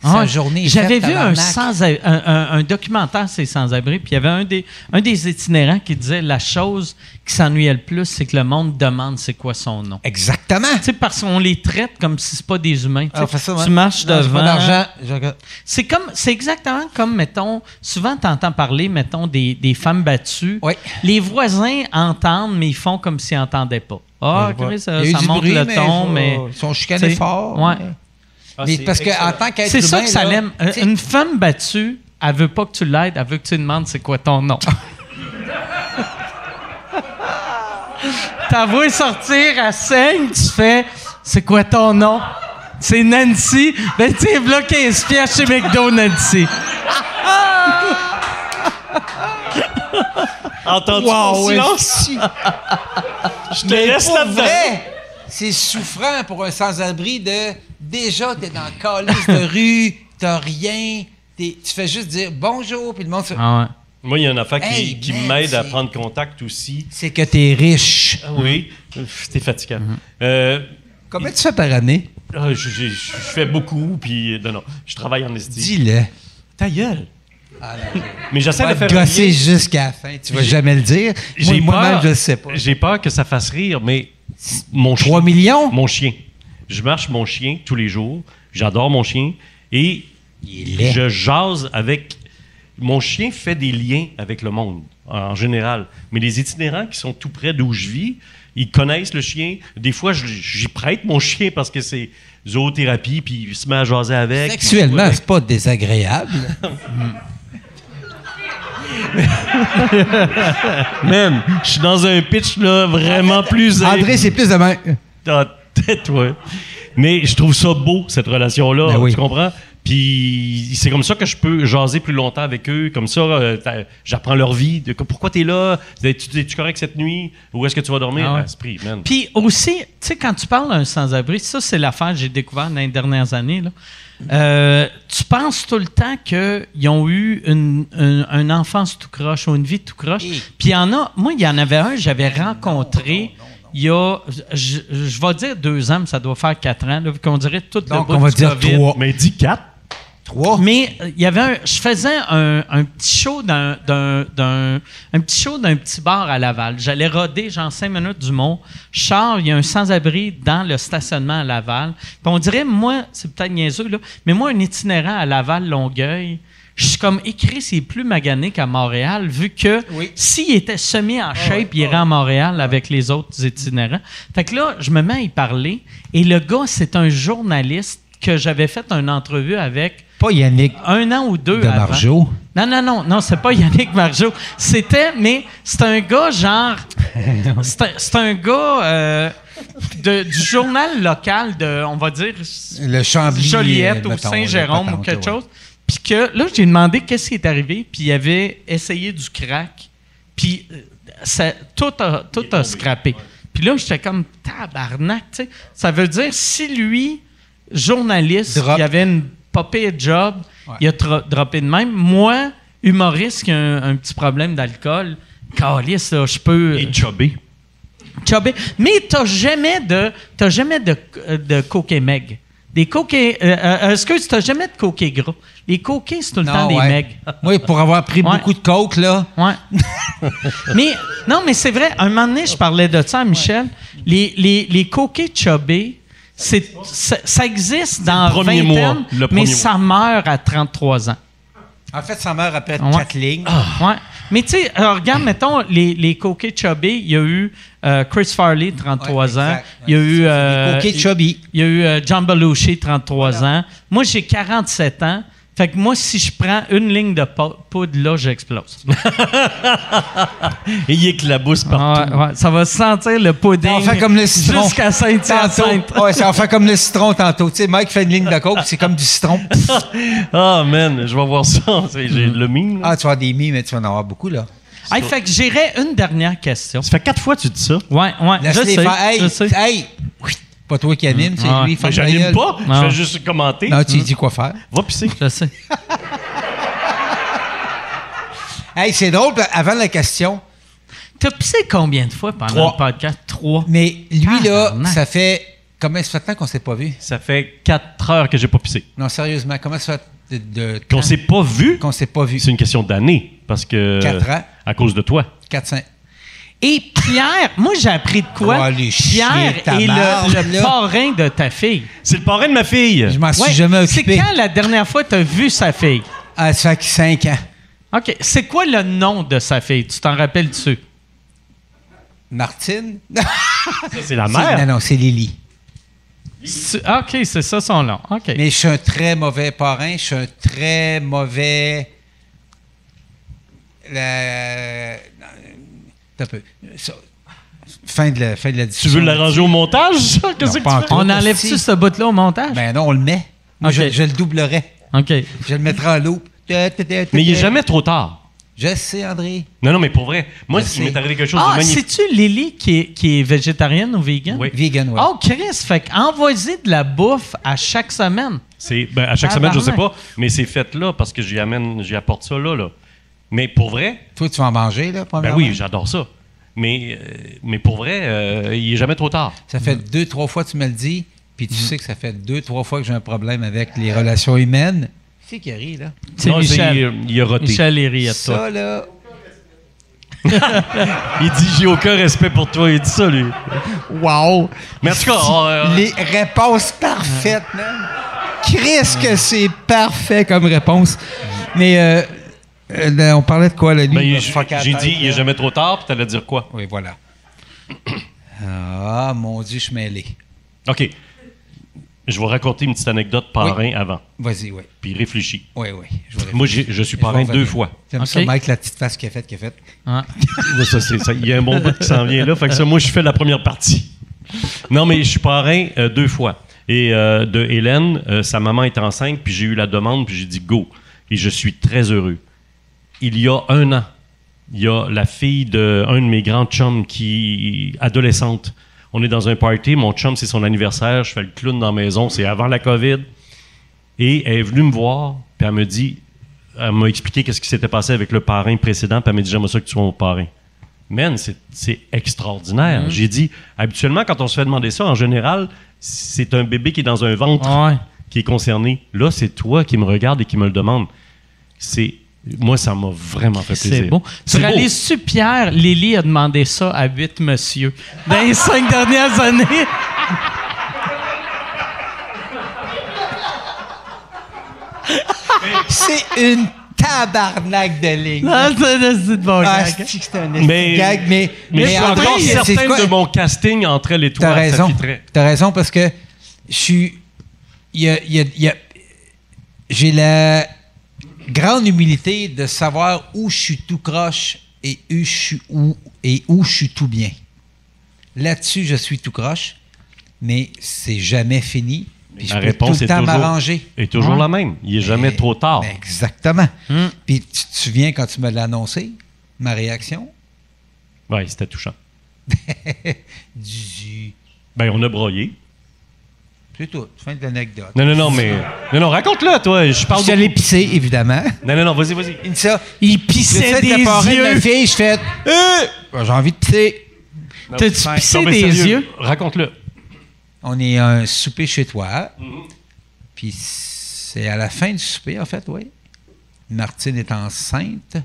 A: Ah
F: sa
A: ouais.
F: journée est
A: J'avais
F: faite,
A: vu un,
F: tabarnak.
A: sans un, un- un documentaire, c'est sans-abri, puis il y avait un des, un des itinérants qui disait la chose qui s'ennuyait le plus, c'est que le monde demande c'est quoi son nom.
F: exactement
A: Tu sais, parce qu'on les traite comme si c'est pas des humains. tu sais.
F: Alors, Ah, fais ça, ouais.
A: tu marches
F: Non, j'ai
A: devant.
F: pas d'argent Je regarde.
A: C'est comme, c'est exactement comme, mettons, souvent tu entends parler, mettons, des, des femmes battues.
F: Oui.
A: Les voisins entendent, mais ils font comme s'ils n'entendaient pas. Ah, Chris, ça,
F: Il y a eu
A: ça
F: du
A: monte
F: bruit,
A: le
F: mais
A: ton,
F: ils
A: mais.
F: sont- Ils sont chicanés
A: T'sais,
F: fort.
A: ouais.
F: mais-
D: Ah,
F: Mais
D: c'est
F: parce
D: excellent.
F: qu'en tant qu'être
A: C'est ça
F: humain,
A: que ça
F: là,
A: l'aime.
F: tu sais,
A: Une femme battue, elle veut pas que tu l'aides, elle veut que tu lui demandes c'est quoi ton
F: [laughs]
A: nom. T'as voulu sortir à saigne, tu fais c'est quoi ton nom? C'est Nancy. Ben, tu es bloqué espion chez McDo, Nancy.
D: Entends-tu mon silence?
F: esti.
D: Je te laisse
F: Pour
D: là-dedans.
F: vrai, c'est souffrant pour un sans-abri de déjà, t'es dans le calice de rue, t'as rien, t'es- tu fais juste dire bonjour, puis le monde se-
A: Ah ouais.
D: Moi, il y a une affaire qui,
F: Hey,
D: qui
F: man,
D: m'aide à
F: c'est-
D: prendre contact aussi.
F: C'est que t'es riche.
D: Ah oui. C'était fatigant.
F: Mhm.
D: Euh,
F: Combien tu fais par année?
D: ah, je, je- je- je fais beaucoup, puis euh, non, non, je travaille en estime.
F: Dis-le.
D: ta gueule.
F: Ah, non,
D: Mais j'essaie de
F: va
D: faire
F: te gosser
D: oublier-
F: jusqu'à la fin. Tu vas
D: J'ai-
F: jamais le dire. Moi-
D: J'ai
F: Moi-même,
D: peur-
F: je le sais pas.
D: J'ai peur que ça fasse rire, mais mon
F: 3
D: chien,
F: millions?
D: mon chien. Je marche mon chien tous les jours. J'adore mon chien et
F: Il est laid.
D: je jase avec mon chien fait des liens avec le monde en général. Mais les itinérants qui sont tout près d'où je vis, ils connaissent le chien. Des fois, je- j'y prête mon chien parce que c'est zoothérapie, puis il se met à jaser avec. puis-
F: Sexuellement, c'est pas désagréable.
D: Man, je suis dans un pitch là vraiment plus.
F: André, c'est plus demain.
D: dans la tête, ouais. Mais je trouve ça beau, cette relation-là,
F: Ben oui.
D: tu comprends? Puis c'est comme ça que je peux jaser plus longtemps avec eux. Comme ça, euh, t'as- j'apprends leur vie. De, pourquoi t'es là? Es-tu es-tu correct cette nuit? Où est-ce que tu vas dormir?
A: Ah ouais.
D: Ah, c'est pris, man.
A: Puis aussi, tu sais, quand tu parles à un sans-abri, ça, c'est l'affaire que j'ai découvert dans les dernières années. Là. Euh, tu penses tout le temps qu'ils ont eu une, une- une enfance tout croche ou une vie tout croche. Puis il y en a, moi, il y en avait un, j'avais rencontré. Il y a, je, je vais dire deux ans, mais ça doit faire quatre ans, là, vu qu'on dirait tout le
F: Donc,
A: bout
F: on va
A: du
F: dire
A: COVID.
F: trois.
D: Mais dis 4.
F: Trois.
A: Mais euh, il y avait un- je faisais un, un petit show d'un, d'un- d'un- un petit show d'un petit bar à Laval. J'allais roder genre cinq minutes du mont. Charles, il y a un sans-abri dans le stationnement à Laval. Puis on dirait moi, c'est peut-être niaiseux là, mais moi un itinérant à Laval Longueuil, je suis comme écrit c'est plus magané qu'à Montréal vu que
F: Oui.
A: s'il était semi en shape, il irait à Montréal avec les autres itinérants. Fait que là, je me mets à y parler et le gars, c'est un journaliste que j'avais fait une entrevue avec
F: Pas Yannick
A: un an ou deux
F: de
A: avant.
F: Marjo.
A: Non, non, non, non, c'est pas Yannick Marjo. C'était, mais c'est un gars
F: [laughs]
A: genre. C'est un, c'est un gars euh, de- du journal local de, on va dire,
B: é
F: Le Chambly.
A: Joliette
F: euh,
A: ou
F: mettons,
A: Saint-Jérôme
F: la
B: tá
A: ou
F: patente,
A: quelque
F: ouais.
A: chose. Puis que là, j'ai demandé qu'est-ce qui est arrivé, puis il avait essayé du crack, puis euh, ça, tout a, tout a scrappé. Puis là, j'étais comme tabarnak, tu sais. Ça veut dire, si lui, journaliste,
F: Drop.
A: il avait une popée job,
F: Ouais.
A: il a dro- droppé de même. Moi, humoriste qui a un, un petit problème d'alcool, calice, là, je peux...
D: Et chubby.
A: Chubby. Mais t'as jamais de t'as jamais de euh, de coquet meg. Des coquets euh, euh, excuse, t'as jamais de coquets gras. Les coquets c'est tout le temps
F: Non, ouais.
A: des megs.
F: Oui, pour avoir pris
A: Ouais.
F: beaucoup de coke, là. [laughs]
A: Ouais. mais non, mais c'est vrai. Un moment donné, je parlais de ça à Michel. Les les les coquets chubby, c'est ça, ça existe dans
D: le premier
A: 20
D: mois,
A: ans,
D: le premier
A: mais
D: mois.
A: ça meurt à 33 ans.
F: En fait, sa mère appelle
A: Ouais.
F: quatre lignes.
A: Ouais. Mais tu sais, alors, regarde, mettons, les, les coquets chubby, il y a eu euh, Chris Farley, 33
F: Ouais,
A: ans.
F: exact.
A: Il y a
F: Ouais,
A: eu.
F: c'est ça,
A: euh,
F: c'est des coquets chubby.
A: Il y a eu euh, John Belushi, 33 ans. Moi, j'ai 47 ans. Fait que moi, si je prends une ligne de po- poudre, là, j'explose.
D: Et il éclabousse partout.
A: Ah Ouais, ouais. ça va sentir le pudding.
F: On fait comme le citron.
A: Jusqu'à Saint-Hyacinthe.
F: Tantôt. Ouais, ça en fait comme le citron tantôt. Tu sais, Mike fait une ligne de coke, c'est comme
A: [laughs]
F: du citron.
D: Ah, man, je vais voir ça. [laughs] C'est- J'ai le mime. là.
F: Ah, tu vas avoir des mi, mais tu vas en avoir beaucoup, là.
A: Hey, fait que j'irai une dernière question.
D: Ça fait quatre fois que tu dis ça.
A: Ouais, ouais. je
F: Laisse-les
A: sais,
F: faire. Hey,
A: je sais.
F: hey! Pas toi qui anime, c'est
A: Ah,
F: lui.
D: Fait
F: Fait
D: que
F: ta
D: j'anime
F: gueule.
D: pas.
A: Non.
D: Je fais juste commenter.
F: Non, tu lui dis quoi faire.
D: Va pisser.
A: Je sais.
F: Hey, c'est drôle, avant la question,
A: T'as pissé combien de fois pendant
D: Trois.
A: le podcast? Trois.
F: mais lui, là,
A: Tabarnak.
F: ça fait. Combien ça fait tant qu'on s'est pas vu?
D: Ça fait quatre heures que j'ai pas pissé.
F: Non, sérieusement, comment ça fait de, de-
D: Qu'on s'est pas vu.
F: qu'on s'est pas vu?
D: C'est une question d'année. Parce que.
F: Quatre ans.
D: À cause de toi.
F: 4-5.
A: Et Pierre, moi j'ai appris de quoi?
F: Oh, les chiens,
A: Pierre
F: ta
A: est
F: marde,
A: le, le
F: là.
A: parrain de ta fille.
D: C'est le parrain de ma fille.
F: Je m'en
A: Ouais.
F: suis jamais
A: C'est
F: occupé.
A: quand la dernière fois tu as vu sa fille?
F: Ah, ça fait 5 ans.
A: OK. C'est quoi le nom de sa fille? Tu t'en rappelles-tu?
F: Martine?
D: C'est la
F: C'est-
D: mère.
F: Non, non, c'est Lily.
A: C'est- OK, c'est ça son nom. OK.
F: Mais je suis un très mauvais parrain, je suis un très mauvais. Le... non, T'as peu. Ça- Fin de la, fin de la
D: Tu
F: discussion.
D: veux l'arranger au montage, [laughs] ça? Qu'est-ce
F: Non, pas
D: que tu fais?
F: encore.
A: On enlève-tu
F: aussi.
A: ce bout-là au montage?
F: Ben non, on le met. Moi,
A: Ok.
F: je, je le doublerai.
D: Ben,
A: OK.
F: Je le mettrai en loupe. Mais
D: Mais il est jamais trop tard.
F: Je sais, André.
D: Non, non, mais pour vrai. Moi,
F: Merci.
D: s'il m'est arrivé quelque chose
A: Ah,
D: de magnifique.
A: c'est-tu Lily qui est, qui est végétarienne ou vegan?
D: Oui.
F: Vegan, ouais.
A: Oh, Chris, fait qu'envoyer de la bouffe à chaque semaine.
D: C'est ben, à chaque
A: Ah,
D: semaine, je sais
A: barnac.
D: pas, mais c'est fait là parce que j'y amène, j'y apporte ça là, là. Mais pour vrai,
F: Toi, tu vas en manger, là,
D: ben
F: premièrement?
D: oui, j'adore ça. Mais euh, mais pour vrai, euh, il est jamais trop tard.
F: Ça fait deux, trois fois que tu me le dis, puis
D: Mm.
F: tu sais que ça fait deux, trois fois que j'ai un problème avec les relations humaines. C'est qui rit, là?
A: C'est
D: Non, c'est- euh,
A: Michel.
D: il, il a roté.
A: Michel il rit à toi.
F: Ça, là.
D: Il dit j'ai aucun respect pour toi, il dit ça lui.
F: Wow!
D: Mais en tout cas, on, euh,
F: Les réponses parfaites, man. Chris, que c'est parfait comme réponse. Mais euh, euh, là, on parlait de quoi, là? Lui,
D: ben,
F: il
D: il-
F: m'a fucké la
D: j'ai
F: tête,
D: dit il
F: là.
D: est jamais trop tard, puis t'allais dire quoi
F: Oui, voilà. Ah, mon Dieu, je suis mêlé.
D: Ok, je vais raconter une petite anecdote parrain avant,
F: Vas-y, oui.
D: puis réfléchis.
F: Oui, oui. Je vais
D: Moi, j'ai- je suis parrain deux fois.
F: ben, J'aime ça,
A: Ok.
F: Mike, la petite face qu'il a faite, qu'il a faite.
A: Ah.
D: Ouais, ça, c'est ça. Il y a un bon bout qui s'en vient là. Fait que ça, moi, je fais la première partie. Non, mais je suis parrain euh, deux fois. Et euh, de Hélène, euh, sa maman est enceinte, puis j'ai eu la demande, puis j'ai dit go. Et je suis très heureux. Il y a un an, il y a la fille d'un de, un de mes grands chums qui adolescente. On est dans un party, mon chum, c'est son anniversaire, je fais le clown dans la maison, c'est avant la COVID. Et elle est venue me voir, puis elle me dit, elle m'a expliqué qu'est-ce qui s'était passé avec le parrain précédent, puis elle m'a dit j'aimerais ça que tu sois mon parrain. Man, c'est- c'est extraordinaire. J'ai dit, habituellement, quand on se fait demander ça, en général, c'est un bébé qui est dans un ventre
A: Ouais.
D: qui est concerné. Là, c'est toi qui me regarde et qui me le demande. C'est moi, ça m'a vraiment fait plaisir.
A: C'est beau.
D: C'est
A: Sur
D: beau.
A: aller super, Lily a demandé ça à huit monsieur dans les cinq dernières
F: [laughs]
A: années.
F: C'est une tabarnak de ligne.
A: Ah, c'est un esti de bon
F: Ah,
A: gag.
F: c'est que c'est un
D: Mais-
F: esti de gag, mais,
D: Mais, je suis
F: en
D: encore
F: fait, c'est- c'est
D: certain
F: quoi-
D: de mon casting entre elle et toi.
F: T'as
D: ça
F: raison.
D: fitterait.
F: T'as raison parce que je suis. il y a- il y a- il y a- J'ai la grande humilité de savoir où je suis tout croche et où je suis où et où je suis tout bien. Là-dessus, je suis tout croche, mais c'est jamais fini. Puis je
D: La
F: peux
D: réponse
F: tout le
D: est
F: temps
D: toujours,
F: m'arranger.
D: est toujours
F: Hein?
D: la même. Il est jamais
F: Mais-
D: trop tard. Hmm.
F: mais Exactement. Puis tu te souviens quand tu me l'as annoncé, ma réaction?
D: Oui, c'était touchant.
F: Du...
D: Ben, on a broyé.
F: C'est tout. Fin de l'anecdote.
D: Non, non, non, mais. Non, non, raconte-le, toi. Je parle
F: Je
D: beaucoup.
F: l'ai pissé, évidemment.
D: Non, non, non, vas-y, vas-y.
F: Il me dit ça. Il pissait
A: des yeux.
F: Ma fille, je fais Euh, ben, J'ai envie de pisser.
A: T'as-tu
D: Non,
A: pissé
D: mais
A: des
D: sérieux,
A: yeux?
D: Raconte-le.
F: On est à un souper chez toi. Puis c'est à la fin du souper, en fait, oui. Martine est enceinte.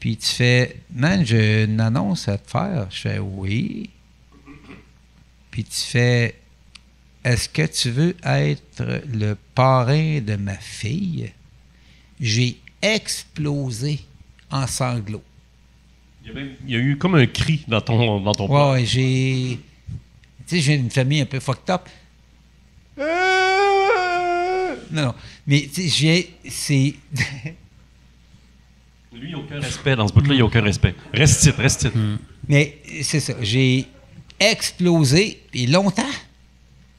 F: Puis tu fais Man, j'ai une annonce à te faire. Je fais Oui. Puis tu fais Est-ce que tu veux être le parrain de ma fille? J'ai explosé en sanglots.
D: Il y, a même- il y a eu comme un cri dans ton. Dans ton
F: Ouais, ouais, j'ai. Tu sais, j'ai une famille un peu fucked up. Non, non. Mais tu sais, j'ai. C'est. [laughs]
D: Lui, il n'y a aucun respect. Dans ce bout-là, il n'y a aucun respect. Reste titre, reste titre.
F: Hmm. Mais c'est ça. J'ai explosé, puis longtemps.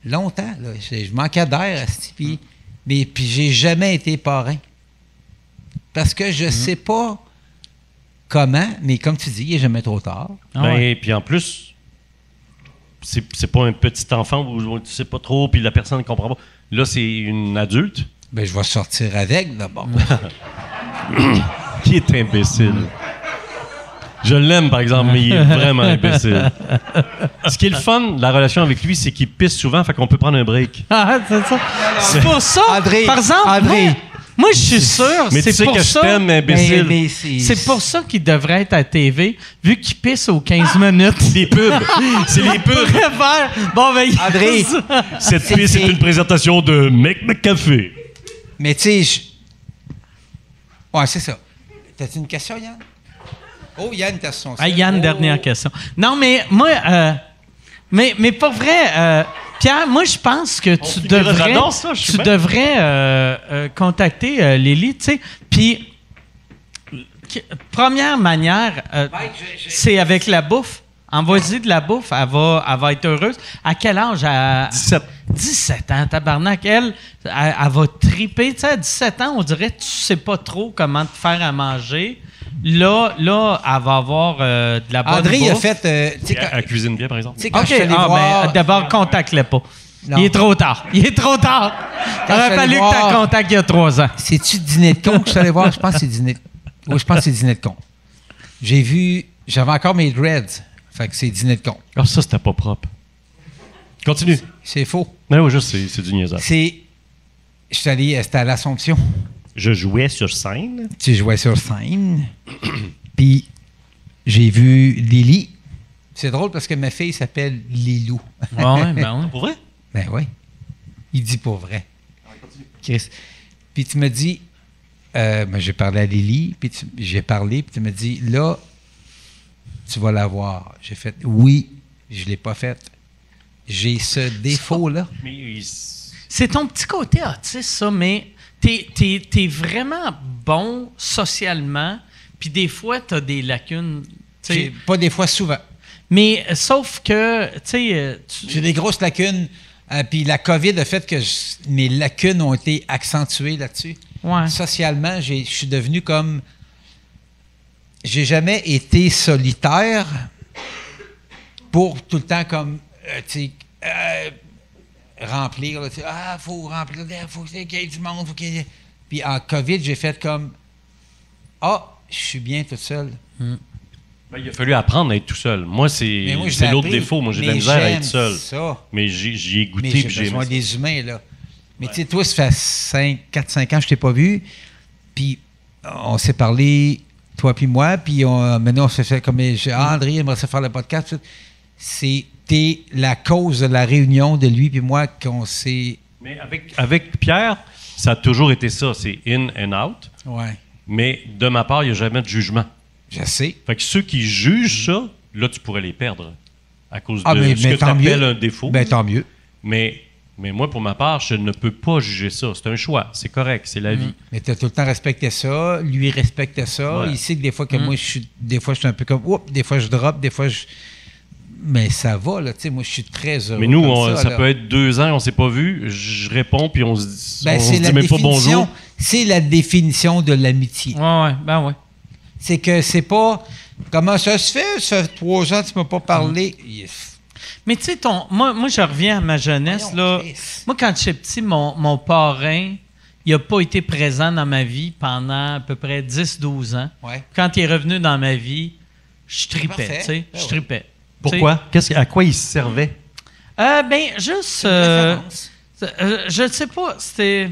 F: Longtemps, là. Je, je manquais d'air à ce puis, mais Puis j'ai jamais été parrain. Parce que je sais pas comment, mais comme tu dis, il est jamais trop tard.
D: Ben, puis en plus, c'est c'est pas un petit enfant où tu sais pas trop, puis la personne ne comprend pas. Là, c'est une adulte
F: Ben, je vais sortir avec d'abord.
D: qui est imbécile. Je l'aime, par exemple, mais il est vraiment imbécile. Ce qui est le fun de la relation avec lui, c'est qu'il pisse souvent, fait qu'on peut prendre un break.
A: Ah, c'est ça. C'est pour ça.
F: André,
A: par exemple,
F: André.
A: moi, moi, je suis sûr.
D: Mais tu
A: Ah, c'est
D: sais
A: pour
D: que je
A: ça.
D: t'aime, imbécile.
F: Mais- mais c'est-
A: C'est pour ça qu'il devrait être à la TV, vu qu'il pisse aux 15 minutes.
D: Des
A: [laughs]
D: Ah! pubs. C'est les
A: Pour
D: pubs.
A: faire. Bon, ben,
F: André.
D: Cette piste c'est une présentation de Mec McCafé.
F: Mais tu sais, je- Ouais, c'est ça. T'as-tu une question, Yann? Oh, Yann, t'as son Oh,
A: Ah,
D: Oh.
A: Yann, dernière question. Non, mais moi, euh, mais, mais pas vrai, euh, Pierre, moi, je pense que tu
D: finira-
A: devrais,
D: j'adore ça, je suis
A: tu
D: bien.
A: devrais euh, euh, contacter euh, Lily, tu sais. Puis, que- première manière, euh, c'est avec la bouffe. Envoie-y de la bouffe, elle va, elle va être heureuse. À quel âge? À
D: 17.
A: 17 ans, tabarnak. Elle, elle, elle va triper. Tu sais, à 17 ans, on dirait tu sais pas trop comment te faire à manger. Là, là elle va avoir euh, de la bonne
F: André, il a
A: bouffe.
F: fait. euh, tu sais,
D: À,
F: quand,
D: à cuisine bien, par exemple.
F: tu sais, quand
A: OK,
F: je suis allé
A: ah,
F: voir. euh,
A: ben, d'abord, contacte-le pas.
F: Non.
A: Il est trop tard. Il est trop tard. Il
F: Quand je
A: aurait
F: suis
A: fallu
F: allé
A: que tu
F: voir-
A: contactes il y a trois ans.
F: C'est-tu dîner de con que je suis allé voir? Je pense que c'est dîner. Oui, je pense que c'est dîner de con. J'ai vu. J'avais encore mes dreads. Fait que c'est dîner de con.
D: Ah, ça, c'était pas propre. Continue.
F: C'est faux.
D: Mais oui, juste, c'est c'est du niaisage.
F: C'est. Je suis allé. euh, C'était à l'Assomption.
D: Je jouais sur scène.
F: tu jouais sur scène. Puis j'ai vu Lily. C'est drôle parce que ma fille s'appelle Lilou.
A: Ouais, ben ouais.
D: Pour vrai?
F: Ben oui. Il dit pour vrai. Chris. Puis tu me dis, euh, ben, j'ai parlé à Lily, puis tu- j'ai parlé, puis tu me dis, là, tu vas la voir. J'ai fait, oui, je ne l'ai pas faite. J'ai ce défaut-là.
D: Mais il-
A: C'est ton petit côté autiste, ça, mais t'es, t'es- t'es vraiment bon socialement, puis des fois, t'as des lacunes. tu sais.
F: J'ai- Pas des fois, souvent.
A: Mais euh, sauf que, tu sais, euh, tu-
F: J'ai des grosses lacunes. Euh, puis la COVID a fait que je- mes lacunes ont été accentuées là-dessus.
A: Ouais.
F: Socialement, j'ai- je suis devenu comme. J'ai jamais été solitaire pour tout le temps comme. euh, tu sais, euh, remplir. là, tu sais, ah, faut remplir. Il faut qu'il y ait du monde. faut qu'il y ait- Puis en COVID, j'ai fait comme. Ah, je suis bien toute seule.
D: ben, il a fallu apprendre à être tout seul. Moi, c'est
F: Mais moi, je
D: c'est
F: l'ai
D: l'autre
F: appris.
D: défaut. Moi, j'ai de la
F: Mais
D: misère à
F: j'aime
D: être seul.
F: ça.
D: Mais j'y j'y ai goûté
F: Mais
D: puis
F: j'ai
D: j'ai aimé
F: besoin
D: ça.
F: des humains, là. Mais tu sais, toi, ça fait 5, 4, 5 ans que je t'ai pas vu. Puis on s'est parlé, toi puis moi, puis on, maintenant on s'est fait comme j'ai- ah, André, aimerait ça faire le podcast. C'est t'es la cause de la réunion de lui puis moi qu'on s'est.
D: Mais avec, avec Pierre, ça a toujours été ça. C'est in and out.
F: Ouais.
D: Mais de ma part, il n'y a jamais de jugement.
F: Je sais.
D: Fait que ceux qui jugent ça, là, tu pourrais les perdre à cause
F: Ah,
D: de
F: mais,
D: ce
F: mais
D: que tu
F: tant
D: appelles
F: mieux.
D: un défaut.
F: Ben, tant mieux.
D: mais, mais moi, pour ma part, je ne peux pas juger ça. C'est un choix. C'est correct. C'est
F: Mm.
D: la vie.
F: Mais tu as tout le temps respecté ça, lui respectait ça.
D: Ouais. Mm.
F: Il sait que des fois que moi je suis des fois je suis un peu comme oups, des fois je drop, des fois je mais ça va là, tu sais moi je suis très heureux.
D: Mais nous,
F: comme
D: on- ça,
F: là.
D: peut être deux ans, on s'est pas vu. Je réponds, puis on se dit,
F: Ben,
D: on
F: c'est
D: se
F: la
D: dit même pas bonjour.
F: définition, c'est la définition de l'amitié.
A: Ouais, ouais, ben ouais.
F: C'est que c'est pas comment ça se fait, ça fait trois ans tu m'as pas parlé.
A: Mm.
F: Yes.
A: Mais tu sais, ton- moi, moi, je reviens à ma jeunesse.
F: Voyons,
A: là.
F: Chris.
A: Moi, quand j'étais petit, mon, mon parrain, il n'a pas été présent dans ma vie pendant à peu près 10-12 ans.
F: Ouais.
A: Quand il est revenu dans ma vie, je
F: Parfait.
A: tripais, tu sais.
F: Ben
A: Je
F: ouais.
A: tripais.
D: Pourquoi? Qu'est-ce, que- à quoi il servait?
A: Euh, ben, juste. euh, euh, je ne sais pas. C'était.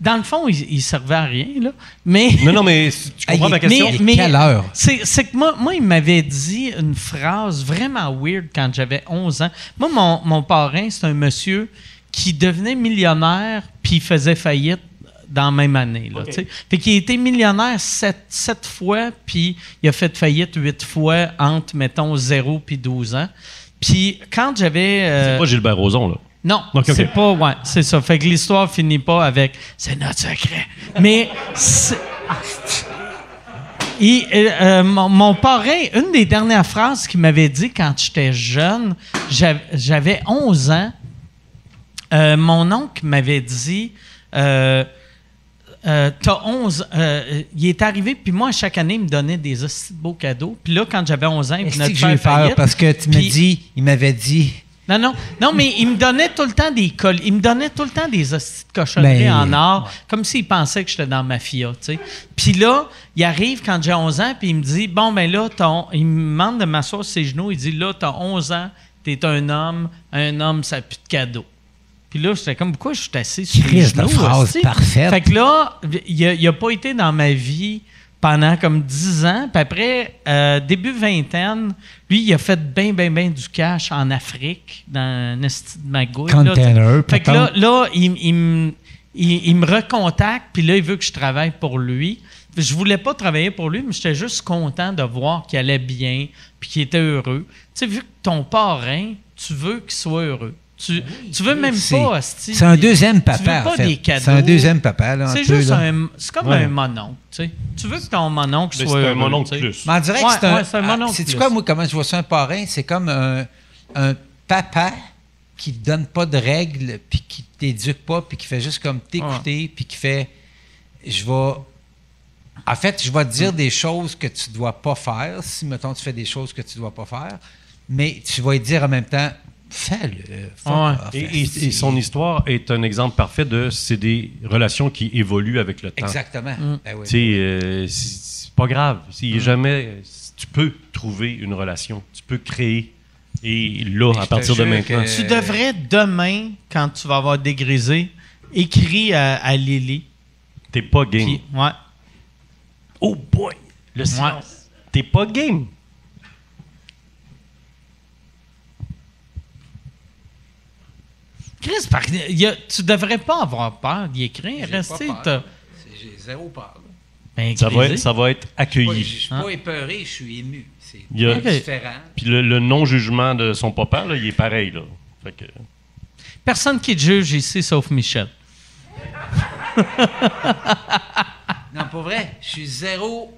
A: Dans le fond, il, il servait à rien, là.
D: [laughs]
A: Mais.
D: Non, non, mais c- tu comprends
F: Hey,
D: ma question?
F: mais- quelle heure?
A: C'est, c'est que moi, moi, il m'avait dit une phrase vraiment weird quand j'avais 11 ans. Moi, mon, mon parrain, c'est un monsieur qui devenait millionnaire puis il faisait faillite dans la même année. Là, tu sais. Fait qu'il était millionnaire sept, sept fois, puis il a fait faillite huit fois entre, mettons, 0 puis 12 ans. Puis quand j'avais... euh,
D: C'est pas Gilbert Rozon, là.
A: non,
D: Ok, ok.
A: c'est pas, ouais, c'est ça. Fait que l'histoire finit pas avec c'est notre secret. Mais c'est- Et, euh, euh, mon, mon parrain, une des dernières phrases qu'il m'avait dit quand j'étais jeune, j'av- j'avais 11 ans, euh, mon oncle m'avait dit euh, euh, T'as 11. euh, il est arrivé, puis moi, à chaque année, il me donnait des hosties de beaux cadeaux. Puis là, quand j'avais 11 ans, il
F: Est-ce
A: venait de
F: que j'ai eu
A: faire
F: peur
A: faillite.
F: parce que tu me
A: Puis-
F: dis, il m'avait dit
A: non, non, non, mais il me donnait tout le temps des cols. Il me donnait tout le temps des hosties de cochonneries
F: Ben,
A: en or, comme s'il pensait que j'étais dans ma mafia, tu sais. Puis là, il arrive quand j'ai 11 ans, puis il me dit Bon, ben là, ton, il me demande de m'asseoir sur ses genoux. Il dit Là, t'as 11 ans, t'es un homme, un homme, ça a plus de cadeau. Puis là, j'étais comme Pourquoi je suis assis sur les
F: Christ, la
A: genoux
F: phrase
A: hostie?
F: parfaite.
A: Fait que là, il n'a pas été dans ma vie pendant comme 10 ans. Puis après, euh, début vingtaine, lui, il a fait bien, bien, bien du cash en Afrique, dans un esti de magouille. là, tu sais.
F: Container,
A: Fait que là,
F: peut-être.
A: là il, il me- il- il me recontacte, puis là, il veut que je travaille pour lui. Je voulais pas travailler pour lui, mais j'étais juste content de voir qu'il allait bien, puis qu'il était heureux. Tu sais, vu que ton parrain, tu veux qu'il soit heureux. Tu, tu veux même
F: Ah c'est-
A: pas, hostie,
F: C'est un
A: des-
F: deuxième
A: tu veux
F: papa
A: pas
F: en fait.
A: des cadeaux.
F: C'est un deuxième papa là, un
A: C'est
F: peu,
A: juste
F: là.
A: un. C'est comme
D: Ouais.
A: un mononcle, tu sais. Tu veux que ton mononcle
D: Mais
A: soit.
D: Ben, c'est un
A: heureux,
D: mononcle
A: tu sais.
D: plus.
F: Mais on dirait
A: Ouais,
F: que c'est un.
A: ouais, c'est un mononcle
F: C'est
A: plus.
F: quoi, moi, comment je vois ça, un parrain? C'est comme un, un papa qui te donne pas de règles, puis qui t'éduque pas, puis qui fait juste comme t'écouter, puis qui fait je vais. En fait, je vais te
A: Mm.
F: dire des choses que tu dois pas faire, si, mettons, tu fais des choses que tu dois pas faire, mais tu vas lui dire en même temps fais-le. fuck
A: Ouais.
F: off,
D: Et, et-
F: esti.
D: et son histoire est un exemple parfait de c'est des relations qui évoluent avec le temps.
F: Exactement.
A: Mm.
F: Ben oui.
D: Tu sais, euh, c'est c'est pas grave. Si jamais tu peux trouver une relation, tu peux créer. Et là,
F: je
D: à
F: te
D: partir de
F: jure
D: maintenant,
F: que-
A: Tu devrais demain, quand tu vas avoir dégrisé, écrire à, à Lily.
D: t'es pas game.
A: Puis, ouais.
D: Oh boy! Le silence. T'es pas game.
A: Chris, par- il y a- tu devrais pas avoir peur d'y écrire.
F: J'ai
A: Restez.
F: pas peur.
A: t'as-
F: C'est- J'ai zéro peur. là.
A: Ben,
D: Ça va,
A: grisé.
D: être- ça va être
F: Je
D: accueilli.
F: suis
A: Hein?
F: pas épeuré, je suis ému. C'est
D: Il y a-
A: Ok.
F: différent.
D: Puis le, le non-jugement de son papa, là, il est pareil. Là. Fait que-
A: Personne qui te juge ici sauf Michel.
F: Non, pour vrai, je suis zéro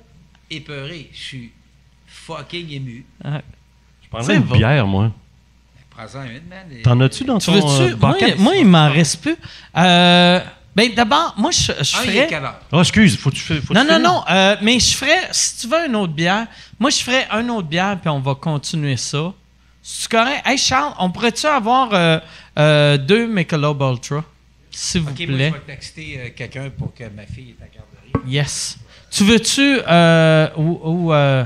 F: épeuré. Je suis fucking ému.
D: je prendrais une
A: C'est bon.
D: bière, moi.
F: Prends-en une, man. et-
D: T'en as-tu dans
A: Tu
D: ton
A: veux-tu?
D: euh,
A: Moi,
D: bucket?
A: moi, il m'en reste plus. Euh, ben, d'abord, moi, je, je
F: Un, il
A: ferais-
F: est quelle heure?
D: Ah, excuse, faut que tu fais- faut que
A: Non,
D: tu
A: non,
D: finisses.
A: non. euh, mais je ferais, si tu veux une autre bière, moi, je ferais une autre bière, puis on va continuer ça. C'est correct? Hey, Charles, on pourrait-tu avoir euh, euh, deux Michelob Ultra? S'il vous
F: Ok, moi, je
A: plaît.
F: vais texter euh, quelqu'un pour que ma fille est à garderie.
A: Yes. Tu veux-tu. euh, ou. ou, euh,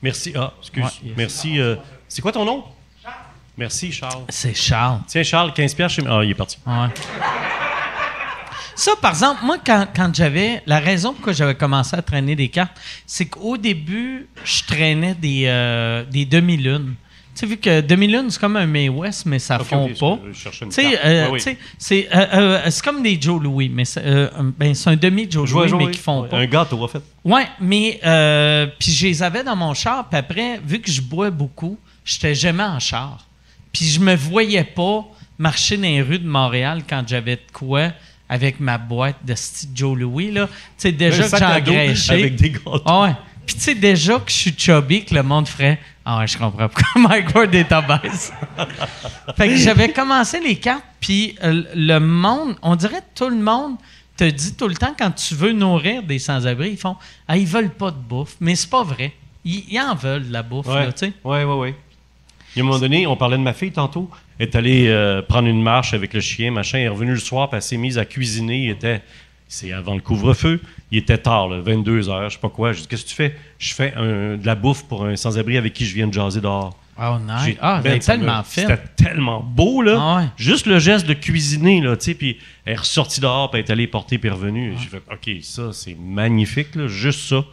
D: Merci. Ah, excuse.
A: Ouais, yes.
D: Merci. euh, c'est quoi ton nom? Charles. Merci, Charles.
A: C'est Charles.
D: Tiens, Charles, 15 piastres chez moi. Ah, il est parti.
A: Ouais. Ça, par exemple, moi, quand, quand j'avais. La raison pourquoi j'avais commencé à traîner des cartes, c'est qu'au début, je traînais des, euh, des demi-lunes. Tu sais, vu que demi-lune, c'est comme un May West, mais ça
D: Ok,
A: fond
D: ok,
A: pas.
D: je- je cherchais une
A: Tu sais,
D: carte.
A: euh,
D: Ouais, oui.
A: tu sais, c'est euh, euh, c'est comme des Joe Louis, mais c'est euh, ben, c'est un demi-Joe Louis, mais qui font pas.
D: Un gâteau, en fait.
A: Ouais, mais euh, puis je les avais dans mon char, puis après, vu que je bois beaucoup, j'étais jamais en char. Puis je me voyais pas marcher dans les rues de Montréal quand j'avais de quoi avec ma boîte de style Joe Louis là, tu sais déjà
D: Un
A: que
D: sac à dos
F: Eh,
A: j'engraissais.
D: Avec des gâteaux.
A: Ah ouais. Puis tu sais déjà que je suis chubby, que le monde ferait Ah ouais, je comprends pourquoi [laughs] Mike Ward est obèse. fait que j'avais commencé les cartes, puis euh, le monde, on dirait que tout le monde te dit tout le temps quand tu veux nourrir des sans-abri, ils font Ah, ils veulent pas de bouffe. Mais c'est pas vrai. Ils, ils en veulent de la bouffe, là, tu sais.
D: ouais, ouais, ouais. Il y a un moment donné, on parlait de ma fille tantôt. Elle est allée euh, prendre une marche avec le chien, machin. Elle est revenue le soir, puis elle s'est mise à cuisiner. Il était, c'est avant le couvre-feu. Il était tard, là, 22 heures, je sais pas quoi. Je dis, qu'est-ce que tu fais? Je fais un- de la bouffe pour un sans-abri avec qui je viens de jaser dehors.
A: Oh, nice.
D: J'ai-
A: Ah,
D: Ben,
A: c'est
D: ça
A: tellement
D: me-
A: fait.
D: C'était tellement beau, là.
A: Ah ouais.
D: Juste le geste de cuisiner, là, tu sais. Puis elle est ressortie dehors, puis elle est allée porter, puis revenue.
A: Ah.
D: J'ai fait, OK, ça, c'est magnifique, là. Juste ça.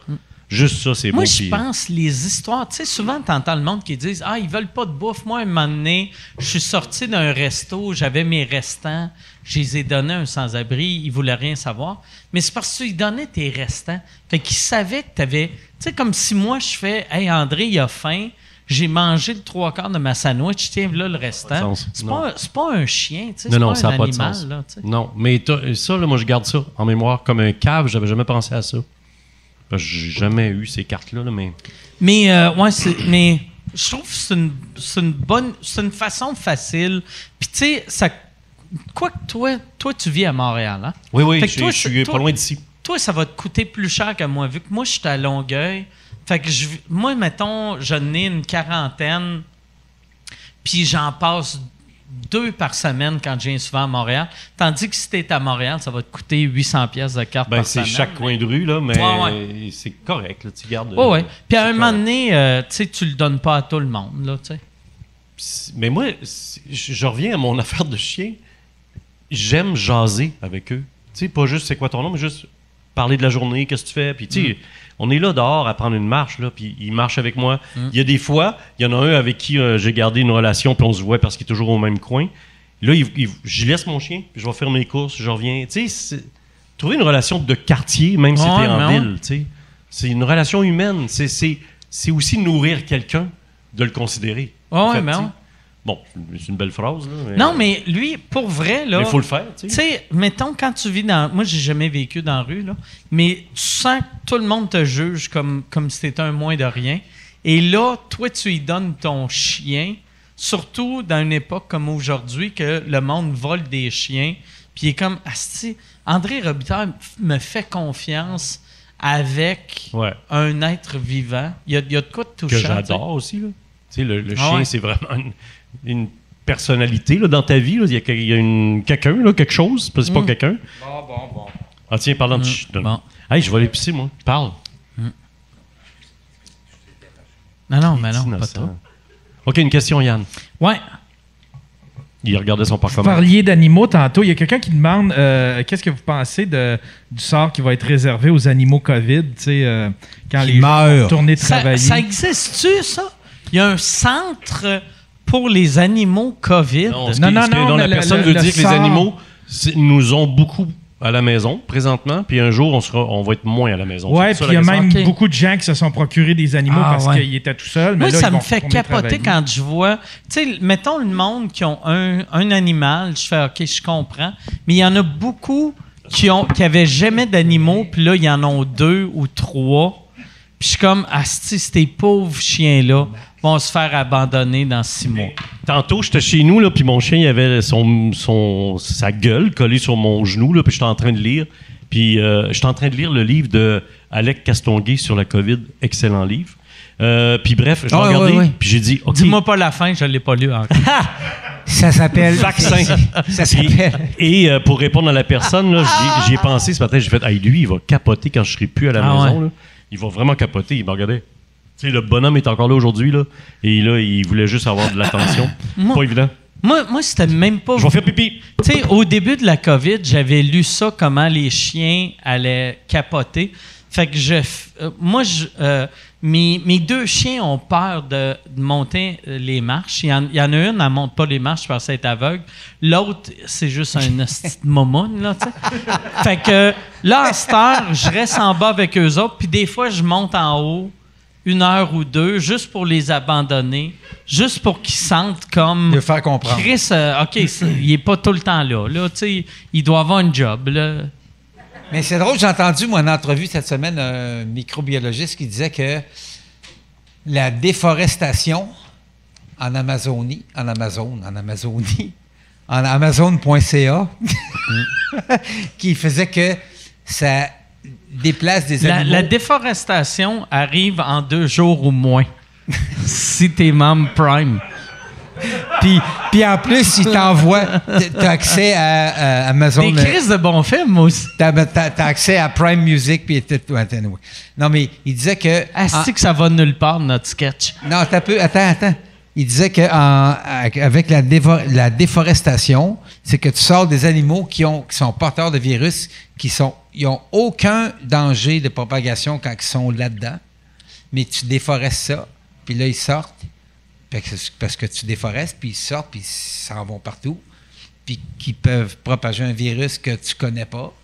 D: Juste ça, c'est
A: Hmm.
D: beau.
A: Moi, je
D: puis- euh,
A: pense les histoires. Tu sais, souvent, tu entends le monde qui disent Ah, ils veulent pas de bouffe. Moi, un moment donné, je suis sorti d'un resto, j'avais mes restants, je les ai donnés à un sans-abri, ils voulaient rien savoir. Mais c'est parce que tu lui donnais tes restants. Fait qu'ils savaient que tu avais. Tu sais, comme si moi, je fais Hey, André, il a faim. J'ai mangé le trois quarts de ma sandwich, tiens, là le
D: Ça a pas
A: restant.
D: de sens.
A: C'est
D: Non.
A: pas, un- c'est pas un chien, tu sais, c'est
D: euh, Non, non,
A: pas
D: ça
A: un
D: n'a pas de
A: animal.
D: sens.
A: là, tu sais.
D: non, mais t'as- ça, là, moi, je garde ça en mémoire comme un cave. J'avais jamais pensé à ça. Parce que J'ai jamais eu ces cartes-là, là, mais.
A: Mais, euh, ouais, c'est- mais je trouve que c'est une, c'est une bonne. C'est une façon facile. Puis, tu sais, ça. Quoi que toi, toi, tu vis à Montréal, hein?
D: Oui, oui,
A: Fait que
D: je
A: toi,
D: je
A: c'est-
D: suis
A: toi-
D: pas loin d'ici.
A: Toi, ça va te coûter plus cher que moi, vu que moi, je suis à Longueuil. Fait que je, moi, mettons, j'en ai une quarantaine, puis j'en passe deux par semaine quand je viens souvent à Montréal. Tandis que si t'es à Montréal, ça va te coûter 800 pièces de carte
D: Ben,
A: par
D: c'est
A: semaine.
D: chaque coin de rue, là, mais
A: Ouais, ouais.
D: euh, c'est correct, là, tu gardes. euh,
A: Ouais, ouais. Puis à
D: c'est
A: un moment
D: correct.
A: donné, euh, tu sais, tu le donnes pas à tout le monde, là, tu sais.
D: Pis- Mais moi, c'est- je je reviens à mon [laughs] affaire de chien. J'aime jaser avec eux. Tu sais, pas juste c'est quoi ton nom, mais juste parler de la journée, qu'est-ce que tu fais. Puis, tu
A: Mm.
D: sais, on est là dehors à prendre une marche, là, puis ils marchent avec moi. Il
A: Mm.
D: y a des fois, il y en a un avec qui euh, j'ai gardé une relation, puis on se voit parce qu'il est toujours au même coin. Là, il, il- je laisse mon chien, puis je vais faire mes courses, je reviens. Tu sais, c'est- trouver une relation de quartier, même si
A: Ouais,
D: t'es en
A: mais ouais.
D: ville, tu sais. C'est une relation humaine. C'est- C'est c'est aussi nourrir quelqu'un de le considérer.
A: Ouais,
D: En
A: ouais,
D: fait,
A: mais
D: tu sais.
A: ouais.
D: Bon, c'est une belle phrase. Là,
A: Non, mais lui, pour vrai, là.
D: Il faut le faire, tu
A: Tu
D: sais.
A: sais, mettons, quand tu vis dans. Moi, j'ai jamais vécu dans la rue, là. Mais tu sens que tout le monde te juge comme, comme si t'étais un moins de rien. Et là, toi, tu y donnes ton chien, surtout dans une époque comme aujourd'hui, que le monde vole des chiens. Puis il est comme. Asti, André Robitaille me fait confiance avec
D: Ouais.
A: un être vivant. Il y a, il y a de quoi de touchant. tu
D: Que
A: sais.
D: j'adore aussi. Là. Tu sais, le, le
A: Ah
D: chien,
A: ouais.
D: c'est vraiment une, une personnalité là, dans ta vie. là. Il y a, que- il y a une, quelqu'un, là, quelque chose. parce que C'est pas quelqu'un. Bon, bon, bon. Ah tiens, parlant de ch- de...
A: Bon.
D: Hey, je vais aller pisser, moi. Parle.
A: Non, non, mais non, pas
D: Innocent.
A: toi.
D: OK, une question, Yann.
A: Ouais.
D: Il regardait son parc
C: Vous
D: commun.
C: parliez d'animaux tantôt. Il y a quelqu'un qui demande euh, qu'est-ce que vous pensez de, du sort qui va être réservé aux animaux COVID, tu sais, euh, quand
F: Qui
C: les
F: meurent.
C: gens vont tourner
A: Ça,
C: travailler.
A: ça existe-tu, ça? Il y a un centre pour les animaux COVID.
D: Non, ce
C: Non,
D: qui-
C: non,
D: ce que-
C: non,
D: la
C: le-
D: personne
C: le-
D: veut
C: le
D: dire que
C: sort.
D: les animaux c'est- nous ont beaucoup à la maison présentement, puis un jour, on, sera, on va être moins à la maison.
C: Ouais,
D: C'est ça,
C: puis il y a
D: la
C: même
A: question. Ok.
C: beaucoup de gens qui se sont procurés des animaux
A: Ah,
C: parce
A: ouais.
C: qu'ils étaient tout seuls. mais
A: Moi,
C: là,
A: ça
C: ils vont
A: me fait
C: retourner
A: capoter
C: travailler.
A: quand je vois. Tu sais, mettons le monde qui ont un, un animal, je fais OK, je comprends. Mais il y en a beaucoup qui ont qui avaient jamais d'animaux, puis là, ils en ont deux ou trois. Puis je suis comme, Asti, ces pauvres chiens-là vont se faire abandonner dans six mois.
D: Tantôt, j'étais chez nous, là, puis mon chien, il avait son, son, sa gueule collée sur mon genou, là, puis j'étais en train de lire. Puis euh, j'étais en train de lire le livre de Alec Castonguay sur la COVID. Excellent livre. Euh, puis bref, je l'ai
F: Ah, ouais,
D: regardé,
F: ouais.
D: puis j'ai dit, OK,
A: Dis-moi pas la fin, je l'ai pas lu
C: [laughs]
A: encore.
F: Ça s'appelle.
D: vaccin.
F: [laughs] Ça [laughs] s'appelle.
D: Et, et, euh, pour répondre à la personne, là, j'y- j'y ai pensé ce matin, j'ai fait, hey, lui, il va capoter quand je serai plus à la
A: Ah,
D: maison.
A: ouais.
D: là. Il va vraiment capoter. Il m'a regardé. Tu sais, le bonhomme est encore là aujourd'hui, là. Et là, il voulait juste avoir de l'attention.
A: Moi-
D: Pas évident.
A: Moi, moi c'était même pas.
D: Je vais faire pipi.
A: Tu sais, au début de la COVID, j'avais lu ça, comment les chiens allaient capoter. Fait que je. f- euh, moi, je, euh, mes, mes deux chiens ont peur de, de monter euh, les marches. Il y en, il y en a une, elle monte pas les marches parce qu'elle est aveugle. L'autre, c'est juste un hostie de momoune, là, tu sais. Fait que là, à cette heure, je reste en bas avec eux autres, puis des fois, je monte en haut une heure ou deux, juste pour les abandonner, juste pour qu'ils sentent comme...
F: De faire comprendre.
A: Chris, euh, OK, c'est- il est pas tout le temps là. là tu sais, il doit avoir un job. Là.
F: Mais c'est drôle, j'ai entendu, moi, en entrevue cette semaine, un microbiologiste qui disait que la déforestation en Amazonie, en Amazon, en Amazonie, [laughs] en Amazon.ca, [laughs] qui faisait que ça déplace des
A: La,
F: animaux.
A: la déforestation arrive en deux jours ou moins, si t'es membre Prime.
F: puis, puis en plus, il t'envoie, t'as accès à, à Amazon. euh,
A: Des crises de bons films aussi.
F: T'as t'as- t'as accès à Prime Music, puis tout. ouais, anyway. Non, mais il disait que. en-
A: Asti que ça va nulle part, notre sketch.
F: Non, attends un peu, attends, attends. Il disait que en- avec la, dévo- la déforestation, c'est que tu sors des animaux qui, ont, qui sont porteurs de virus, qui sont, ils ont aucun danger de propagation quand ils sont là-dedans, mais tu déforestes ça, puis là ils sortent, fait que c'est- parce que tu déforestes, puis ils sortent, puis ils s'en vont partout, puis qui peuvent propager un virus que tu connais pas.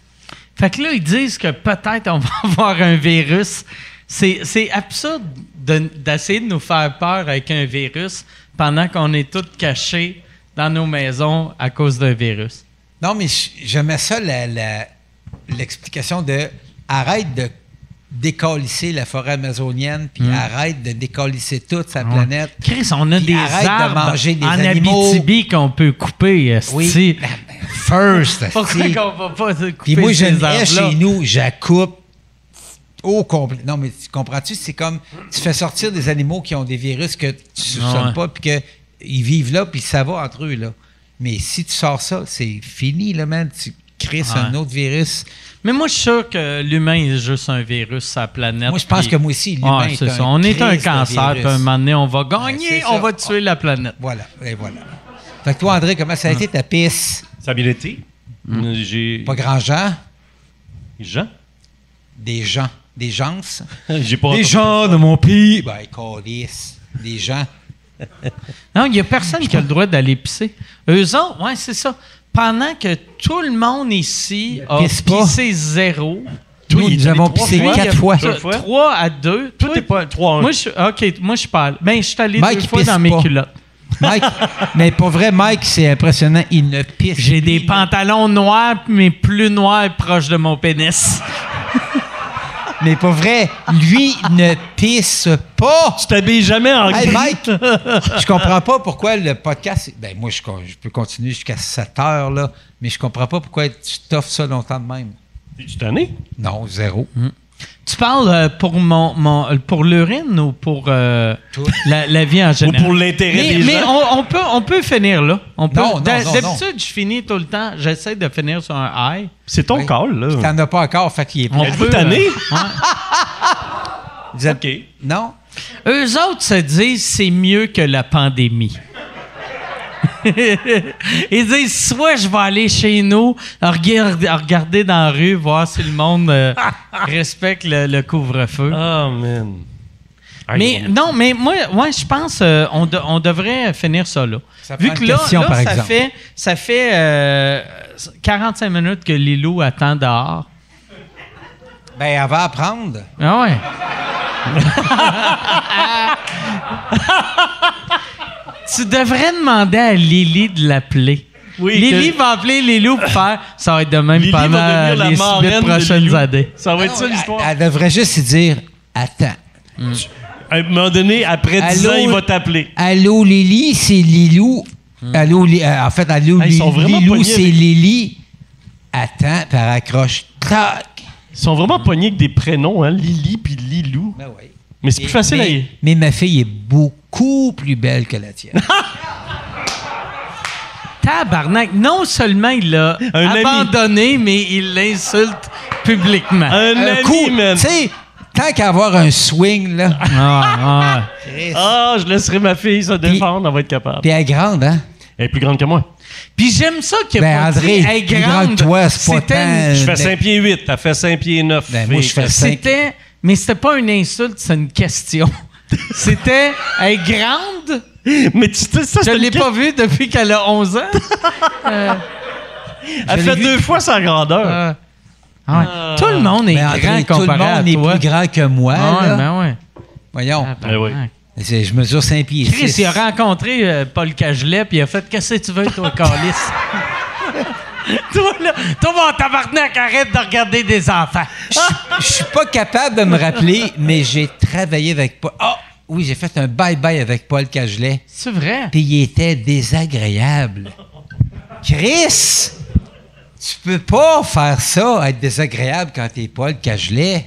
A: Fait que là, ils disent que peut-être on [laughs] va avoir un virus. C'est c'est absurde de- d'essayer de, nous faire peur avec un virus pendant qu'on est tous cachés dans nos maisons à cause d'un virus.
F: Non, mais j- j'aimais ça la- la- l'explication de arrête de décalisser la forêt amazonienne, puis arrête de décalisser toute sa planète.
A: Chris, on a
F: Puis
A: des
F: arrête de
A: arbres
F: manger des
A: en
F: animaux.
A: Abitibi qu'on peut couper, esti.
F: Oui. [laughs] First.
A: Pourquoi [laughs]
F: esti.
A: qu'on va pas couper
F: Puis moi, j'ai
A: ces
F: une haie
A: arbres-là?
F: chez nous, je la coupe au complet. Non, mais tu comprends-tu? C'est comme tu fais sortir des animaux qui ont des virus que tu soupçonnes
A: Ouais.
F: pas, puis qu'ils vivent là, puis ça va entre eux, là. Mais si tu sors ça, c'est fini, là, man. Tu crées un
A: Ouais.
F: autre virus.
A: Mais moi, je suis sûr que l'humain est juste un virus sur la planète.
F: Moi, je pense
A: Hein, puis-
F: que moi aussi, l'humain
A: Ouais,
F: est
A: c'est
F: un
A: ça. On est un
F: crise de
A: cancer,
F: virus.
A: puis un moment donné, on va
F: Ouais,
A: gagner,
F: c'est
A: on
F: ça.
A: va tuer la planète.
F: Voilà, et voilà. Fait que toi, André, comment ça a
A: Hein.
F: été ta pisse?
D: Ça a bien été. Euh, J'ai.
F: Pas grand gens,
D: Jean? [laughs]
F: des gens, des gens.
D: J'ai pas
F: Des
D: entendu.
F: gens de mon pays! Ben, câlisse, des gens.
A: Non, il n'y a personne qui a le droit d'aller pisser. Eux autres, ouais, c'est ça. Pendant que tout le monde ici a
F: pisse pas.
A: pissé zéro,
F: nous, nous avons pissé
A: Moi, il y a
F: quatre fois.
D: Deux fois.
A: 3 à 2.
D: Toi, t'es pas 3 1.
A: Moi, je, OK, moi, je parle. Ben, je suis allé
F: Mike,
A: deux
F: il
A: fois
F: pisse
A: dans mes
F: pas.
A: culottes.
F: Mike, [laughs] mais pour vrai, Mike, c'est impressionnant. Il ne pisse.
A: J'ai des
F: plus.
A: pantalons noirs, mais plus noirs proches de mon pénis.
F: Mais pour vrai, lui ne pisse pas.
D: Tu t'habilles jamais en
F: Hey, Mike, je comprends pas pourquoi le podcast. Ben, moi, je, con- je peux continuer jusqu'à 7 heures, là, mais je comprends pas pourquoi tu t'offres ça longtemps de même.
D: Tu t'en es?
F: Non, zéro.
A: Tu parles euh, pour mon, mon- euh, pour l'urine ou pour euh, la, la vie en
D: Ou
A: général?
D: pour l'intérêt
A: mais
D: des
A: mais
D: gens?
A: on, on peut, on peut finir là. On peut-
F: Non, non,
A: d'ha-
F: non,
A: D'habitude, je finis tout le temps. J'essaie de finir sur un high.
D: C'est ton
F: Oui.
D: call, là. hein?
F: T'en as pas encore, fait qu'il est
A: On
F: plein.
D: Êtes-vous
A: peut,
D: tanné?
F: Vous êtes-
D: OK.
F: Non?
A: euh, Eux autres se disent c'est mieux que la pandémie. [laughs] Ils disent soit je vais aller chez nous, regarder, regarder dans la rue, voir si le monde euh, respecte le, le couvre-feu.
D: Ah, man.
A: Mais non, mais moi, ouais, je pense euh, on, de- on devrait finir ça là.
F: Ça
A: Vu
F: prend
A: que
F: une
A: là,
F: question,
A: là,
F: par
A: ça
F: exemple.
A: fait ça fait euh, 45 minutes que Lilou attend dehors.
F: Ben, elle va apprendre.
A: Ah ouais. [laughs] tu devrais demander à Lily de l'appeler.
D: Oui,
A: Lily
D: que-
A: va appeler Lilou pour faire ça va être de même
D: Lily va
A: pendant
D: devenir la
A: les six
D: marraine de
A: prochaines
D: Lilou.
A: années.
D: Ça va être ça
F: Ah Non,
D: l'histoire.
F: elle, elle devrait juste y dire Attends.
D: À un moment donné, après 10 ans,
F: Allô?
D: il va t'appeler.
F: Allô Lily, c'est Lilou.
A: Hmm.
F: Allô, Li- euh, en fait, allô
D: Ah, ils
F: Li-
D: sont vraiment
F: Lilou,
D: pognés
F: c'est
D: avec-
F: Lily. Attends, par accroche. Tac.
D: Ils sont vraiment pognés avec des prénoms, hein? Lily puis Lilou.
F: Ben oui.
D: Mais c'est plus facile à...
F: mais, mais ma fille est beaucoup plus belle que la
A: [laughs]
F: tienne.
A: Tabarnak, non seulement il l'a
D: Un ami.
A: abandonné, mais il l'insulte publiquement.
D: Un
F: Un
D: ami,
F: coup,
D: man.
F: tu sais, tant qu'à avoir un swing,
A: [laughs]
F: là.
A: Ah, ah,
F: Chris.
D: Ah, je laisserai ma fille se défendre, elle va être capable.
F: Puis elle est grande, hein?
D: Elle Elle est plus grande que moi.
A: Puis j'aime ça qu'il a
F: Ben,
A: pas
F: André,
A: dit, hey,
F: plus grand
A: grande,
F: que toi, c'est pas
A: c'était
F: tant-
A: une-
D: Je fais
F: ben-
D: 5 pieds 8, elle fait 5 pieds 9.
F: Ben, moi, je fais cinq.
A: C'était, mais c'était pas une insulte, c'est une
F: [laughs]
A: question. c'était, elle est grande.
D: [laughs] Mais tu sais, ça,
A: Je
D: c'est
A: l'ai
D: une-
A: pas vue depuis qu'elle a 11
F: [laughs]
A: ans.
D: Elle
A: je
D: fait
A: l'ai vu.
D: deux fois sa grandeur.
A: Euh, ah ouais. tout le monde est
F: Mais Ben, André,
A: grand
F: tout le
A: comparé
F: monde est
A: à toi.
F: plus grand que moi.
A: Ah ouais,
F: là.
A: ben ouais.
F: Voyons.
A: Ah, ben
D: Eh oui.
A: ouais.
F: C'est- Je mesure 5 pieds.
A: Chris,
F: six.
A: il a rencontré euh, Paul Cagelet, puis il a fait Qu'est-ce que tu veux, toi,
F: [laughs]
A: Calice Toi, là, toi, mon tabarnak, arrête de regarder des enfants. Ah,
F: Je je suis pas capable de me rappeler, mais j'ai travaillé avec Paul. Ah! Oui, j'ai fait un bye-bye avec Paul Cagelet.
A: C'est vrai.
F: Puis il était désagréable. Chris! Tu peux pas faire ça, être désagréable quand t'es Paul Cagelet.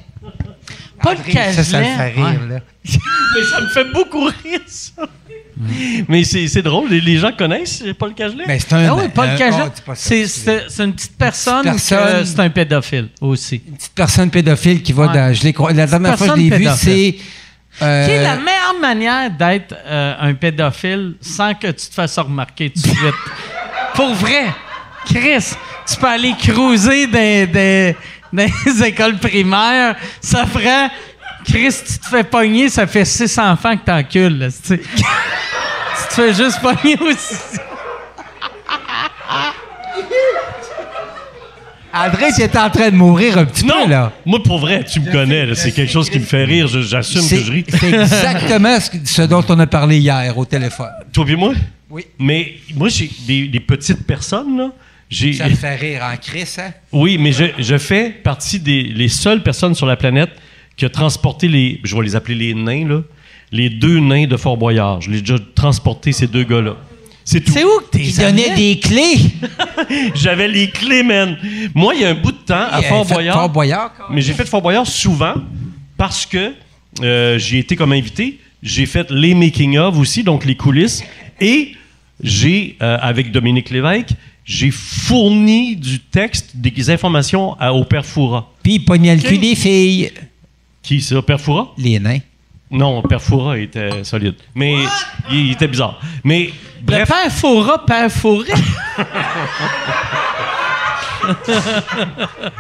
A: Paul
F: André, Ça, ça le fait
A: Cagelet,
F: rire,
A: ouais.
F: là.
D: Mais ça me fait beaucoup rire, ça. Mais c'est c'est drôle, les, les gens connaissent Paul Cagelet.
F: Mais Ben, c'est un.
A: Ah oui, Paul
F: un-
A: Cagelet,
F: oh, dis pas ça,
A: c'est-
F: excusez.
A: c'est c'est une petite personne,
F: Petite personne. Euh,
A: que c'est un pédophile aussi.
F: Une petite personne pédophile qui va
A: Ouais.
F: dans. Je l'ai cro- la dernière fois que je l'ai vu,
A: Personne
F: c'est. euh,
A: Qui est la meilleure manière d'être euh, un pédophile sans que tu te fasses remarquer tout de suite? [laughs] Pour vrai, Chris, tu peux aller cruiser dans, dans- dans les [laughs] écoles primaires, ça prend... Chris, tu te fais pogner, ça fait six enfants que t'encules. là, [laughs] Tu sais. Tu te fais juste pogner aussi.
F: André, tu étais en train de mourir un petit
D: non,
F: peu, là.
D: moi pour vrai, tu me connais, là, c'est quelque chose qui me fait rire, je- j'assume que
F: C'est
D: je ris.
F: c'est exactement ce, que- ce dont on a parlé hier au téléphone.
D: Toi et moi?
F: Oui.
D: Mais moi, j'ai des, des petites personnes, là. J'ai,
F: Ça me fait rire en Chris, hein?
D: oui, mais je, je fais partie des les seules personnes sur la planète qui a transporté les. Je vais les appeler les nains, là. Les deux nains de Fort Boyard. Je les ai déjà transporté, ces deux gars-là. C'est tout.
A: C'est où que t'es
F: Il donnait des clés.
D: J'avais les clés, man. Moi, il y a un bout de temps, à
F: Il
D: Fort
F: avait fait
D: Boyard.
F: Fort Boyard, quoi.
D: Mais j'ai fait Fort Boyard souvent parce que euh, j'y ai été comme invité. J'ai fait les making-of aussi, donc les coulisses. Et j'ai, euh, avec Dominique Lévesque, j'ai fourni du texte, des informations à- au Père Foura.
F: Puis il pognait le cul des filles.
D: Qui ça, Père Foura?
F: Les nains.
D: Non, Père Foura était solide. Mais il, il était bizarre. Mais
A: Le
D: bref,
A: père Faura, père Fauré.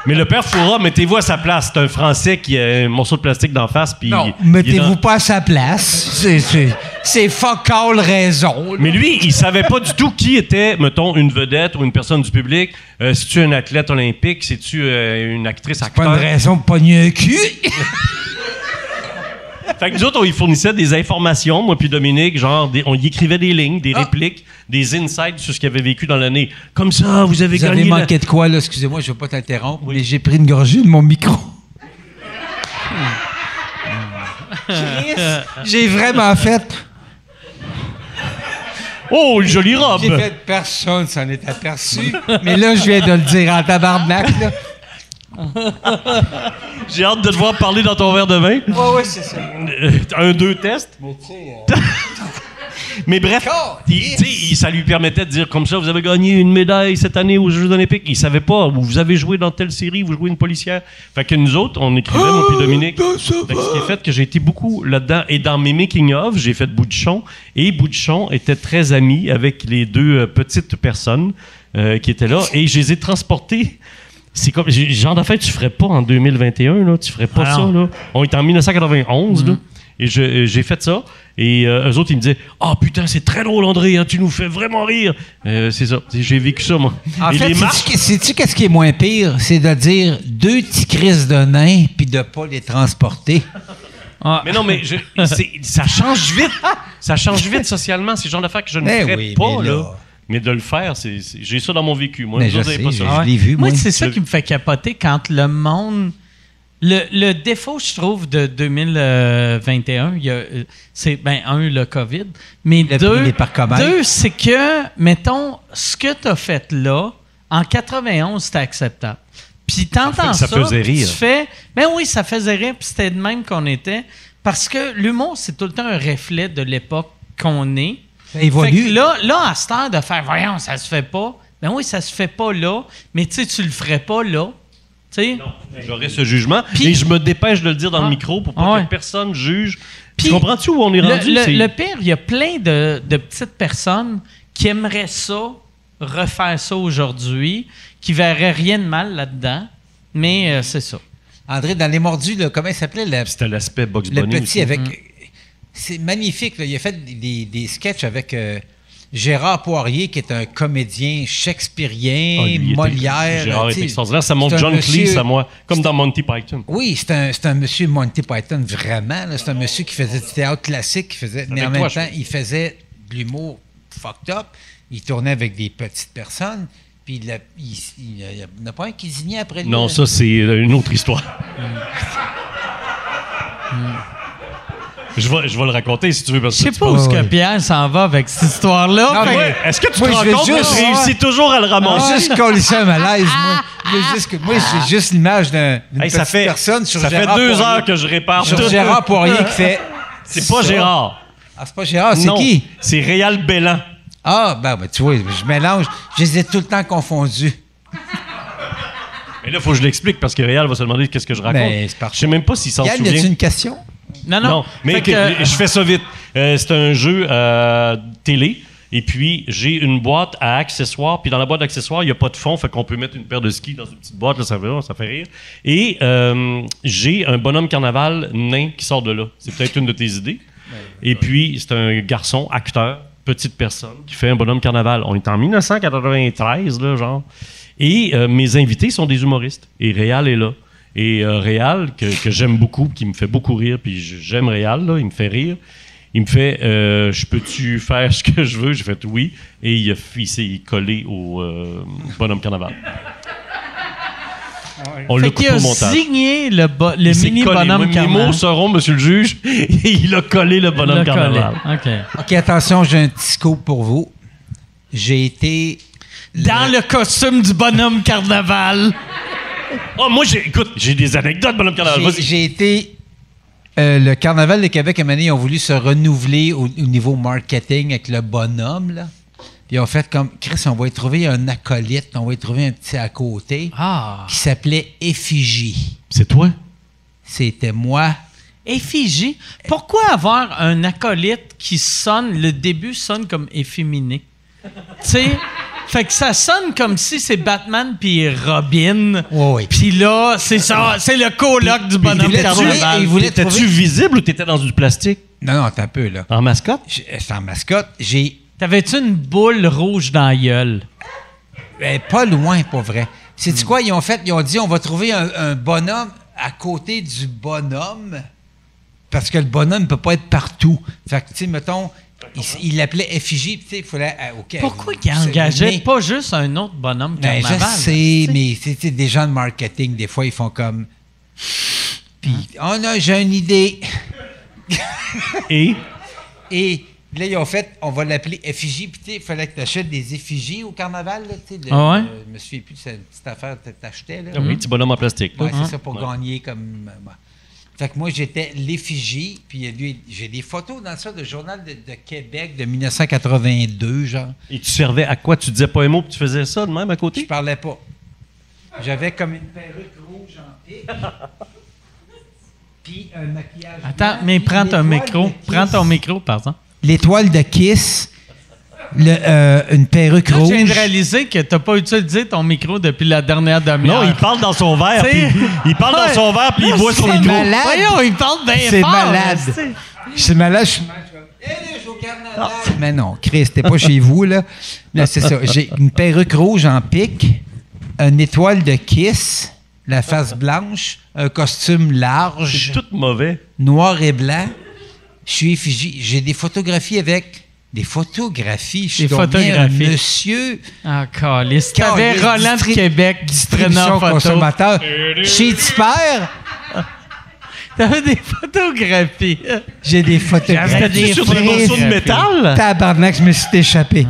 D: mais le Père Foura, mettez-vous à sa place. C'est un Français qui a un morceau de plastique d'en face. puis il-
F: Non,
D: il est
F: mettez-vous
D: dans-
F: pas à sa place. C'est- c'est- C'est fuck all raison. là.
D: Mais lui, il savait pas du tout qui était, mettons, une vedette ou une personne du public. Euh, si tu es un athlète olympique, si tu une actrice,
F: Pas
D: acteur.
F: une raison de pogner un cul.
D: Fait que nous autres, on lui fournissait des informations, moi puis Dominique, genre, des- on y écrivait des lignes,
F: Ah.
D: des répliques, des insights sur ce qu'il avait vécu dans l'année. Comme ça, vous avez
F: Vous
D: gagné.
F: avez
D: la-
F: manqué de quoi, là? Excusez-moi, je veux pas t'interrompre, mais j'ai pris une gorgée de
A: [laughs]
F: mon micro. Chris, j'ai vraiment fait.
D: Oh, une jolie robe!
F: J'ai fait personne s'en est aperçu. Mais là, je viens de le dire en tabarnak, là.
D: J'ai hâte de te voir parler dans ton verre de vin.
F: Ouais, ouais, c'est ça.
D: Euh, un, deux tests. Mais [laughs] bref,
F: Encore,
D: il-
F: yes.
D: tu sais, il- ça lui permettait de dire comme ça, vous avez gagné une médaille cette année aux Jeux Olympiques. Il savait pas, ou vous avez joué dans telle série, vous jouez une policière. Fait que nous autres, on écrivait, mon puis Dominique. Fait que ce qui est fait que j'ai été beaucoup là-dedans. Et dans mes making-of, j'ai fait Bouchon. Et Bouchon était très ami avec les deux euh, petites personnes euh, qui étaient là. Et je les ai transportés. C'est comme, j'ai- genre d'affaires, tu ferais pas en 2021, là. Tu ferais pas
A: Ah
D: ça,
A: non.
D: là. On est en 1991,
F: Mm-hmm.
D: là. Et je- euh, j'ai fait ça. Et euh, eux autres, ils me disaient Ah putain, c'est très drôle, André, hein, tu nous fais vraiment rire. Euh, c'est ça. C'est- J'ai vécu ça, moi.
F: En
D: et
F: fait,
D: les marques.
F: sais-tu, sais-tu qu'est-ce qui est moins pire? C'est de dire deux petits crises de nains puis de pas les transporter.
A: Ah.
D: Mais non, mais je- c'est- ça
A: [laughs]
D: change vite. Ça change vite socialement. C'est le genre d'affaires que je ne
F: Eh
D: ferais
F: oui,
D: pas,
F: mais
D: là.
F: là.
D: Mais de le faire, c'est- c'est- j'ai ça dans mon vécu. Moi,
F: Mais
D: Vous
F: je
D: autres, avez
F: sais,
D: pas
F: je-
D: ça.
F: je l'ai vu,
A: Ah Moi,
F: moi.
A: c'est ça qui me fait capoter quand le monde. Le, le défaut, je trouve, de 2021, il y a, euh, c'est, ben, un, le COVID, mais
F: Le prix
A: deux,
F: des parcs à balles.
A: deux, c'est que, mettons, ce que tu as fait là, en 91, c'était acceptable. Puis t'entends ça,
D: Ça fait- ça faisait
A: puis
D: rire.
A: tu fais, ben oui, ça faisait rire, puis c'était de même qu'on était, parce que l'humour, c'est tout le temps un reflet de l'époque qu'on est.
F: Ça
A: Fait
F: évolue.
A: que là, là, à cette heure de faire, voyons, ça se fait pas. Ben oui, ça se fait pas là, mais tu sais, tu le ferais pas là. Tu sais?
D: J'aurais ce jugement.
A: Puis-
D: et je me dépêche de le dire dans
A: Ah.
D: le micro pour
A: Ah
D: pas
A: ouais.
D: que personne juge.
A: Puis-
D: tu comprends-tu où on est
A: Le,
D: rendu?
A: le-
D: C'est-
A: le pire, il y a plein de, de petites personnes qui aimerait ça, refaire ça aujourd'hui, qui verrait rien de mal là-dedans, mais euh, c'est ça.
F: André, dans Les Mordus, là, comment il s'appelait le,
D: C'était l'aspect Box
F: le
D: Bunny.
F: petit
D: aussi. Mm.
F: avec. C'est magnifique, là. il a fait des, des sketchs avec euh, Gérard Poirier, qui est un comédien shakespearien,
D: Ah, lui, il était-
F: Molière.
D: Gérard
F: tu
D: est
F: sais.
D: extraordinaire. Ça montre
F: C'est un
D: John
F: monsieur-
D: Cleese à moi, comme dans Monty Python.
F: Oui, c'est un, c'est un monsieur Monty Python, vraiment. là. C'est un monsieur qui faisait du théâtre classique, qui faisait, mais en
D: Avec
F: même
D: toi,
F: temps, il faisait de l'humour fucked up. Il tournait avec des petites personnes, puis il, a- il- il- il y en a pas un qui zignait après lui.
D: Non,
F: là.
D: ça, c'est euh, une autre
F: [laughs]
D: histoire. je, vais, je vais le raconter si tu veux. Parce
A: Je
D: que
A: sais
D: tu
A: pas où
D: penses-
A: est-ce que Pierre s'en va avec cette histoire-là.
F: Non,
A: fait-
F: mais-
D: Ouais, Est-ce que tu
F: Moi,
D: te
F: je
D: rends
F: vais
D: compte que
F: juste-
D: je réussis toujours à le
F: Ah,
D: ramasser?
F: juste coller ça un malaise, moi. Je veux juste que- Moi,
D: Ah.
F: j'ai juste l'image d'un- d'une
D: Hey,
F: petite
D: ça fait,
F: personne sur
D: ça fait
F: Gérard
D: deux
F: Poirier.
D: heures que je répare
F: Sur
D: tout.
F: Gérard Poirier qui fait...
D: [laughs] C'est pas
F: ça.
D: Gérard.
F: Ah, c'est pas Gérard, c'est
D: Non,
F: qui?
D: C'est Réal Bellan.
F: Ah, ben, ben, tu vois, je mélange. Je les ai tout le temps confondus.
D: Mais là, il faut que je l'explique parce que Réal va se demander qu'est-ce que je raconte.
F: Mais Ben, c'est parfait.
D: je sais même pas s'il s'en
F: Yann, y a-tu
D: souvient.
F: une question?
A: non, non.
D: Non, mais
A: Fait que,
D: que-
A: euh,
D: je fais ça vite. Euh, c'est un jeu euh, télé. Et puis, j'ai une boîte à accessoires. Puis, dans la boîte d'accessoires, il n'y a pas de fond. Fait qu'on peut mettre une paire de skis dans une petite boîte. Là, ça, fait, ça fait rire. Et euh, j'ai un bonhomme carnaval nain qui sort de là. C'est peut-être une de tes idées. Et puis, c'est un garçon, acteur, petite personne, qui fait un bonhomme carnaval. On est en 1993, là, genre. Et euh, mes invités sont des humoristes. Et Réal est là. Et euh, Réal, que, que j'aime beaucoup, qui me fait beaucoup rire, puis je- j'aime Réal, là, il me fait rire. Il me fait euh, Je peux-tu faire ce que je veux J'ai fait oui. Et il, a- il s'est collé au euh, bonhomme carnaval. On l'a
A: fait qu'il
D: coupé
A: a
D: au montage.
A: signé le, bo- le
D: Il s'est
A: mini
D: collé.
A: bonhomme
D: Mes- Mes mots
A: carnaval.
D: seront, monsieur le juge, [laughs] et il a collé le bonhomme
A: Le
D: carnaval.
A: collet. OK.
F: OK, attention, j'ai un petit scoop pour vous. J'ai été...
A: Dans le costume du bonhomme carnaval.
D: Oh, moi, j'ai, écoute, j'ai des anecdotes, bonhomme carnaval.
F: J'ai-
D: Vas-y.
F: J'ai été. euh, le Carnaval de Québec, à un moment donné, ils ont voulu se renouveler au, au niveau marketing avec le bonhomme. Là. Ils ont fait comme Chris, on va y trouver un acolyte, on va y trouver un petit à côté
A: Ah.
F: qui s'appelait Effigie.
D: C'est toi?
F: C'était moi.
A: Effigie. Pourquoi avoir un acolyte qui sonne, le début sonne comme efféminé? tu sais? Fait que ça sonne comme si c'est Batman puis Robin.
F: Ouais, ouais.
A: Puis là, c'est ça, c'est le coloc du bonhomme
F: voulait tuer et
A: carnaval.
F: il voulait
D: T'étais-tu
F: trouver-
D: visible ou t'étais dans du plastique?
F: Non, non, t'as un peu, là.
D: En mascotte?
F: J'ai- C'est en mascotte. J'ai.
A: T'avais-tu une boule rouge dans la gueule?
F: ben, pas loin, pas vrai. C'est
A: Hmm.
F: tu quoi? Ils ont fait. Ils ont dit on va trouver un, un bonhomme à côté du bonhomme. Parce que le bonhomme ne peut pas être partout. Fait que, tu sais, mettons, il s- il l'appelait effigie, puis tu sais, il fallait. ah, OK,
A: Pourquoi il
F: c'est-
A: engageait
F: mais-
A: pas juste un autre bonhomme
F: Ben,
A: carnaval?
F: je sais, mais c'est c'est des gens de marketing, des fois, ils font comme. Puis,
A: Hein?
F: oh non, j'ai une idée.
D: Et?
F: Et là, ils ont fait, on va l'appeler effigie, puis tu sais, il fallait que tu achètes des effigies au carnaval, là, tu sais. le-
A: Ah ouais?
F: le- Je me souviens plus, c'est une petite affaire que tu achetais, là.
D: Ah oui, petit bonhomme en plastique.
F: Ouais,
A: Mhm.
F: c'est ça, pour gagner comme. euh, ouais. Fait que moi, j'étais l'effigie, puis euh, lui, j'ai des photos dans ça, de Journal de, de Québec de 1982, genre.
D: Et tu servais à quoi? Tu disais pas un mot puis tu faisais ça de même à
F: Je
D: côté?
F: parlais pas. J'avais comme une perruque rouge en pique. puis un maquillage.
A: Attends,
F: blanc,
A: mais
F: puis
A: prends ton
F: l'étoile de
A: micro.
F: Kiss.
A: Prends ton micro, pardon.
F: L'étoile de Kiss, le, euh, une perruque
A: Là, je
F: rouge.
A: viens de réaliser que t'as pas utilisé ton micro depuis la dernière demi-heure.
D: Non, il parle dans son
A: [laughs]
D: verre.
A: T'sais-
D: puis- il parle dans son verre puis il boit son
F: Ah, c'est
D: micro.
F: malade.
A: Voyons, il parle bien
F: C'est
A: fort.
F: malade.
A: tu sais.
F: C'est malade. Je... suis- Eh, là, je suis au carnaval. Mais non, Chris, t'es pas chez vous, là. Là, c'est ça. J'ai une perruque rouge en pique, une étoile de kiss, la face blanche, un costume
D: C'est
F: large,
D: tout mauvais.
F: noir et blanc. Je suis effigie. J'ai des photographies avec. Des photographies. Je suis
A: Des
F: donc bien un
A: photographies.
F: monsieur
A: Ah, calice. T'avais
F: Calice,
A: Roland de
F: distri-
A: Québec qui te prenait en
F: distribution
A: photo.
F: consommateur. Chez Tipper,
A: T'avais des photographies.
F: j'ai des photographies.
A: J'avais des
D: Sur des morceaux de
A: photographies. Ah.
D: métal?
F: Tabarnak, je me suis échappé.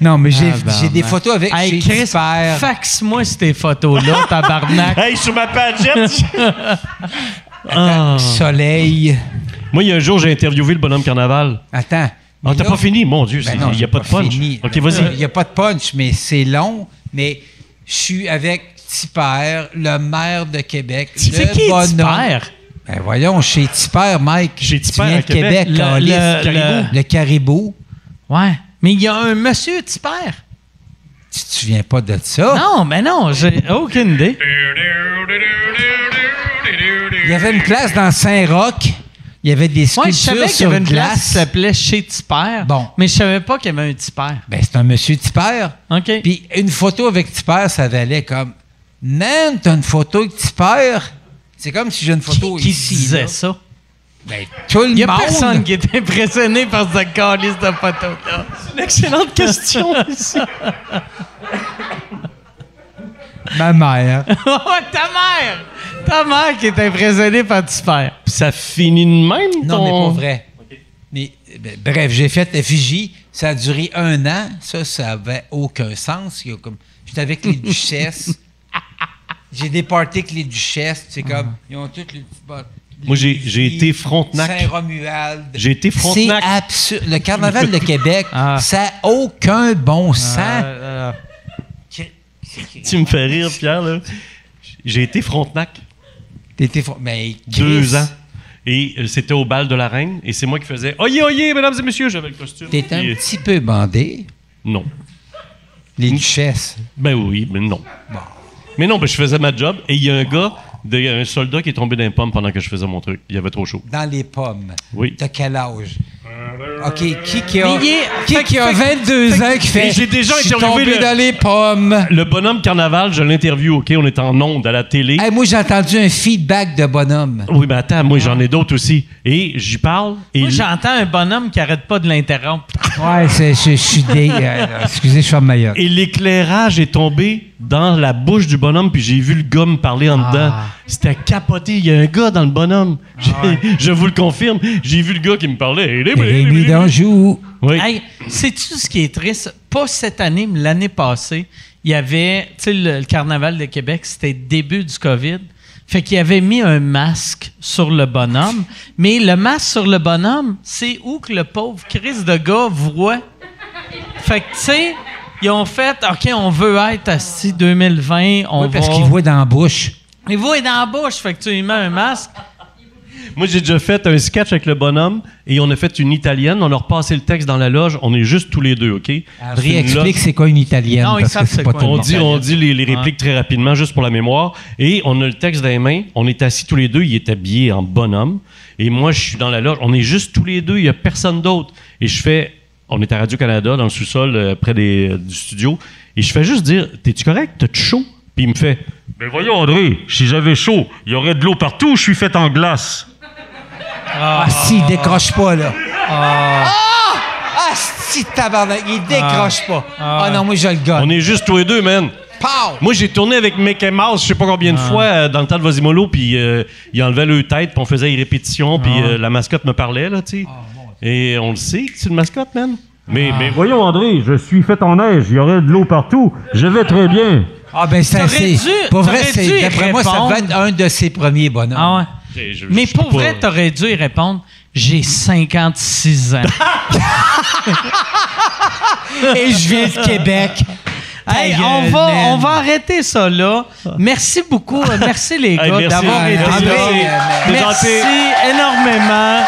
F: Non, mais j'ai j'ai des photos avec
A: Hey,
F: chez
A: Chris,
F: Tipper.
A: fax-moi ces photos-là,
F: [laughs]
A: tabarnak.
D: Hey, sur ma [laughs] pagette! Ah.
F: Soleil.
D: Moi, il y a un jour, j'ai interviewé le bonhomme carnaval.
F: Attends.
D: Ah, t'as
F: Là-
D: pas fini? Mon Dieu,
F: Ben
D: c'est-
F: non,
D: il n'y
F: j'ai
D: a pas de punch.
F: fini.
D: OK,
F: Il
D: vas-y.
F: n'y a pas de punch, mais c'est long. Mais je suis avec Tipper, le maire de Québec.
A: C'est
F: le
A: qui
F: bonhomme.
A: Tipper?
F: Ben voyons, chez Tipper, Mike.
D: Chez
F: Tu
D: Tipper
F: viens
D: à
F: de Québec,
D: Québec,
A: le-
F: câlisse.
A: le-
F: Le caribou.
A: Ouais.
F: Mais il y a un monsieur Tipper. Tu te souviens pas de ça?
A: Non, mais non, j'ai aucune idée.
F: Il y avait une classe dans Saint-Roch. Il y avait des
A: Moi, je
F: sculptures
A: savais qu'il y
F: sur
A: avait une
F: glace.
A: place qui s'appelait Chez Tipper.
F: Bon.
A: Mais je savais pas qu'il y avait un Tipper.
F: Ben, c'est un monsieur Tipper.
A: OK.
F: Puis une photo avec Tipper, ça valait comme Man, t'as une photo avec Tipper. C'est comme si j'ai une
A: qui
F: photo
A: qui
F: ici.
A: disait
F: là.
A: ça?
F: Ben, tout le
A: Il n'y a
F: monde.
A: personne qui est impressionné par cette calice de photo-là.
G: Excellente question ici.
F: Ma mère.
A: [laughs] Oh, ta mère! Ta mère qui est impressionnée par Tipper.
G: Ça finit de même,
F: Non, mais
G: ton-
F: pas vrai. Mais, ben, bref, j'ai fait effigie. Ça a duré un an. Ça, ça avait aucun sens. Il y a comme- J'étais avec
A: [laughs]
F: les duchesses. j'ai départé avec les duchesses. C'est comme,
A: Ah.
F: ils ont toutes les petites bottes.
D: Moi, j'ai- j'ai été Frontenac.
F: Saint-Romuald.
D: J'ai été
F: C'est
D: Frontenac.
F: absurde.
D: [laughs]
F: Le carnaval de Québec,
A: Ah.
F: ça n'a aucun bon sens.
A: Euh, euh,
D: Tu me fais rire, Pierre, là. J'ai été Frontenac
F: T'étais fou- Mais Chris,
D: deux ans. Et euh, c'était au bal de la reine. Et c'est moi qui faisais Oyez, oyez, mesdames et messieurs, j'avais le costume.
F: T'étais un
D: Et, euh,
F: petit peu bandé.
D: Non.
F: Les duchesses.
D: Ben oui, mais non. Mais non, ben, je faisais ma job. Et il y a un gars, de- il y a un soldat qui est tombé d'un pomme pendant que je faisais mon truc. Il y avait trop chaud.
F: Dans les pommes.
D: Oui.
F: T'as quel âge? OK, qui qui a,
A: Mais il est-
F: qui
A: fait-
F: qui a 22 ans qui fait
D: Mais j'ai déjà
F: je suis
D: interviewé
F: tombé
D: le-
F: dans les pommes?
D: Le bonhomme carnaval, je l'interview, OK? On est en onde à la télé.
F: Hey, moi, j'ai entendu un feedback de bonhomme.
D: Oui, mais attends, moi, j'en ai d'autres aussi. Et j'y parle. Et
A: Moi, j'entends un bonhomme qui arrête pas de l'interrompre.
F: Ouais, c'est- je je suis dé... euh, excusez, je suis en Mayotte.
D: Et l'éclairage est tombé dans la bouche du bonhomme, puis j'ai vu le gars me parler en dedans.
A: Ah.
D: C'était capoté. Il y a un gars dans le bonhomme. J'ai- [laughs] Je vous le confirme. J'ai vu le gars qui me parlait. Eh,
F: Rémi Danjou.
D: Oui.
A: Hey, sais-tu ce qui est triste? Pas cette année, mais l'année passée, il y avait, tu sais, le, le carnaval de Québec, c'était début du COVID. Fait qu'il avait mis un masque sur le bonhomme. Mais le masque sur le bonhomme, c'est où que le pauvre Chris de gars voit? Fait que, tu sais, ils ont fait, OK, on veut être à 2020, on
F: Oui, parce
A: va-
F: qu'il voit dans la bouche.
A: Il voit dans la bouche, fait que tu lui mets un masque.
D: Moi, j'ai déjà fait un sketch avec le bonhomme et on a fait une italienne. On a repassé le texte dans la loge. On est juste tous les deux, OK? Ah, C'est une loge.
F: Réexplique c'est quoi une italienne.
A: Non, ils
F: parce que
A: savent
F: c'est
A: c'est
F: pas
A: quoi.
F: tout le
D: On
F: monde.
D: dit, on dit les, les répliques très rapidement, juste pour la mémoire. Et on a le texte dans les mains. On est assis tous les deux. Il est habillé en bonhomme. Et moi, je suis dans la loge. On est juste tous les deux. Il n'y a personne d'autre. Et je fais. On est à Radio-Canada, dans le sous-sol, euh, près des, euh, du studio. Et je fais juste dire T'es-tu correct T'as-tu chaud Puis il me fait Mais voyons, André, si j'avais chaud, il y aurait de l'eau partout. Je suis fait en glace.
F: Ah, si, il décroche pas, là. Ah! Ah, si, tabarnak, il décroche pas. Ah, non, moi, je le
D: On
F: gagne.
D: est juste tous les deux, man.
F: Pow!
D: Moi, j'ai tourné avec Mickey Mouse, je sais pas combien de fois, euh, dans le temps de Vasimolo, puis euh, ils enlevaient leur tête, puis on faisait les répétitions, puis euh, la mascotte me parlait, là, tu sais.
A: Ah,
D: Et on le sait que c'est une mascotte, man. Mais, mais voyons, André, je suis fait en neige, il y aurait de l'eau partout, je vais très bien.
F: Ah, ben, ça,
A: T'aurais
F: c'est.
A: dû-
F: Pour vrai,
A: t'aurais dû
F: c'est.
A: y
F: D'après moi, ça
A: répondre.
F: va être un de ses premiers bonhommes.
A: Ah ouais.
D: je-
A: Mais
D: je peux
A: pour
D: pas-
A: vrai, t'aurais dû y répondre. J'ai 56 ans.
F: Et je viens de Québec.
A: Hey,
F: Ta
A: on
F: gueule,
A: va,
F: man.
A: on va arrêter ça là. Merci beaucoup. Euh, Merci les gars
D: Hey, merci.
A: d'avoir
F: Ouais,
A: été
F: merci.
A: là.
F: André, euh,
D: c'est
A: Merci
D: gentil.
A: énormément.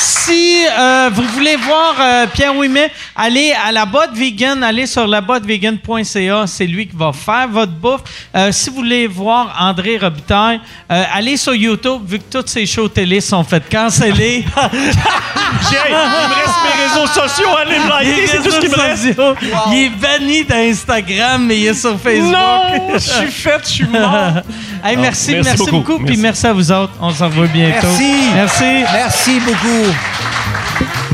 A: Si euh, vous voulez voir euh, Pierre Ouimet, allez à la botte vegan, allez sur labottevegan.ca, c'est lui qui va faire votre bouffe. Euh, si vous voulez voir André Robitaille, euh, allez sur YouTube, vu que toutes ces shows télé sont faites canceller. [laughs]
D: J'ai- il me reste mes réseaux sociaux, allez me liker, c'est tout ce qui me reste.
A: Wow. Il est banni d'Instagram, mais il est sur Facebook.
D: Non, je suis fait, je suis mort.
A: [laughs] Hey, merci,
D: Merci
A: merci, beaucoup.
D: beaucoup.
A: Puis merci à vous autres. On s'en voit bientôt.
F: Merci.
A: Merci.
F: Merci beaucoup.